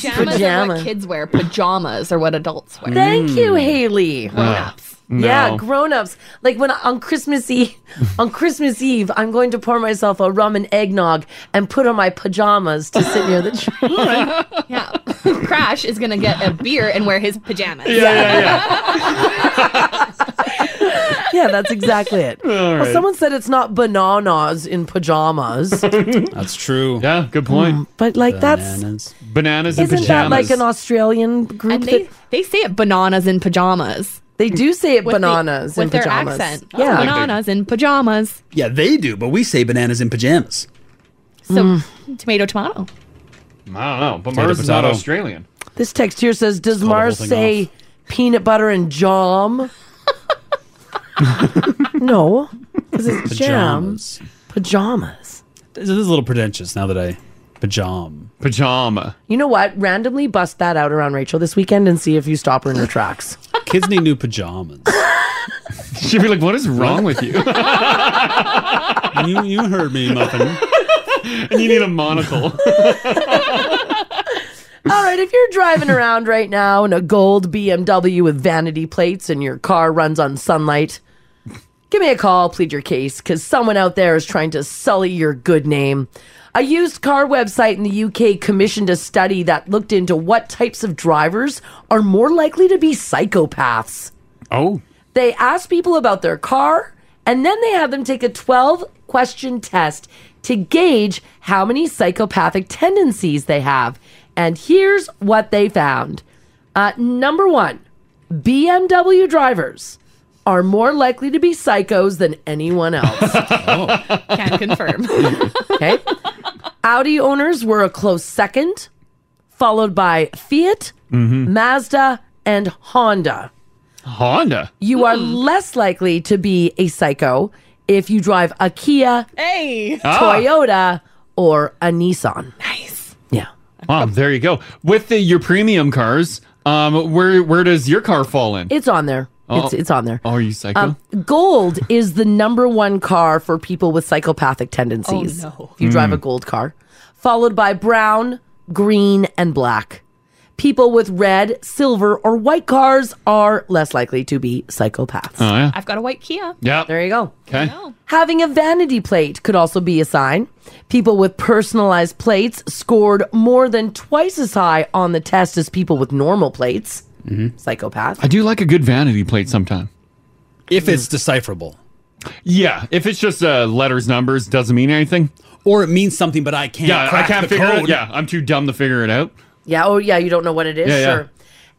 Speaker 4: Pajamas are
Speaker 9: Pajama.
Speaker 4: what kids wear. Pajamas are what adults wear.
Speaker 9: Thank
Speaker 3: Mm.
Speaker 9: you, Haley.
Speaker 4: Grown-ups.
Speaker 3: Hmm. Uh, No.
Speaker 9: Yeah, grown-ups. Like when on Christmas Eve, on Christmas Eve, I'm going to pour myself a rum and eggnog and put on my pajamas to sit near the tree.
Speaker 4: Crash is gonna get a beer and wear his pajamas.
Speaker 9: Yeah, yeah, yeah, that's exactly it. Well,
Speaker 4: right.
Speaker 9: someone said it's not bananas in pajamas.
Speaker 7: That's true.
Speaker 3: Yeah, good point.
Speaker 9: Mm, but like that's-
Speaker 7: that's
Speaker 3: bananas and
Speaker 9: Isn't
Speaker 3: pajamas.
Speaker 9: that like an Australian group?
Speaker 4: And they, they say it bananas in pajamas.
Speaker 9: They do say it
Speaker 4: With the-
Speaker 9: bananas in
Speaker 4: with their
Speaker 9: pajamas.
Speaker 4: accent.
Speaker 9: Yeah.
Speaker 4: Yeah, bananas in pajamas.
Speaker 7: Yeah, they do, but we say bananas in pajamas.
Speaker 4: So
Speaker 9: Mm.
Speaker 4: tomato, tomato.
Speaker 3: I don't know, but
Speaker 7: Potato,
Speaker 3: Mars is not
Speaker 7: potato.
Speaker 3: Australian.
Speaker 9: This text here says, "Does
Speaker 3: Call the whole
Speaker 9: Mars
Speaker 3: thing
Speaker 9: say peanut butter and jam?" no, because it's jam.
Speaker 7: Pajamas.
Speaker 9: Pajamas.
Speaker 7: This is a little pretentious now that I pajam
Speaker 3: pajama.
Speaker 9: You know what? Randomly bust that out around Rachel this weekend and see if you stop her in her tracks.
Speaker 7: Kids need new pajamas.
Speaker 3: She'd be like, "What is wrong with you?"
Speaker 7: you you heard me, muffin.
Speaker 3: and you need a monocle.
Speaker 9: All right, if you're driving around right now in a gold BMW with vanity plates and your car runs on sunlight, give me a call, plead your case, because someone out there is trying to sully your good name. A used car website in the UK commissioned a study that looked into what types of drivers are more likely to be psychopaths.
Speaker 3: Oh.
Speaker 9: They asked people about their car, and then they had them take a 12 question test to gauge how many psychopathic tendencies they have. And here's what they found uh, Number one, BMW drivers are more likely to be psychos than anyone else.
Speaker 4: Can confirm.
Speaker 9: Okay. Audi owners were a close second, followed by Fiat,
Speaker 8: Mm.
Speaker 9: Mm-hmm.
Speaker 3: Mhm.
Speaker 9: Mazda, and Honda.
Speaker 3: Honda.
Speaker 9: You are
Speaker 4: Hmm.
Speaker 9: less likely to be a psycho if you drive a Kia,
Speaker 4: Hey.
Speaker 9: Toyota, or a Nissan.
Speaker 3: Wow, there you go. With the your premium cars, um, where where does your car fall in?
Speaker 9: It's on there. It's, it's on there.
Speaker 3: Oh, are you psycho?
Speaker 9: Um, gold is the number one car for people with psychopathic tendencies.
Speaker 4: no.
Speaker 9: If you drive
Speaker 4: Mm.
Speaker 9: a gold car, followed by brown, green, and black. People with red, silver, or white cars are less likely to be psychopaths.
Speaker 3: Oh, yeah.
Speaker 4: I've got a white Kia.
Speaker 3: Yeah.
Speaker 9: There you go.
Speaker 3: Okay.
Speaker 9: Having a vanity plate could also be a sign. People with personalized plates scored more than twice as high on the test as people with normal plates. Psychopath.
Speaker 3: I do like a good vanity plate sometime.
Speaker 7: If it's decipherable.
Speaker 3: Yeah, if it's just uh, letters, numbers, doesn't mean anything.
Speaker 7: Or it means something, but I can't
Speaker 3: Yeah, I
Speaker 7: crack
Speaker 3: can't
Speaker 7: the
Speaker 3: figure it.
Speaker 7: code.
Speaker 3: Yeah, I'm too dumb to figure it out.
Speaker 9: Yeah. Oh, yeah. You don't know what it is.
Speaker 3: Yeah, yeah.
Speaker 9: sure.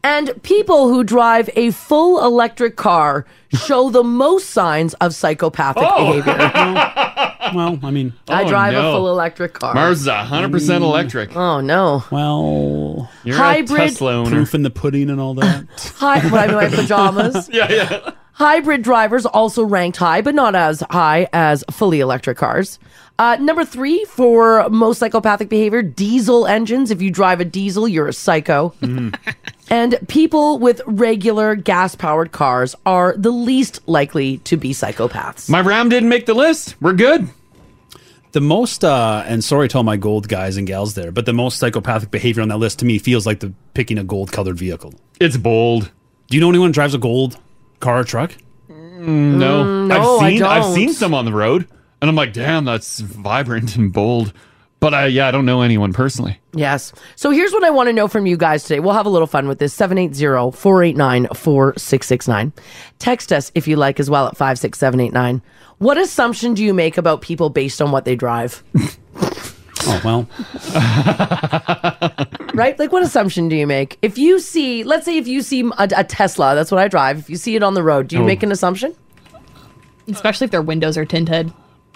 Speaker 9: And people who drive a full electric car show the most signs of psychopathic
Speaker 3: Oh.
Speaker 9: behavior.
Speaker 8: well, I mean,
Speaker 9: I drive a full electric car.
Speaker 3: Mars is 100%
Speaker 7: Mm.
Speaker 3: electric.
Speaker 9: Oh, no.
Speaker 8: Well,
Speaker 3: You're
Speaker 9: Hybrid-
Speaker 3: a Tesla owner.
Speaker 8: proof in the pudding and all that.
Speaker 9: Hi, when I'm in my pajamas.
Speaker 3: yeah, yeah.
Speaker 9: Hybrid drivers also ranked high, but not as high as fully electric cars. Uh, number three for most psychopathic behavior diesel engines. If you drive a diesel, you're a psycho. and people with regular gas powered cars are the least likely to be psychopaths.
Speaker 3: My RAM didn't make the list. We're good.
Speaker 8: The most, uh, and sorry to all my gold guys and gals there, but the most psychopathic behavior on that list to me feels like the picking a gold colored vehicle.
Speaker 3: It's bold.
Speaker 8: Do you know anyone who drives a gold car or truck?
Speaker 3: No,
Speaker 8: Mm,
Speaker 3: I've
Speaker 8: no, I
Speaker 3: seen I have
Speaker 8: don't.
Speaker 3: seen some on the road, and I'm like, damn, that's vibrant and bold. But I, yeah, I don't know anyone personally.
Speaker 9: Yes. So here's what I want to know from you guys today. We'll have a little fun with this 780 489 4669. Text us if you like as well at 56789. What assumption do you make about people based on what they drive?
Speaker 8: Oh, well.
Speaker 9: right? Like, what assumption do you make? If you see, let's say if you see a, a Tesla, that's what I drive, if you see it on the road, do you
Speaker 4: Oh.
Speaker 9: make an assumption?
Speaker 4: Especially if their windows are tinted.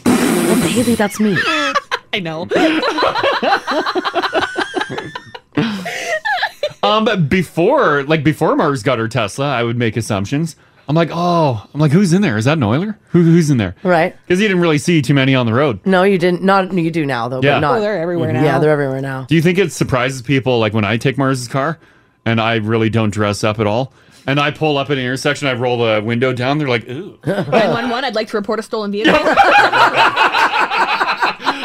Speaker 9: well, Haley, that's me.
Speaker 4: I know.
Speaker 3: Um, but before, like before Mars got her Tesla, I would make assumptions. I'm like, oh, I'm like, who's in there? Is that an oiler? Who, who's in there?
Speaker 9: Right.
Speaker 3: Because you didn't really see too many on the road.
Speaker 9: No, you didn't. Not you do now though.
Speaker 3: Yeah.
Speaker 9: But not. Mm-hmm.
Speaker 3: Oh, they're everywhere now.
Speaker 9: Yeah, they're everywhere now.
Speaker 3: Do you think it surprises people like when I take Mars's car and I really don't dress up at all? And I pull up at an intersection, I roll the window down, they're like, ooh.
Speaker 4: Nine one one. I'd like to report a stolen vehicle.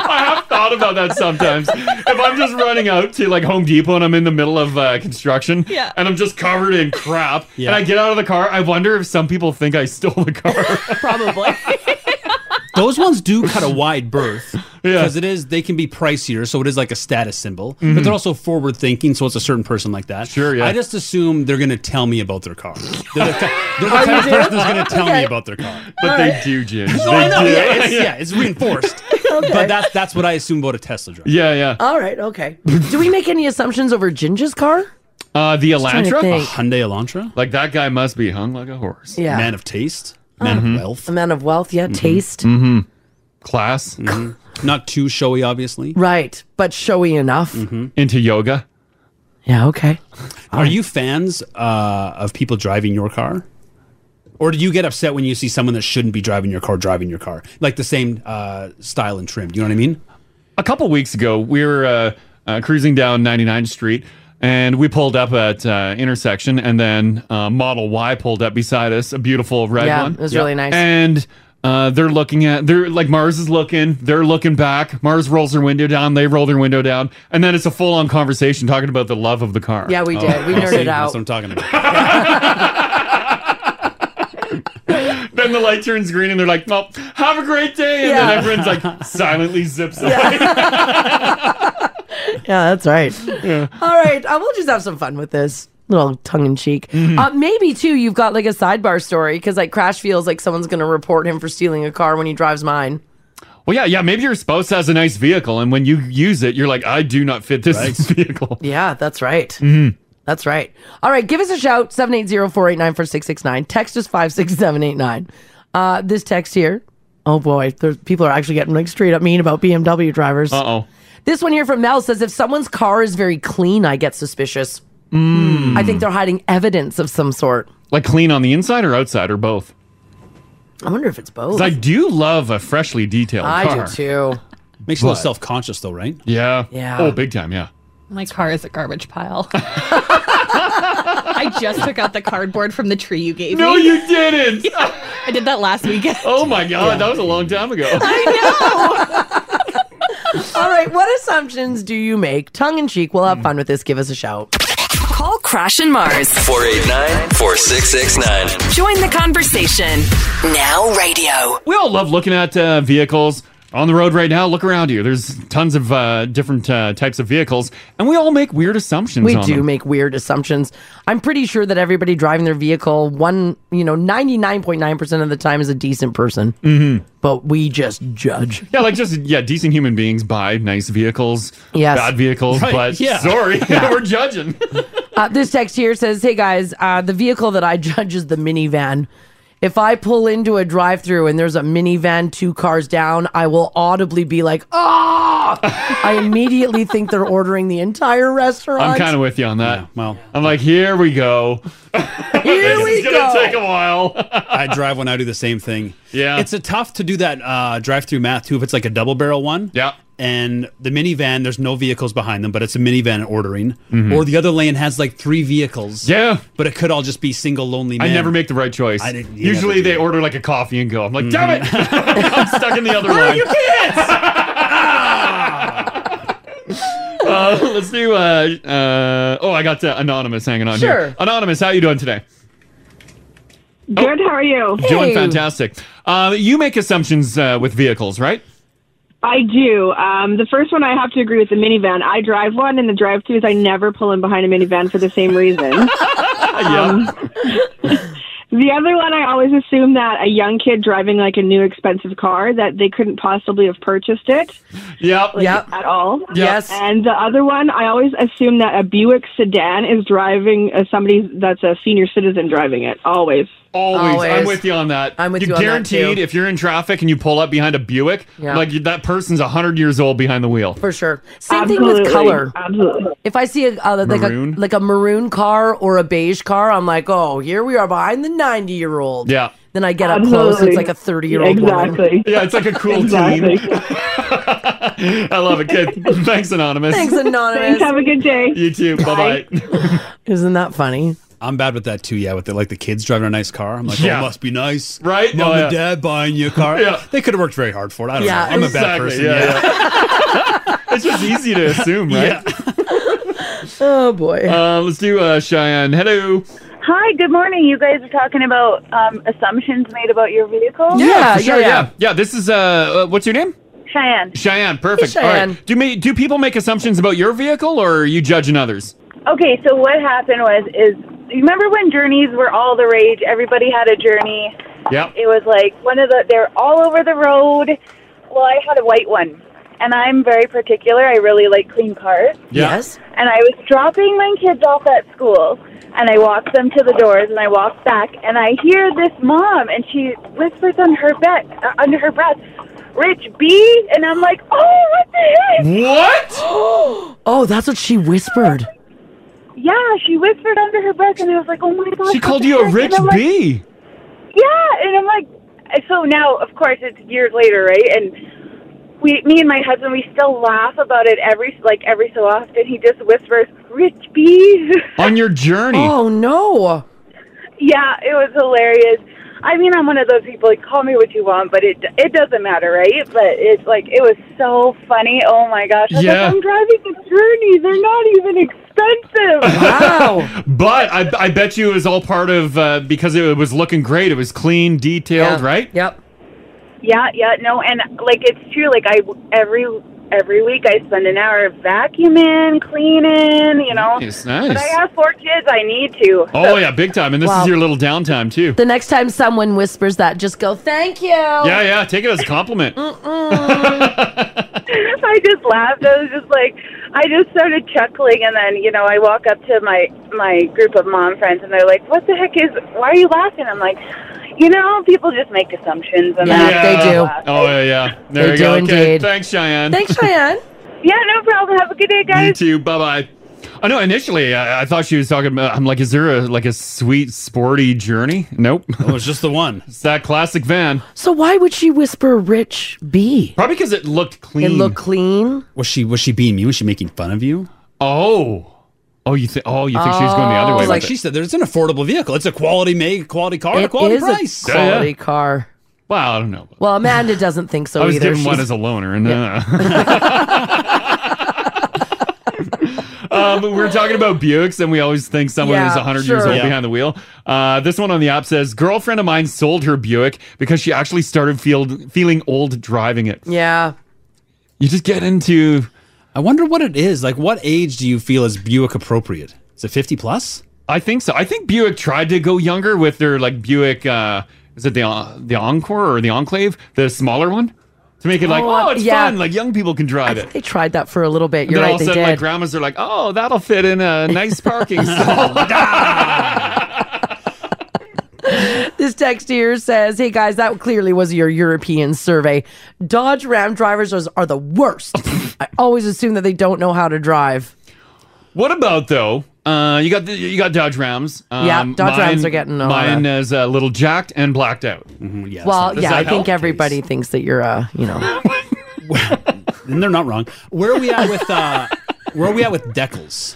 Speaker 3: I've thought about that sometimes. if I'm just running out to like Home Depot and I'm in the middle of uh, construction
Speaker 4: Yeah.
Speaker 3: and I'm just covered in crap and I get out of the car, I wonder if some people think I stole the car.
Speaker 8: Those ones do cut a wide berth because it is they can be pricier, so it is like a status symbol.
Speaker 7: Mhm.
Speaker 3: Mm-hmm.
Speaker 8: But they're also forward thinking, so it's a certain person like that. Sure,
Speaker 7: yeah.
Speaker 8: I just assume they're going to tell me about their car. They're the, ki- they're the
Speaker 7: Oh, you
Speaker 8: kind of
Speaker 7: do?
Speaker 8: person that's going to tell
Speaker 7: Okay.
Speaker 8: me about their car.
Speaker 3: But All they right. do, Ginge.
Speaker 8: No,
Speaker 3: They
Speaker 8: I know.
Speaker 3: do.
Speaker 8: Yeah, it's,
Speaker 3: Yeah.
Speaker 8: yeah, it's reinforced. But that's that's what I assume about a Tesla driver.
Speaker 3: yeah, yeah.
Speaker 9: All right, okay. do we make any assumptions over Ginger's car?
Speaker 3: Uh, the
Speaker 9: trying to
Speaker 3: Elantra?
Speaker 9: think. A
Speaker 8: Hyundai Elantra?
Speaker 3: Like that guy must be hung like a horse.
Speaker 9: Yeah. Man
Speaker 8: of taste,
Speaker 9: man of Mhm.
Speaker 8: wealth.
Speaker 9: A man of wealth, yeah, taste.
Speaker 3: Mm-hmm. Class.
Speaker 8: Mm-hmm. Not too showy, obviously.
Speaker 9: Right, but showy enough. Mm-hmm.
Speaker 3: Into yoga.
Speaker 9: Yeah, okay.
Speaker 8: Are you fans uh, of people driving your car? Or do you get upset when you see someone that shouldn't be driving your car driving your car? Like the same uh, style and trim. Do you know what I mean?
Speaker 3: A couple weeks ago, we were uh, uh, cruising down 99th Street and we pulled up at uh, intersection and then uh, Model Y pulled up beside us, a beautiful red
Speaker 9: Yeah,
Speaker 3: one.
Speaker 9: it was really nice.
Speaker 3: And uh, they're looking at, they're like Mars is looking, they're looking back. Mars rolls her window down, they roll their window down. And then it's a full on conversation talking about the love of the car.
Speaker 9: Yeah, we did. We nerded
Speaker 8: see,
Speaker 9: out.
Speaker 8: That's what I'm talking about.
Speaker 3: then the light turns green and they're like, well, have a great day. And
Speaker 9: Yeah.
Speaker 3: then everyone's like silently zips away.
Speaker 9: Yeah, that's right. All right, uh, we'll just have some fun with this. Little tongue in cheek. Uh, maybe too, you've got like a sidebar story because like Crash feels like someone's gonna report him for stealing a car when he drives mine.
Speaker 3: Well, yeah, yeah. Maybe your spouse has a nice vehicle, and when you use it, you're like, I do not fit this vehicle.
Speaker 9: Yeah, that's right.
Speaker 3: Mhm.
Speaker 9: That's right. All right, give us a shout 780-489-4669. Text us 56789. Uh this text here. Oh boy, there's, people are actually getting like straight up mean about BMW drivers.
Speaker 3: Uh-oh.
Speaker 9: This one here from Mel says if someone's car is very clean, I get suspicious.
Speaker 3: Hmm.
Speaker 9: I think they're hiding evidence of some sort.
Speaker 3: Like clean on the inside or outside or both.
Speaker 9: I wonder if it's both.
Speaker 3: 'Cause I do love a freshly detailed
Speaker 9: I do
Speaker 3: car.
Speaker 9: too.
Speaker 8: Makes you a
Speaker 3: But-
Speaker 8: little self conscious, though, right?
Speaker 3: Yeah.
Speaker 9: Yeah.
Speaker 3: Oh, big time. Yeah.
Speaker 4: My car is a garbage pile. I just took out the cardboard from the tree you gave
Speaker 3: No,
Speaker 4: me.
Speaker 3: you didn't.
Speaker 4: I did that last weekend.
Speaker 3: Oh my god, that was a long time ago.
Speaker 9: All right, what assumptions do you make? Tongue in cheek, we'll have fun with this. Give us a shout.
Speaker 6: Call Crash and Mars.
Speaker 5: 489 4669.
Speaker 6: Join the conversation. Now radio.
Speaker 3: We all love looking at uh, vehicles on the road right now. Look around you. There's tons of uh, different uh, types of vehicles, and we all make weird assumptions.
Speaker 9: We
Speaker 3: on
Speaker 9: do
Speaker 3: them.
Speaker 9: make weird assumptions. I'm pretty sure that everybody driving their vehicle, one, you know, 99.9% of the time is a decent person. Mm-hmm. But we just judge.
Speaker 3: Yeah, like just yeah, decent human beings buy nice vehicles,
Speaker 9: Yes.
Speaker 3: bad vehicles,
Speaker 9: Right,
Speaker 3: but
Speaker 9: yeah.
Speaker 3: sorry,
Speaker 9: Yeah.
Speaker 3: we're judging.
Speaker 9: Uh, this text here says, "Hey guys, uh, the vehicle that I judge is the minivan. If I pull into a drive-through and there's a minivan two cars down, I will audibly be like, ah! I immediately think they're ordering the entire restaurant.
Speaker 3: I'm kind of with you on that. well, I'm like, here we go.
Speaker 9: Here
Speaker 3: This
Speaker 9: we
Speaker 3: is gonna
Speaker 9: go.
Speaker 3: take a while.
Speaker 7: I drive when I do the same thing.
Speaker 3: Yeah.
Speaker 7: It's a tough to do that uh, drive through math too if it's like a double barrel one.
Speaker 3: Yeah.
Speaker 7: And the minivan, there's no vehicles behind them, but it's a minivan ordering.
Speaker 3: Mhm.
Speaker 7: Or the other lane has like three vehicles.
Speaker 3: Yeah.
Speaker 7: But it could all just be single lonely
Speaker 3: I
Speaker 7: man.
Speaker 3: never make the right choice.
Speaker 7: I didn't- you
Speaker 3: Usually
Speaker 7: never
Speaker 3: they order like a coffee and go. I'm like, damn it! I'm stuck in the other
Speaker 7: Where are
Speaker 3: line.
Speaker 7: your kids?
Speaker 3: Uh, let's do. Uh, uh, oh, I got to anonymous hanging on
Speaker 13: Sure.
Speaker 3: here. Anonymous, how you doing today?
Speaker 13: Good. How are you?
Speaker 3: Oh. Doing fantastic. Uh, you make assumptions uh, with vehicles, right?
Speaker 13: I do. Um, the first one I have to agree with the minivan. I drive one, and the drive two is I never pull in behind a minivan for the same reason. Um, the other one, I always assume that a young kid driving like a new expensive car that they couldn't possibly have purchased it.
Speaker 3: Yep.
Speaker 13: like, At all.
Speaker 9: Yes.
Speaker 13: And the other one, I always assume that a Buick sedan is driving uh, somebody that's a senior citizen driving it. Always.
Speaker 3: Always. I'm with you on that. I'm
Speaker 13: with you on that,
Speaker 3: guaranteed
Speaker 13: too.
Speaker 3: if you're in traffic and you pull up behind a Buick,
Speaker 9: Yeah.
Speaker 3: like that person's 100 years old behind the wheel.
Speaker 9: For sure. Same thing with
Speaker 13: Absolutely.
Speaker 9: color.
Speaker 13: Absolutely.
Speaker 9: If I see a uh, like
Speaker 3: Maroon?
Speaker 9: a like a maroon car or a beige car, I'm like, oh, here we are behind the 90 year old.
Speaker 3: Yeah.
Speaker 9: Then I get up close. It's like a 30 year old woman.
Speaker 3: Yeah, it's like a cool team. I love it, kid. Thanks, Anonymous.
Speaker 9: Thanks, anonymous.
Speaker 13: Thanks. Have a good day.
Speaker 3: You too. Bye bye.
Speaker 9: Isn't that funny?
Speaker 7: I'm bad with that too. Yeah, with the, like the kids driving a nice car. I'm like,
Speaker 3: Yeah.
Speaker 7: oh, must be nice,
Speaker 3: Right?
Speaker 7: Mom
Speaker 3: Oh,
Speaker 7: and
Speaker 3: yeah.
Speaker 7: dad buying you a car.
Speaker 3: Yeah.
Speaker 7: they could have worked very hard for it. I don't
Speaker 3: Yeah,
Speaker 7: know. I'm a bad
Speaker 3: exactly.
Speaker 7: person.
Speaker 3: Yeah,
Speaker 7: Yeah,
Speaker 3: it's just easy to assume, right?
Speaker 9: Oh boy.
Speaker 3: Uh, let's do uh, Cheyenne. Hello.
Speaker 26: Hi, good morning. You guys are talking about um, assumptions made about your vehicle.
Speaker 3: for sure, yeah. Yeah, This is uh, uh, what's your name?
Speaker 26: Cheyenne.
Speaker 3: Cheyenne. Perfect.
Speaker 26: Hey,
Speaker 3: All
Speaker 26: Cheyenne.
Speaker 3: right. Do me? Do people make assumptions about your vehicle, or are you judging others?
Speaker 26: Okay, so what happened was is you remember when journeys were all the rage? Everybody had a journey.
Speaker 3: Yep.
Speaker 26: It was like one of the they're all over the road. Well, I had a white one, and I'm very particular. I really like clean cars.
Speaker 9: Yes.
Speaker 26: and I was dropping my kids off at school, and I walked them to the doors, and I walked back, and I hear this mom, and she whispers on her bed, uh, under her breath, "Rich B," and I'm like, "Oh, what the heck?"
Speaker 9: What? oh, that's what she whispered.
Speaker 26: yeah, she whispered under her breath, and I was like, "Oh my god!"
Speaker 9: She called you a rich
Speaker 3: bee.
Speaker 26: Yeah, and I'm like, so now, of course, it's years later, right? And we, me and my husband, we still laugh about it every, like every so often. He just whispers, "Rich bees."
Speaker 3: On your journey.
Speaker 9: Oh no.
Speaker 26: yeah, it was hilarious. I mean, I'm one of those people. Like, call me what you want, but it it doesn't matter, right? But it's like it was so funny. Oh my gosh! I was
Speaker 3: Yeah.
Speaker 26: like, I'm driving a journey. They're not even expensive.
Speaker 3: But I, I bet you it was all part of uh, because it was looking great. It was clean, detailed, right?
Speaker 9: Yep.
Speaker 26: Yeah, yeah, no, and like it's true. Like I every every week I spend an hour vacuuming, cleaning, you know.
Speaker 3: Nice, nice.
Speaker 26: But I have four kids. I need to.
Speaker 3: Oh yeah, big time. And this
Speaker 9: Wow.
Speaker 3: is your little downtime too.
Speaker 9: The next time someone whispers that, just go, thank you.
Speaker 3: yeah, yeah. Take it as a compliment.
Speaker 9: mm,
Speaker 26: I just laughed. I was just like, I just started chuckling, and then you know, I walk up to my my group of mom friends, and they're like, "What the heck is? Why are you laughing?" I'm like, you know, people just make assumptions, and
Speaker 9: Yeah,
Speaker 26: then
Speaker 9: they do.
Speaker 3: Oh yeah, yeah. There
Speaker 9: They
Speaker 3: you
Speaker 9: do
Speaker 3: go. Okay.
Speaker 9: indeed.
Speaker 3: Thanks, Cheyenne.
Speaker 9: Thanks, Cheyenne.
Speaker 26: yeah, no problem. Have a good day, guys.
Speaker 3: You too. Bye bye. I know. Initially, I, I thought she was talking about. I'm like, is there a like a sweet sporty journey? Nope. it was just the one. Oh, it's that classic van.
Speaker 9: So why would she whisper rich B?
Speaker 3: Probably because it looked
Speaker 9: It
Speaker 3: clean.
Speaker 9: looked clean.
Speaker 7: Was she was she being you? Was she making fun of you?
Speaker 3: Oh. Oh, you think? Oh, you think she was going the other way?
Speaker 7: Like
Speaker 3: with
Speaker 7: she
Speaker 3: it.
Speaker 7: said, there's an affordable vehicle. It's a quality made, quality car, at a
Speaker 9: It
Speaker 7: quality
Speaker 9: is a
Speaker 7: price.
Speaker 9: quality car.
Speaker 3: Well, I don't know.
Speaker 9: Well, Amanda doesn't think so
Speaker 3: I was
Speaker 9: either.
Speaker 3: given one
Speaker 9: She's-
Speaker 3: as a loner, and uh, um, we're talking about Buicks, and we always think someone
Speaker 7: Yeah,
Speaker 3: is 100 years
Speaker 7: sure.
Speaker 3: old
Speaker 7: Yeah.
Speaker 3: behind the wheel. Uh, this one on the app says, "Girlfriend of mine sold her Buick because she actually started field, feeling old driving it."
Speaker 9: yeah.
Speaker 3: You just get into.
Speaker 7: I wonder what it is. Like, what age do you feel is Buick appropriate? Is it 50 plus?
Speaker 3: I think so. I think Buick tried to go younger with their like Buick. Uh, is it the uh, the Encore or the Enclave, the smaller one? to make it like,
Speaker 9: Oh,
Speaker 3: oh, it's
Speaker 9: yeah.
Speaker 3: fun. Like young people can drive it.
Speaker 9: They tried that for a little bit. You're
Speaker 3: then
Speaker 9: right.
Speaker 3: all of
Speaker 9: they
Speaker 3: a sudden,
Speaker 9: did.
Speaker 3: like grandmas are like, oh, that'll fit in a nice parking stall.
Speaker 9: This text here says, "Hey guys, that clearly was your European survey. Dodge Ram drivers are, are the worst. I always assume that they don't know how to drive.
Speaker 3: What about though? Uh, you got the, you got Dodge Rams. Um,
Speaker 9: Yeah, Dodge Rams are getting a lot of- Mm-hmm.
Speaker 3: mine is a little jacked and blacked out.
Speaker 9: well, yeah, I think everybody thinks that you're uh, you know,
Speaker 7: and they're not wrong. Where are we at with uh, where are we at with decals?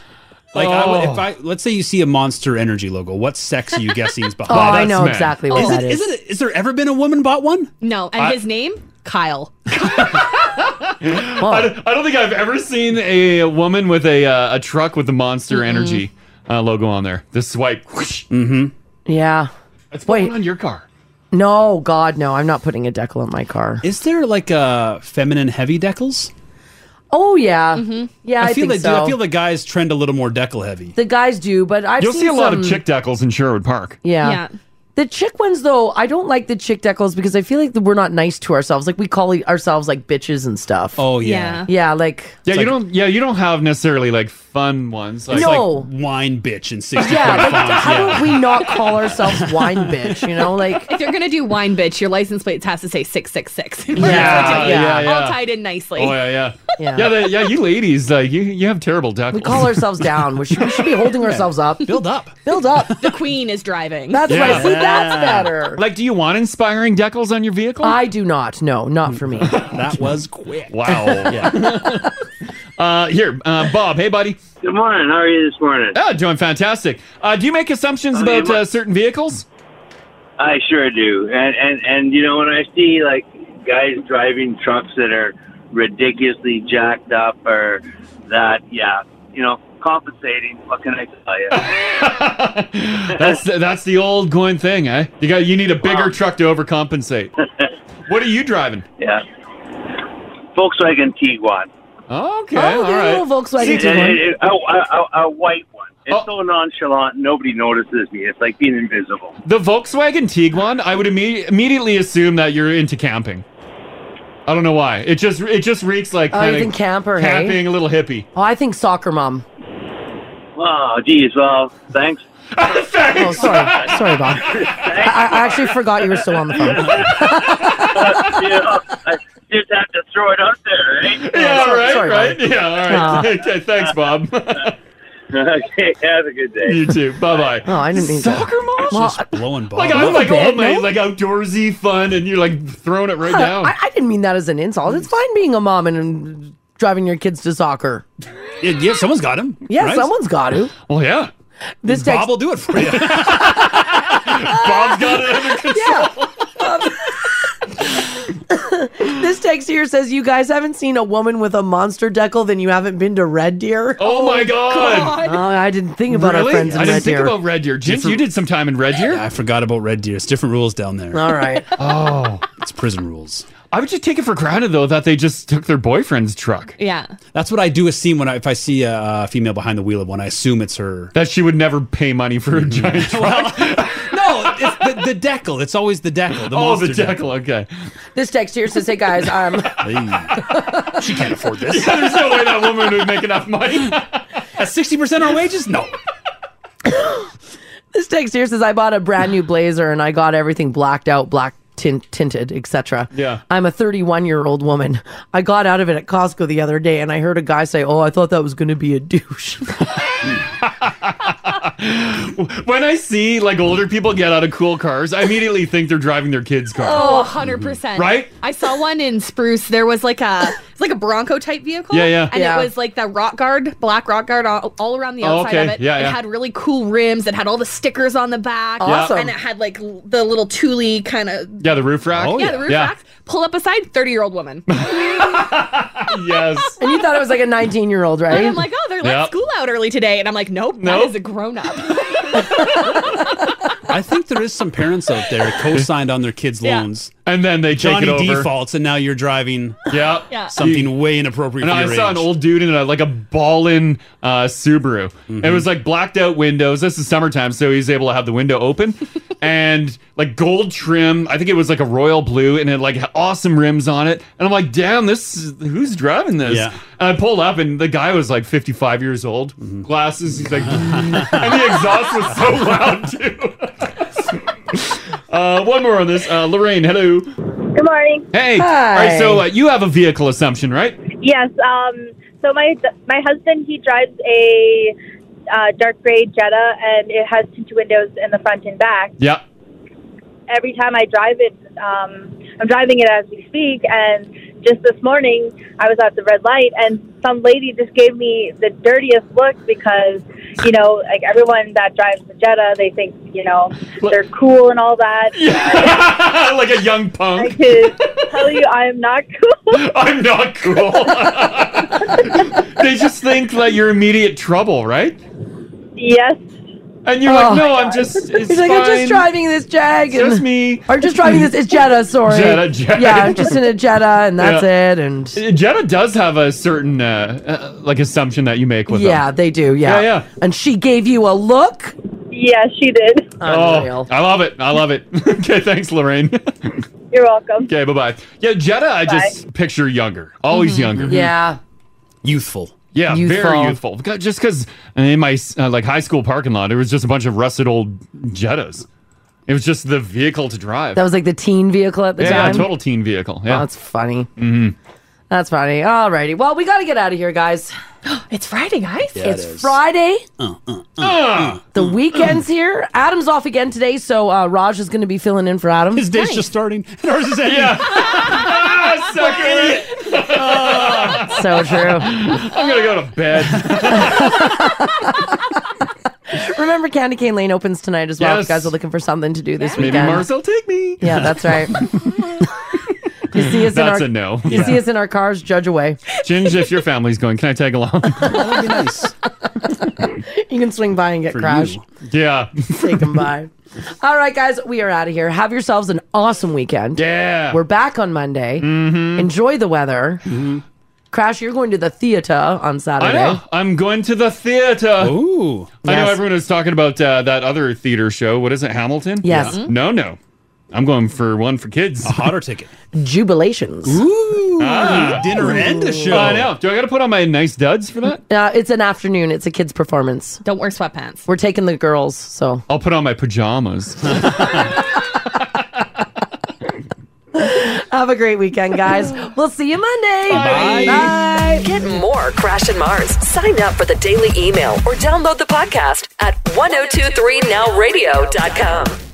Speaker 7: Like I would,
Speaker 9: Oh.
Speaker 7: if I let's say you see a Monster Energy logo, what sex are you guessing is behind?
Speaker 9: Oh, I know exactly what
Speaker 7: is
Speaker 9: that
Speaker 7: it,
Speaker 9: is.
Speaker 7: Is it? Is there ever been a woman bought one?
Speaker 4: No, and
Speaker 7: I-
Speaker 4: his name Kyle.
Speaker 3: I, don't, I don't think I've ever seen a woman with a uh, a truck with the Monster Energy uh, logo on there. The swipe. Mm-hmm.
Speaker 9: yeah.
Speaker 3: It's Wait. on your car.
Speaker 9: No, God, no, I'm not putting a decal in my car.
Speaker 7: Is there like uh, feminine heavy decals?
Speaker 9: Oh yeah,
Speaker 3: Mm-hmm.
Speaker 9: yeah. I,
Speaker 7: feel
Speaker 9: think
Speaker 7: they do.
Speaker 9: so.
Speaker 7: I feel the guys trend a little more decal heavy.
Speaker 9: the guys do, but I've
Speaker 3: You'll
Speaker 9: seen
Speaker 3: see a lot of
Speaker 9: some-
Speaker 3: chick decals in Sherwood Park.
Speaker 9: Yeah. The chick ones, though, I don't like the chick decals because I feel like we're not nice to ourselves. Like we call e- ourselves like bitches and stuff.
Speaker 3: Oh, yeah.
Speaker 9: yeah,
Speaker 3: Yeah.
Speaker 9: like
Speaker 3: Yeah, you don't. Yeah, you don't have necessarily like fun ones. Like,
Speaker 9: It's like No.
Speaker 3: wine bitch and sixty.
Speaker 9: Yeah, like, how don't we not call ourselves wine bitch? You know, like
Speaker 4: if you're gonna do wine bitch, your license plates has to say six six six. Yeah,
Speaker 3: Yeah, yeah, yeah.
Speaker 4: all tied in nicely.
Speaker 3: Oh yeah, yeah,
Speaker 9: Yeah.
Speaker 3: yeah, yeah. the- yeah you ladies, like you, you have terrible decals. We
Speaker 9: call ourselves down. We should, we should be holding ourselves up. Build
Speaker 7: up.
Speaker 9: Build up.
Speaker 4: The queen is driving.
Speaker 9: That's
Speaker 3: Yeah.
Speaker 9: right. See, that's
Speaker 3: Yeah.
Speaker 9: better.
Speaker 3: Like, do you want inspiring decals on your vehicle?
Speaker 9: I do not. No, not for me.
Speaker 7: that was quick.
Speaker 3: Wow. uh, here, uh, Bob. Hey, buddy.
Speaker 19: Good morning. How are you this morning?
Speaker 3: Oh, doing fantastic. Uh, do you make assumptions
Speaker 19: Oh,
Speaker 3: about
Speaker 19: you mu-
Speaker 3: uh, certain vehicles?
Speaker 19: I sure do. And and and you know when I see like guys driving trucks that are ridiculously jacked up or that, yeah, you know, compensating. What can I tell you?
Speaker 3: That's the, that's the old going thing, eh? You got you need a bigger truck to overcompensate. what are you driving?
Speaker 19: yeah, Volkswagen Tiguan.
Speaker 3: Okay,
Speaker 9: Oh,
Speaker 3: all right.
Speaker 19: It- it- it- A, a- a- a white one. It's
Speaker 3: Oh.
Speaker 19: so nonchalant, nobody notices me. It's like being invisible.
Speaker 3: The Volkswagen Tiguan, I would imme- immediately assume that you're into camping. I don't know why. It just it just reeks like
Speaker 9: Oh, you
Speaker 3: kinda
Speaker 9: think camper, hey?
Speaker 3: camping, a little hippie.
Speaker 9: Oh, I think soccer mom.
Speaker 19: Oh, geez. Well, thanks.
Speaker 9: Oh, sorry, sorry, Bob. I, I actually forgot you were still on the phone.
Speaker 19: you know, I just have to throw it out there, right?
Speaker 3: Yeah, all right,
Speaker 19: sorry,
Speaker 3: right.
Speaker 19: Bobby.
Speaker 3: Yeah, all right.
Speaker 19: Ah.
Speaker 3: okay, thanks, Bob.
Speaker 19: okay, have a good day.
Speaker 3: you too. Bye bye.
Speaker 19: Oh, I didn't mean to-
Speaker 3: soccer mom.
Speaker 7: Just blowing
Speaker 3: Like
Speaker 7: balls.
Speaker 3: I'm like all my
Speaker 9: no?
Speaker 3: like outdoorsy fun, and you're like throwing it right
Speaker 9: Huh,
Speaker 3: down.
Speaker 9: I, I didn't mean that as an insult. It's fine being a mom and, and driving your kids to soccer.
Speaker 7: Yeah, yeah, someone's got him.
Speaker 9: Yeah, someone's got to.
Speaker 3: Well, yeah.
Speaker 9: This
Speaker 7: Bob
Speaker 9: text-
Speaker 7: will do it for you.
Speaker 3: Bob's got it under control.
Speaker 9: this text here says, "You guys haven't seen a woman with a monster decal, then you haven't been to Red Deer."
Speaker 3: Oh, my God.
Speaker 9: Oh, I didn't think about
Speaker 3: Really?
Speaker 9: our friends in
Speaker 3: I didn't
Speaker 9: Red
Speaker 3: think
Speaker 9: Deer.
Speaker 3: about Red Deer. Jim, you did some time in Red Deer.
Speaker 7: I forgot about Red Deer. It's different rules down there.
Speaker 9: All right.
Speaker 3: oh,
Speaker 7: it's prison rules.
Speaker 3: I would just take it for granted though that they just took their boyfriend's truck.
Speaker 4: Yeah.
Speaker 7: That's what I do. A scene when I, if I see a, uh female behind the wheel of one, I assume it's her.
Speaker 3: That she would never pay money for a giant truck.
Speaker 7: no, it's the, the decal. It's always the decal. The
Speaker 3: Oh, the
Speaker 7: monster
Speaker 3: decal. Okay.
Speaker 9: This text here says, "Hey guys, um,
Speaker 7: she can't afford this.
Speaker 3: Yeah, there's no way that woman would make enough money.
Speaker 7: At sixty percent our wages, no.
Speaker 9: this text here says I bought a brand new blazer and I got everything blacked out, black tint, tinted, etc.
Speaker 3: Yeah.
Speaker 9: I'm a 31 year old woman. I got out of it at Costco the other day and I heard a guy say, "Oh, I thought that was going to be a douche."
Speaker 3: When I see like older people get out of cool cars, I immediately think they're driving their kids' car.
Speaker 4: Oh, 100%.
Speaker 3: Right?
Speaker 4: I saw one in Spruce. There was like a it's like a Bronco type vehicle.
Speaker 3: Yeah, yeah.
Speaker 4: And
Speaker 3: Yeah.
Speaker 4: it was like the rock guard, black rock guard all, all around the
Speaker 3: Oh,
Speaker 4: outside of
Speaker 3: okay.
Speaker 4: it.
Speaker 3: Yeah,
Speaker 4: it
Speaker 3: yeah.
Speaker 4: had really cool rims. It had all the stickers on the back.
Speaker 3: Awesome.
Speaker 4: And it had like l- the little Thule kind of
Speaker 3: Yeah, the roof
Speaker 7: Oh,
Speaker 3: rack.
Speaker 4: yeah, the roof racks. Pull up beside 30 year old woman.
Speaker 3: yes.
Speaker 9: and you thought it was like a 19 year old, right?
Speaker 4: And I'm like, oh, they're let
Speaker 9: Yep.
Speaker 4: school out early today. And I'm like, nope, that
Speaker 9: Nope.
Speaker 4: is a grown up.
Speaker 7: I think there is some parents out there co-signed on their kids'
Speaker 3: Yeah.
Speaker 7: loans,
Speaker 3: and then they take
Speaker 7: Johnny
Speaker 3: it over.
Speaker 7: defaults, and now you're driving.
Speaker 3: Yeah.
Speaker 7: Yeah. something way inappropriate.
Speaker 3: And
Speaker 7: for
Speaker 3: I
Speaker 7: your
Speaker 3: saw
Speaker 7: age.
Speaker 3: an old dude in a, like a ballin uh, Subaru. It was like blacked out windows. This is summertime, so he's able to have the window open and like gold trim. I think it was like a royal blue, and it had like awesome rims on it. And I'm like, damn, this is- who's driving this?
Speaker 27: Yeah.
Speaker 3: And I pulled up, and the guy was like 55 years old, glasses. He's like, and the exhaust was so loud too. Uh, one more on this. Uh, Lorraine, hello.
Speaker 28: Good morning.
Speaker 3: Hey. All right, so uh, you have a vehicle assumption, right?
Speaker 28: yes. Um. So my my husband he drives a uh, dark gray Jetta, and it has tinted windows in the front and back.
Speaker 3: Yeah.
Speaker 28: Every time I drive it, um, I'm driving it as we speak, and just this morning I was at the red light, and some lady just gave me the dirtiest look because you know, like everyone that drives the Jetta, they think you know they're cool and all that.
Speaker 3: like a young punk.
Speaker 28: I can tell you, I'm not cool.
Speaker 3: I'm not cool. they just think like you're immediate trouble, right?
Speaker 28: Yes.
Speaker 3: And you're
Speaker 9: Oh
Speaker 3: like, no,
Speaker 9: my
Speaker 3: I'm just. It's
Speaker 9: He's like, I'm just
Speaker 3: fine."
Speaker 9: driving this Jag.
Speaker 3: It's
Speaker 9: and-
Speaker 3: just me.
Speaker 9: Or just driving this. It's Jetta, sorry.
Speaker 3: Jetta, Jag.
Speaker 9: Yeah, I'm just in a Jetta, and that's
Speaker 3: Yeah.
Speaker 9: it. And
Speaker 3: Jetta does have a certain uh, uh, like assumption that you make with
Speaker 9: yeah,
Speaker 3: them.
Speaker 9: they do. Yeah.
Speaker 3: Yeah, yeah.
Speaker 9: And she gave you a look. Um,
Speaker 28: Yeah, she did.
Speaker 3: Oh, I love it. I love it. okay, thanks, Lorraine.
Speaker 28: You're welcome.
Speaker 3: Okay, bye bye. Yeah, Jetta, I just picture younger, always younger.
Speaker 9: Mm-hmm. Yeah.
Speaker 7: Youthful.
Speaker 3: Yeah, very
Speaker 7: Youthful.
Speaker 3: youthful. Because- Just because in my uh, like high school parking lot, it was just a bunch of rusted old Jettas. It was just the vehicle to drive.
Speaker 9: That was like the teen vehicle at the
Speaker 3: yeah,
Speaker 9: time. Oh,
Speaker 3: total teen vehicle. Yeah,
Speaker 9: that's funny.
Speaker 3: hmm
Speaker 9: That's funny. Alrighty. Well, we got to get out of here, guys. it's Friday, guys.
Speaker 3: Yeah, it
Speaker 9: it's
Speaker 3: is. Uh,
Speaker 9: Friday. Uh,
Speaker 3: Ah.
Speaker 9: The weekend's here. Adam's off again today, so uh, Raj is going to be filling in for Adam. His
Speaker 7: day's just starting, and ours is ending.
Speaker 9: so true.
Speaker 3: I'm gonna go to bed.
Speaker 9: Remember, Candy Cane Lane opens tonight as well. If
Speaker 3: Yes.
Speaker 9: you guys are looking for something to do this
Speaker 3: Maybe
Speaker 9: weekend,
Speaker 3: Mars will take me.
Speaker 9: Yeah, that's right. you see us
Speaker 3: That's
Speaker 9: in our,
Speaker 3: a no.
Speaker 9: You
Speaker 3: Yeah.
Speaker 9: see us in our cars. Judge away.
Speaker 3: Ginge, if your family's going, can I tag along?
Speaker 9: You can swing by and get crashed.
Speaker 3: Yeah.
Speaker 9: Take them by. All right, guys, we are out of here. Have yourselves an awesome weekend.
Speaker 3: Yeah. Mm-hmm.
Speaker 9: We're back on Monday. Enjoy the weather. Crash, you're going to the theater on
Speaker 3: I
Speaker 9: Saturday.
Speaker 3: know. I'm going to the theater.
Speaker 7: Ooh.
Speaker 3: I know
Speaker 9: Yes.
Speaker 3: everyone is talking about uh, that other theater show. What is it, Hamilton?
Speaker 9: Yes. Mm-hmm. Yeah.
Speaker 3: No, no. I'm going for one for kids. A
Speaker 7: hotter ticket.
Speaker 9: Jubilations.
Speaker 7: Ooh.
Speaker 3: Ah.
Speaker 7: Dinner and a show.
Speaker 3: I know. Do I got to put on my nice duds for that?
Speaker 9: Uh, it's an afternoon. It's a kids' performance. Don't wear sweatpants. We're taking the girls, so.
Speaker 3: I'll put on my pajamas.
Speaker 9: Have a great weekend, guys. we'll see you Monday.
Speaker 6: Bye.
Speaker 9: Bye.
Speaker 6: Get more Crash and Mars. Sign up for oh the daily email or download the podcast at 1023nowradio.com.